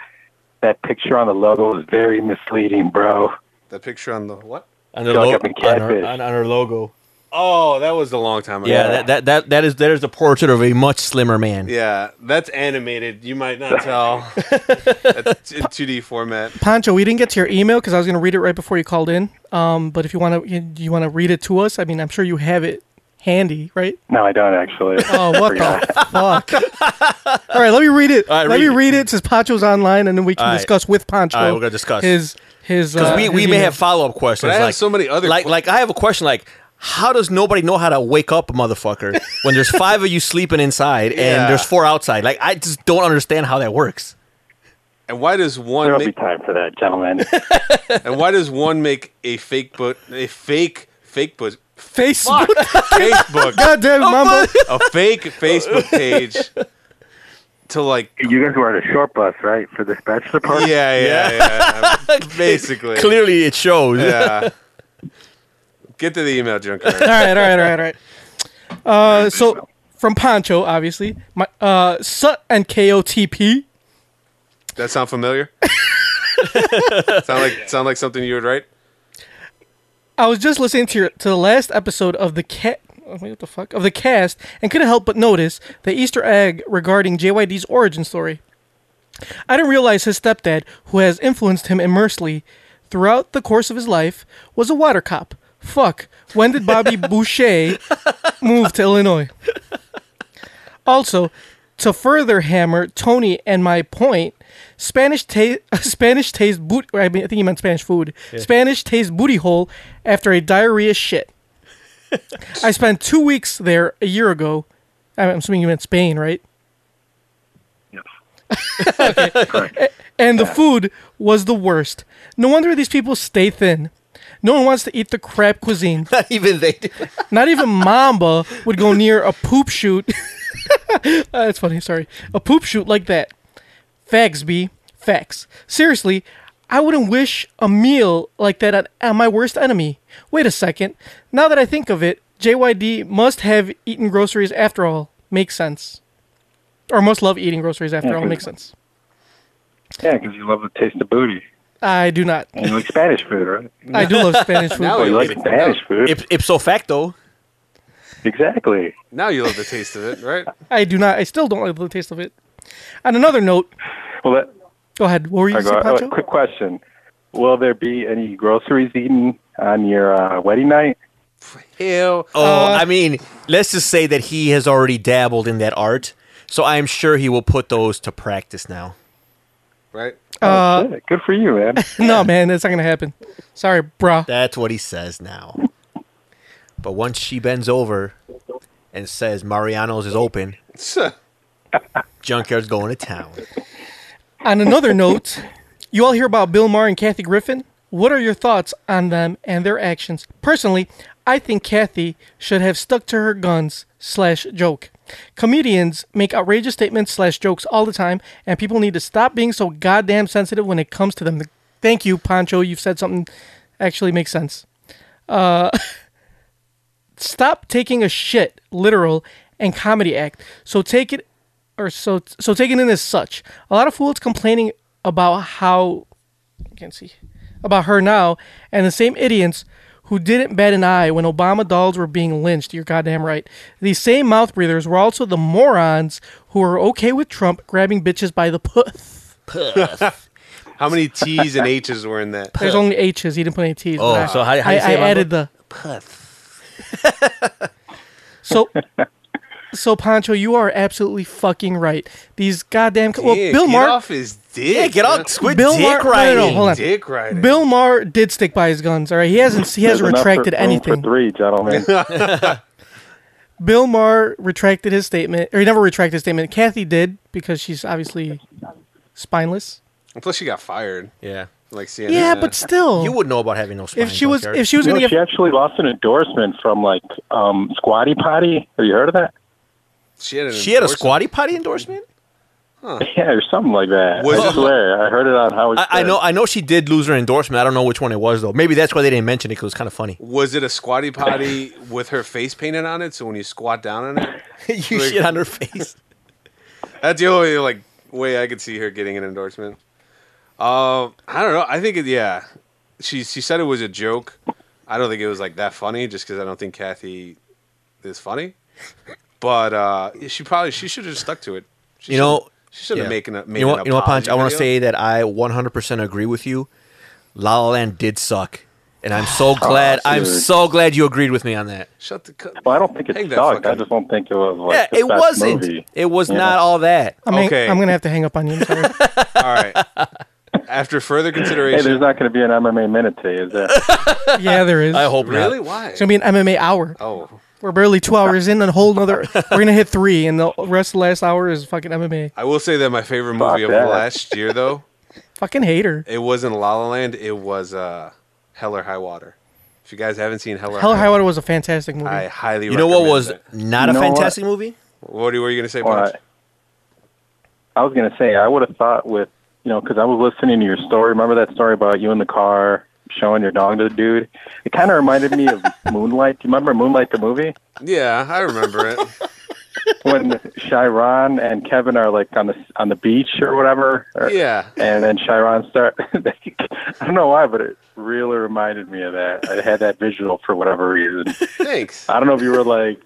[SPEAKER 13] that picture on the logo is very misleading, bro.
[SPEAKER 4] That picture on the what?
[SPEAKER 5] on her,
[SPEAKER 13] Dog
[SPEAKER 5] lo-
[SPEAKER 13] up in
[SPEAKER 5] on, her,
[SPEAKER 13] catfish.
[SPEAKER 5] on, on her logo.
[SPEAKER 4] Oh, that was a long time ago.
[SPEAKER 5] Yeah, That, that that that is that is the portrait of a much slimmer man.
[SPEAKER 4] yeah, that's animated. You might not tell. that's in 2D format.
[SPEAKER 3] Pancho, we didn't get to your email because I was going to read it right before you called in. Um, but if you want to, you, you want to read it to us. I mean, I'm sure you have it handy, right?
[SPEAKER 13] No, I don't actually.
[SPEAKER 3] Oh, what
[SPEAKER 13] Forgot.
[SPEAKER 3] the fuck! All right, let me read it.
[SPEAKER 5] All right,
[SPEAKER 3] let
[SPEAKER 5] read
[SPEAKER 3] me read it. since Pancho's online, and then we can
[SPEAKER 5] All right.
[SPEAKER 3] discuss with Pancho.
[SPEAKER 5] All right, we're gonna discuss.
[SPEAKER 3] his his
[SPEAKER 5] Because
[SPEAKER 3] uh,
[SPEAKER 5] we,
[SPEAKER 3] his
[SPEAKER 5] we may
[SPEAKER 3] email.
[SPEAKER 5] have follow up questions.
[SPEAKER 3] But I have
[SPEAKER 5] like,
[SPEAKER 3] so
[SPEAKER 4] many other
[SPEAKER 5] like like I have a question like how does nobody know how to wake up a motherfucker when there's five of you sleeping inside
[SPEAKER 4] Yeah.
[SPEAKER 5] and there's four outside? Like I just don't understand how that works.
[SPEAKER 4] And why does one
[SPEAKER 13] There'll
[SPEAKER 4] make
[SPEAKER 13] be time for that, gentlemen.
[SPEAKER 4] and why does one make a fake book a fake fake book
[SPEAKER 3] Facebook.
[SPEAKER 4] Facebook.
[SPEAKER 3] Goddamn
[SPEAKER 5] Oh,
[SPEAKER 3] mumble.
[SPEAKER 4] a fake Facebook page to like
[SPEAKER 13] you guys were at a short bus, right, for this bachelor
[SPEAKER 4] yeah
[SPEAKER 13] party?
[SPEAKER 4] yeah yeah, basically
[SPEAKER 5] Clearly it shows.
[SPEAKER 4] yeah get to the email junker
[SPEAKER 3] all right, all right, all right, all right. Uh, so from Pancho, obviously, my uh, Sut and KOTP.
[SPEAKER 4] that sound familiar sound like sound like something you would write
[SPEAKER 3] I was just listening to your, to the last episode of the cat. What the fuck of the cast, and couldn't help but notice the Easter egg regarding JYD's origin story. I didn't realize his stepdad, who has influenced him immersely throughout the course of his life, was a water cop. Fuck. When did Bobby Boucher move to Illinois? Also, to further hammer Tony and my point, Spanish taste Spanish taste boot. I mean, I think he meant Spanish food.
[SPEAKER 2] Yeah.
[SPEAKER 3] Spanish taste booty hole after a diarrhea shit. I spent two weeks there a year ago. I'm assuming you meant Spain, right? A- and the food was the worst. No wonder these people stay thin. No one wants to eat the crap cuisine.
[SPEAKER 5] Not even they do.
[SPEAKER 3] Not even Mamba would go near a poop shoot. Uh, that's funny, sorry. A poop shoot like that. Facts, B. Facts. Seriously, I wouldn't wish a meal like that on, on my worst enemy. Wait a second. Now that I think of it, JYD must have eaten groceries after all. Makes sense. Or must love eating groceries after
[SPEAKER 13] Yeah,
[SPEAKER 3] all.
[SPEAKER 13] good.
[SPEAKER 3] Makes sense.
[SPEAKER 13] Yeah, because you love the taste of booty.
[SPEAKER 3] I do not.
[SPEAKER 13] And you like Spanish food, right?
[SPEAKER 3] I do love Spanish food.
[SPEAKER 13] Well, you like Spanish food.
[SPEAKER 5] ipso facto.
[SPEAKER 13] Exactly.
[SPEAKER 4] now you love the taste of it right
[SPEAKER 3] I do not. I still don't like the taste of it. On another note,
[SPEAKER 13] Well, that,
[SPEAKER 3] go ahead. What were you
[SPEAKER 13] I
[SPEAKER 3] going to say,
[SPEAKER 13] go, oh,
[SPEAKER 3] Pancho?
[SPEAKER 13] quick question. Will there be any groceries eaten on your uh, wedding night?
[SPEAKER 4] Ew.
[SPEAKER 5] Oh, I mean, let's just say that he has already dabbled in that art, so I am sure he will put those to practice now.
[SPEAKER 4] right
[SPEAKER 3] Uh,
[SPEAKER 13] Yeah, good for you, man.
[SPEAKER 3] no, man, that's not going to happen. Sorry, bruh.
[SPEAKER 5] That's what he says now. But once she bends over and says Mariano's is open, Junkyard's going to town.
[SPEAKER 3] On another note, you all hear about Bill Maher and Kathy Griffin. What are your thoughts on them and their actions? Personally, I think Kathy should have stuck to her guns slash joke. Comedians make outrageous statements slash jokes all the time, and people need to stop being so goddamn sensitive when it comes to them. Thank you, Pancho. You've said something actually makes sense. Uh, stop taking a shit literal and comedy act. So take it or so so take it in as such. A lot of fools complaining about how I can't see about her now and the same idiots who didn't bat an eye when Obama dolls were being lynched. You're goddamn right. These same mouth breathers were also the morons who were okay with Trump grabbing bitches by the puth.
[SPEAKER 4] how many t's and h's were in that
[SPEAKER 3] There's only H's. He didn't put any T's.
[SPEAKER 4] Oh,
[SPEAKER 3] but I-
[SPEAKER 4] so how- how
[SPEAKER 3] I,
[SPEAKER 4] you say
[SPEAKER 3] I
[SPEAKER 4] it,
[SPEAKER 3] added
[SPEAKER 4] Mamba?
[SPEAKER 3] the So, so Pancho, you are absolutely fucking right. These goddamn well,
[SPEAKER 4] Yeah,
[SPEAKER 3] Bill
[SPEAKER 4] get
[SPEAKER 3] Maher.
[SPEAKER 4] off his dick
[SPEAKER 5] Yeah, get
[SPEAKER 4] you
[SPEAKER 5] off-
[SPEAKER 4] know?
[SPEAKER 5] quit Bill dick Maher- no,
[SPEAKER 3] no, no,
[SPEAKER 5] riding.
[SPEAKER 3] hold on.
[SPEAKER 4] dick riding
[SPEAKER 3] Bill Maher did stick by his guns. All right, he hasn't he
[SPEAKER 13] There's
[SPEAKER 3] hasn't
[SPEAKER 13] enough for-
[SPEAKER 3] retracted
[SPEAKER 13] room
[SPEAKER 3] anything.
[SPEAKER 13] For three, gentlemen.
[SPEAKER 3] Bill Maher retracted his statement, or he never retracted his statement. Kathy did because she's obviously spineless.
[SPEAKER 4] And plus she got fired
[SPEAKER 5] yeah
[SPEAKER 4] like CNN.
[SPEAKER 3] Yeah, but
[SPEAKER 4] uh,
[SPEAKER 3] still,
[SPEAKER 5] You wouldn't know about having no spine.
[SPEAKER 3] If she was-
[SPEAKER 5] Junkyard.
[SPEAKER 3] if she was
[SPEAKER 13] You
[SPEAKER 3] gonna
[SPEAKER 13] know,
[SPEAKER 3] get-
[SPEAKER 13] she actually lost an endorsement from like um, Squatty Potty. Have you heard of that?
[SPEAKER 4] she had, an
[SPEAKER 5] She had a
[SPEAKER 4] endorsement.
[SPEAKER 5] squatty potty endorsement?
[SPEAKER 13] Yeah, or something like that.
[SPEAKER 5] Was-
[SPEAKER 13] I swear, I heard it on Howard.
[SPEAKER 5] I, I know I know she did lose her endorsement. I don't know which one it was though. Maybe that's why they didn't mention it because it was kind of funny.
[SPEAKER 4] Was it a squatty potty with her face painted on it? So when you squat down on it,
[SPEAKER 5] you shit on her face.
[SPEAKER 4] That's the only like way I could see her getting an Uh, endorsement. Um, I don't know. I think it, yeah, she she said it was a joke, I don't think it was like that funny, just because I don't think Kathy is funny. But uh, she probably she should have stuck to it. She
[SPEAKER 5] you know,
[SPEAKER 4] should- she should have
[SPEAKER 5] yeah.
[SPEAKER 4] made an made
[SPEAKER 5] you know, what-
[SPEAKER 4] an
[SPEAKER 5] you know what, Punch?
[SPEAKER 4] apology
[SPEAKER 5] I want to
[SPEAKER 4] video.
[SPEAKER 5] say that I 100% agree with you. La La Land did suck, and I'm so glad. I'm
[SPEAKER 13] dude.
[SPEAKER 5] so glad you agreed with me on that.
[SPEAKER 4] Shut the. Cu-
[SPEAKER 13] Well, I don't think it sucked. I just don't think it was like
[SPEAKER 5] yeah,
[SPEAKER 13] the
[SPEAKER 5] it
[SPEAKER 13] best
[SPEAKER 5] wasn't.
[SPEAKER 13] movie.
[SPEAKER 5] It was
[SPEAKER 13] Yeah.
[SPEAKER 5] not all that.
[SPEAKER 3] I mean, I'm gonna have to hang up on you. I'm sorry.
[SPEAKER 4] All right. After further
[SPEAKER 13] Hey,
[SPEAKER 4] consideration,
[SPEAKER 13] there's not going to be an MMA minute today, is there?
[SPEAKER 3] yeah, there is.
[SPEAKER 13] I hope not.
[SPEAKER 4] really why?
[SPEAKER 3] It's gonna be an MMA hour.
[SPEAKER 4] Oh,
[SPEAKER 3] We're barely two hours in, and a whole another. we're gonna hit three, and the rest of the last hour is fucking MMA.
[SPEAKER 4] I will say that my favorite movie of
[SPEAKER 3] that.
[SPEAKER 4] last year, though,
[SPEAKER 3] Fucking hater.
[SPEAKER 4] it wasn't La La Land. It was uh, Hell or High Water. If you guys haven't seen Hell or
[SPEAKER 3] Hell or
[SPEAKER 4] High
[SPEAKER 3] High Water was a fantastic movie.
[SPEAKER 4] I highly.
[SPEAKER 5] You know what
[SPEAKER 4] recommend
[SPEAKER 5] was
[SPEAKER 4] it.
[SPEAKER 5] not
[SPEAKER 13] You
[SPEAKER 5] a
[SPEAKER 13] know what?
[SPEAKER 5] fantastic movie?
[SPEAKER 4] What were you going to say,
[SPEAKER 13] All
[SPEAKER 4] Punch?
[SPEAKER 13] right. I was going to say, I would have thought with, you know, because I was listening to your story. Remember that story about you in the car showing your dog to the dude? It kind of reminded me of Moonlight. Do you remember Moonlight, the movie?
[SPEAKER 4] Yeah, I remember it.
[SPEAKER 13] When Chiron and Kevin are like on the on the beach or whatever, or-
[SPEAKER 4] Yeah.
[SPEAKER 13] and then Chiron start. I don't know why, but it really reminded me of that. I had that visual for whatever reason.
[SPEAKER 4] Thanks.
[SPEAKER 13] I don't know if you were like,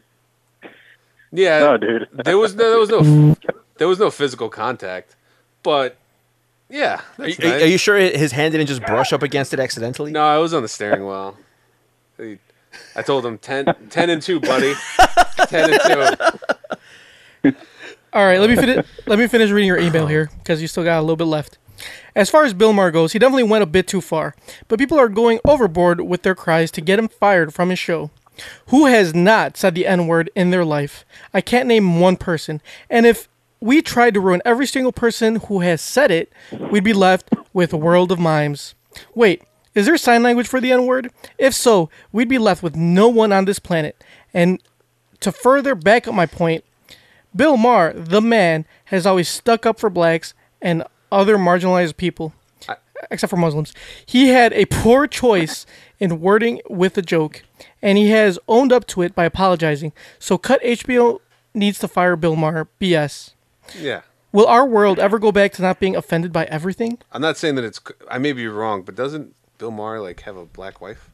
[SPEAKER 4] Yeah.
[SPEAKER 13] no, dude.
[SPEAKER 4] There was no, there was no, there was no physical contact, but yeah.
[SPEAKER 5] Are
[SPEAKER 4] that's
[SPEAKER 5] you, are
[SPEAKER 4] nice.
[SPEAKER 5] you- are you sure his hand didn't just brush up against it accidentally?
[SPEAKER 4] No, I was on the steering wheel. He- I told him 10, 10 and two, buddy. Ten and two.
[SPEAKER 3] All right, let me finish. let me finish reading your email here because you still got a little bit left. As far as Bill Maher goes, he definitely went a bit too far, but people are going overboard with their cries to get him fired from his show. Who has not said the N word in their life? I can't name one person. And if we tried to ruin every single person who has said it, we'd be left with a world of mimes. Wait, is there sign language for the N word? If so, we'd be left with no one on this planet. And to further back up my point, Bill Maher, the man, has always stuck up for blacks and other marginalized people, except for Muslims. He had a poor choice in wording with the joke, and he has owned up to it by apologizing. So, cut HBO needs to fire Bill Maher. BS.
[SPEAKER 4] Yeah.
[SPEAKER 3] Will our world ever go back to not being offended by everything?
[SPEAKER 4] I'm not saying that it's. c- I may be wrong, but doesn't Bill Maher like have a black wife?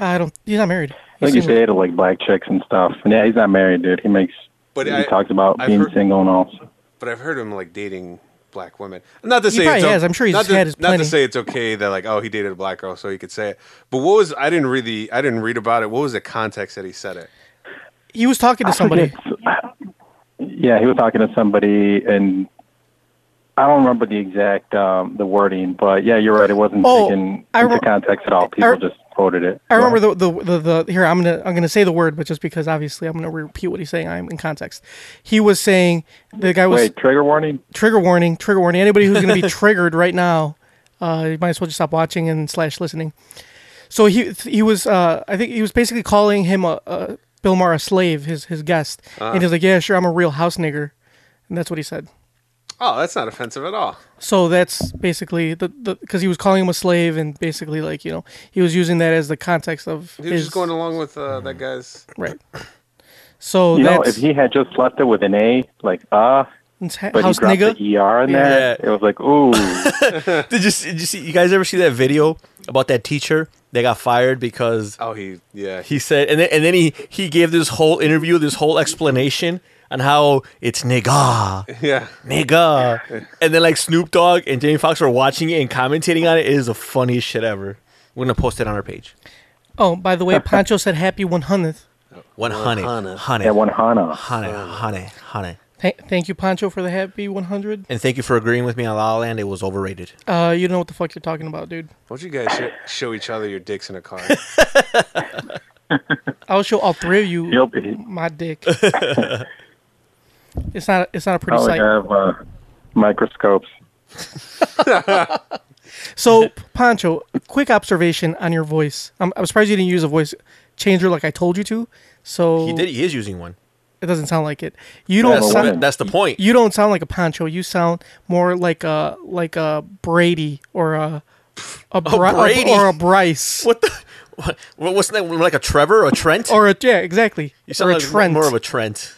[SPEAKER 3] I don't. He's not married.
[SPEAKER 13] I think
[SPEAKER 3] He's
[SPEAKER 13] he's
[SPEAKER 3] single.
[SPEAKER 13] dated like black chicks and stuff. And yeah, he's not married, dude. He makes.
[SPEAKER 4] But
[SPEAKER 13] he
[SPEAKER 4] I-
[SPEAKER 13] talks about
[SPEAKER 4] I've
[SPEAKER 13] being
[SPEAKER 4] heard-
[SPEAKER 13] single and all.
[SPEAKER 4] But I've heard him like dating black women. Not to
[SPEAKER 3] He
[SPEAKER 4] say
[SPEAKER 3] probably
[SPEAKER 4] it's o-
[SPEAKER 3] has. I'm sure he's
[SPEAKER 4] not to,
[SPEAKER 3] had his
[SPEAKER 4] not to
[SPEAKER 3] plenty.
[SPEAKER 4] say it's okay that like oh he dated a black girl so he could say it. But what was I didn't read the I didn't read about it. What was the context that he said it?
[SPEAKER 3] He was talking to somebody.
[SPEAKER 13] Yeah, he was talking to somebody, and I don't remember the exact um, the wording, but yeah, you're right. It wasn't
[SPEAKER 3] Oh,
[SPEAKER 13] taken
[SPEAKER 3] I
[SPEAKER 13] into
[SPEAKER 3] rem-
[SPEAKER 13] context at all. People
[SPEAKER 3] I-
[SPEAKER 13] just quoted it.
[SPEAKER 3] I remember the, the the the here I'm gonna I'm gonna say the word, but just because obviously I'm gonna repeat what he's saying, I'm in context. He was saying the guy was
[SPEAKER 13] Wait, trigger warning.
[SPEAKER 3] trigger warning, trigger warning. Anybody who's gonna be triggered right now, uh, you might as well just stop watching and slash listening. So he he was uh, I think he was basically calling him a, a Bill Maher a slave, his his guest,
[SPEAKER 4] Ah.
[SPEAKER 3] and he was like, yeah, sure, I'm a real house nigger, and that's what he said.
[SPEAKER 4] Oh, that's not offensive at all.
[SPEAKER 3] So that's basically the because he was calling him a slave and basically like you know he was using that as the context of
[SPEAKER 4] He was
[SPEAKER 3] his
[SPEAKER 4] just going along with uh, that guy's.
[SPEAKER 3] right. So
[SPEAKER 13] you know,
[SPEAKER 3] Oh, that's
[SPEAKER 13] if he had just left it with an A, like uh,
[SPEAKER 3] It's ha-
[SPEAKER 13] but he
[SPEAKER 3] house
[SPEAKER 13] dropped
[SPEAKER 3] nigga.
[SPEAKER 13] the ER in there, it was like ooh.
[SPEAKER 5] did you see, did you see you guys ever see that video about that teacher that got fired because
[SPEAKER 4] oh he yeah
[SPEAKER 5] he said and then and then he he gave this whole interview this whole explanation on how it's nigga
[SPEAKER 4] Yeah.
[SPEAKER 5] nigga and then like Snoop Dogg and Jamie Foxx were watching it and commentating on it. It is the funniest shit ever. We're gonna post it on our page.
[SPEAKER 3] Oh, by the way, Pancho said happy 100th.
[SPEAKER 5] One hundred,
[SPEAKER 3] One
[SPEAKER 5] hundred,
[SPEAKER 13] Yeah, one hundred,
[SPEAKER 5] hundred, hundred, hundred.
[SPEAKER 3] Th- thank you, Pancho, for the happy 100.
[SPEAKER 5] And thank you for agreeing with me on La La Land. It was overrated.
[SPEAKER 3] Uh, you know what the fuck you're talking about, dude.
[SPEAKER 4] Why don't you guys sh- show each other your dicks in a car?
[SPEAKER 3] I'll show all three of you
[SPEAKER 13] You'll be-
[SPEAKER 3] my dick. it's not. It's not a pretty
[SPEAKER 13] I would
[SPEAKER 3] sight.
[SPEAKER 13] have uh, microscopes.
[SPEAKER 3] So, Pancho, a quick observation on your voice. I'm, I'm surprised you didn't use a voice changer like I told you to. So
[SPEAKER 5] He did. He is using one.
[SPEAKER 3] It doesn't sound like it. You don't.
[SPEAKER 5] That's,
[SPEAKER 3] sound,
[SPEAKER 5] that's the point.
[SPEAKER 3] You don't sound like a Pancho. You sound more like a like a Brady or a a, Bri-
[SPEAKER 5] Brady?
[SPEAKER 3] or a Bryce. What
[SPEAKER 5] the? What, what's that? Like a Trevor, a Trent,
[SPEAKER 3] or a yeah, exactly.
[SPEAKER 5] You sound
[SPEAKER 3] or
[SPEAKER 5] like
[SPEAKER 3] a Trent.
[SPEAKER 5] more of a Trent.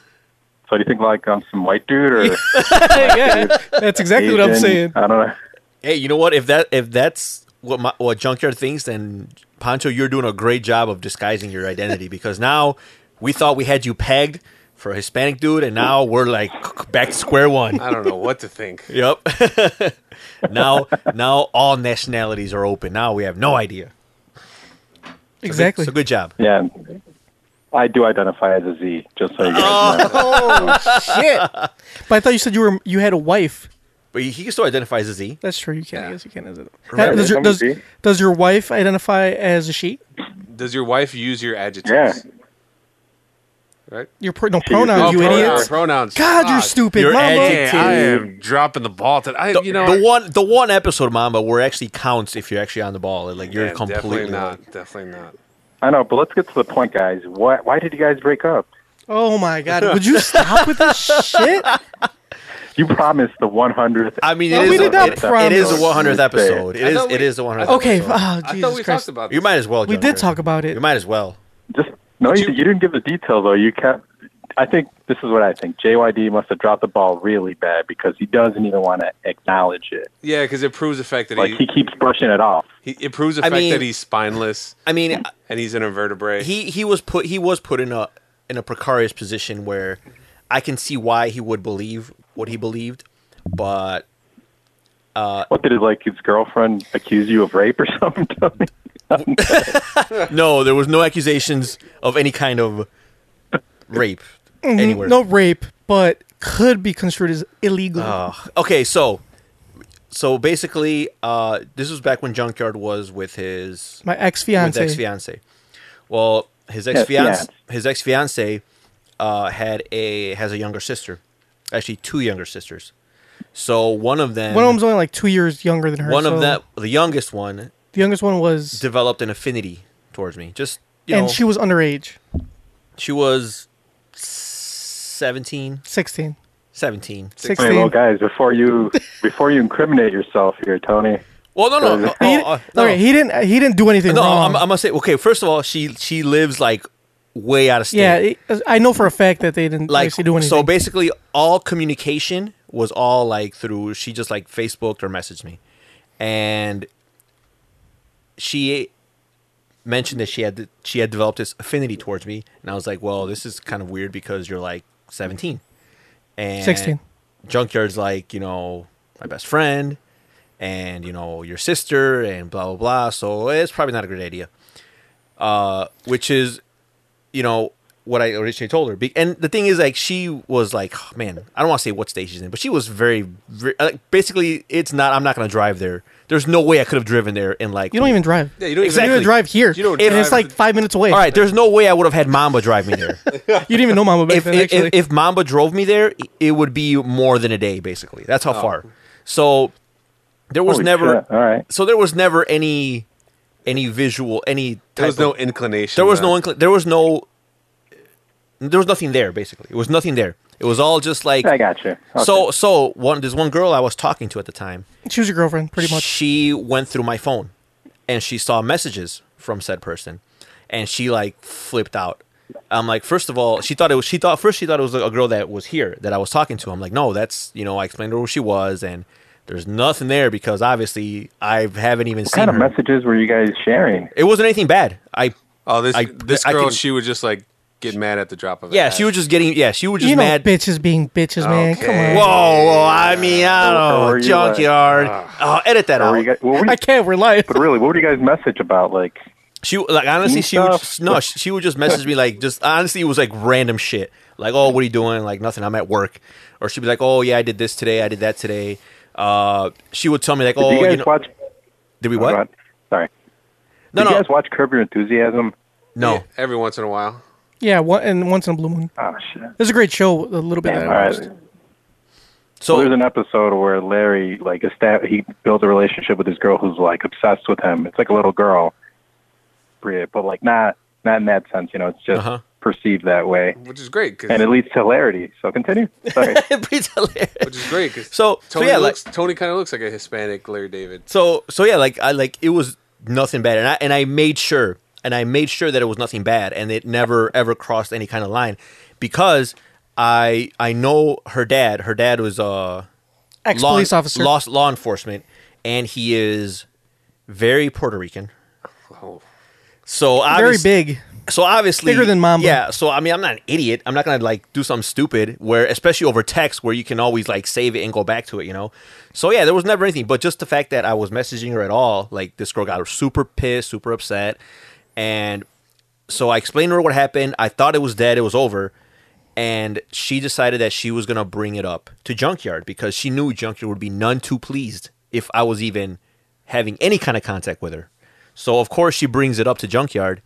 [SPEAKER 13] So do you think like um, some white dude or
[SPEAKER 3] yeah, that's exactly what I'm
[SPEAKER 13] Asian?
[SPEAKER 3] saying.
[SPEAKER 13] I don't know.
[SPEAKER 5] Hey, you know what? If that if that's what my, what junkyard thinks, then Pancho, you're doing a great job of disguising your identity because now we thought we had you pegged for a Hispanic dude, and now we're like back to square one.
[SPEAKER 4] I don't know what to think.
[SPEAKER 5] Yep. now, now all nationalities are open. Now we have no idea.
[SPEAKER 3] Exactly.
[SPEAKER 5] So good, so good job.
[SPEAKER 13] Yeah. I do identify as a Z, just so you guys know.
[SPEAKER 3] Oh shit! But I thought you said you were you had a wife.
[SPEAKER 5] But he can still identify as a Z.
[SPEAKER 3] That's true. You can't. Yes, you can't. Is it?
[SPEAKER 5] Right.
[SPEAKER 3] Does, your,
[SPEAKER 5] I'm a
[SPEAKER 3] does,
[SPEAKER 5] Z.
[SPEAKER 3] does your wife identify as a she?
[SPEAKER 4] Does your wife use your adjectives? Yeah. Right.
[SPEAKER 3] Your pro- no
[SPEAKER 5] Oh,
[SPEAKER 3] pronouns, you
[SPEAKER 4] pronouns,
[SPEAKER 3] idiots.
[SPEAKER 4] Pronouns.
[SPEAKER 3] God, you're stupid,
[SPEAKER 4] Your
[SPEAKER 3] Mama.
[SPEAKER 4] adjectives. I am dropping the ball. To, I,
[SPEAKER 5] The,
[SPEAKER 4] you know,
[SPEAKER 5] the one the one episode, Mamba, where it actually counts if you're actually on the ball. Like you're
[SPEAKER 4] Yeah, definitely
[SPEAKER 5] completely
[SPEAKER 4] not. Definitely not.
[SPEAKER 13] I know, but let's get to the point, guys. Why, why did you guys break up?
[SPEAKER 3] Oh my God! Would you stop with this shit?
[SPEAKER 13] You promised the 100th.
[SPEAKER 5] I mean,
[SPEAKER 3] No,
[SPEAKER 5] it
[SPEAKER 3] we
[SPEAKER 5] is
[SPEAKER 3] did not
[SPEAKER 5] it- it is the
[SPEAKER 3] promise.
[SPEAKER 5] 100th episode. It
[SPEAKER 3] I
[SPEAKER 5] is
[SPEAKER 3] thought
[SPEAKER 5] it is the 100th.
[SPEAKER 3] Okay,
[SPEAKER 5] episode.
[SPEAKER 3] ah, I Jesus thought we Christ. talked
[SPEAKER 4] about
[SPEAKER 5] You might as well.
[SPEAKER 3] We did talk about it.
[SPEAKER 5] You might as well.
[SPEAKER 13] No, you, you didn't give the detail though. You kept. I think this is what I think. JYD must have dropped the ball really bad because he doesn't even want to acknowledge it.
[SPEAKER 4] Yeah, because it proves the fact that
[SPEAKER 13] Like
[SPEAKER 4] he,
[SPEAKER 13] he keeps brushing it off.
[SPEAKER 4] he it proves the
[SPEAKER 5] I
[SPEAKER 4] fact
[SPEAKER 5] mean-
[SPEAKER 4] that he's spineless.
[SPEAKER 5] I mean, uh,
[SPEAKER 4] and he's an invertebrate.
[SPEAKER 5] He he was put he was put in a in a precarious position where I can see why he would believe what he believed, but uh,
[SPEAKER 13] What did it like? His girlfriend accuse you of rape or something? Tony?
[SPEAKER 5] no, there was no accusations of any kind of rape
[SPEAKER 3] Mhm,
[SPEAKER 5] anywhere.
[SPEAKER 3] No rape, but could be construed as illegal.
[SPEAKER 5] Ugh. okay, so so basically, uh, this was back when Junkyard was with his
[SPEAKER 3] My ex-fiance.
[SPEAKER 5] Ex fiance. Well, his
[SPEAKER 3] Yeah,
[SPEAKER 5] ex fiance
[SPEAKER 3] fiance.
[SPEAKER 5] his ex fiance uh, had a has a younger sister, actually two younger sisters. So one of them,
[SPEAKER 3] one of them's only like two years younger than her.
[SPEAKER 5] one
[SPEAKER 3] so
[SPEAKER 5] of them, the youngest one,
[SPEAKER 3] The youngest one was,
[SPEAKER 5] developed an affinity towards me. Just you
[SPEAKER 3] and
[SPEAKER 5] know,
[SPEAKER 3] she was underage,
[SPEAKER 5] she was seventeen.
[SPEAKER 3] sixteen.
[SPEAKER 5] 17.
[SPEAKER 13] Hey, well, guys, before you before you incriminate yourself here, Tony.
[SPEAKER 5] Well, no, no, no,
[SPEAKER 3] He
[SPEAKER 5] oh,
[SPEAKER 3] didn't-
[SPEAKER 5] uh, no,
[SPEAKER 3] okay, he didn't. He didn't do anything
[SPEAKER 5] no.
[SPEAKER 3] wrong.
[SPEAKER 5] I'm, I'm gonna say okay. First of all, she she lives like way out of state.
[SPEAKER 3] yeah, it, uh, I know for a fact that they didn't
[SPEAKER 5] like
[SPEAKER 3] actually do anything.
[SPEAKER 5] so basically all communication was all like through she just like facebooked or messaged me and she mentioned that she had she had developed this affinity towards me and i was like well this is kind of weird because you're like 17 and
[SPEAKER 3] 16.
[SPEAKER 5] junkyard's like you know my best friend and you know your sister and blah blah blah so it's probably not a great idea uh, which is, you know, what I originally told her. Be- And the thing is, like, she was like, oh, man, I don't want to say what state she's in, but she was very, very uh, like, basically, it's not, I'm not going to drive there. There's no way I could have driven there in like.
[SPEAKER 3] you don't even drive.
[SPEAKER 5] Yeah, you don't even-
[SPEAKER 3] You
[SPEAKER 5] Exactly.
[SPEAKER 3] drive here.
[SPEAKER 5] You don't
[SPEAKER 3] and it's
[SPEAKER 5] drive
[SPEAKER 3] like five minutes away.
[SPEAKER 5] All right, there's no way I would have had Mamba drive me there.
[SPEAKER 3] you didn't even know Mama back
[SPEAKER 5] if,
[SPEAKER 3] then.
[SPEAKER 5] if,
[SPEAKER 3] actually,
[SPEAKER 5] if, if Mamba drove me there, it would be more than a day, basically. That's how
[SPEAKER 3] Oh.
[SPEAKER 5] far. So there was
[SPEAKER 4] Holy
[SPEAKER 5] never.
[SPEAKER 4] shit, all right.
[SPEAKER 5] So there was never any any visual any.
[SPEAKER 4] There was
[SPEAKER 5] type
[SPEAKER 4] no
[SPEAKER 5] of-
[SPEAKER 4] inclination.
[SPEAKER 5] There was no
[SPEAKER 4] that-
[SPEAKER 5] incl- there was no there was nothing there basically. It was nothing there. It was all just like
[SPEAKER 13] I got you. Okay.
[SPEAKER 5] So so one there's one girl I was talking to at the time.
[SPEAKER 3] she was your girlfriend, pretty much.
[SPEAKER 5] She went through my phone and she saw messages from said person and she like flipped out. I'm like, first of all, she thought it was she thought first she thought it was a girl that was here that I was talking to. I'm like, no, that's you know, I explained to her who she was and there's nothing there because obviously I haven't even
[SPEAKER 13] What
[SPEAKER 5] seen
[SPEAKER 13] kind of
[SPEAKER 5] her.
[SPEAKER 13] messages were you guys sharing?
[SPEAKER 5] It wasn't anything bad. I
[SPEAKER 4] Oh, this
[SPEAKER 5] I-
[SPEAKER 4] this
[SPEAKER 5] I
[SPEAKER 4] girl,
[SPEAKER 5] can-
[SPEAKER 4] she would just like get mad at the drop of. a
[SPEAKER 5] Yeah,
[SPEAKER 4] hat.
[SPEAKER 5] she was just getting. Yeah, she was just
[SPEAKER 3] you know,
[SPEAKER 5] mad.
[SPEAKER 3] bitches being bitches, man. Come on.
[SPEAKER 5] Whoa, whoa! I mean, I
[SPEAKER 13] Or
[SPEAKER 5] don't
[SPEAKER 13] were
[SPEAKER 5] know,
[SPEAKER 13] you, uh,
[SPEAKER 5] Oh,
[SPEAKER 13] Ah.
[SPEAKER 5] junkyard. oh, edit that
[SPEAKER 13] Or
[SPEAKER 5] out.
[SPEAKER 13] were you guys- what were you-
[SPEAKER 3] I can't. We're live.
[SPEAKER 13] But really, what were you guys message about? Like,
[SPEAKER 5] She like honestly,
[SPEAKER 13] Mean
[SPEAKER 5] she would,
[SPEAKER 13] stuff?
[SPEAKER 5] just- no, she she would just message me like just honestly, it was like random shit. Like, oh, what are you doing? Like nothing. I'm at work. Or she'd be like, oh yeah, I did this today. I did that today. Uh, she would tell me like,
[SPEAKER 13] did
[SPEAKER 5] oh,
[SPEAKER 13] you guys
[SPEAKER 5] you know-
[SPEAKER 13] watch?
[SPEAKER 5] Did we what?
[SPEAKER 13] Oh, God. Sorry.
[SPEAKER 5] No,
[SPEAKER 13] did
[SPEAKER 5] no.
[SPEAKER 13] you guys watch Curb Your Enthusiasm?
[SPEAKER 5] No.
[SPEAKER 4] Every once in a while.
[SPEAKER 3] Yeah, one, and once in a blue moon.
[SPEAKER 13] Oh shit!
[SPEAKER 3] There's a great show. A little bit. that
[SPEAKER 13] All
[SPEAKER 3] I
[SPEAKER 13] right.
[SPEAKER 3] watched.
[SPEAKER 5] So
[SPEAKER 13] there's an episode where Larry like estab- he builds a relationship with this girl who's like obsessed with him. It's like a little girl, Bria, but like not not in that sense. You know, it's just
[SPEAKER 5] Uh-huh.
[SPEAKER 4] Uh-huh.
[SPEAKER 13] perceived that way,
[SPEAKER 4] which is great. 'cause-
[SPEAKER 13] and it leads to hilarity. So continue. Sorry.
[SPEAKER 5] which
[SPEAKER 4] is great. 'cause
[SPEAKER 5] So- so
[SPEAKER 4] Tony
[SPEAKER 5] yeah, like-
[SPEAKER 4] looks, Tony kind of looks like a Hispanic Larry David.
[SPEAKER 5] So so yeah, like I like it was nothing bad, and I and I made sure, and I made sure that it was nothing bad, and it never ever crossed any kind of line, because I I know her dad. Her dad was uh,
[SPEAKER 3] Ex-police
[SPEAKER 5] law,
[SPEAKER 3] officer.
[SPEAKER 5] lost law enforcement, and he is very Puerto Rican. So
[SPEAKER 3] Very
[SPEAKER 5] obvious-
[SPEAKER 3] big.
[SPEAKER 5] So obviously
[SPEAKER 3] Bigger than Mamba.
[SPEAKER 5] Yeah. So I mean, I'm not an idiot. I'm not gonna like do something stupid where, especially over text, where you can always like save it and go back to it. You know. So yeah, there was never anything, but just the fact that I was messaging her at all, like this girl got super pissed, super upset, and so I explained to her what happened. I thought it was dead. It was over. And she decided that she was gonna bring it up to Junkyard because she knew Junkyard would be none too pleased if I was even having any kind of contact with her. So of course she brings it up to Junkyard,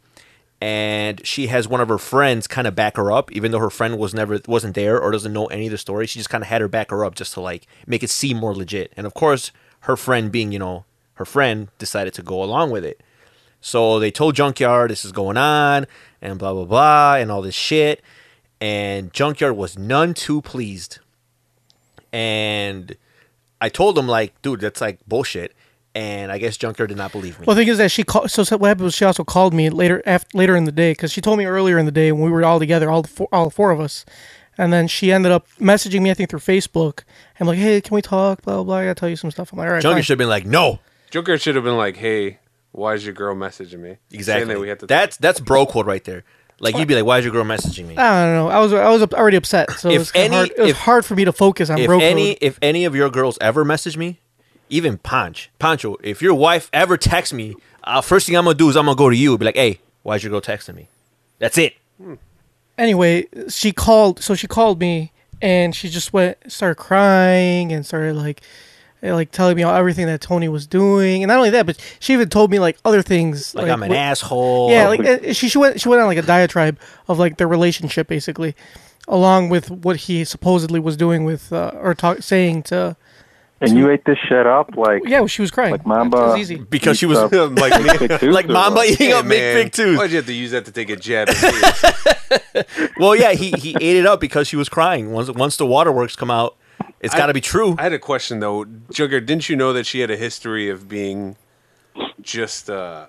[SPEAKER 5] and she has one of her friends kind of back her up, even though her friend was never wasn't there or doesn't know any of the story. She just kind of had her back her up just to like make it seem more legit. And of course, her friend, being you know her friend, decided to go along with it. So they told Junkyard this is going on and blah blah blah and all this shit. And Junkyard was none too pleased. And I told him like, dude, that's like bullshit. And I guess Junkyard did not believe me.
[SPEAKER 3] Well, the thing is that she called. So so what happened was she also called me later after, later in the day because she told me earlier in the day when we were all together, all the four, all four of us, and then she ended up messaging me I think through Facebook. I'm like, hey, can we talk? Blah blah. blah. I gotta tell you some stuff. I'm like, all right.
[SPEAKER 5] Junkyard
[SPEAKER 3] fine."
[SPEAKER 5] should have been like, no.
[SPEAKER 4] Joker should have been like, "Hey, why is your girl messaging me?"
[SPEAKER 5] Exactly.
[SPEAKER 4] Saying that we have to.
[SPEAKER 5] that's that's bro code right there. Like you'd be like, why is your girl messaging me?
[SPEAKER 3] I don't know. I was I was already upset, so it
[SPEAKER 5] If
[SPEAKER 3] was, kinda
[SPEAKER 5] any-
[SPEAKER 3] hard, it was
[SPEAKER 5] if-
[SPEAKER 3] hard for me to focus on
[SPEAKER 5] if
[SPEAKER 3] bro
[SPEAKER 5] any
[SPEAKER 3] code.
[SPEAKER 5] if any of your girls ever message me, even Punch Pancho, if your wife ever texts me, uh, first thing I'm gonna do is I'm gonna go to you and be like, hey, why is your girl texting me? That's it.
[SPEAKER 3] Anyway, she called. So she called me, and she just went started crying and started like eh, like telling me all everything that Tony was doing, and not only that, but she even told me like other things
[SPEAKER 5] Like, I'm an
[SPEAKER 3] what-
[SPEAKER 5] asshole.
[SPEAKER 3] Yeah, like eh, she, she went she went on like a diatribe of like their relationship basically, along with what he supposedly was doing with uh, or talk, saying to.
[SPEAKER 13] And you ate this shit up like
[SPEAKER 3] Yeah, well, she was crying.
[SPEAKER 13] like Mamba
[SPEAKER 3] It was easy.
[SPEAKER 5] Because she was
[SPEAKER 4] like
[SPEAKER 13] Big Big Tooth or what?
[SPEAKER 4] too. Why'd you have to use that to take a jab? at me?
[SPEAKER 5] well, yeah, he he ate it up because she was crying. Once once the waterworks come out, it's
[SPEAKER 4] I-
[SPEAKER 5] got to be true.
[SPEAKER 4] I had a question though, Joker. Didn't you know that she had a history of being just? uh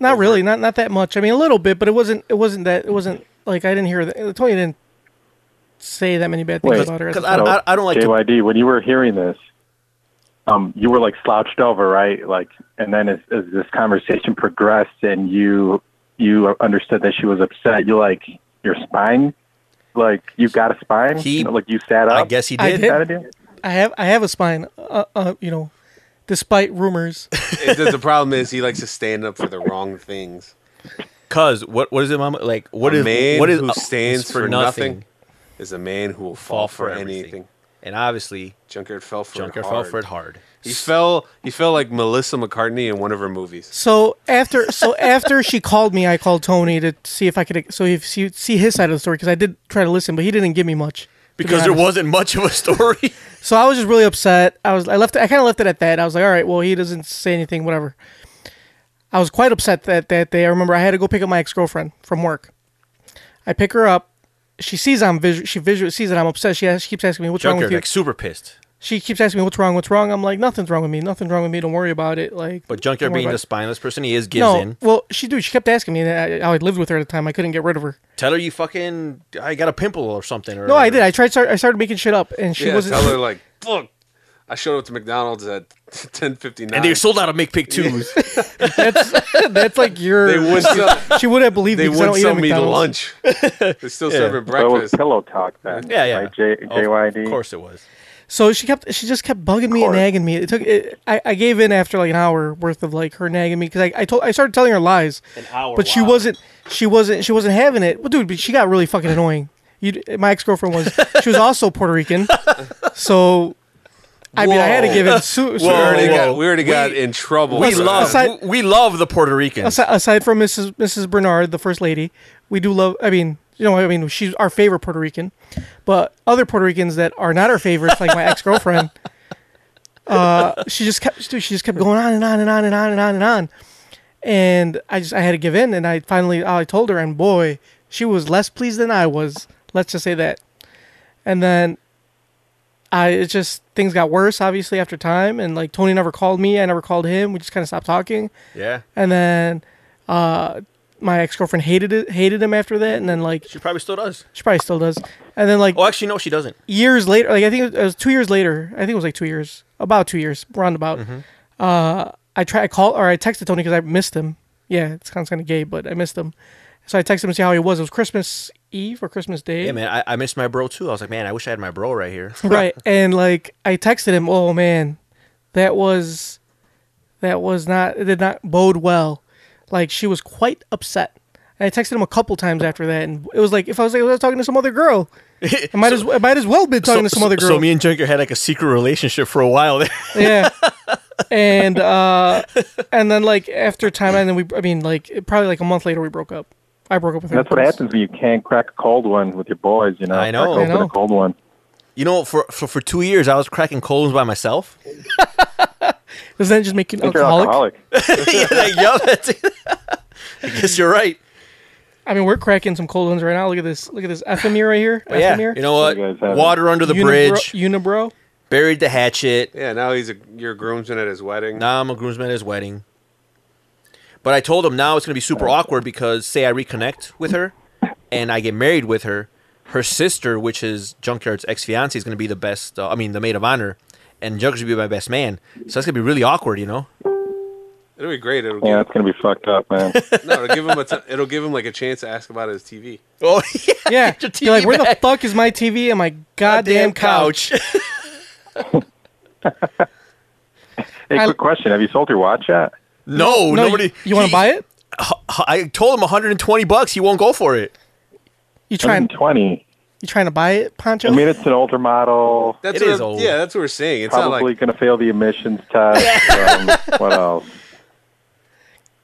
[SPEAKER 3] Not really, not not that much. I mean, a little bit, but it wasn't it wasn't that it wasn't like I didn't hear that. Tony didn't say that many bad things about her. at the time.
[SPEAKER 13] JYD. When you were hearing this, um, you were like slouched over, right? Like, and then as, as this conversation progressed, and you you understood that she was upset. You like your spine, like you got a spine. You know, like you sat up. I
[SPEAKER 5] guess he
[SPEAKER 3] I did.
[SPEAKER 13] Kinda did.
[SPEAKER 3] I have I have a spine. Uh, uh, you know, despite rumors.
[SPEAKER 4] it- the problem is he likes to stand up for the wrong things.
[SPEAKER 5] Cause what what is it, Mama? Like what
[SPEAKER 4] a
[SPEAKER 5] is
[SPEAKER 4] man
[SPEAKER 5] what is
[SPEAKER 4] who
[SPEAKER 5] uh,
[SPEAKER 4] stands
[SPEAKER 5] is
[SPEAKER 4] for, nothing, is a man who will fall, for, anything.
[SPEAKER 5] And obviously,
[SPEAKER 4] Junkyard fell for
[SPEAKER 5] Junkyard
[SPEAKER 4] it
[SPEAKER 5] fell
[SPEAKER 4] hard.
[SPEAKER 5] for it hard.
[SPEAKER 4] He fell. He fell like Melissa McCartney in one of her movies.
[SPEAKER 3] So after so after she called me, I called Tony to see if I could so if see see his side of the story because I did try to listen, but he didn't give me much to be
[SPEAKER 5] because there
[SPEAKER 3] honest.
[SPEAKER 5] wasn't much of a story.
[SPEAKER 3] So I was just really upset. I was I left it, I kind of left it at that. I was like, all right, well he doesn't say anything, whatever. I was quite upset that that day. I remember I had to go pick up my ex girlfriend from work. I pick her up. She sees I'm visual. She visual sees that I'm upset. She, asks, she keeps asking me what's wrong
[SPEAKER 5] Junkyard
[SPEAKER 3] with you.
[SPEAKER 5] like super pissed,
[SPEAKER 3] she keeps asking me what's wrong, what's wrong. I'm like nothing's wrong with me. Nothing's wrong with me. Don't worry about it. Like
[SPEAKER 5] but
[SPEAKER 3] don't
[SPEAKER 5] Junkyard
[SPEAKER 3] worry
[SPEAKER 5] being
[SPEAKER 3] about
[SPEAKER 5] the
[SPEAKER 3] it.
[SPEAKER 5] spineless person he is gives
[SPEAKER 3] no,
[SPEAKER 5] in.
[SPEAKER 3] well she dude she kept asking me that I, I lived with her at the time. I couldn't get rid of her.
[SPEAKER 5] Tell her you fucking I got a pimple or something. Or
[SPEAKER 3] No, I did. I tried. Start, I started making shit up, and she
[SPEAKER 4] yeah,
[SPEAKER 3] wasn't.
[SPEAKER 4] tell her like, look, I showed up to McDonald's at ten fifty nine,
[SPEAKER 5] And they sold out of Make Pick Twos.
[SPEAKER 3] That's like your.
[SPEAKER 4] They would sell-
[SPEAKER 3] she would have believed
[SPEAKER 4] they
[SPEAKER 3] me. 'cause I
[SPEAKER 4] wouldn't
[SPEAKER 3] don't eat
[SPEAKER 4] sell
[SPEAKER 3] at
[SPEAKER 4] me to
[SPEAKER 3] McDonald's.
[SPEAKER 4] lunch. They're still serving
[SPEAKER 13] So it was
[SPEAKER 4] breakfast.
[SPEAKER 13] pillow talk then.
[SPEAKER 5] Yeah, yeah.
[SPEAKER 13] Right? J-
[SPEAKER 5] Of-
[SPEAKER 13] JYD.
[SPEAKER 5] Of course it was.
[SPEAKER 3] So she kept. She just kept bugging me and nagging me. It took. It, I, I gave in after like an hour worth of like her nagging me because I, I told I started telling her lies. An
[SPEAKER 5] hour,
[SPEAKER 3] But she
[SPEAKER 5] wow.
[SPEAKER 3] wasn't. She wasn't. She wasn't having it. Well, dude, but she got really fucking annoying. You, my ex girlfriend was. She was also Puerto Rican, so. I mean, I had to give in. Su-
[SPEAKER 4] we already
[SPEAKER 5] whoa.
[SPEAKER 4] got, we already got in trouble.
[SPEAKER 5] We
[SPEAKER 4] for that.
[SPEAKER 5] love
[SPEAKER 3] aside-
[SPEAKER 5] we love the Puerto Ricans.
[SPEAKER 3] aside, aside from Mrs. Mrs. Bernard, the first lady, we do love. I mean, you know, I mean, she's our favorite Puerto Rican, but other Puerto Ricans that are not our favorites, like my ex girlfriend, uh, she just kept, dude, she just kept going on and on and on and on and on and on, and I just I had to give in, and I finally I told her, and boy, she was less pleased than I was. Let's just say that, and then. I it just things got worse obviously after time and like Tony never called me I never called him we just kind of stopped talking
[SPEAKER 5] Yeah.
[SPEAKER 3] and then uh, my ex girlfriend hated it, hated him after that, and then like
[SPEAKER 5] She probably still does.
[SPEAKER 3] she probably still does. And then like
[SPEAKER 5] Oh, actually, no, she doesn't.
[SPEAKER 3] years
[SPEAKER 5] Mm-hmm.
[SPEAKER 3] later, like I think it was two years later. I think it was like two years, about two years, roundabout. Uh, I try I call or I texted Tony because I missed him. Yeah, it sounds kind of gay, but I missed him. So I texted him to see how he was. It was Christmas Eve or Christmas Day.
[SPEAKER 5] Yeah, man, I, I missed my bro too. I was like, man, I wish I had my bro right here.
[SPEAKER 3] right and like i texted him oh man that was that was not it did not bode well like she was quite upset and i texted him a couple times after that and it was like if i was like i was talking to some other girl i might as i might as well been talking to some other girl
[SPEAKER 5] So me and Junker had like a secret relationship for a while. There.
[SPEAKER 3] yeah and uh and then like after time and then we i mean like it- probably like a month later we broke up i broke up with her
[SPEAKER 13] That's what happens when you can't crack a cold one with your boys. You know,
[SPEAKER 5] I know.
[SPEAKER 13] Crack open
[SPEAKER 5] I know.
[SPEAKER 13] a cold one.
[SPEAKER 5] You know, for, for for two years, I was cracking colds by myself.
[SPEAKER 3] does that just make you an
[SPEAKER 5] Think you're
[SPEAKER 3] alcoholic?
[SPEAKER 5] yeah, like, yup, that's it. I guess you're right.
[SPEAKER 3] i mean we're cracking some cold ones right now look at this look at this ephemera right here
[SPEAKER 5] But yeah,
[SPEAKER 3] Ephemera.
[SPEAKER 5] you know what? Water under the
[SPEAKER 3] Unibro-
[SPEAKER 5] bridge.
[SPEAKER 3] unibro
[SPEAKER 5] Buried the hatchet.
[SPEAKER 4] Yeah, now he's a you're a groomsman at his wedding.
[SPEAKER 5] Now I'm a groomsman at his wedding. But I told him now it's going to be super awkward because say I reconnect with her and I get married with her, her sister, which is Junkyard's ex fiancee, is going to be the best. Uh, I mean, the maid of honor, and Junkyard's going to be my best man. So that's going to be really awkward, you know.
[SPEAKER 4] It'll be great. It'll
[SPEAKER 13] Yeah,
[SPEAKER 4] give,
[SPEAKER 13] it's gonna be fucked up, man.
[SPEAKER 4] no, it'll give him a t- it'll give him like a chance to ask about his TV.
[SPEAKER 5] Oh yeah,
[SPEAKER 3] yeah. You're like, where the fuck is my TV and my goddamn couch?
[SPEAKER 13] Hey,
[SPEAKER 3] I-
[SPEAKER 13] quick question: Have you sold your watch yet?
[SPEAKER 5] No,
[SPEAKER 3] No,
[SPEAKER 5] nobody.
[SPEAKER 3] you- you wanna
[SPEAKER 5] he-
[SPEAKER 3] buy it?
[SPEAKER 5] I told him 120 bucks. He won't go for it.
[SPEAKER 3] You trying?
[SPEAKER 13] Twenty.
[SPEAKER 3] You trying to buy it, Poncho?
[SPEAKER 13] I mean, it's an older model.
[SPEAKER 4] That's what I'm- Yeah, that's what we're saying. It's
[SPEAKER 13] Probably
[SPEAKER 4] not like
[SPEAKER 13] gonna fail the emissions test. um, what else?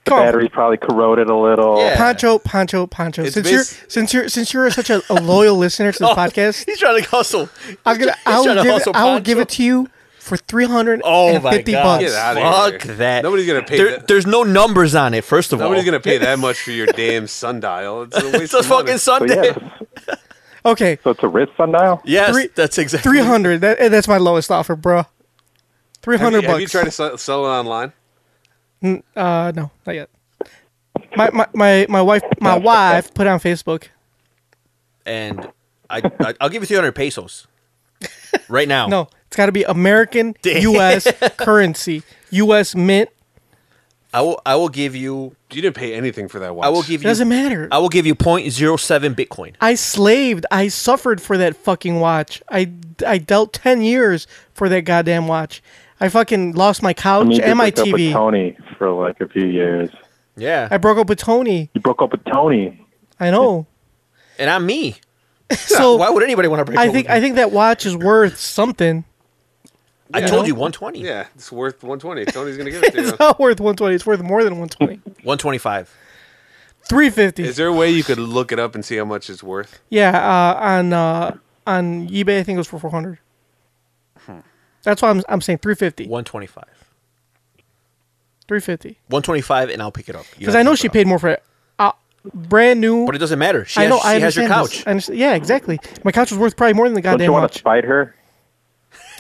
[SPEAKER 13] The battery's probably corroded a little.
[SPEAKER 3] Poncho, Poncho, Poncho.
[SPEAKER 13] It's
[SPEAKER 3] since
[SPEAKER 13] bas-
[SPEAKER 3] you're since you're since you're such a, a loyal listener to this
[SPEAKER 5] Oh,
[SPEAKER 3] podcast,
[SPEAKER 5] he's trying to hustle.
[SPEAKER 3] I'm gonna,
[SPEAKER 5] He's
[SPEAKER 3] I
[SPEAKER 5] trying
[SPEAKER 3] will
[SPEAKER 5] to
[SPEAKER 3] give it,
[SPEAKER 5] hustle
[SPEAKER 3] I will
[SPEAKER 5] Poncho.
[SPEAKER 3] give it to you for three hundred
[SPEAKER 5] Oh
[SPEAKER 3] and
[SPEAKER 5] my
[SPEAKER 3] fifty
[SPEAKER 5] god!
[SPEAKER 3] bucks.
[SPEAKER 4] outta
[SPEAKER 5] Fuck that!
[SPEAKER 4] Nobody's gonna pay
[SPEAKER 5] There-
[SPEAKER 4] that.
[SPEAKER 5] There's no numbers on it. First of
[SPEAKER 4] nobody's
[SPEAKER 5] all,
[SPEAKER 4] gonna pay that much for your damn sundial. It's a, waste
[SPEAKER 5] a
[SPEAKER 4] of money.
[SPEAKER 5] fucking sundial. So,
[SPEAKER 3] Okay,
[SPEAKER 13] So it's a wrist sundial.
[SPEAKER 5] Yes,
[SPEAKER 3] Three-
[SPEAKER 5] that's exactly.
[SPEAKER 3] three hundred. That, eh, that's my lowest offer, bro. Three
[SPEAKER 4] Have
[SPEAKER 3] hundred
[SPEAKER 4] you- Have you
[SPEAKER 3] bucks.
[SPEAKER 4] tried to sell, sell it online?
[SPEAKER 3] N- uh, no, not yet. My, my my my wife my wife put it on Facebook.
[SPEAKER 5] And I, I, I'll give you 300 pesos right now.
[SPEAKER 3] No, it's got to be American
[SPEAKER 5] Damn.
[SPEAKER 3] U.S. currency, U.S. mint.
[SPEAKER 5] I will. I will give you.
[SPEAKER 4] You didn't pay anything for that watch.
[SPEAKER 5] I will give
[SPEAKER 3] It
[SPEAKER 5] you.
[SPEAKER 3] doesn't matter.
[SPEAKER 5] I will give you 0.07 Bitcoin.
[SPEAKER 3] I slaved. I suffered for that fucking watch. I, I dealt 10 years for that goddamn watch. I fucking lost my
[SPEAKER 13] I
[SPEAKER 3] couch
[SPEAKER 13] mean, you did
[SPEAKER 3] and my
[SPEAKER 13] break up with
[SPEAKER 3] TV.
[SPEAKER 13] Tony for like a few years.
[SPEAKER 5] Yeah.
[SPEAKER 3] I broke up with Tony.
[SPEAKER 13] You broke up with Tony.
[SPEAKER 3] I know.
[SPEAKER 5] And I'm me.
[SPEAKER 3] So-
[SPEAKER 5] why would anybody want to break?
[SPEAKER 3] I
[SPEAKER 5] up
[SPEAKER 3] think
[SPEAKER 5] with me?
[SPEAKER 3] I think that watch is worth something.
[SPEAKER 5] I
[SPEAKER 4] Yeah.
[SPEAKER 5] told you 120.
[SPEAKER 4] Yeah, it's worth 120. Tony's gonna give it to you.
[SPEAKER 3] It's not worth 120. It's worth more than 120.
[SPEAKER 5] 125.
[SPEAKER 3] 350.
[SPEAKER 4] Is there a way you could look it up and see how much it's worth?
[SPEAKER 3] Yeah, uh, on uh, on eBay I think it was for 400.
[SPEAKER 5] Hmm.
[SPEAKER 3] That's why I'm I'm saying 350.
[SPEAKER 5] 125.
[SPEAKER 3] 350.
[SPEAKER 5] 125, and I'll pick it up. You
[SPEAKER 3] Because I know she paid more for it. Uh, brand new.
[SPEAKER 5] But it doesn't matter. She has- she has your
[SPEAKER 3] understand this.
[SPEAKER 5] couch.
[SPEAKER 3] I understand- Yeah, exactly. My couch was worth probably more than the
[SPEAKER 13] Don't
[SPEAKER 3] goddamn
[SPEAKER 13] you want to
[SPEAKER 3] watch.
[SPEAKER 13] spite her?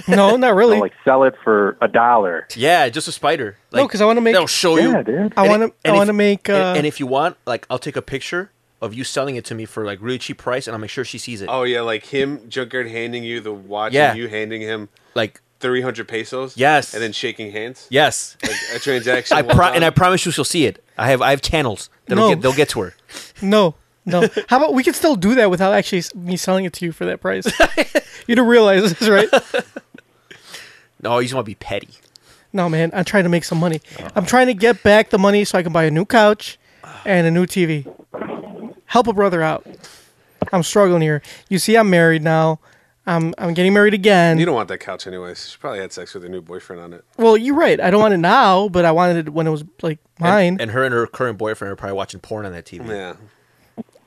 [SPEAKER 3] No, not really.
[SPEAKER 13] Like sell it for a dollar.
[SPEAKER 5] Yeah, just a spider.
[SPEAKER 3] No, 'cause I wanna make-
[SPEAKER 5] They'll show
[SPEAKER 13] Yeah,
[SPEAKER 5] you.
[SPEAKER 13] dude.
[SPEAKER 3] I
[SPEAKER 5] And
[SPEAKER 3] wanna-
[SPEAKER 5] it-
[SPEAKER 3] I
[SPEAKER 5] and if-
[SPEAKER 3] wanna make,
[SPEAKER 5] and-
[SPEAKER 3] uh,
[SPEAKER 5] and if you want, like, I'll take a picture of you selling it to me for like really cheap price, and I'll make sure she sees it.
[SPEAKER 4] Oh yeah, like him, Junkyard handing you the watch,
[SPEAKER 5] Yeah.
[SPEAKER 4] and you handing him
[SPEAKER 5] Like
[SPEAKER 4] 300 pesos.
[SPEAKER 5] Yes.
[SPEAKER 4] and then shaking hands.
[SPEAKER 5] Yes.
[SPEAKER 4] like a transaction.
[SPEAKER 5] I
[SPEAKER 4] one
[SPEAKER 5] pro-
[SPEAKER 4] time.
[SPEAKER 5] and I promise you she'll see it. I have I have channels that'll
[SPEAKER 3] No.
[SPEAKER 5] get they'll get to her.
[SPEAKER 3] No, no. How about we could still do that without actually s- me selling it to you for that price? you don't realize this, right?
[SPEAKER 5] No, you just want to be petty.
[SPEAKER 3] No, man. I'm trying to make some money. I'm trying to get back the money so I can buy a new couch and a new TV. Help a brother out. I'm struggling here. You see, I'm married now. I'm I'm getting married again.
[SPEAKER 4] You don't want that couch anyways. She probably had sex with her new boyfriend on it.
[SPEAKER 3] well, you're right. I don't want it now, but I wanted it when it was like mine.
[SPEAKER 5] And, and her and her current boyfriend are probably watching porn on that TV.
[SPEAKER 4] Yeah.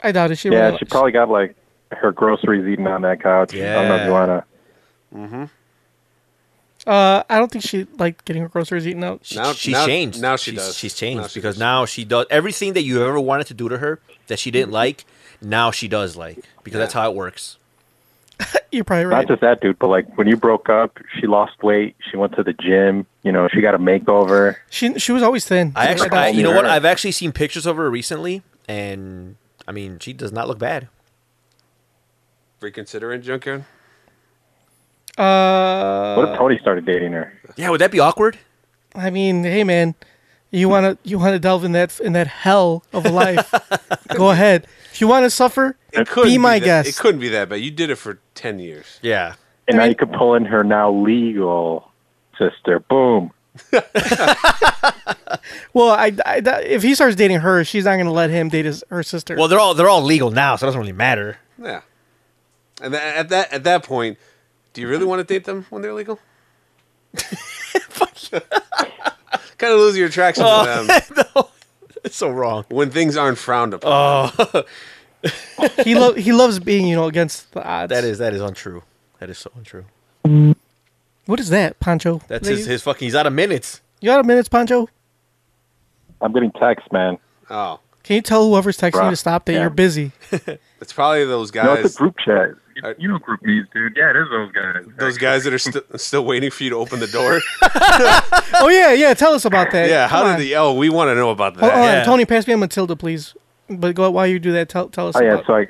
[SPEAKER 3] I doubt it. She
[SPEAKER 13] yeah,
[SPEAKER 3] really
[SPEAKER 13] she probably got like her groceries eaten on that couch. I don't know if
[SPEAKER 5] Yeah.
[SPEAKER 13] you wanna.
[SPEAKER 4] Mm-hmm.
[SPEAKER 3] Uh, I don't think she liked getting her groceries eaten out.
[SPEAKER 5] She, she's changed. Now she she's, does. She's changed because now she does everything that you ever wanted to do to her that she didn't like. Now she does like because that's how it works.
[SPEAKER 3] You're probably right.
[SPEAKER 13] Not just that, dude, but like when you broke up, she lost weight. She went to the gym. You know, she got a makeover.
[SPEAKER 3] She she was always thin.
[SPEAKER 5] I actually,
[SPEAKER 13] Never
[SPEAKER 5] I-
[SPEAKER 13] called
[SPEAKER 5] you know
[SPEAKER 13] me
[SPEAKER 5] what?
[SPEAKER 13] her.
[SPEAKER 5] I've actually seen pictures of her recently, and I mean, she does not look bad.
[SPEAKER 4] Reconsidering Junkyard.
[SPEAKER 3] Uh,
[SPEAKER 13] What if Tony started dating her?
[SPEAKER 5] Yeah, would that be awkward?
[SPEAKER 3] I mean, hey man, you wanna you wanna delve in that in that hell of a life? go ahead. If you wanna suffer,
[SPEAKER 4] It couldn't
[SPEAKER 3] be my
[SPEAKER 4] that,
[SPEAKER 3] guest.
[SPEAKER 4] It couldn't be that bad. You did it for ten years.
[SPEAKER 5] Yeah.
[SPEAKER 13] And now you could pull in her now legal sister. Boom.
[SPEAKER 3] Well, I, I- that- if he starts dating her, she's not gonna let him date his, her sister.
[SPEAKER 5] Well, they're all they're all legal now, so it doesn't really matter.
[SPEAKER 4] Yeah. And tha- at that at that point, do you really want to date them when they're legal? kind of lose your attraction
[SPEAKER 5] Oh,
[SPEAKER 4] to them.
[SPEAKER 5] It's so wrong.
[SPEAKER 4] When things aren't frowned upon.
[SPEAKER 5] Oh.
[SPEAKER 3] he lo- he loves being you know against the odds.
[SPEAKER 5] That is that is untrue. That is so untrue.
[SPEAKER 3] What is that, Pancho?
[SPEAKER 5] That's
[SPEAKER 3] Is that
[SPEAKER 5] his,
[SPEAKER 3] you?
[SPEAKER 5] his fucking. He's out of minutes.
[SPEAKER 3] You out of minutes, Pancho?
[SPEAKER 13] I'm getting texts, man.
[SPEAKER 4] Oh.
[SPEAKER 3] Can you tell whoever's texting you
[SPEAKER 13] Bruh,
[SPEAKER 3] to stop that
[SPEAKER 13] yeah.
[SPEAKER 3] you're busy?
[SPEAKER 4] It's probably those guys.
[SPEAKER 13] No, it's a group chat.
[SPEAKER 4] you
[SPEAKER 13] know groupies, dude. Yeah, it is those guys.
[SPEAKER 4] Those guys that are st- still waiting for you to open the door.
[SPEAKER 3] oh yeah, yeah. Tell us about that.
[SPEAKER 4] yeah, how
[SPEAKER 3] Come
[SPEAKER 4] did
[SPEAKER 3] on.
[SPEAKER 4] the oh we want to know about that.
[SPEAKER 3] Hold hold on, Tony, pass me a Matilda, please. But go while you do that, tell tell us.
[SPEAKER 13] Oh yeah,
[SPEAKER 3] about-
[SPEAKER 13] so I.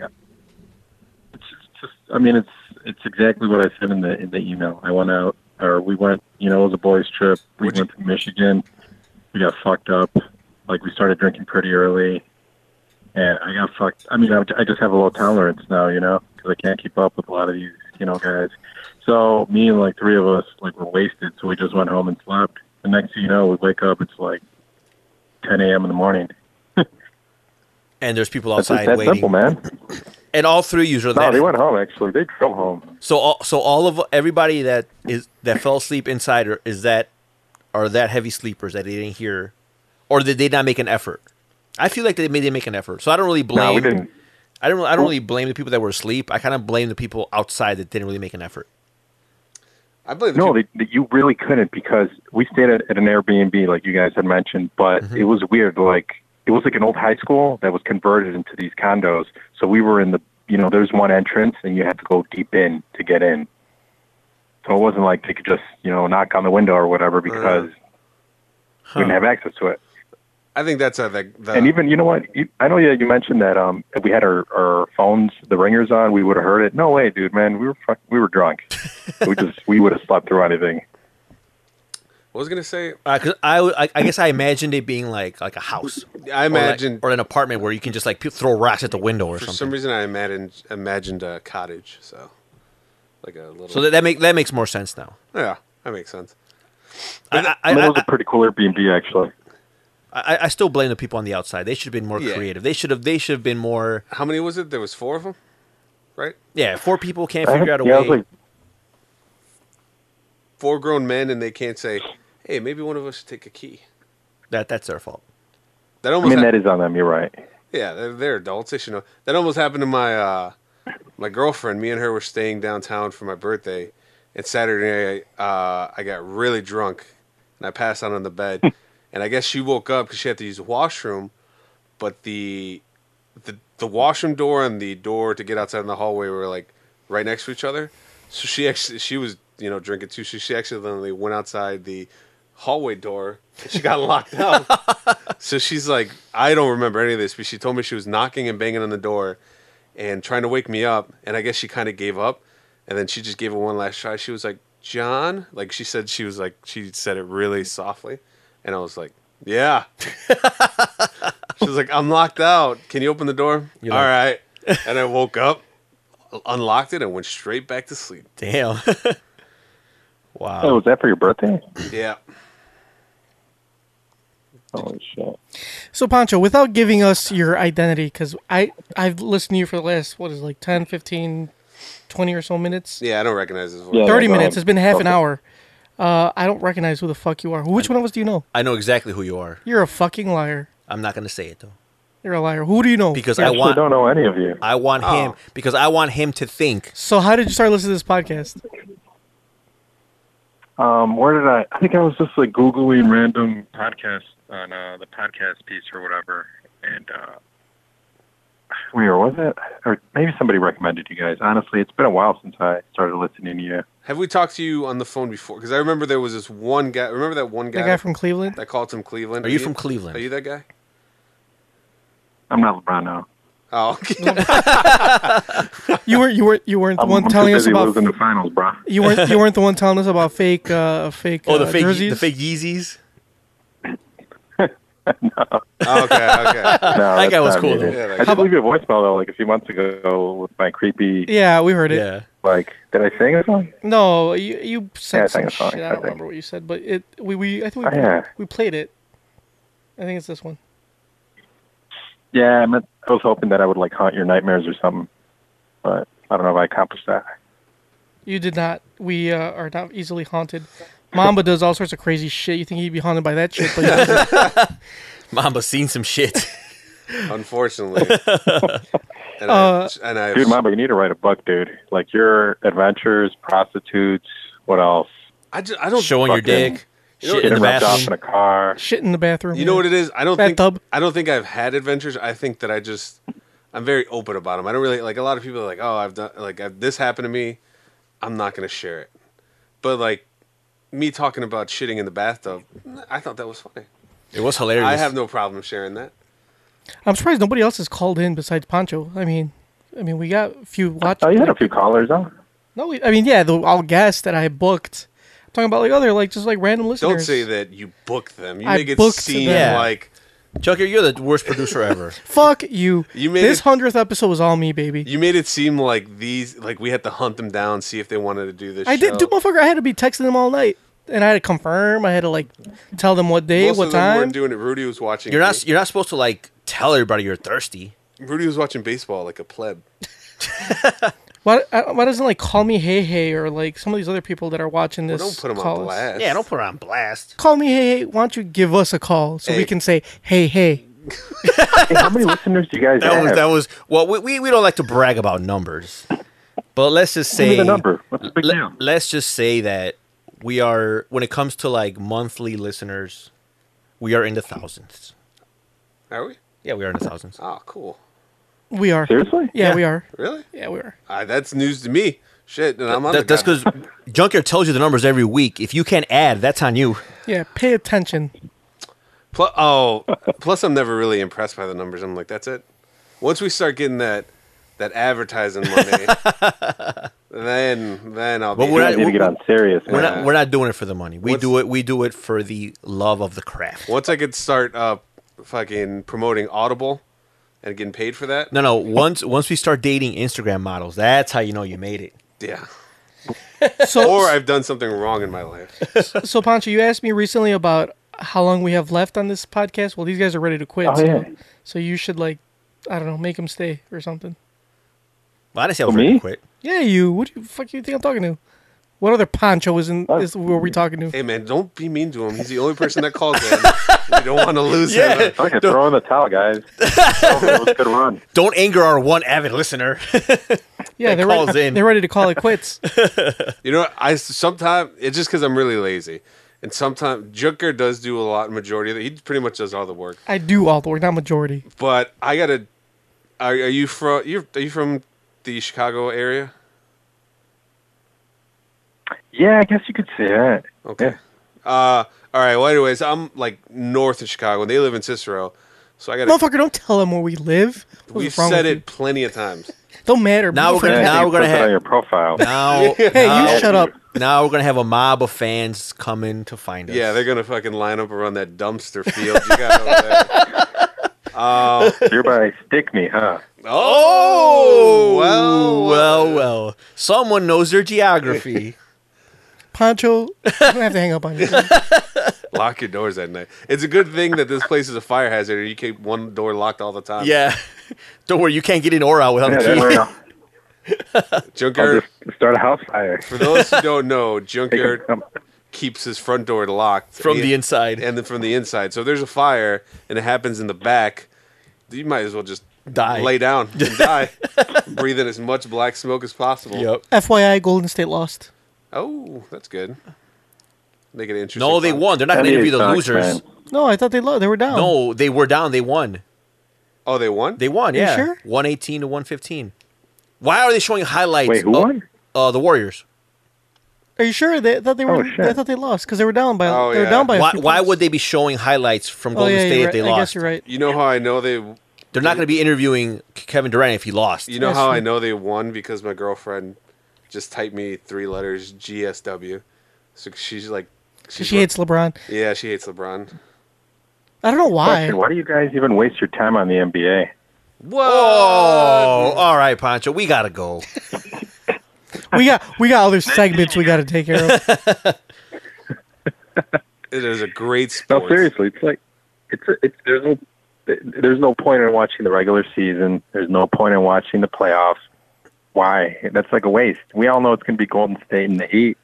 [SPEAKER 13] It's just, I mean, it's it's exactly what I said in the in the email. I went out, or we went. You know, it was a boys' trip. We went to Michigan. We got fucked up. Like we started drinking pretty early, and I got fucked. I mean, I, I just have a low tolerance now, you know, because I can't keep up with a lot of these, you know, guys. So me and like three of us like were wasted, so we just went home and slept. The next thing you know, we wake up. It's like 10 a.m. in the morning.
[SPEAKER 5] And there's people
[SPEAKER 13] That's
[SPEAKER 5] outside
[SPEAKER 13] that
[SPEAKER 5] waiting.
[SPEAKER 13] simple, man.
[SPEAKER 5] And all three of you are
[SPEAKER 13] No,
[SPEAKER 5] that.
[SPEAKER 13] they went home actually. They drove home.
[SPEAKER 5] So all, so all of everybody that is that fell asleep inside are, is that are that heavy sleepers that they didn't hear, or did they not make an effort? I feel like they made they make an effort. So I don't really blame.
[SPEAKER 13] we didn't.
[SPEAKER 5] I don't. I don't really blame the people that were asleep. I kind of blame the people outside that didn't really make an effort.
[SPEAKER 4] I believe
[SPEAKER 13] no, that that you really couldn't because we stayed at, at an Airbnb like you guys had mentioned, but it was weird. Like it was like an old high school that was converted into these condos. So we were in the you know there's one entrance and you had to go deep in to get in. So it wasn't like they could just you know knock on the window or whatever because we didn't have access to it.
[SPEAKER 4] I think that's how the, the
[SPEAKER 13] and even you know what you, I know you, you mentioned that um if we had our, our phones the ringers on we would have heard it no way dude man we were fuck- we were drunk we just we would have slept through anything
[SPEAKER 4] what was I gonna say.
[SPEAKER 5] Uh, 'cause I, would- I, I guess I imagined it being like like a house.
[SPEAKER 4] I
[SPEAKER 5] or, like- or an apartment where you can just like pe- throw rocks at the window or
[SPEAKER 4] For
[SPEAKER 5] something.
[SPEAKER 4] some reason, I imagined imagined a cottage. So like a little.
[SPEAKER 5] so that that make that makes more sense now.
[SPEAKER 4] yeah, that makes sense.
[SPEAKER 5] I,
[SPEAKER 13] I,
[SPEAKER 5] I,
[SPEAKER 13] that
[SPEAKER 5] I,
[SPEAKER 13] was a pretty cool Airbnb actually
[SPEAKER 5] I, I still blame the people on the outside. They should have been more
[SPEAKER 4] Yeah.
[SPEAKER 5] creative. They should have they should have been more.
[SPEAKER 4] How many was it? There was four of them, right?
[SPEAKER 5] Yeah, four people can't
[SPEAKER 13] I
[SPEAKER 5] figure out
[SPEAKER 13] think-
[SPEAKER 5] a
[SPEAKER 13] yeah, I
[SPEAKER 5] way.
[SPEAKER 13] was like-
[SPEAKER 4] Four grown men, and they can't say, "Hey, maybe one of us should take a key."
[SPEAKER 5] that that's their fault.
[SPEAKER 4] That
[SPEAKER 13] I
[SPEAKER 4] almost
[SPEAKER 13] mean
[SPEAKER 4] hap-
[SPEAKER 13] that is on them you're right
[SPEAKER 4] Yeah, they're, they're adults. They should know. That almost happened to my uh, my girlfriend. Me and her were staying downtown for my birthday, and Saturday uh, I got really drunk and I passed out on the bed. and I guess she woke up because she had to use the washroom, but the the the washroom door and the door to get outside in the hallway were like right next to each other. So she actually she was you know drinking too. So she accidentally went outside the hallway door. And she got locked out. So she's like, I don't remember any of this, but she told me she was knocking and banging on the door and trying to wake me up. And I guess she kind of gave up. And then she just gave it one last try. She was like, John? Like she said, she was like, she said it really softly. And I was like, yeah. she was like, I'm locked out. Can you open the door?
[SPEAKER 5] You're
[SPEAKER 4] All right.
[SPEAKER 5] like-
[SPEAKER 4] And I woke up, unlocked it, and went straight back to sleep.
[SPEAKER 5] Damn. wow.
[SPEAKER 13] oh was that for your birthday
[SPEAKER 4] Yeah.
[SPEAKER 13] holy shit
[SPEAKER 3] So Pancho, without giving us your identity, because I I've listened to you for the last what is it, like 10, 15, 20 or so minutes.
[SPEAKER 4] Yeah, I don't recognize his voice.
[SPEAKER 3] 30 minutes. It's been half an hour. Uh, I don't recognize who the fuck you are. Which one of us do you know?
[SPEAKER 5] I know exactly who you are.
[SPEAKER 3] You're a fucking liar.
[SPEAKER 5] I'm not gonna say it though
[SPEAKER 3] You're a liar. Who do you know?
[SPEAKER 5] because
[SPEAKER 3] You're-
[SPEAKER 5] I want
[SPEAKER 13] don't know any of you.
[SPEAKER 5] I want
[SPEAKER 4] Oh.
[SPEAKER 5] him because I want him to think.
[SPEAKER 3] So how did you start listening to this podcast?
[SPEAKER 13] um where did I I think I was just like googling random podcast on uh, the podcast piece or whatever and uh where was it or maybe somebody recommended you guys honestly it's been a while since I started listening to you
[SPEAKER 4] Have we talked to you on the phone before? Because I remember there was this one guy. Remember that one guy?
[SPEAKER 3] guy from Cleveland?
[SPEAKER 4] That called from Cleveland.
[SPEAKER 13] Are you from Cleveland?
[SPEAKER 4] Are you that guy?
[SPEAKER 13] I'm not LeBron now
[SPEAKER 4] Oh, okay.
[SPEAKER 3] You weren't you weren't you weren't the
[SPEAKER 13] I'm,
[SPEAKER 3] one
[SPEAKER 13] I'm
[SPEAKER 3] telling
[SPEAKER 13] too
[SPEAKER 3] us
[SPEAKER 13] busy
[SPEAKER 3] about
[SPEAKER 13] losing the finals, bro.
[SPEAKER 3] you weren't you weren't the one telling us about fake uh fake
[SPEAKER 5] Oh, the
[SPEAKER 3] uh,
[SPEAKER 5] fake
[SPEAKER 3] jerseys.
[SPEAKER 5] the fake Yeezys.
[SPEAKER 4] Oh, okay, okay.
[SPEAKER 13] no, that's not me, dude.
[SPEAKER 4] Yeah, like-
[SPEAKER 13] I did leave you a voicemail though, like a few months ago with my creepy.
[SPEAKER 3] Yeah, we heard it. Yeah.
[SPEAKER 13] Like, did I sing a song?
[SPEAKER 3] No, you you said
[SPEAKER 13] Yeah, I
[SPEAKER 3] some
[SPEAKER 13] think it's fine,
[SPEAKER 3] shit. I
[SPEAKER 13] I
[SPEAKER 3] don't
[SPEAKER 13] think.
[SPEAKER 3] remember what you said, but it we, we I think we,
[SPEAKER 13] Oh, yeah.
[SPEAKER 3] we played it. I think it's this one.
[SPEAKER 13] Yeah, I, meant, I was hoping that I would like haunt your nightmares or something, but I don't know if I accomplished that.
[SPEAKER 3] You did not. We uh, are not easily haunted. Mamba does all sorts of crazy shit. You think he'd be haunted by that shit? But he doesn't.
[SPEAKER 5] Mamba seen some shit.
[SPEAKER 4] Unfortunately.
[SPEAKER 13] And
[SPEAKER 3] Uh,
[SPEAKER 4] I, and I
[SPEAKER 13] dude, Mamba, you need to write a book, dude. Like your adventures, prostitutes, what else?
[SPEAKER 4] I, just, I don't
[SPEAKER 5] Showing your
[SPEAKER 4] fucking-
[SPEAKER 5] dick,
[SPEAKER 4] You know-
[SPEAKER 13] Getting ripped off in a car.
[SPEAKER 3] shit in the bathroom.
[SPEAKER 4] You know
[SPEAKER 3] yeah.
[SPEAKER 4] what it is? I don't think
[SPEAKER 3] Bathtub.
[SPEAKER 4] I don't think I've had adventures. I think that I just I'm very open about them. I don't really like a lot of people are like, "Oh, I've done like I've, this happened to me. I'm not going to share it." But like me talking about shitting in the bathtub, I thought that was funny.
[SPEAKER 5] It was hilarious.
[SPEAKER 4] I have no problem sharing that.
[SPEAKER 3] I'm surprised nobody else has called in besides Pancho. I mean, I mean, we got a few watch.
[SPEAKER 13] Oh, you had a few callers, huh?
[SPEAKER 3] No, we, I mean, yeah, the all guests that I booked. I'm talking about like other like just like random listeners.
[SPEAKER 4] Don't say that you booked them. You
[SPEAKER 3] I
[SPEAKER 4] make it
[SPEAKER 3] booked
[SPEAKER 4] seem
[SPEAKER 3] them.
[SPEAKER 4] like
[SPEAKER 5] Chucker, you're the worst producer ever.
[SPEAKER 3] Fuck you.
[SPEAKER 4] You made
[SPEAKER 3] this
[SPEAKER 4] it-
[SPEAKER 3] hundredth episode was all me, baby.
[SPEAKER 4] you made it seem like these like we had to hunt them down, see if they wanted to do this.
[SPEAKER 3] I did,
[SPEAKER 4] show.
[SPEAKER 3] dude, motherfucker. I had to be texting them all night, and I had to confirm. I had to like tell them what day,
[SPEAKER 4] Most
[SPEAKER 3] what
[SPEAKER 4] of them
[SPEAKER 3] time.
[SPEAKER 4] weren't doing it. Rudy was watching.
[SPEAKER 5] You're not you're not supposed to like tell everybody you're thirsty.
[SPEAKER 4] Rudy was watching baseball like a pleb.
[SPEAKER 3] Why, I- why doesn't like call me hey hey or like some of these other people that are watching
[SPEAKER 4] Well,
[SPEAKER 3] this?
[SPEAKER 4] don't put them
[SPEAKER 3] call
[SPEAKER 4] on
[SPEAKER 3] us.
[SPEAKER 4] blast.
[SPEAKER 5] Yeah, don't put it on blast.
[SPEAKER 3] Call me hey hey. Why don't you give us a call so we
[SPEAKER 5] Hey.
[SPEAKER 3] can say hey hey?
[SPEAKER 13] Hey, how many listeners do you guys
[SPEAKER 5] That
[SPEAKER 13] have?
[SPEAKER 5] was that was well we, we, we don't like to brag about numbers. But let's just
[SPEAKER 13] Give
[SPEAKER 5] say
[SPEAKER 13] me the number. What's the big deal?
[SPEAKER 5] Let's just say that we are when it comes to like monthly listeners, we are in the thousands.
[SPEAKER 4] Are we?
[SPEAKER 5] Yeah, we are in the thousands.
[SPEAKER 4] Oh, cool.
[SPEAKER 3] We are
[SPEAKER 13] seriously.
[SPEAKER 3] Yeah,
[SPEAKER 5] Yeah.
[SPEAKER 3] we are.
[SPEAKER 4] Really?
[SPEAKER 3] Yeah, we are.
[SPEAKER 4] Uh, that's news to me. Shit, and I'm on
[SPEAKER 5] That,
[SPEAKER 4] the
[SPEAKER 5] that's because Junkyard tells you the numbers every week. If you can't add, that's on you.
[SPEAKER 3] Yeah, pay attention.
[SPEAKER 4] Plus, oh, plus I'm never really impressed by the numbers. I'm like, that's it. Once we start getting that that advertising money, then then I'll.
[SPEAKER 5] But
[SPEAKER 4] be
[SPEAKER 5] we're
[SPEAKER 4] happy.
[SPEAKER 5] not-
[SPEAKER 13] You need to get on serious.
[SPEAKER 5] We're
[SPEAKER 13] man.
[SPEAKER 5] not we're not doing it for the money. We
[SPEAKER 4] What's-
[SPEAKER 5] do it we do it for the love of the craft.
[SPEAKER 4] Once I could start uh, fucking promoting Audible and getting paid for that,
[SPEAKER 5] No, no. Once once we start dating Instagram models, that's how you know you made it.
[SPEAKER 4] yeah.
[SPEAKER 3] So-
[SPEAKER 4] or I've done something wrong in my life.
[SPEAKER 3] so Pancho, you asked me recently about how long we have left on this podcast. Well, these guys are ready to quit.
[SPEAKER 13] Oh,
[SPEAKER 3] so,
[SPEAKER 13] yeah.
[SPEAKER 3] so you should like, I don't know, make them stay or something.
[SPEAKER 5] Well, I didn't say I
[SPEAKER 13] Who,
[SPEAKER 5] was ready to
[SPEAKER 13] me?
[SPEAKER 5] quit.
[SPEAKER 3] Yeah, you. What do you fuck you think I'm talking to? What other Pancho is
[SPEAKER 13] Oh.
[SPEAKER 3] in? Is were we talking to?
[SPEAKER 4] Hey man, don't be mean to him. He's the only person that calls in. we don't want to lose him.
[SPEAKER 13] Okay, throw in the towel, guys. oh, that was a good run.
[SPEAKER 5] Don't anger our one avid listener.
[SPEAKER 3] Yeah,
[SPEAKER 5] that
[SPEAKER 3] they're ready,
[SPEAKER 5] calls in.
[SPEAKER 3] they're ready to call it quits.
[SPEAKER 4] You know, what? I sometimes it's just because I'm really lazy, and sometimes Junker does do a lot. Majority of it, he pretty much does all the work.
[SPEAKER 3] I do all the work, not majority.
[SPEAKER 4] But I gotta. Are, are you from? You're, are you from the Chicago area?
[SPEAKER 13] Yeah, I guess you could say that.
[SPEAKER 4] Okay. Uh, all right. Well, anyways, I'm like north of Chicago, and they live in Cicero, so I gotta.
[SPEAKER 3] Motherfucker, don't tell them where we live. What's
[SPEAKER 4] We've
[SPEAKER 3] wrong
[SPEAKER 4] said
[SPEAKER 3] with
[SPEAKER 4] it plenty of times.
[SPEAKER 3] you? Don't matter.
[SPEAKER 5] Now
[SPEAKER 3] Be
[SPEAKER 5] we're gonna-
[SPEAKER 3] friendly.
[SPEAKER 5] now
[SPEAKER 13] You
[SPEAKER 5] we're gonna
[SPEAKER 13] put that
[SPEAKER 5] have-
[SPEAKER 13] on your profile.
[SPEAKER 5] Now,
[SPEAKER 3] Hey,
[SPEAKER 5] now-
[SPEAKER 3] you shut up.
[SPEAKER 5] Now we're gonna have a mob of fans coming to find us.
[SPEAKER 4] Yeah, they're gonna fucking line up around that dumpster field you got over there. Uh,
[SPEAKER 13] You're by Stickney, huh?
[SPEAKER 4] oh
[SPEAKER 5] Oh,
[SPEAKER 4] well,
[SPEAKER 5] well, well. Someone knows their geography.
[SPEAKER 3] Pancho, I'm gonna have to hang up on you.
[SPEAKER 4] Lock your doors at night. It's a good thing that this place is a fire hazard. and You keep one door locked all the time.
[SPEAKER 5] yeah. Don't worry, you can't get in or out without
[SPEAKER 13] Yeah,
[SPEAKER 5] the
[SPEAKER 13] don't
[SPEAKER 5] key.
[SPEAKER 13] worry. I'll- I'll
[SPEAKER 4] Junker.
[SPEAKER 13] just start a house fire.
[SPEAKER 4] For those who don't know,
[SPEAKER 13] Take a-
[SPEAKER 4] Junker keeps his front door locked
[SPEAKER 5] From the
[SPEAKER 4] inside.
[SPEAKER 5] inside,
[SPEAKER 4] and then from the inside. So if there's a fire and it happens in the back, you might as well just
[SPEAKER 5] die.
[SPEAKER 4] lay down and die. Breathe in as much black smoke as possible.
[SPEAKER 5] Yep.
[SPEAKER 3] FYI, Golden State lost.
[SPEAKER 4] Oh, that's good. Make it interesting.
[SPEAKER 5] No, they
[SPEAKER 4] fun.
[SPEAKER 5] won. They're not
[SPEAKER 13] That
[SPEAKER 5] gonna interview the
[SPEAKER 13] is sucks,
[SPEAKER 5] losers.
[SPEAKER 13] man.
[SPEAKER 3] No, I thought they lost. They were down.
[SPEAKER 5] No, they were down. They won.
[SPEAKER 4] Oh, they won?
[SPEAKER 5] They won.
[SPEAKER 3] You
[SPEAKER 5] Yeah,
[SPEAKER 3] sure?
[SPEAKER 5] one eighteen to one fifteen. Why are they showing highlights?
[SPEAKER 13] Wait, who
[SPEAKER 5] of-
[SPEAKER 13] won?
[SPEAKER 5] Uh, the Warriors.
[SPEAKER 3] Are you sure? They I thought they were.
[SPEAKER 13] Oh, shit.
[SPEAKER 3] I thought they lost because they were down by.
[SPEAKER 4] Oh,
[SPEAKER 3] they were
[SPEAKER 4] yeah.
[SPEAKER 3] down by. a
[SPEAKER 5] Why,
[SPEAKER 3] few
[SPEAKER 5] why
[SPEAKER 3] points.
[SPEAKER 5] would they be showing highlights from Golden
[SPEAKER 3] oh, yeah,
[SPEAKER 5] State
[SPEAKER 3] you're
[SPEAKER 5] if they
[SPEAKER 3] right. I
[SPEAKER 5] lost?
[SPEAKER 3] guess you're right.
[SPEAKER 4] you know how I know they
[SPEAKER 5] They're not going to be interviewing K- Kevin Durant if he lost.
[SPEAKER 4] you know
[SPEAKER 3] That's
[SPEAKER 4] how I
[SPEAKER 3] true.
[SPEAKER 4] know they won because my girlfriend just typed me three letters GSW. So she's like
[SPEAKER 3] She hates LeBron.
[SPEAKER 4] Yeah, she hates LeBron.
[SPEAKER 3] I don't know why.
[SPEAKER 13] Question, why do you guys even waste your time on the NBA?
[SPEAKER 5] Whoa! Oh, All right, Pancho, we gotta go.
[SPEAKER 3] We got we got other segments we got to take care of.
[SPEAKER 4] It is a great
[SPEAKER 13] No, seriously, it's like it's a, it's there's no there's no point in watching the regular season. There's no point in watching the playoffs. Why? That's like a waste. We all know it's going to be Golden State and the Heat,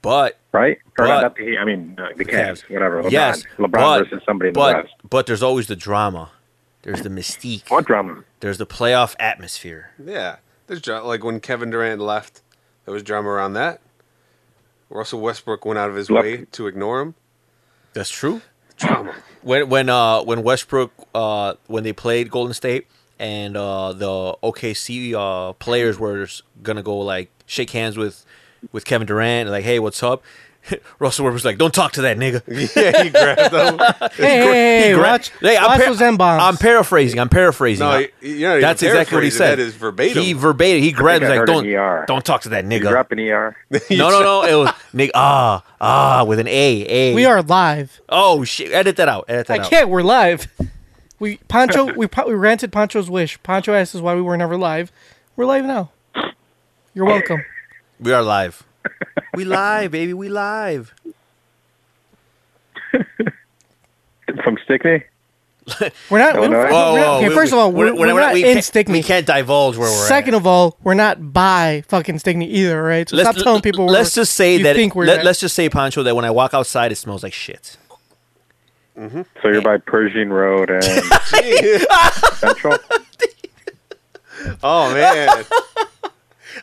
[SPEAKER 5] but
[SPEAKER 13] right? or
[SPEAKER 5] but-
[SPEAKER 13] not, not the Heat. I mean uh, the Cavs, whatever. LeBron,
[SPEAKER 5] yes,
[SPEAKER 13] LeBron
[SPEAKER 5] but,
[SPEAKER 13] versus somebody in
[SPEAKER 5] but,
[SPEAKER 13] the West.
[SPEAKER 5] But there's always the drama. There's the mystique.
[SPEAKER 13] What drama?
[SPEAKER 5] There's the playoff atmosphere.
[SPEAKER 4] Yeah, there's dra- like when Kevin Durant left, there was drama around that. Russell Westbrook went out of his
[SPEAKER 5] Look.
[SPEAKER 4] way to ignore him.
[SPEAKER 5] That's true. When when uh when Westbrook uh when they played Golden State and uh the OKC uh players were s- gonna go like shake hands with with Kevin Durant and like hey what's up. Russell Westbrook's like, don't talk to that nigga.
[SPEAKER 4] Yeah, he grabbed him.
[SPEAKER 3] Hey, hey, hey, watch- watch those
[SPEAKER 5] bombs. I'm paraphrasing. I'm paraphrasing.
[SPEAKER 4] No,
[SPEAKER 5] I-
[SPEAKER 4] you're not even
[SPEAKER 5] that's exactly what he
[SPEAKER 4] paraphrasing. That
[SPEAKER 5] said.
[SPEAKER 4] is verbatim.
[SPEAKER 5] He verbatim. He
[SPEAKER 4] I
[SPEAKER 5] grabbed.
[SPEAKER 4] think I
[SPEAKER 5] He's like,
[SPEAKER 4] heard an E
[SPEAKER 5] don't, don't talk to that nigga.
[SPEAKER 13] Drop an ER.
[SPEAKER 5] no, no, no. It was nigga. Ah, ah, with an A, A.
[SPEAKER 3] We are live.
[SPEAKER 5] Oh shit! Edit that out. Edit that
[SPEAKER 3] I
[SPEAKER 5] out.
[SPEAKER 3] can't. We're live. We Poncho. we, po- we ranted Poncho's wish. Poncho asked us why we were never live. We're live now. You're welcome.
[SPEAKER 5] We are live. we live, baby. We live.
[SPEAKER 13] From Stickney.
[SPEAKER 3] We're
[SPEAKER 13] Oh,
[SPEAKER 3] not. we're not-
[SPEAKER 4] Oh,
[SPEAKER 5] Illinois? Whoa,
[SPEAKER 3] we're not-
[SPEAKER 5] whoa,
[SPEAKER 3] okay,
[SPEAKER 5] we-
[SPEAKER 3] first of all,
[SPEAKER 5] we're-
[SPEAKER 3] we're,
[SPEAKER 5] we're
[SPEAKER 3] we're
[SPEAKER 5] not-
[SPEAKER 3] not
[SPEAKER 5] we
[SPEAKER 3] in
[SPEAKER 5] can't-
[SPEAKER 3] Stickney.
[SPEAKER 5] we can't divulge where we're
[SPEAKER 3] Second of all, we're not by fucking Stickney either, right? So stop telling people.
[SPEAKER 5] Let's
[SPEAKER 3] we're-
[SPEAKER 5] just say
[SPEAKER 3] you
[SPEAKER 5] that.
[SPEAKER 3] Think we're
[SPEAKER 5] let,
[SPEAKER 3] at.
[SPEAKER 5] us just say, Pancho, that when I walk outside, it smells like shit. Mm-hmm.
[SPEAKER 13] So you're by Pershing Road and Central.
[SPEAKER 4] Oh man,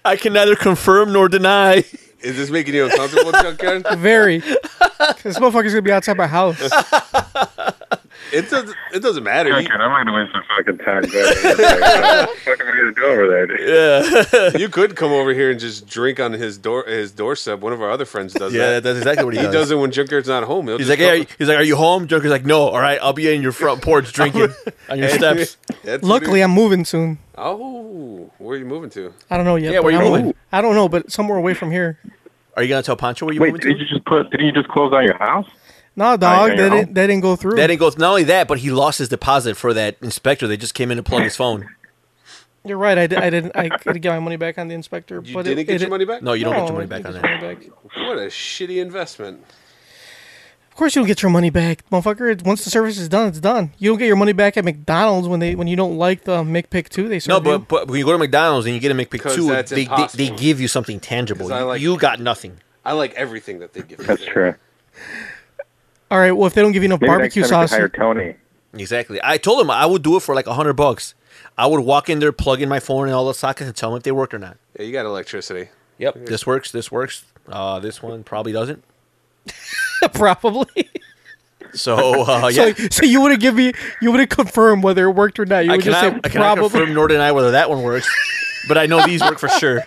[SPEAKER 5] I can neither confirm nor deny.
[SPEAKER 4] is this making you uncomfortable, Junkyard?
[SPEAKER 3] Very. this motherfucker's gonna be outside my house.
[SPEAKER 4] It doesn't. It doesn't matter. You,
[SPEAKER 13] I'm not gonna waste my fucking time. what am I gonna do over there?
[SPEAKER 4] Yeah. you could come over here and just drink on his door his doorstep. One of our other friends does
[SPEAKER 5] Yeah,
[SPEAKER 4] that.
[SPEAKER 5] that's exactly what he
[SPEAKER 4] he
[SPEAKER 5] does.
[SPEAKER 4] does it when Junkyard's not home. He'll
[SPEAKER 5] He's
[SPEAKER 4] just
[SPEAKER 5] like,
[SPEAKER 4] come-
[SPEAKER 5] hey, he's like, are you home? Joker's like, no. All right, I'll be in your front porch drinking on your
[SPEAKER 4] Hey,
[SPEAKER 5] steps.
[SPEAKER 4] that's what
[SPEAKER 3] Luckily,
[SPEAKER 4] he-
[SPEAKER 3] I'm moving soon.
[SPEAKER 4] Oh, where are you moving to?
[SPEAKER 3] I don't know yet.
[SPEAKER 5] Yeah,
[SPEAKER 3] but
[SPEAKER 5] where you
[SPEAKER 3] I'm-
[SPEAKER 5] moving?
[SPEAKER 3] I don't know, but somewhere away from here.
[SPEAKER 5] Are you gonna tell Pancho where you
[SPEAKER 13] Wait,
[SPEAKER 5] moving
[SPEAKER 13] did you just put? Didn't you just close down your house?
[SPEAKER 3] No,
[SPEAKER 5] I
[SPEAKER 3] dog,
[SPEAKER 5] don't
[SPEAKER 3] that
[SPEAKER 5] know.
[SPEAKER 3] didn't, that didn't go through.
[SPEAKER 5] That ain't goes. Not only that, but he lost his deposit for that inspector. They just came in to plug his phone.
[SPEAKER 3] You're right. I, did, I didn't. I could get my money back on the inspector.
[SPEAKER 4] You
[SPEAKER 3] but it-
[SPEAKER 4] didn't get
[SPEAKER 3] it-
[SPEAKER 4] your money back?
[SPEAKER 5] No, you don't get your
[SPEAKER 3] I
[SPEAKER 5] money
[SPEAKER 3] didn't
[SPEAKER 5] back
[SPEAKER 3] get
[SPEAKER 5] on
[SPEAKER 3] my money back.
[SPEAKER 4] What a shitty investment.
[SPEAKER 3] Of course, you don't get your money back, motherfucker. It- Once the service is done, it's done. You don't get your money back at McDonald's when they when you don't like the McPick two they
[SPEAKER 5] No,
[SPEAKER 3] serve you.
[SPEAKER 5] but, but when you go to McDonald's and you get a McPick
[SPEAKER 4] 'Cause
[SPEAKER 5] two,
[SPEAKER 4] that's
[SPEAKER 5] they, they they
[SPEAKER 4] impossible.
[SPEAKER 5] give you something tangible.
[SPEAKER 4] 'Cause I
[SPEAKER 5] You-
[SPEAKER 4] like-
[SPEAKER 5] you got nothing.
[SPEAKER 4] I like everything that they give. me.
[SPEAKER 13] That's true.
[SPEAKER 3] All right. Well, if they don't give you enough barbecue sauce,
[SPEAKER 13] Tony.
[SPEAKER 5] Exactly. I told him I would do it for like a hundred buck's. I would walk in there, plug in my phone and all the sockets, and tell them if they worked or not.
[SPEAKER 4] Yeah, you got electricity.
[SPEAKER 5] Yep, this works. This works. Uh, this one probably doesn't.
[SPEAKER 3] probably.
[SPEAKER 5] So uh, yeah,
[SPEAKER 3] So, so you wouldn't give me. You wouldn't confirm whether it worked or not. You
[SPEAKER 5] I
[SPEAKER 3] would just say
[SPEAKER 5] cannot, I cannot
[SPEAKER 3] probably.
[SPEAKER 5] confirm nor deny whether that one works, but I know these work for sure.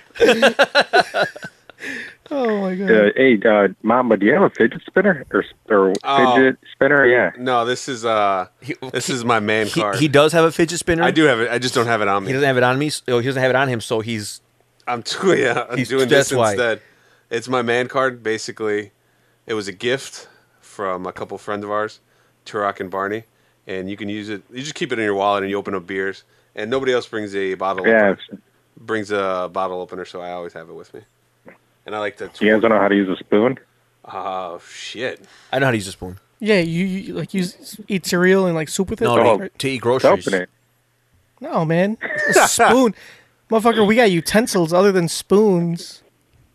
[SPEAKER 3] Oh my god.
[SPEAKER 13] Uh, hey, uh, Mama, do you have a fidget spinner or or
[SPEAKER 4] Oh.
[SPEAKER 13] fidget spinner? Yeah.
[SPEAKER 4] No, this is uh, this is my man
[SPEAKER 5] He,
[SPEAKER 4] card.
[SPEAKER 5] he does have a fidget spinner.
[SPEAKER 4] I do have it. I just don't have it on
[SPEAKER 5] He
[SPEAKER 4] me.
[SPEAKER 5] doesn't have it on me. So he doesn't have it on him. So he's
[SPEAKER 4] I'm too, yeah, I'm
[SPEAKER 5] He's-
[SPEAKER 4] doing
[SPEAKER 5] that's
[SPEAKER 4] this
[SPEAKER 5] why.
[SPEAKER 4] instead. It's my man card. Basically, it was a gift from a couple friends of ours, Turok and Barney, and you can use it. You just keep it in your wallet and you open up beers. And nobody else brings a bottle.
[SPEAKER 13] Yeah.
[SPEAKER 4] opener, brings a bottle opener, so I always have it with me. And I like to.
[SPEAKER 13] You guys don't know how to use a spoon?
[SPEAKER 4] Oh shit!
[SPEAKER 5] I know how to use a spoon.
[SPEAKER 3] Yeah, you, you like you s- eat cereal and like soup with it.
[SPEAKER 5] No,
[SPEAKER 13] Oh,
[SPEAKER 3] right?
[SPEAKER 5] to, to eat groceries.
[SPEAKER 13] Open it.
[SPEAKER 3] No, man. A spoon. Motherfucker, we got utensils other than spoons.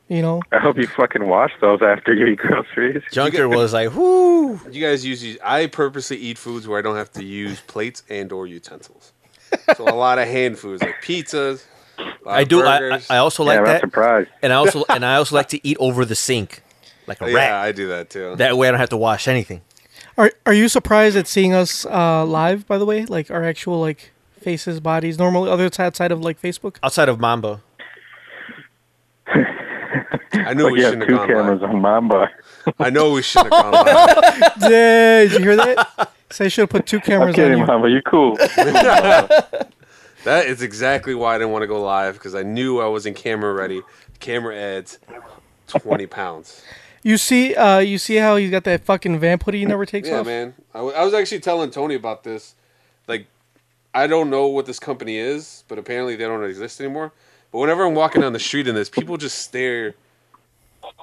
[SPEAKER 3] You know?
[SPEAKER 13] I hope you fucking wash those after you eat groceries.
[SPEAKER 5] Junker was like, "Whoo!"
[SPEAKER 4] You guys use these. I purposely eat foods where I don't have to use plates and or utensils. So a lot of hand foods like pizzas. a lot
[SPEAKER 5] I
[SPEAKER 4] of
[SPEAKER 5] do. I, I
[SPEAKER 4] burgers.
[SPEAKER 5] I also like that. And I also and I also like to eat over the sink, like a
[SPEAKER 4] Yeah,
[SPEAKER 5] rat.
[SPEAKER 4] I do that too.
[SPEAKER 5] That way I don't have to wash anything.
[SPEAKER 3] Are are you surprised at seeing us uh, live, by the way? Like our actual like faces, bodies, normally other t- outside of like Facebook?
[SPEAKER 5] Outside of Mamba,
[SPEAKER 4] I knew
[SPEAKER 13] like
[SPEAKER 4] we
[SPEAKER 13] you have
[SPEAKER 4] shouldn't have
[SPEAKER 13] two
[SPEAKER 4] gone live.
[SPEAKER 13] cameras on Mamba.
[SPEAKER 4] I know we shouldn't have gone live.
[SPEAKER 3] Did you hear that? So I should have put two
[SPEAKER 13] I'm
[SPEAKER 3] cameras on
[SPEAKER 13] kidding,
[SPEAKER 3] you.
[SPEAKER 13] Mamba. You're cool.
[SPEAKER 4] That is exactly why I didn't want to go live because I knew I wasn't camera ready. Camera adds 20 pounds.
[SPEAKER 3] You see, uh, you see how he's got that fucking vamp hoodie he never takes
[SPEAKER 4] yeah,
[SPEAKER 3] off.
[SPEAKER 4] man. I, w- I was actually telling Tony about this. Like, I don't know what this company is, but apparently they don't exist anymore. But whenever I'm walking down the street in this, people just stare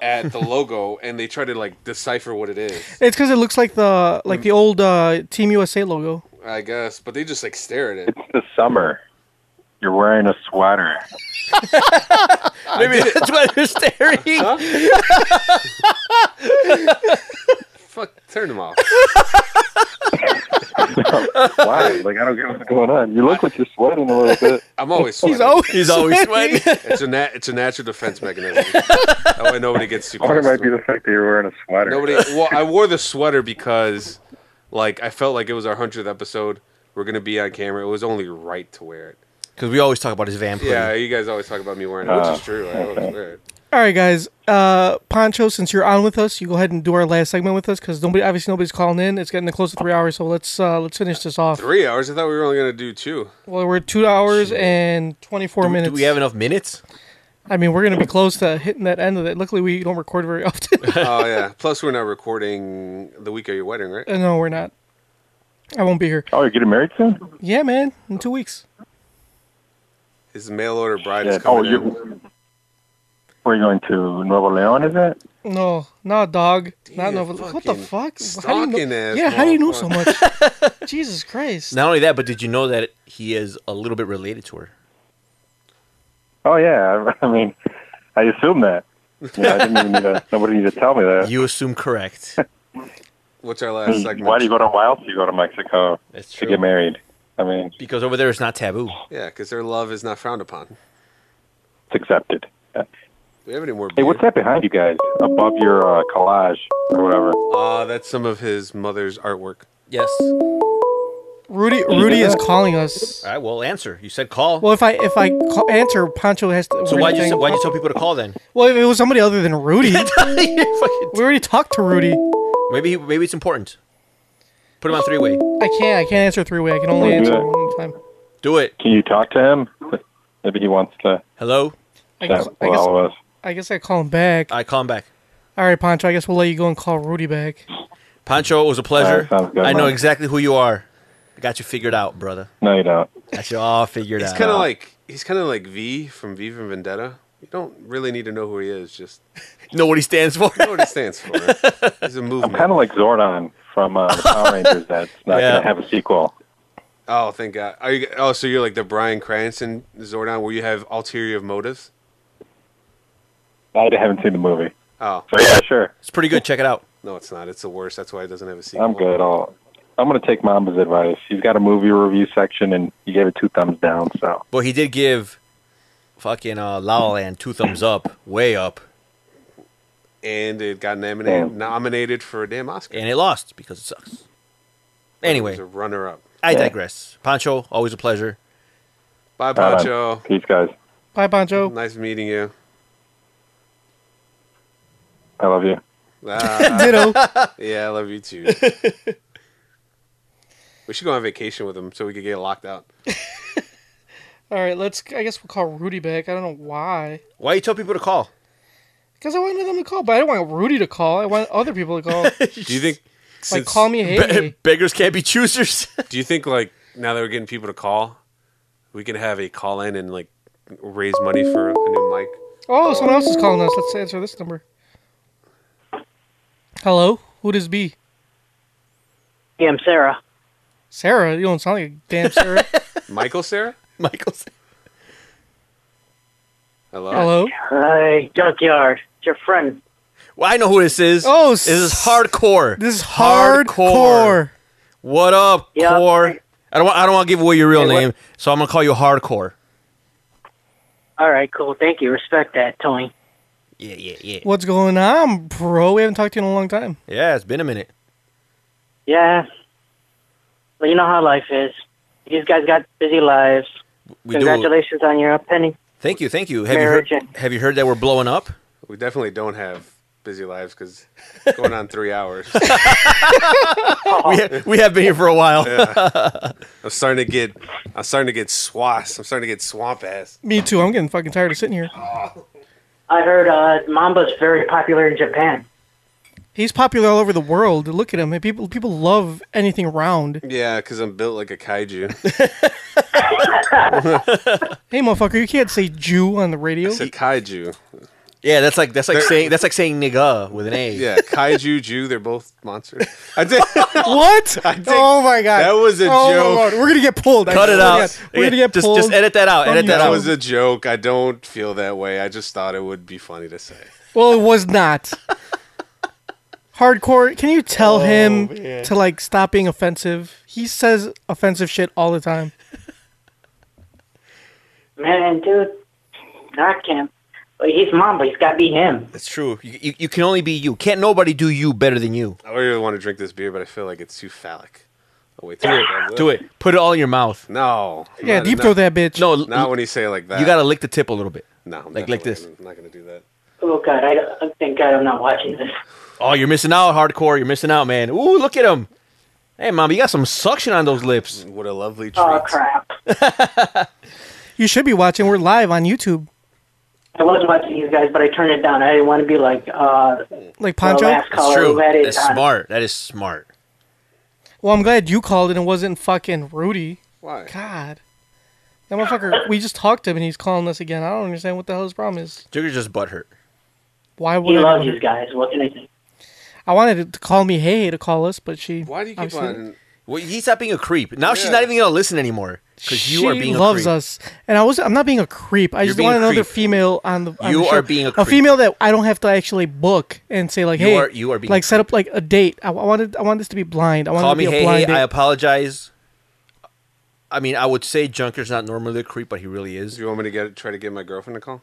[SPEAKER 4] at the logo and they try to like decipher what it is.
[SPEAKER 3] It's because it looks like the like the old uh, Team USA logo.
[SPEAKER 4] I guess, but they just like stare at it.
[SPEAKER 13] the summer. You're wearing a sweater.
[SPEAKER 4] Maybe
[SPEAKER 5] that's why they're staring.
[SPEAKER 4] Fuck, turn them off.
[SPEAKER 13] Why? Like I don't get what's going on. You look like you're sweating a little bit.
[SPEAKER 4] I'm always sweating. it's a nat- it's a natural defense mechanism. that way nobody gets too
[SPEAKER 13] Or it
[SPEAKER 4] close.
[SPEAKER 13] might be the fact that you're wearing a sweater.
[SPEAKER 4] Nobody. Well, I wore the sweater because, like, I felt like it was our hundredth episode. We're gonna be on camera. It was only right to wear it.
[SPEAKER 5] Because we always talk about his vamp.
[SPEAKER 4] Yeah, you guys always talk about me wearing it,
[SPEAKER 13] Oh,
[SPEAKER 4] which is true. I always wear it.
[SPEAKER 3] All right, guys. Uh, Poncho, since you're on with us, you go ahead and do our last segment with us because nobody, obviously, nobody's calling in. It's getting close to three hours, so let's uh, let's finish this off.
[SPEAKER 4] Three hours. I thought we were only gonna do two.
[SPEAKER 3] Well, we're two hours and twenty four
[SPEAKER 4] Do we- do
[SPEAKER 3] minutes.
[SPEAKER 4] we have enough
[SPEAKER 5] minutes?
[SPEAKER 3] I mean, we're gonna be close to hitting that end of it. Luckily, we don't record very often.
[SPEAKER 4] oh yeah. Plus, we're not recording the week of your wedding, right?
[SPEAKER 3] Uh, no, we're not. I won't be here.
[SPEAKER 13] Oh, you're getting married soon?
[SPEAKER 3] Yeah, man. In two weeks.
[SPEAKER 4] His mail order bride
[SPEAKER 13] Yeah.
[SPEAKER 4] is
[SPEAKER 13] Oh,
[SPEAKER 4] coming. in.
[SPEAKER 13] you. Where are you going to Nuevo Leon? Is it?
[SPEAKER 3] No, not dog. not Nova. What the fuck? How do you
[SPEAKER 4] stalking
[SPEAKER 3] know?
[SPEAKER 4] ass
[SPEAKER 3] Yeah, how do you know so much? Jesus Christ!
[SPEAKER 5] Not only that, but did you know that he is a little bit related to her?
[SPEAKER 13] Oh yeah. I mean, I assumed that. You know, I didn't even need to, nobody needed to tell me that.
[SPEAKER 5] You assume correct.
[SPEAKER 4] What's our
[SPEAKER 13] I mean, Why do you go to? Why else do you go to Mexico
[SPEAKER 5] That's
[SPEAKER 13] to get married? I mean,
[SPEAKER 5] Because over there it's not taboo.
[SPEAKER 4] Yeah, because their love is not frowned upon.
[SPEAKER 13] it's accepted.
[SPEAKER 4] Do we have any more?
[SPEAKER 13] Hey, what's that behind you guys? Above your uh, collage or whatever.
[SPEAKER 4] Ah, that's some of his mother's artwork.
[SPEAKER 5] Yes.
[SPEAKER 3] Rudy, Rudy is calling us.
[SPEAKER 5] All right, well, answer. You said call.
[SPEAKER 3] Well, if I if I call, answer, Pancho has to.
[SPEAKER 5] Oh. so
[SPEAKER 3] we're
[SPEAKER 5] why'd you,
[SPEAKER 3] getting-
[SPEAKER 5] why'd you tell people to call then?
[SPEAKER 3] Well, if it was somebody other than Rudy, we already talked to Rudy.
[SPEAKER 5] Maybe he- maybe it's important. Put him on three way.
[SPEAKER 3] I can't. I can't answer three way. I can only
[SPEAKER 13] Wanna do
[SPEAKER 3] answer
[SPEAKER 13] that?
[SPEAKER 3] one time.
[SPEAKER 5] Do it.
[SPEAKER 13] Can you talk to him? Maybe he wants to
[SPEAKER 5] Hello.
[SPEAKER 3] I
[SPEAKER 13] chat
[SPEAKER 3] guess-
[SPEAKER 13] with
[SPEAKER 3] I guess-
[SPEAKER 13] all of us.
[SPEAKER 3] I guess I call him back.
[SPEAKER 5] I call him back.
[SPEAKER 3] All right, Pancho. I guess we'll let you go and call Rudy back.
[SPEAKER 5] Pancho, it was a pleasure.
[SPEAKER 13] All right, sounds good,
[SPEAKER 5] I know
[SPEAKER 13] man.
[SPEAKER 5] exactly who you are. I got you figured out, brother.
[SPEAKER 13] No, you don't.
[SPEAKER 5] Got you all figured
[SPEAKER 4] He's
[SPEAKER 5] out.
[SPEAKER 4] kind of like he's kind of like V from V for Vendetta. You don't really need to know who he is. Just
[SPEAKER 5] know what he stands for.
[SPEAKER 4] know what he stands for. He's a
[SPEAKER 13] I'm
[SPEAKER 4] movement.
[SPEAKER 13] kind of like Zordon from uh, the Power Rangers. That's not
[SPEAKER 4] Yeah.
[SPEAKER 13] going to have a sequel.
[SPEAKER 4] Oh, thank God. Are you? Oh, so you're like the Brian Cranston Zordon, where you have ulterior motives.
[SPEAKER 13] I haven't seen the movie.
[SPEAKER 4] Oh,
[SPEAKER 13] So yeah, sure.
[SPEAKER 5] It's pretty good. Check it out.
[SPEAKER 4] No, it's not. It's the worst. That's why it doesn't have a sequel.
[SPEAKER 13] I'm good. I'll, I'm going to take Mamba's advice. He's got a movie review section, and he gave it two thumbs down. So
[SPEAKER 5] But he did give fucking uh, La La Land two thumbs up, way up,
[SPEAKER 4] And it got nominated nominated for a damn Oscar.
[SPEAKER 5] and it lost because it sucks. Anyway,
[SPEAKER 4] It was a runner up.
[SPEAKER 5] I digress. Pancho, always a pleasure.
[SPEAKER 4] Bye, Pancho.
[SPEAKER 13] peace, guys.
[SPEAKER 3] Bye, Pancho.
[SPEAKER 4] Nice meeting you.
[SPEAKER 13] I love you.
[SPEAKER 4] Ah.
[SPEAKER 3] Ditto.
[SPEAKER 4] Yeah, I love you too. we should go on vacation with him so we could get locked out.
[SPEAKER 3] All right, let's. I guess we'll call Rudy back. I don't know why.
[SPEAKER 5] Why you tell people to call?
[SPEAKER 3] Because I wanted them to call, but I don't want Rudy to call. I want other people to call.
[SPEAKER 4] Do you think?
[SPEAKER 3] Like, call me, hate me.
[SPEAKER 5] beggars can't be choosers.
[SPEAKER 4] do you think like now that we're getting people to call, we can have a call in and like raise money for a new mic?
[SPEAKER 3] Oh, someone else is calling us. Let's answer this number. Hello, who does be?
[SPEAKER 14] Yeah, I'm Sarah.
[SPEAKER 3] Sarah, you don't sound like a damn Sarah.
[SPEAKER 4] Michael Sarah?
[SPEAKER 5] Michael Sarah.
[SPEAKER 4] Hello?
[SPEAKER 3] Hello?
[SPEAKER 14] Hi, Junkyard. It's your friend.
[SPEAKER 5] Well, I know who this is.
[SPEAKER 3] Oh,
[SPEAKER 5] this is hardcore.
[SPEAKER 3] This is
[SPEAKER 5] hardcore. What up, core? I don't. Want, I don't want to give away your real
[SPEAKER 14] Hey, what-
[SPEAKER 5] name, so I'm gonna call you hardcore.
[SPEAKER 14] All right, cool. Thank you. Respect that, Tony.
[SPEAKER 5] Yeah, yeah, yeah.
[SPEAKER 3] What's going on, bro? We haven't talked to you in a long time.
[SPEAKER 5] Yeah, it's been a minute.
[SPEAKER 14] Yeah. Well, you know how life is. These guys got busy lives.
[SPEAKER 5] We do.
[SPEAKER 14] Congratulations on your upending.
[SPEAKER 5] Thank you, thank you. Have
[SPEAKER 14] Marriage
[SPEAKER 5] you heard? Have you heard that we're blowing up?
[SPEAKER 4] We definitely don't have busy lives because it's going on three
[SPEAKER 5] Oh.
[SPEAKER 4] hours.
[SPEAKER 5] we, ha- we have been here for a while.
[SPEAKER 4] Yeah. I'm starting to get, I'm starting to get swass. I'm starting to get swamp ass.
[SPEAKER 3] Me too. I'm getting fucking tired of sitting here.
[SPEAKER 14] I heard uh, Mamba's very popular in Japan.
[SPEAKER 3] He's popular all over the world. Look at him. and People people love anything round.
[SPEAKER 4] Yeah, because I'm built like a kaiju.
[SPEAKER 3] Hey, motherfucker, you can't say Jew on the radio.
[SPEAKER 4] I said kaiju.
[SPEAKER 5] Yeah, that's like that's like
[SPEAKER 4] They're-
[SPEAKER 5] saying that's like saying nigga with an A.
[SPEAKER 4] Yeah, kaiju, Jew, they're both monsters. I did.
[SPEAKER 3] what?
[SPEAKER 4] I think
[SPEAKER 3] oh my god,
[SPEAKER 4] that was
[SPEAKER 3] Oh
[SPEAKER 4] a
[SPEAKER 3] my
[SPEAKER 4] joke.
[SPEAKER 3] God, We're gonna get pulled. I
[SPEAKER 4] Cut it
[SPEAKER 3] swear to
[SPEAKER 4] out.
[SPEAKER 3] God. We're gonna get
[SPEAKER 5] Just-
[SPEAKER 3] pulled.
[SPEAKER 5] just edit that out,
[SPEAKER 3] from
[SPEAKER 5] edit that
[SPEAKER 4] That
[SPEAKER 3] YouTube.
[SPEAKER 4] was a joke. I don't feel that way. I just thought it would be funny to say.
[SPEAKER 3] Well, it was not. Hardcore. Can you tell
[SPEAKER 4] Oh,
[SPEAKER 3] him
[SPEAKER 4] man.
[SPEAKER 3] to like stop being offensive? He says offensive shit all the time.
[SPEAKER 14] Man, dude, I can't. But he's Mamba. He's got to be him.
[SPEAKER 5] That's true. You, you, you can only be you. Can't nobody do you better than you.
[SPEAKER 4] I really want to drink this beer, but I feel like it's too phallic. Oh wait, do it.
[SPEAKER 5] Do it. Put it all in your mouth.
[SPEAKER 4] No.
[SPEAKER 5] Yeah,
[SPEAKER 4] Not
[SPEAKER 5] deep
[SPEAKER 4] enough.
[SPEAKER 5] throat that bitch. No,
[SPEAKER 4] not when you say it like that.
[SPEAKER 5] You gotta lick the tip a little bit.
[SPEAKER 4] No, I'm
[SPEAKER 5] like like this.
[SPEAKER 4] I'm not gonna do that.
[SPEAKER 14] Oh, God. I, don't- I thank God I'm not watching this.
[SPEAKER 5] Oh, you're missing out, hardcore. You're missing out, man. Ooh, look at him. Hey, mom, you got some suction on those lips.
[SPEAKER 4] What a lovely treat.
[SPEAKER 14] Oh, crap.
[SPEAKER 3] You should be watching. We're live on YouTube.
[SPEAKER 14] I was watching these guys, but I turned it down. I didn't want to be like, uh,
[SPEAKER 3] Like Pancho?
[SPEAKER 14] the last
[SPEAKER 3] That's
[SPEAKER 14] caller
[SPEAKER 5] true.
[SPEAKER 14] who had it Uh,
[SPEAKER 5] That's
[SPEAKER 14] on.
[SPEAKER 5] smart. That is smart.
[SPEAKER 3] Well, I'm glad you called it and it wasn't fucking Rudy.
[SPEAKER 4] Why?
[SPEAKER 3] God. That motherfucker, we just talked to him and he's calling us again. I don't understand what the hell his problem is.
[SPEAKER 5] Jigger's just butthurt.
[SPEAKER 3] Why would
[SPEAKER 14] He
[SPEAKER 3] I
[SPEAKER 14] loves
[SPEAKER 3] do
[SPEAKER 14] these
[SPEAKER 3] that?
[SPEAKER 14] guys. What can I say?
[SPEAKER 3] I wanted to call me Hey to call us, but she.
[SPEAKER 4] Why do you keep
[SPEAKER 3] obviously-
[SPEAKER 4] on?
[SPEAKER 5] Well, he's not being a creep. Now she's
[SPEAKER 3] Yeah.
[SPEAKER 5] not even gonna listen anymore because you
[SPEAKER 3] she
[SPEAKER 5] are being
[SPEAKER 3] loves
[SPEAKER 5] a creep.
[SPEAKER 3] us, and I was I'm not being a creep. I
[SPEAKER 5] You're
[SPEAKER 3] just
[SPEAKER 5] being
[SPEAKER 3] want
[SPEAKER 5] a
[SPEAKER 3] another
[SPEAKER 5] creep.
[SPEAKER 3] female on the. on
[SPEAKER 5] You
[SPEAKER 3] the show.
[SPEAKER 5] are being a
[SPEAKER 3] a
[SPEAKER 5] creep.
[SPEAKER 3] female that I don't have to actually book and say like,
[SPEAKER 5] You
[SPEAKER 3] hey,
[SPEAKER 5] are- you are being
[SPEAKER 3] like
[SPEAKER 5] a
[SPEAKER 3] set up like a date. I, I wanted I want this to be blind. I want it
[SPEAKER 5] Call
[SPEAKER 3] to be a
[SPEAKER 5] me. Hey, hey,
[SPEAKER 3] blind
[SPEAKER 5] I
[SPEAKER 3] date.
[SPEAKER 5] apologize. I mean, I would say Junker's not normally a creep, but he really is.
[SPEAKER 4] Do you want me to get try to get my girlfriend a call?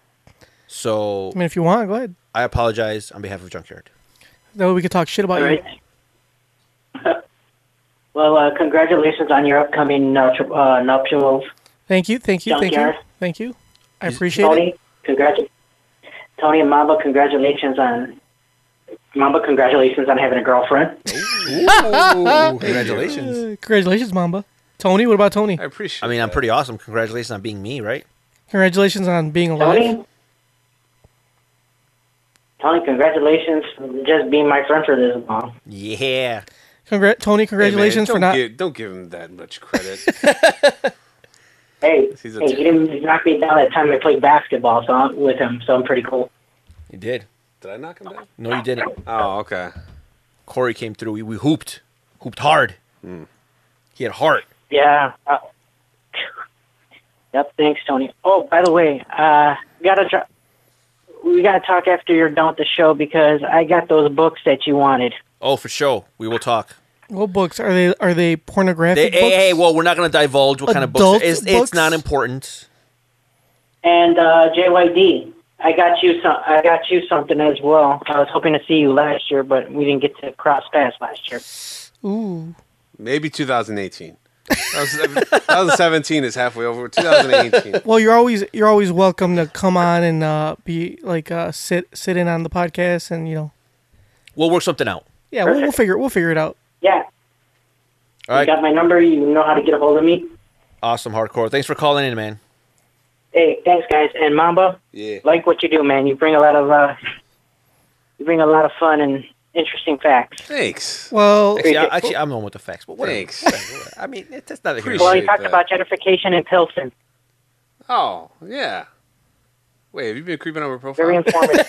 [SPEAKER 5] So
[SPEAKER 3] I mean, if you want, go ahead.
[SPEAKER 5] I apologize on behalf of Junkyard.
[SPEAKER 3] That way we could talk shit about
[SPEAKER 14] All
[SPEAKER 3] you.
[SPEAKER 14] right. Well, uh, congratulations on your upcoming nuptial, uh, nuptials.
[SPEAKER 3] Thank you, thank you, thank you,
[SPEAKER 14] Junkyard.
[SPEAKER 3] thank you. I appreciate
[SPEAKER 14] Tony,
[SPEAKER 3] it.
[SPEAKER 14] congratu- Tony and Mamba, congratulations on Mamba, congratulations on having a girlfriend.
[SPEAKER 5] Congratulations.
[SPEAKER 3] Uh, congratulations, Mamba. Tony, what about Tony?
[SPEAKER 4] I appreciate.
[SPEAKER 5] I mean, I'm pretty awesome. Congratulations on being me, right?
[SPEAKER 3] Congratulations on being alive.
[SPEAKER 14] Tony, Tony, congratulations for just being my friend for this long.
[SPEAKER 5] Yeah.
[SPEAKER 3] Congrat, Tony, congratulations for
[SPEAKER 4] don't
[SPEAKER 3] not.
[SPEAKER 4] Give, don't give him that much credit.
[SPEAKER 14] Hey,
[SPEAKER 4] He's a
[SPEAKER 14] hey, he didn't knock me down that time I played basketball so I'm, with him, so I'm pretty cool.
[SPEAKER 5] You did.
[SPEAKER 4] Did I knock him down?
[SPEAKER 5] No, you didn't.
[SPEAKER 4] Oh, okay.
[SPEAKER 5] Corey came through. We, we hooped. Hooped hard.
[SPEAKER 4] Hmm.
[SPEAKER 5] He had heart.
[SPEAKER 14] Yeah. Uh, yep. Thanks, Tony. Oh, by the way, uh, gotta try. We gotta talk after you're done with the show because I got those books that you wanted.
[SPEAKER 5] Oh, for sure. We will talk.
[SPEAKER 3] What books are they? Are they
[SPEAKER 5] They,
[SPEAKER 3] pornographic
[SPEAKER 5] hey,
[SPEAKER 3] books?
[SPEAKER 5] hey, well, we're not going to divulge what kind of
[SPEAKER 3] Adult
[SPEAKER 5] books. It's,
[SPEAKER 3] books?
[SPEAKER 5] it's not important.
[SPEAKER 14] And uh, JYD, I got you some. I got you something as well. I was hoping to see you last year, but we didn't get to cross paths last year.
[SPEAKER 3] Ooh.
[SPEAKER 4] Maybe 2018. That was- 2017 is halfway over. 2018.
[SPEAKER 3] Well, you're always you're always welcome to come on and uh, be like uh, sit sit in on the podcast and you know
[SPEAKER 5] We'll work something out.
[SPEAKER 3] yeah we'll, we'll figure it we'll figure it out.
[SPEAKER 14] Yeah.
[SPEAKER 5] All
[SPEAKER 14] You
[SPEAKER 5] right.
[SPEAKER 14] got my number. You know how to get a hold of me.
[SPEAKER 5] Awesome, hardcore. Thanks for calling in, man.
[SPEAKER 14] Hey, thanks, guys. And Mamba,
[SPEAKER 4] Yeah.
[SPEAKER 14] like what you do, man. You bring a lot of uh, you bring a lot of fun and interesting facts.
[SPEAKER 4] Thanks.
[SPEAKER 3] Well,
[SPEAKER 5] actually, I, actually I'm on with the facts, but whatever.
[SPEAKER 4] Thanks.
[SPEAKER 5] I mean, it, that's not a
[SPEAKER 4] Appreciate
[SPEAKER 14] Well, he
[SPEAKER 4] Shit,
[SPEAKER 14] talked
[SPEAKER 4] uh,
[SPEAKER 14] about gentrification and Pilsen.
[SPEAKER 4] Oh, yeah. Wait, have you been creeping on my profile?
[SPEAKER 14] Very informative.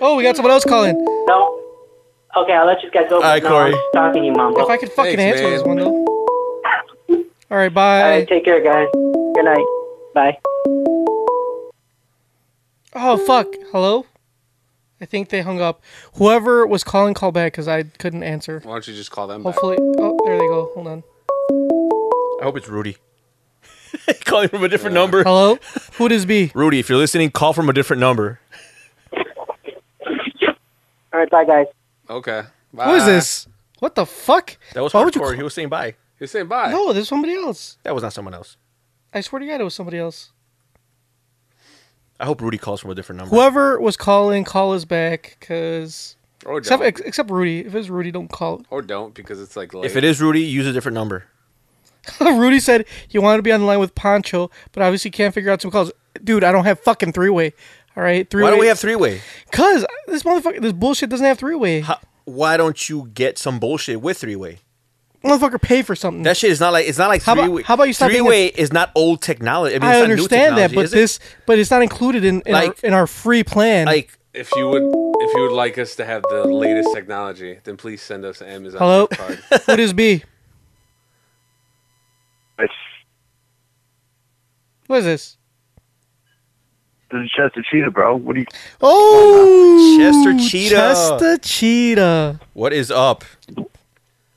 [SPEAKER 3] Oh, we got someone else calling.
[SPEAKER 14] no. Okay, I'll let you guys go. All
[SPEAKER 5] right, Corey.
[SPEAKER 14] Talking to you, Mamba.
[SPEAKER 3] If I could fucking
[SPEAKER 4] Thanks,
[SPEAKER 3] answer
[SPEAKER 4] man.
[SPEAKER 3] this one though. All right,
[SPEAKER 14] All
[SPEAKER 3] bye.
[SPEAKER 14] right, take care, guys. Good night. Bye.
[SPEAKER 3] Oh fuck. Hello. I think they hung up. Whoever was calling, call back because I couldn't answer.
[SPEAKER 4] Why don't you just call them back?
[SPEAKER 3] Hopefully. Oh, there they go. Hold on.
[SPEAKER 5] I hope it's Rudy. calling from a different number.
[SPEAKER 3] Hello. Who does be?
[SPEAKER 5] Rudy, if you're listening, call from a different number.
[SPEAKER 14] All right, bye, guys.
[SPEAKER 4] Okay. Bye.
[SPEAKER 3] Who is this? What the fuck?
[SPEAKER 5] That was
[SPEAKER 3] Why
[SPEAKER 5] hardcore.
[SPEAKER 3] would you
[SPEAKER 5] He was saying bye.
[SPEAKER 4] You're saying bye.
[SPEAKER 3] No, there's somebody else.
[SPEAKER 5] That was not someone else.
[SPEAKER 3] I swear to God, it was somebody else.
[SPEAKER 5] I hope Rudy calls from a different number.
[SPEAKER 3] Whoever was calling, call us back because
[SPEAKER 5] Oh,
[SPEAKER 4] Or
[SPEAKER 3] Except,
[SPEAKER 4] don't.
[SPEAKER 3] ex- except Rudy. If it's Rudy, don't call.
[SPEAKER 4] or don't because it's like late.
[SPEAKER 5] If it is Rudy, use a different number.
[SPEAKER 3] Rudy said he wanted to be on the line with Poncho, but obviously can't figure out some calls. Dude, I don't have fucking three way. All All right, three.
[SPEAKER 5] Why don't we have three way?
[SPEAKER 3] Cause this motherfucker, this bullshit doesn't have three way.
[SPEAKER 5] Why don't you get some bullshit with three way?
[SPEAKER 3] Motherfucker, pay for something.
[SPEAKER 5] That shit is not like it's not like
[SPEAKER 3] How about-
[SPEAKER 5] three way.
[SPEAKER 3] how about you stop
[SPEAKER 5] Three
[SPEAKER 3] being a-
[SPEAKER 5] way is not old technology. I, mean,
[SPEAKER 3] I
[SPEAKER 5] it's
[SPEAKER 3] understand
[SPEAKER 5] not new
[SPEAKER 3] that, but
[SPEAKER 5] technology, is
[SPEAKER 3] this, but it's not included in in,
[SPEAKER 5] Like-
[SPEAKER 3] our, in our free plan.
[SPEAKER 5] Like,
[SPEAKER 4] If you would, if you would like us to have the latest technology, then please send us an Amazon
[SPEAKER 3] hello,
[SPEAKER 4] gift card.
[SPEAKER 3] who does B? What is this?
[SPEAKER 15] This is Chester Cheetah, bro. What do you?
[SPEAKER 3] Oh,
[SPEAKER 5] Chester Cheetah.
[SPEAKER 3] Chester Cheetah.
[SPEAKER 5] it? What is up?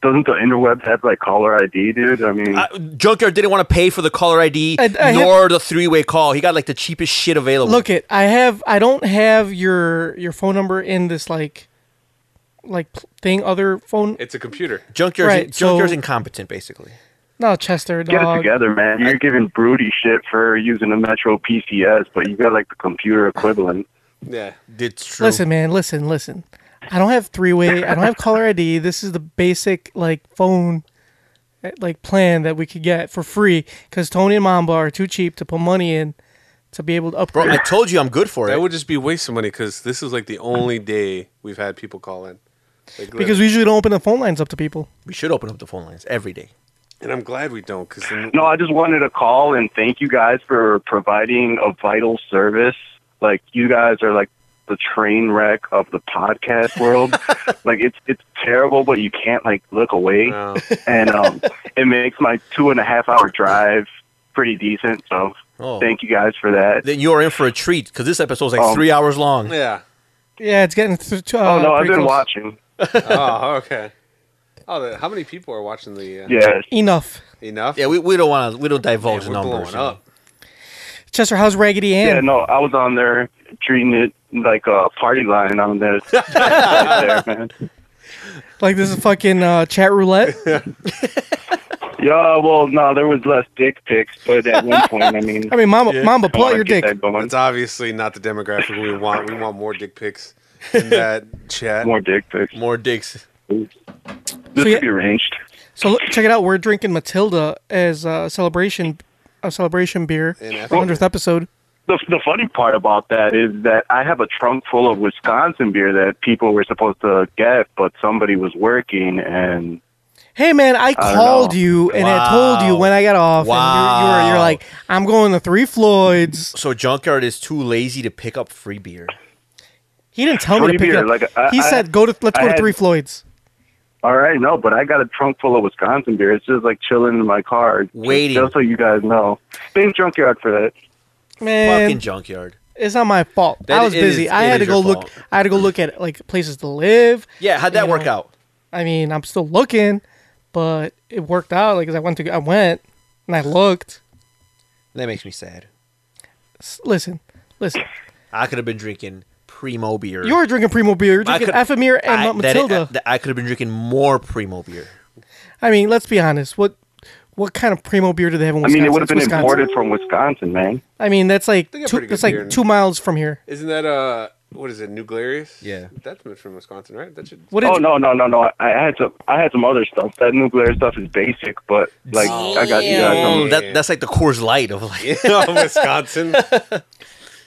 [SPEAKER 15] Doesn't the interwebs have like caller ID, dude? I mean,
[SPEAKER 5] Junkyard didn't want to pay for the caller ID
[SPEAKER 3] I- I have-
[SPEAKER 5] nor the three way call. He got like the cheapest shit available.
[SPEAKER 3] Look it, I have I don't have your your phone number in this like like pl- thing other phone.
[SPEAKER 4] It's a computer.
[SPEAKER 5] Junkyard's,
[SPEAKER 3] Right,
[SPEAKER 5] Junkyard's
[SPEAKER 3] so-
[SPEAKER 5] incompetent, basically.
[SPEAKER 3] No, Chester
[SPEAKER 15] get
[SPEAKER 5] uh,
[SPEAKER 15] it
[SPEAKER 3] dog.
[SPEAKER 15] together, man. You're giving Broody shit for using a Metro PCS, but you got like the computer equivalent.
[SPEAKER 4] Yeah,
[SPEAKER 5] it's true.
[SPEAKER 3] Listen, man, listen, listen. I don't have three way. I don't have caller ID. This is the basic like phone eh, like plan that we could get for free because Tony and Mamba are too cheap to put money in to be able to upgrade.
[SPEAKER 5] told you I'm good for
[SPEAKER 4] That would just be wasting money because this is like the only day we've had people call in. Like,
[SPEAKER 3] because we usually don't open the phone lines up to people.
[SPEAKER 5] We should open up the phone lines every day.
[SPEAKER 4] and I'm glad we don't because then
[SPEAKER 15] No, I just wanted to call and thank you guys for providing a vital service. Like you guys are like the train wreck of the podcast world. like it's it's terrible, but you can't like look away, and um, it makes my two and a half hour drive pretty decent. So
[SPEAKER 5] Oh.
[SPEAKER 15] thank you guys for that.
[SPEAKER 5] Then you're in for a treat because this episode's like
[SPEAKER 4] Um,
[SPEAKER 15] Oh.
[SPEAKER 5] three hours long.
[SPEAKER 4] Yeah.
[SPEAKER 3] Yeah, it's getting. Th- th- uh,
[SPEAKER 15] oh no, I've
[SPEAKER 3] pretty close.
[SPEAKER 15] been watching.
[SPEAKER 4] oh, okay. Oh, the, how many people are watching the? Uh,
[SPEAKER 3] Enough.
[SPEAKER 4] Enough.
[SPEAKER 5] Yeah, we, we don't want to. We don't divulge
[SPEAKER 4] Man, we're
[SPEAKER 5] numbers.
[SPEAKER 4] blowing up.
[SPEAKER 3] Chester, how's Raggedy Ann?
[SPEAKER 15] Yeah, no, I was on there treating it like a party line on there. there man.
[SPEAKER 3] Like this is fucking uh, chat roulette.
[SPEAKER 15] Yeah, well, no, there was less dick pics, but at one point, I mean,
[SPEAKER 3] I mean, Mamba- Mamba, pull out your dick.
[SPEAKER 4] That's obviously not the demographic we want. We want more dick pics in that chat.
[SPEAKER 15] More dick pics.
[SPEAKER 5] More dicks.
[SPEAKER 15] This
[SPEAKER 3] So, yeah.
[SPEAKER 15] could be arranged.
[SPEAKER 3] So look, check it out. We're drinking Matilda as a celebration, a celebration beer. Hundredth episode.
[SPEAKER 15] The, the funny part about that is that I have a trunk full of Wisconsin beer that people were supposed to get, but somebody was working, and
[SPEAKER 3] Hey man, I,
[SPEAKER 15] don't
[SPEAKER 3] called
[SPEAKER 15] know.
[SPEAKER 3] you and I told you
[SPEAKER 5] Wow.
[SPEAKER 3] when I got off. And you're, you're, you're
[SPEAKER 5] Wow.
[SPEAKER 3] like, I'm going to Three Floyds.
[SPEAKER 5] So Junkyard is too lazy to pick up free beer.
[SPEAKER 3] He didn't tell me
[SPEAKER 15] Free
[SPEAKER 3] to pick it
[SPEAKER 15] beer,
[SPEAKER 3] up.
[SPEAKER 15] like, I-
[SPEAKER 3] he
[SPEAKER 15] I-
[SPEAKER 3] said, "Go to let's
[SPEAKER 15] I
[SPEAKER 3] go to
[SPEAKER 15] had-
[SPEAKER 3] Three Floyds."
[SPEAKER 15] all right, no, but I got a trunk full of Wisconsin beer. It's just like chilling in my car,
[SPEAKER 5] waiting.
[SPEAKER 15] Just so you guys know, thanks junkyard for that.
[SPEAKER 3] Man,
[SPEAKER 5] Fucking Junkyard.
[SPEAKER 3] It's not my fault.
[SPEAKER 5] That
[SPEAKER 3] I was
[SPEAKER 5] is-
[SPEAKER 3] busy. I
[SPEAKER 5] it
[SPEAKER 3] had to
[SPEAKER 5] is
[SPEAKER 3] go
[SPEAKER 5] your
[SPEAKER 3] look.
[SPEAKER 5] fault.
[SPEAKER 3] I had to go look at like places to live.
[SPEAKER 5] Yeah, how'd that work out?
[SPEAKER 3] I mean, I'm still looking, but it worked out. Like, 'cause I went to, I went and I looked.
[SPEAKER 5] That makes me sad.
[SPEAKER 3] S- Listen, listen.
[SPEAKER 5] I could have been drinking Primo beer.
[SPEAKER 3] You were drinking Primo beer. You're
[SPEAKER 5] I
[SPEAKER 3] drinking
[SPEAKER 5] could-
[SPEAKER 3] Ephemere and
[SPEAKER 5] I-
[SPEAKER 3] Mount
[SPEAKER 5] that-
[SPEAKER 3] Matilda.
[SPEAKER 5] that- I could have been drinking more Primo beer.
[SPEAKER 3] I mean, let's be honest. What what kind of Primo beer do they have in
[SPEAKER 15] I
[SPEAKER 3] Wisconsin?
[SPEAKER 15] mean, it would have been
[SPEAKER 3] It's Wisconsin.
[SPEAKER 15] imported from Wisconsin, man.
[SPEAKER 3] I mean, that's like
[SPEAKER 4] They got
[SPEAKER 3] two,
[SPEAKER 4] pretty good
[SPEAKER 3] that's like
[SPEAKER 4] beer in-
[SPEAKER 3] two miles from here.
[SPEAKER 4] Isn't that uh what is it? New Glarus?
[SPEAKER 5] Yeah,
[SPEAKER 4] that's from Wisconsin, right? That should.
[SPEAKER 15] oh no no no no! I had some I had some other stuff. That nuclear stuff is basic, but like I got you guys.
[SPEAKER 5] Oh,
[SPEAKER 15] on-
[SPEAKER 5] that, that's like the Coors Light of like
[SPEAKER 4] Wisconsin.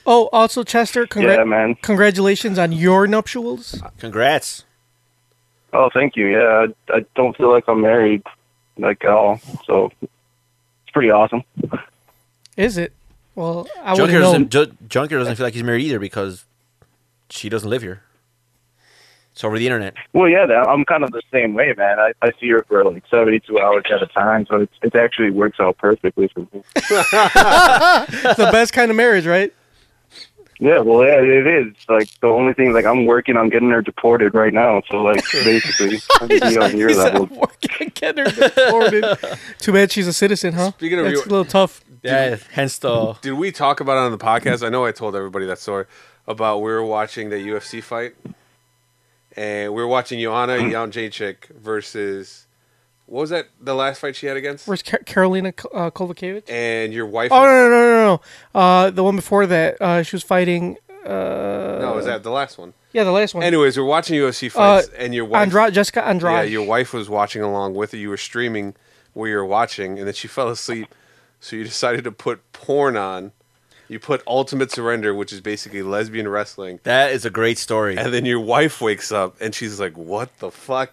[SPEAKER 3] Oh, also Chester, congra-
[SPEAKER 15] Yeah, man.
[SPEAKER 3] congratulations on your nuptials.
[SPEAKER 5] Congrats.
[SPEAKER 15] Oh, thank you. Yeah, I, I don't feel like I'm married, like at all. So it's pretty awesome.
[SPEAKER 3] Is it? Well, I would
[SPEAKER 5] Junkyard
[SPEAKER 3] know.
[SPEAKER 5] doesn't, Ju- Junkyard doesn't feel like he's married either because she doesn't live here. It's over the internet.
[SPEAKER 15] Well, yeah, that, I'm kind of the same way, man. I, I see her for like 72 hours at a time, so it's, it actually works out perfectly for me.
[SPEAKER 3] it's the best kind of marriage, right?
[SPEAKER 15] Yeah, well, yeah, it is. Like the only thing, like I'm working on getting her deported right now. So like basically, I'm
[SPEAKER 3] He's
[SPEAKER 15] be
[SPEAKER 3] like-
[SPEAKER 15] on your
[SPEAKER 3] he's like,
[SPEAKER 15] level.
[SPEAKER 3] "I'm working, getting her deported." Too bad she's a citizen, huh?
[SPEAKER 4] Speaking of
[SPEAKER 3] that's
[SPEAKER 4] your-
[SPEAKER 3] a little tough.
[SPEAKER 5] Yeah, hence the.
[SPEAKER 4] Did we talk about it on the podcast? I know I told everybody that story about we were watching the UFC fight, and we were watching Joanna Jędrzejczyk versus what was that? The last fight she had against,
[SPEAKER 3] Where's Car- Carolina uh, Kovacevic?
[SPEAKER 4] and your wife.
[SPEAKER 3] Oh no no no no no! Uh, the one before that, uh, she was fighting. Uh,
[SPEAKER 4] No, was that the last one?
[SPEAKER 3] Yeah, the last one.
[SPEAKER 4] Anyways, we're watching UFC fights,
[SPEAKER 3] Uh,
[SPEAKER 4] and your wife,
[SPEAKER 3] Andra- Jessica Andrade.
[SPEAKER 4] Yeah, your wife was watching along with it. You were streaming where you were watching, and then she fell asleep. So you decided to put porn on You put Ultimate Surrender, which is basically lesbian wrestling.
[SPEAKER 5] That is a great story.
[SPEAKER 4] And then your wife wakes up and she's like, "What the fuck?"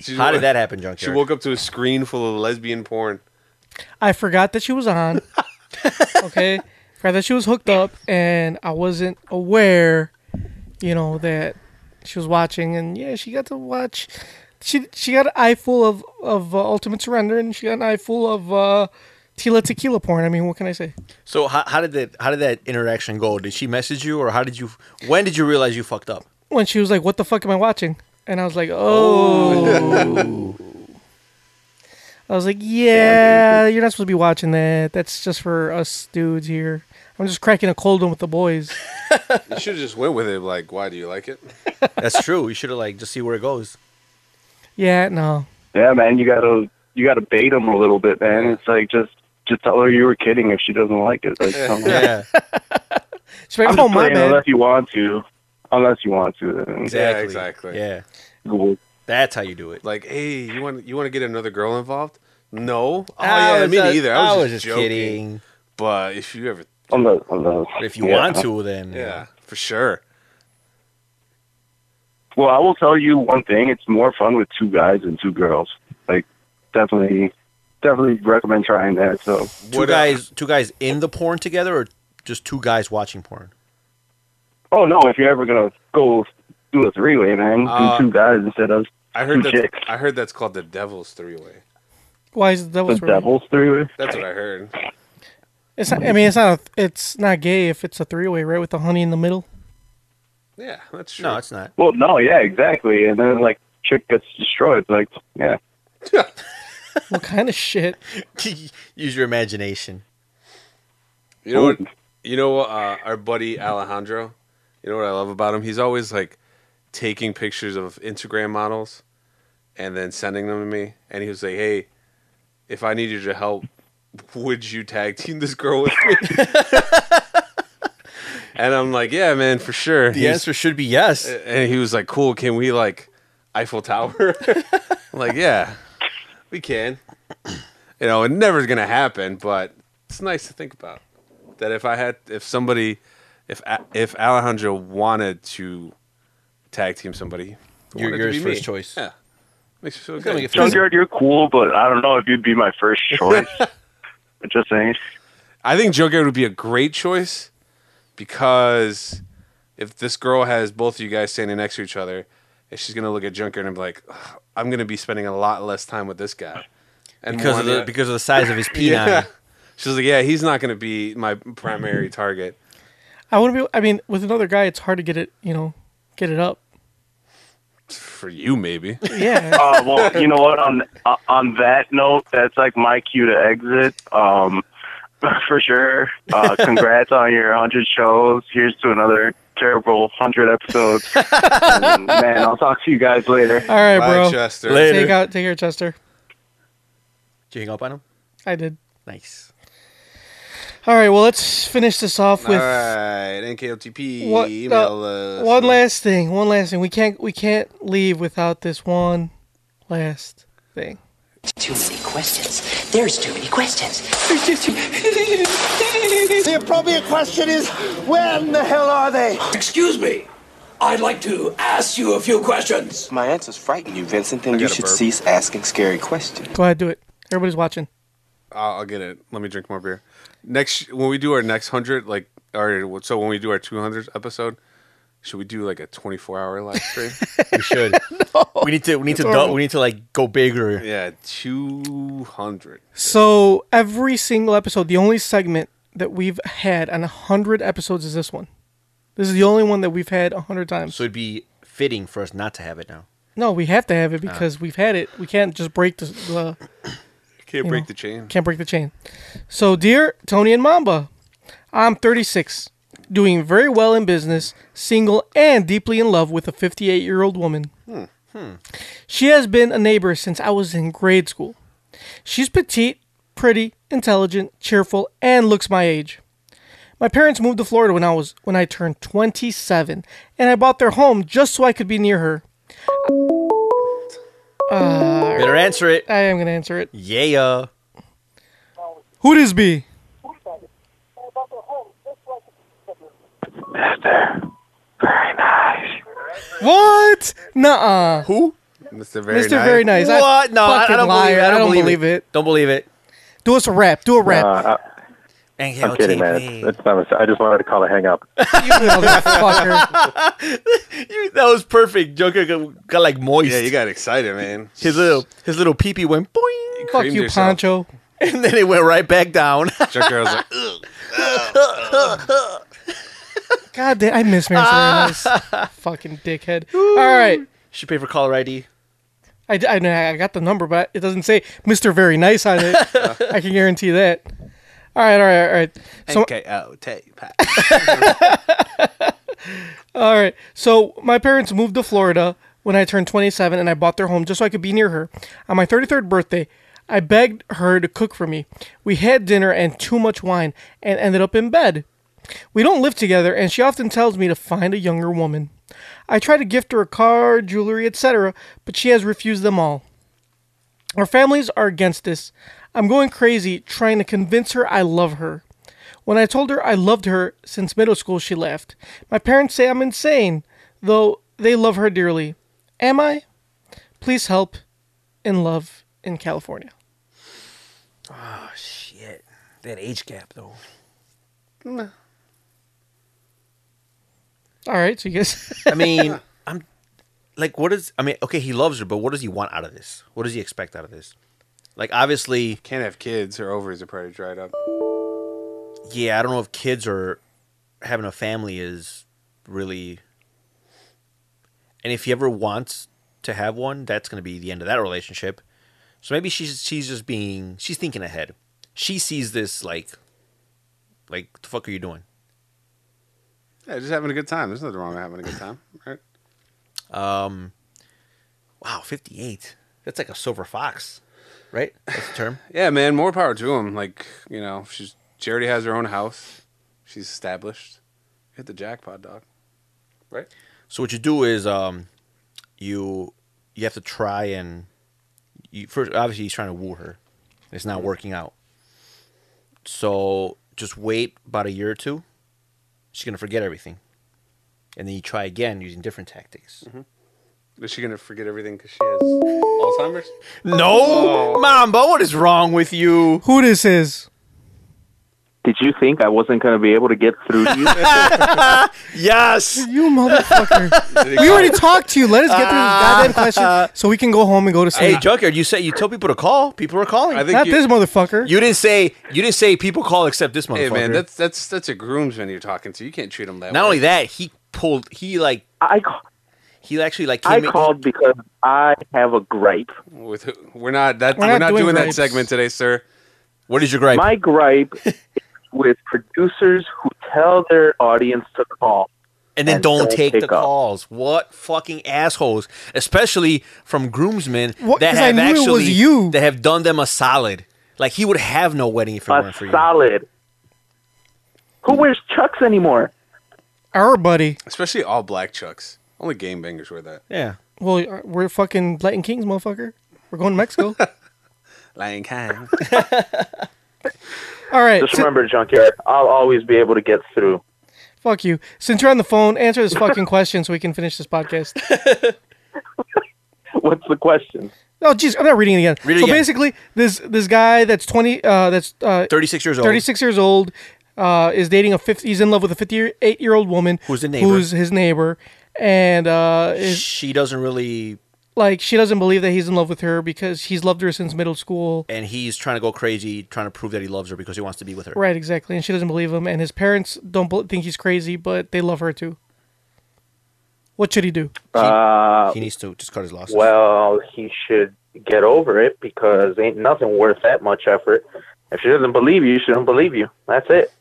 [SPEAKER 4] She-
[SPEAKER 5] How did that happen, Junkyard?
[SPEAKER 4] She woke up to a screen full of lesbian porn.
[SPEAKER 3] I forgot that she was on. okay. Forgot that she was hooked up and I wasn't aware, you know, that she was watching and yeah, she got to watch she she got an eye full of of uh, Ultimate Surrender and she got an eye full of uh Tila tequila porn. I mean, what can I say?
[SPEAKER 5] So how, how did that how did that interaction go? Did she message you or how did you when did you realize you fucked up?
[SPEAKER 3] When she was like, "What the fuck am I watching?" and I was like, "Oh." I was like, "Yeah, you're not supposed to be watching that. That's just for us dudes here. I'm just cracking a cold one with the boys."
[SPEAKER 4] You should have just went with it. Like, why do you like it?
[SPEAKER 5] That's true. You should have like just see where it goes.
[SPEAKER 3] Yeah, no.
[SPEAKER 15] Yeah, man, you gotta you gotta bait them a little bit, man. It's like just just tell her you were kidding if she doesn't like it. Like, tell her.
[SPEAKER 5] Yeah.
[SPEAKER 3] like,
[SPEAKER 15] I'm
[SPEAKER 3] "Oh,
[SPEAKER 15] just
[SPEAKER 3] my
[SPEAKER 15] saying,
[SPEAKER 3] bad."
[SPEAKER 15] Unless you want to, unless you want to. Then.
[SPEAKER 4] Yeah, exactly.
[SPEAKER 5] Yeah.
[SPEAKER 15] Cool.
[SPEAKER 5] That's how you do it.
[SPEAKER 4] Like, hey, you want you want to get another girl involved? No. Oh
[SPEAKER 5] I
[SPEAKER 4] yeah,
[SPEAKER 5] was
[SPEAKER 4] me
[SPEAKER 5] just-
[SPEAKER 4] neither. I was,
[SPEAKER 5] I was
[SPEAKER 4] just,
[SPEAKER 5] just
[SPEAKER 4] joking.
[SPEAKER 5] kidding.
[SPEAKER 4] But if you ever,
[SPEAKER 15] On the, on the,
[SPEAKER 5] if you
[SPEAKER 15] Um, yeah.
[SPEAKER 5] want to, then
[SPEAKER 4] yeah, for sure.
[SPEAKER 15] Well, I will tell you one thing: it's more fun with two guys than two girls. Like, definitely, definitely recommend trying that. So,
[SPEAKER 5] two
[SPEAKER 4] uh,
[SPEAKER 5] guys two guys in the porn together or just two guys watching porn?
[SPEAKER 15] oh no, if you're ever gonna go do a three way, man,
[SPEAKER 4] Uh,
[SPEAKER 15] do two guys instead of
[SPEAKER 4] I heard
[SPEAKER 15] two
[SPEAKER 4] that.
[SPEAKER 15] chicks.
[SPEAKER 4] I heard that's called the Devil's Three Way.
[SPEAKER 3] Why is the devil's
[SPEAKER 15] the
[SPEAKER 3] right?
[SPEAKER 15] devil's three way.
[SPEAKER 4] That's what I heard.
[SPEAKER 3] It's not, I mean, it's not a, it's not gay if it's a three way, right? With the honey in the middle.
[SPEAKER 4] Yeah, that's true.
[SPEAKER 5] No, it's not.
[SPEAKER 15] Well, no, yeah, exactly. And then like chick gets destroyed. Like, yeah,
[SPEAKER 3] What kind of shit?
[SPEAKER 5] Use your imagination.
[SPEAKER 4] You know what? You know uh, our buddy Alejandro. You know what I love about him? He's always like taking pictures of Instagram models and then sending them to me. And he was like, "Hey, if I needed your help, would you tag team this girl with me?" and I'm like, "Yeah, man, for sure."
[SPEAKER 5] The answer should be yes.
[SPEAKER 4] And he was like, "Cool, can we like Eiffel Tower?" I'm like, "Yeah, we can." You know, it never's gonna happen, but it's nice to think about that if I had if somebody if A- if Alejandro wanted to tag team somebody, it
[SPEAKER 5] You're-
[SPEAKER 4] wanted
[SPEAKER 5] you're
[SPEAKER 4] to
[SPEAKER 5] his
[SPEAKER 4] be
[SPEAKER 5] first
[SPEAKER 4] me.
[SPEAKER 5] choice.
[SPEAKER 4] Yeah, makes you feel
[SPEAKER 5] gonna
[SPEAKER 4] good.
[SPEAKER 5] get
[SPEAKER 15] Junkyard, you're cool, but I don't know if you'd be my first choice. Just saying.
[SPEAKER 4] I think Junkyard would be a great choice because if this girl has both of you guys standing next to each other, and she's gonna look at Junkyard and be like, "Ugh, "I'm gonna be spending a lot less time with this guy," and
[SPEAKER 5] Because of
[SPEAKER 4] more-
[SPEAKER 5] the- because of the size of his
[SPEAKER 4] Yeah.
[SPEAKER 5] peen.
[SPEAKER 4] She's like, "Yeah, he's not gonna be my primary target."
[SPEAKER 3] I wouldn't be. I mean, with another guy, it's hard to get it. You know, get it up.
[SPEAKER 4] For you, maybe.
[SPEAKER 3] Yeah.
[SPEAKER 15] Uh, well, you know what? On uh, on that note, that's like my cue to exit. Um, for sure. Uh, congrats on your hundred shows. Here's to another terrible hundred episodes. And, man, I'll talk to you guys later.
[SPEAKER 3] All right,
[SPEAKER 5] Bye,
[SPEAKER 3] bro.
[SPEAKER 5] Chester. Later.
[SPEAKER 3] Take out. Take care, Chester.
[SPEAKER 5] Did you hang up on him?
[SPEAKER 3] I did.
[SPEAKER 5] Nice.
[SPEAKER 3] All right. Well, let's finish this off
[SPEAKER 4] All
[SPEAKER 3] with
[SPEAKER 4] right, NKOTP
[SPEAKER 3] what,
[SPEAKER 4] email
[SPEAKER 3] uh,
[SPEAKER 4] us.
[SPEAKER 3] one last thing. One last thing. We can't. We can't leave without this one last thing.
[SPEAKER 7] Too many questions. There's too many questions.
[SPEAKER 2] the appropriate question is, when the hell are they?
[SPEAKER 7] Excuse me. I'd like to ask you a few questions.
[SPEAKER 16] My answers frighten you, Vincent, then you should cease asking scary questions.
[SPEAKER 3] Go ahead, do it. Everybody's watching.
[SPEAKER 4] I'll, I'll get it. Let me drink more beer. Next, when we do our next hundred, like, or so when we do our two hundredth episode, should we do like a twenty four hour live stream?
[SPEAKER 5] We should.
[SPEAKER 3] Oh.
[SPEAKER 5] We need to we need
[SPEAKER 4] It's
[SPEAKER 5] to
[SPEAKER 4] horrible.
[SPEAKER 5] du- we need to like go bigger.
[SPEAKER 4] yeah, two hundred.
[SPEAKER 3] So every single episode, the only segment that we've had on hundred episodes is this one. This is the only one that we've had hundred times.
[SPEAKER 5] So it'd be fitting for us not to have it now.
[SPEAKER 3] No, we have to have
[SPEAKER 4] Ah.
[SPEAKER 3] it because we've had it. We can't just break the. the
[SPEAKER 4] Can't
[SPEAKER 3] you
[SPEAKER 4] break
[SPEAKER 3] know,
[SPEAKER 4] the chain.
[SPEAKER 3] Can't break the chain. So, dear Tony and Mamba, I'm 36, doing very well in business, single, and deeply in love with a 58 year old woman.
[SPEAKER 2] Hmm. Hmm.
[SPEAKER 3] She has been a neighbor since I was in grade school. She's petite, pretty, intelligent, cheerful, and looks my age. My parents moved to Florida when I was when I turned 27, and I bought their home just so I could be near her. Uh,
[SPEAKER 5] Better answer it.
[SPEAKER 3] I am gonna answer it.
[SPEAKER 5] Yeah.
[SPEAKER 3] Who this be? What? Nuh-uh. Who?
[SPEAKER 4] Mr.
[SPEAKER 3] Very Mr. Very Nice. I
[SPEAKER 5] What? No, I, I
[SPEAKER 3] fucking
[SPEAKER 5] don't
[SPEAKER 3] liar.
[SPEAKER 5] believe it. I don't, believe,
[SPEAKER 3] it.
[SPEAKER 5] it. Don't believe it.
[SPEAKER 3] Do us a rap. Do a rap.
[SPEAKER 13] Uh, I, I'm kidding, man. It's, it's not a, I just wanted to call a hang up.
[SPEAKER 5] You- that was perfect. Joker got, got like moist.
[SPEAKER 4] Yeah, you got excited, man.
[SPEAKER 5] His little his little peepee went boing.
[SPEAKER 4] Fuck creamed you, yourself.
[SPEAKER 3] Pancho.
[SPEAKER 5] And then it went right back down.
[SPEAKER 4] Joker was like,
[SPEAKER 3] God damn, I miss
[SPEAKER 5] Ah!
[SPEAKER 3] Mr. Very Nice. Fucking dickhead. All right.
[SPEAKER 5] Should pay for caller ID.
[SPEAKER 3] I, d- I know I got the number, but it doesn't say Mr. Very Nice on it. I can guarantee that. All right, all right, all right. So,
[SPEAKER 5] NKO tape.
[SPEAKER 3] all right. So my parents moved to Florida when I turned 27, and I bought their home just so I could be near her. On my 33rd birthday, I begged her to cook for me. We had dinner and too much wine, and ended up in bed. We don't live together, and she often tells me to find a younger woman. I try to gift her a car, jewelry, etc., but she has refused them all. Our families are against this. I'm going crazy trying to convince her I love her. When I told her I loved her since middle school, she laughed. My parents say I'm insane, though they love her dearly. Am I? Please help. In love, in California.
[SPEAKER 5] Oh shit! That age gap though.
[SPEAKER 3] All right, so you guys.
[SPEAKER 5] I mean, I'm like, what is? I mean, okay, he loves her, but what does he want out of this? What does he expect out of this? Like, obviously,
[SPEAKER 4] can't have kids. Her ovaries are probably dried up.
[SPEAKER 5] yeah, I don't know if kids or having a family is really. And if he ever wants to have one, that's going to be the end of that relationship. So maybe she's she's just being she's thinking ahead. She sees this like, like the fuck are you doing?
[SPEAKER 4] Yeah, just having a good time. There's nothing wrong with having a good time, right?
[SPEAKER 5] Um, wow, fifty eight. That's like a silver fox, right? That's the term.
[SPEAKER 4] Yeah, man. More power to him. Like you know, she's she already has her own house. She's established. Hit the jackpot, dog. Right?
[SPEAKER 5] So what you do is um, you you have to try and you first obviously he's trying to woo her. It's not working out. So just wait about a year or two. She's gonna forget everything, and then you try again using different tactics.
[SPEAKER 4] Mm-hmm. Is she gonna forget everything because she has Alzheimer's?
[SPEAKER 12] Oh.
[SPEAKER 5] No, Mamba, what is wrong with you?
[SPEAKER 3] Who this is?
[SPEAKER 12] Did you think I wasn't going to be able to get through to you?
[SPEAKER 5] yes.
[SPEAKER 3] You motherfucker. we already talked to you. Let us get through this goddamn question so we can go home and go to sleep.
[SPEAKER 5] Uh, Hey, Joker, you said you told people to call. People are calling.
[SPEAKER 4] I think
[SPEAKER 3] Not
[SPEAKER 4] you-
[SPEAKER 3] this motherfucker.
[SPEAKER 5] You didn't say you didn't say people call except this motherfucker.
[SPEAKER 4] Hey man, that's that's that's a groomsman you're talking to. You can't treat him that
[SPEAKER 5] Not
[SPEAKER 4] way.
[SPEAKER 5] only that, he pulled. He like
[SPEAKER 12] I.
[SPEAKER 5] He actually like.
[SPEAKER 4] I
[SPEAKER 5] Came in-
[SPEAKER 4] called
[SPEAKER 12] because I have a gripe.
[SPEAKER 4] With who, we're not that
[SPEAKER 12] We're
[SPEAKER 4] we're
[SPEAKER 12] not
[SPEAKER 4] not,
[SPEAKER 12] doing
[SPEAKER 4] doing, that
[SPEAKER 12] gripes.
[SPEAKER 4] segment today, sir.
[SPEAKER 5] What is your gripe?
[SPEAKER 12] My gripe is with producers who tell their audience to call.
[SPEAKER 5] and then don't, take, the
[SPEAKER 12] up.
[SPEAKER 5] calls. What fucking assholes, especially from groomsmen
[SPEAKER 12] What?
[SPEAKER 5] that
[SPEAKER 12] 'Cause I
[SPEAKER 5] have
[SPEAKER 12] knew it was
[SPEAKER 5] actually
[SPEAKER 12] you.
[SPEAKER 5] that have done them a solid. Like he would have no wedding if it
[SPEAKER 12] A
[SPEAKER 5] weren't for you.
[SPEAKER 12] solid. Who wears chucks anymore?
[SPEAKER 3] Our buddy.
[SPEAKER 4] Especially all black chucks. Only game bangers wear that.
[SPEAKER 5] Yeah.
[SPEAKER 3] Well, uh, we're fucking Latin Kings, motherfucker. We're going to Mexico.
[SPEAKER 4] Lying kind.
[SPEAKER 3] All right.
[SPEAKER 12] Just remember, junkyard. I'll always be able to get through.
[SPEAKER 3] Fuck you. Since you're on the phone, answer this fucking question so we can finish this podcast.
[SPEAKER 12] What's the question?
[SPEAKER 3] Oh, jeez, I'm not reading it again.
[SPEAKER 12] Read it
[SPEAKER 3] so
[SPEAKER 12] again.
[SPEAKER 3] basically, this this guy that's 20, uh, that's uh,
[SPEAKER 5] 36 years old.
[SPEAKER 3] 36 years old, uh, is dating a 50. He's in love with a 58 year old woman
[SPEAKER 5] Who's a neighbor.
[SPEAKER 3] who's his neighbor, and uh, is,
[SPEAKER 5] She doesn't really,
[SPEAKER 3] like she doesn't believe that he's in love with her because he's loved her since middle school.
[SPEAKER 5] and he's trying to go crazy, trying to prove that he loves her because he wants to be with her.
[SPEAKER 3] Right, exactly, and she doesn't believe him, and his parents don't bel think he's crazy, but they love her too. What should he do?
[SPEAKER 12] Uh,
[SPEAKER 5] He needs to just cut his losses.
[SPEAKER 12] well, he should get over it because ain't nothing worth that much effort. If she doesn't believe you, she doesn't believe you. That's it.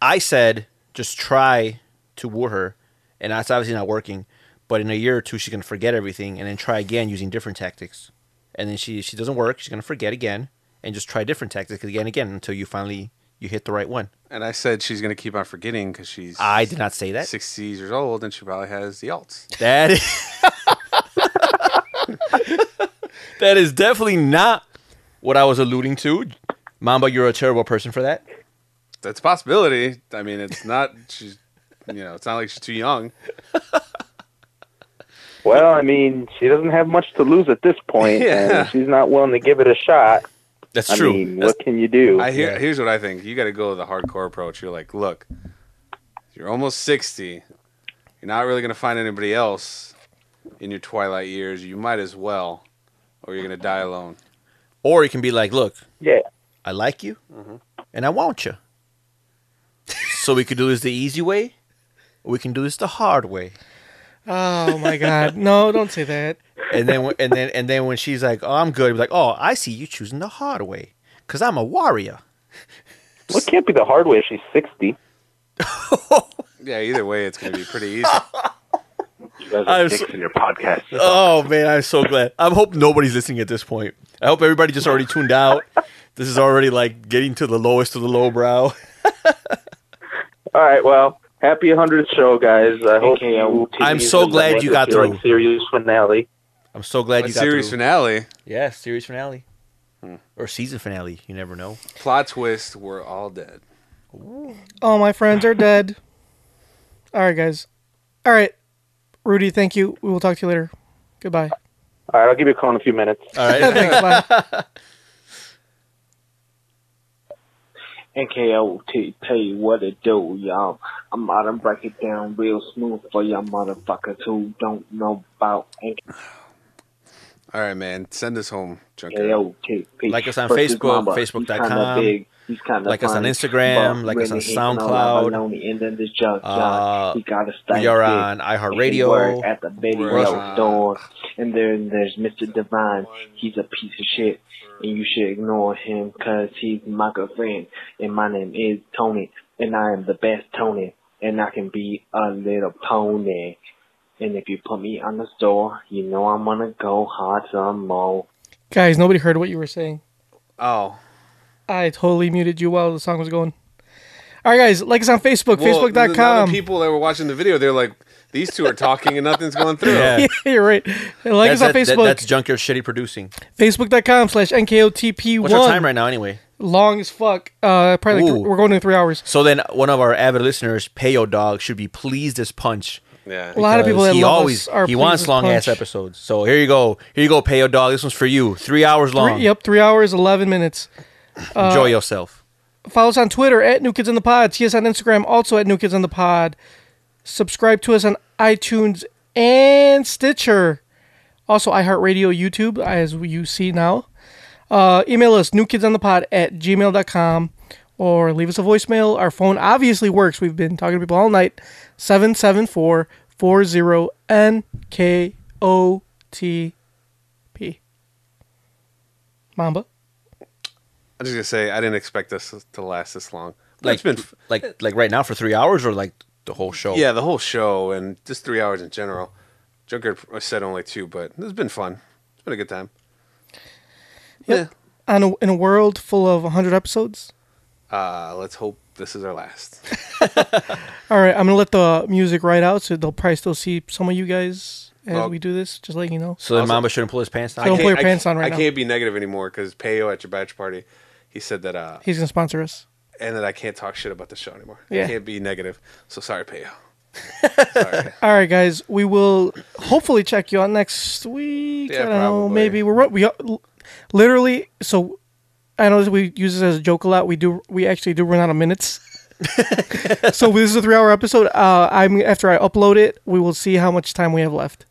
[SPEAKER 5] I said just try to woo her, and that's obviously not working. But in a year or two, she's gonna forget everything, and then try again using different tactics. And then she if she doesn't work. She's gonna forget again, and just try different tactics again and again until you finally you hit the right one.
[SPEAKER 4] And I said she's going to keep on forgetting because she's.
[SPEAKER 5] I did not say that.
[SPEAKER 4] 60 years old and she probably has the alts.
[SPEAKER 5] That is, that is definitely not what I was alluding to. Mamba, you're a terrible person for that.
[SPEAKER 4] That's a possibility. I mean, it's not. She's you know, it's not like she's too young.
[SPEAKER 17] Well, I mean, she doesn't have much to lose at this point, and
[SPEAKER 4] Yeah.
[SPEAKER 17] if she's not willing to give it a shot.
[SPEAKER 4] That's
[SPEAKER 17] I
[SPEAKER 4] true.
[SPEAKER 17] mean,
[SPEAKER 4] That's-
[SPEAKER 17] what can you do?
[SPEAKER 4] I hear. Here's what I think. You got to go with the hardcore approach. You're like, look, you're almost sixty. You're not really gonna find anybody else in your twilight years. You might as well, or you're gonna die alone.
[SPEAKER 5] Or you can be like, look,
[SPEAKER 17] yeah,
[SPEAKER 5] I like you, and I want you. so we could do this the easy way, or we can do this the hard way.
[SPEAKER 3] Oh my god. No, don't say that.
[SPEAKER 5] And then, when- and then, and then when she's like, "Oh, I'm good," be like, "Oh, I see you choosing the hard way, cause I'm a warrior."
[SPEAKER 17] Well, it can't be the hard way if she's sixty.
[SPEAKER 4] Yeah. Either way, it's gonna be pretty easy.
[SPEAKER 17] You
[SPEAKER 5] guys are I'm dicks so-
[SPEAKER 17] in your podcast.
[SPEAKER 5] Oh man, I'm so glad. I hope nobody's listening at this point. I hope everybody just already tuned out. This is already like getting to the lowest of the lowbrow.
[SPEAKER 17] All right, well, happy 100th show, guys. I hope you.
[SPEAKER 5] I'm so glad you got
[SPEAKER 17] your
[SPEAKER 5] through.
[SPEAKER 17] Serious finale.
[SPEAKER 5] I'm so glad
[SPEAKER 4] A
[SPEAKER 5] you got
[SPEAKER 4] series
[SPEAKER 5] through.
[SPEAKER 4] finale.
[SPEAKER 5] Yeah, series finale.
[SPEAKER 18] Hmm.
[SPEAKER 5] Or season finale. You never know.
[SPEAKER 4] Plot twist: We're all dead.
[SPEAKER 3] All my friends are dead. All right, guys. All right. Rudy, thank you. We will talk to you later. Goodbye.
[SPEAKER 17] All right, I'll give you a call in a few minutes.
[SPEAKER 5] All
[SPEAKER 3] Thanks, bye.
[SPEAKER 18] NKO t- tell you what it do, y'all. I'm out and break it down real smooth for y'all motherfuckers who don't know about
[SPEAKER 4] All right, man. Send us home, Junker.
[SPEAKER 18] NKOTP.
[SPEAKER 4] Like us on
[SPEAKER 18] Versus
[SPEAKER 4] Facebook,
[SPEAKER 18] Mamba.
[SPEAKER 4] facebook.com.
[SPEAKER 18] He's kinda big. He's kinda
[SPEAKER 5] Like us on
[SPEAKER 18] funny,
[SPEAKER 5] Instagram,
[SPEAKER 18] but
[SPEAKER 5] like us on
[SPEAKER 18] really, he can all have
[SPEAKER 5] SoundCloud.
[SPEAKER 18] a lonely end in this junk,
[SPEAKER 5] Uh,
[SPEAKER 18] John. He gotta stay
[SPEAKER 5] we are
[SPEAKER 18] big.
[SPEAKER 5] on
[SPEAKER 18] And he
[SPEAKER 5] iHeartRadio.
[SPEAKER 18] work at the Baby
[SPEAKER 5] We're
[SPEAKER 18] Metal
[SPEAKER 5] on-
[SPEAKER 18] store. And then there's Mr. Divine. He's a piece of shit. And you should ignore him because he's my good friend. And my name is Tony. And I am the best Tony. And I can be a little pony. And if you put me on the store, you know I'm gonna go hard some more.
[SPEAKER 3] Guys, nobody heard what you were saying.
[SPEAKER 4] Oh.
[SPEAKER 3] I totally muted you while the song was going. All right, guys, like us on Facebook,
[SPEAKER 4] Well, the- now The
[SPEAKER 3] facebook.com.
[SPEAKER 4] people that were watching the video, they're like, these two are talking and nothing's going through.
[SPEAKER 5] Yeah.
[SPEAKER 3] Yeah, you're right. Like us on
[SPEAKER 5] that-
[SPEAKER 3] Facebook,
[SPEAKER 5] that's Junker Shitty Producing.
[SPEAKER 3] facebook.com slash NKOTP1.
[SPEAKER 5] What's our time right now, anyway?
[SPEAKER 3] Long as fuck. Uh, probably like
[SPEAKER 5] Ooh.
[SPEAKER 3] th- we're going to three hours.
[SPEAKER 5] So then, one of our avid listeners, Payo Dog, should be pleased as punch.
[SPEAKER 4] Yeah,
[SPEAKER 3] A lot of people that
[SPEAKER 5] he
[SPEAKER 3] love us
[SPEAKER 5] always
[SPEAKER 3] are
[SPEAKER 5] he
[SPEAKER 3] pleased
[SPEAKER 5] wants
[SPEAKER 3] as
[SPEAKER 5] long ass
[SPEAKER 3] punch.
[SPEAKER 5] episodes. So here you go, here you go, Payo Dog. This one's for you. Three hours long.
[SPEAKER 3] Three, yep, three hours, 11 minutes. Uh,
[SPEAKER 5] Enjoy yourself.
[SPEAKER 3] Follow us on Twitter at New Kids on the Pod. See us on Instagram, also at New Kids on the Pod. Subscribe to us on iTunes and Stitcher. Also, iHeartRadio, YouTube, as you see now. Uh, email us, newkidsonthepod at gmail.com, or leave us a voicemail. Our phone obviously works. We've been talking to people all night. 774 40 NKOTP. Mamba?
[SPEAKER 4] I'm just gonna say I didn't expect this to last this long. But
[SPEAKER 5] Like
[SPEAKER 4] it's been
[SPEAKER 5] like like right now for three hours or like the whole show.
[SPEAKER 4] yeah, the whole show and just three hours in general. Junker said only two, but it's been fun. It's been a good time.
[SPEAKER 3] Yep. On a, in a world full of 100 episodes?
[SPEAKER 4] Uh, let's hope this is our last.
[SPEAKER 3] All right, I'm gonna let the music ride out, so they'll probably still see some of you guys as
[SPEAKER 4] Well-
[SPEAKER 3] we do this. Just letting you know.
[SPEAKER 5] So then Mamba shouldn't pull his pants down.
[SPEAKER 3] Don't
[SPEAKER 4] can't-
[SPEAKER 3] put your
[SPEAKER 4] I-
[SPEAKER 3] pants on right
[SPEAKER 4] I can't be negative anymore because Payo at your batch party, he said that uh,
[SPEAKER 3] He's gonna sponsor us.
[SPEAKER 4] and that I can't talk shit about the show anymore.
[SPEAKER 3] Yeah.
[SPEAKER 4] I can't be negative. So sorry, Payo.
[SPEAKER 3] All right, guys, we will hopefully check you out next week.
[SPEAKER 4] Yeah,
[SPEAKER 3] I don't know,
[SPEAKER 4] probably.
[SPEAKER 3] maybe we're we l- literally. So I know that we use this as a joke a lot. We do. We actually do run out of minutes. so this is a three-hour episode. Uh, I'm after I upload it, we will see how much time we have left.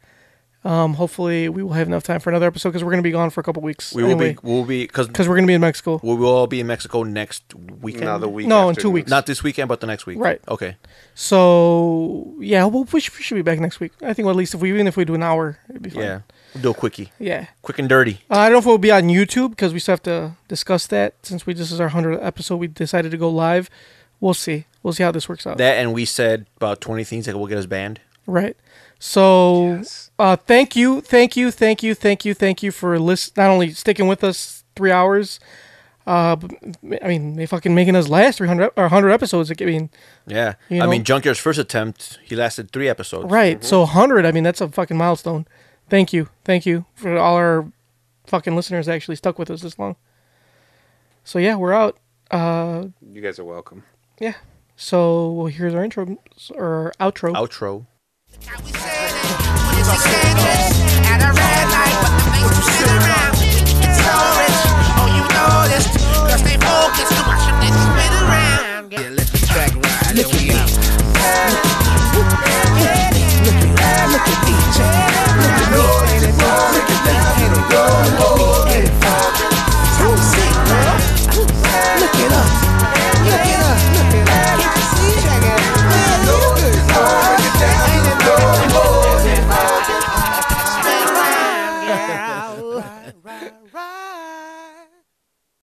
[SPEAKER 3] Um, hopefully, we will have enough time for another episode because we're gonna be gone for a couple weeks.
[SPEAKER 5] We will
[SPEAKER 3] anyway.
[SPEAKER 5] be we'll be because
[SPEAKER 3] because we're gonna be in Mexico.
[SPEAKER 5] We will all be in Mexico next weekend.
[SPEAKER 3] No, the week No, in after two next. weeks.
[SPEAKER 5] Not this weekend, but the next week.
[SPEAKER 3] Right.
[SPEAKER 5] Okay.
[SPEAKER 3] So yeah, well, we should, we should be back next week. I think well, at least if we even if we do an hour, it'd be fine.
[SPEAKER 5] Yeah. We'll do a quickie.
[SPEAKER 3] Yeah.
[SPEAKER 5] Quick and dirty.
[SPEAKER 3] Uh, I don't know if we'll be on YouTube because we still have to discuss that since we this is our hundredth episode. We decided to go live. We'll see. We'll see how this works out.
[SPEAKER 5] That and we said about twenty things that will get us banned.
[SPEAKER 3] Right. So, uh, thank you, thank you, thank you, thank you, thank you for list not only sticking with us three hours, uh, but, I mean, they fucking making us last three hundred or hundred episodes. I mean,
[SPEAKER 5] Yeah.
[SPEAKER 3] You
[SPEAKER 5] I
[SPEAKER 3] know?
[SPEAKER 5] mean Junkyard's first attempt, he lasted three episodes.
[SPEAKER 3] Right. So 100, I mean, that's a fucking milestone. Thank you. Thank you for all our fucking listeners that actually stuck with us this long. So yeah, we're out. Uh
[SPEAKER 4] You guys are welcome.
[SPEAKER 3] yeah. So well, here's our intro or outro.
[SPEAKER 5] Outro.
[SPEAKER 11] Focus to watch them, they spin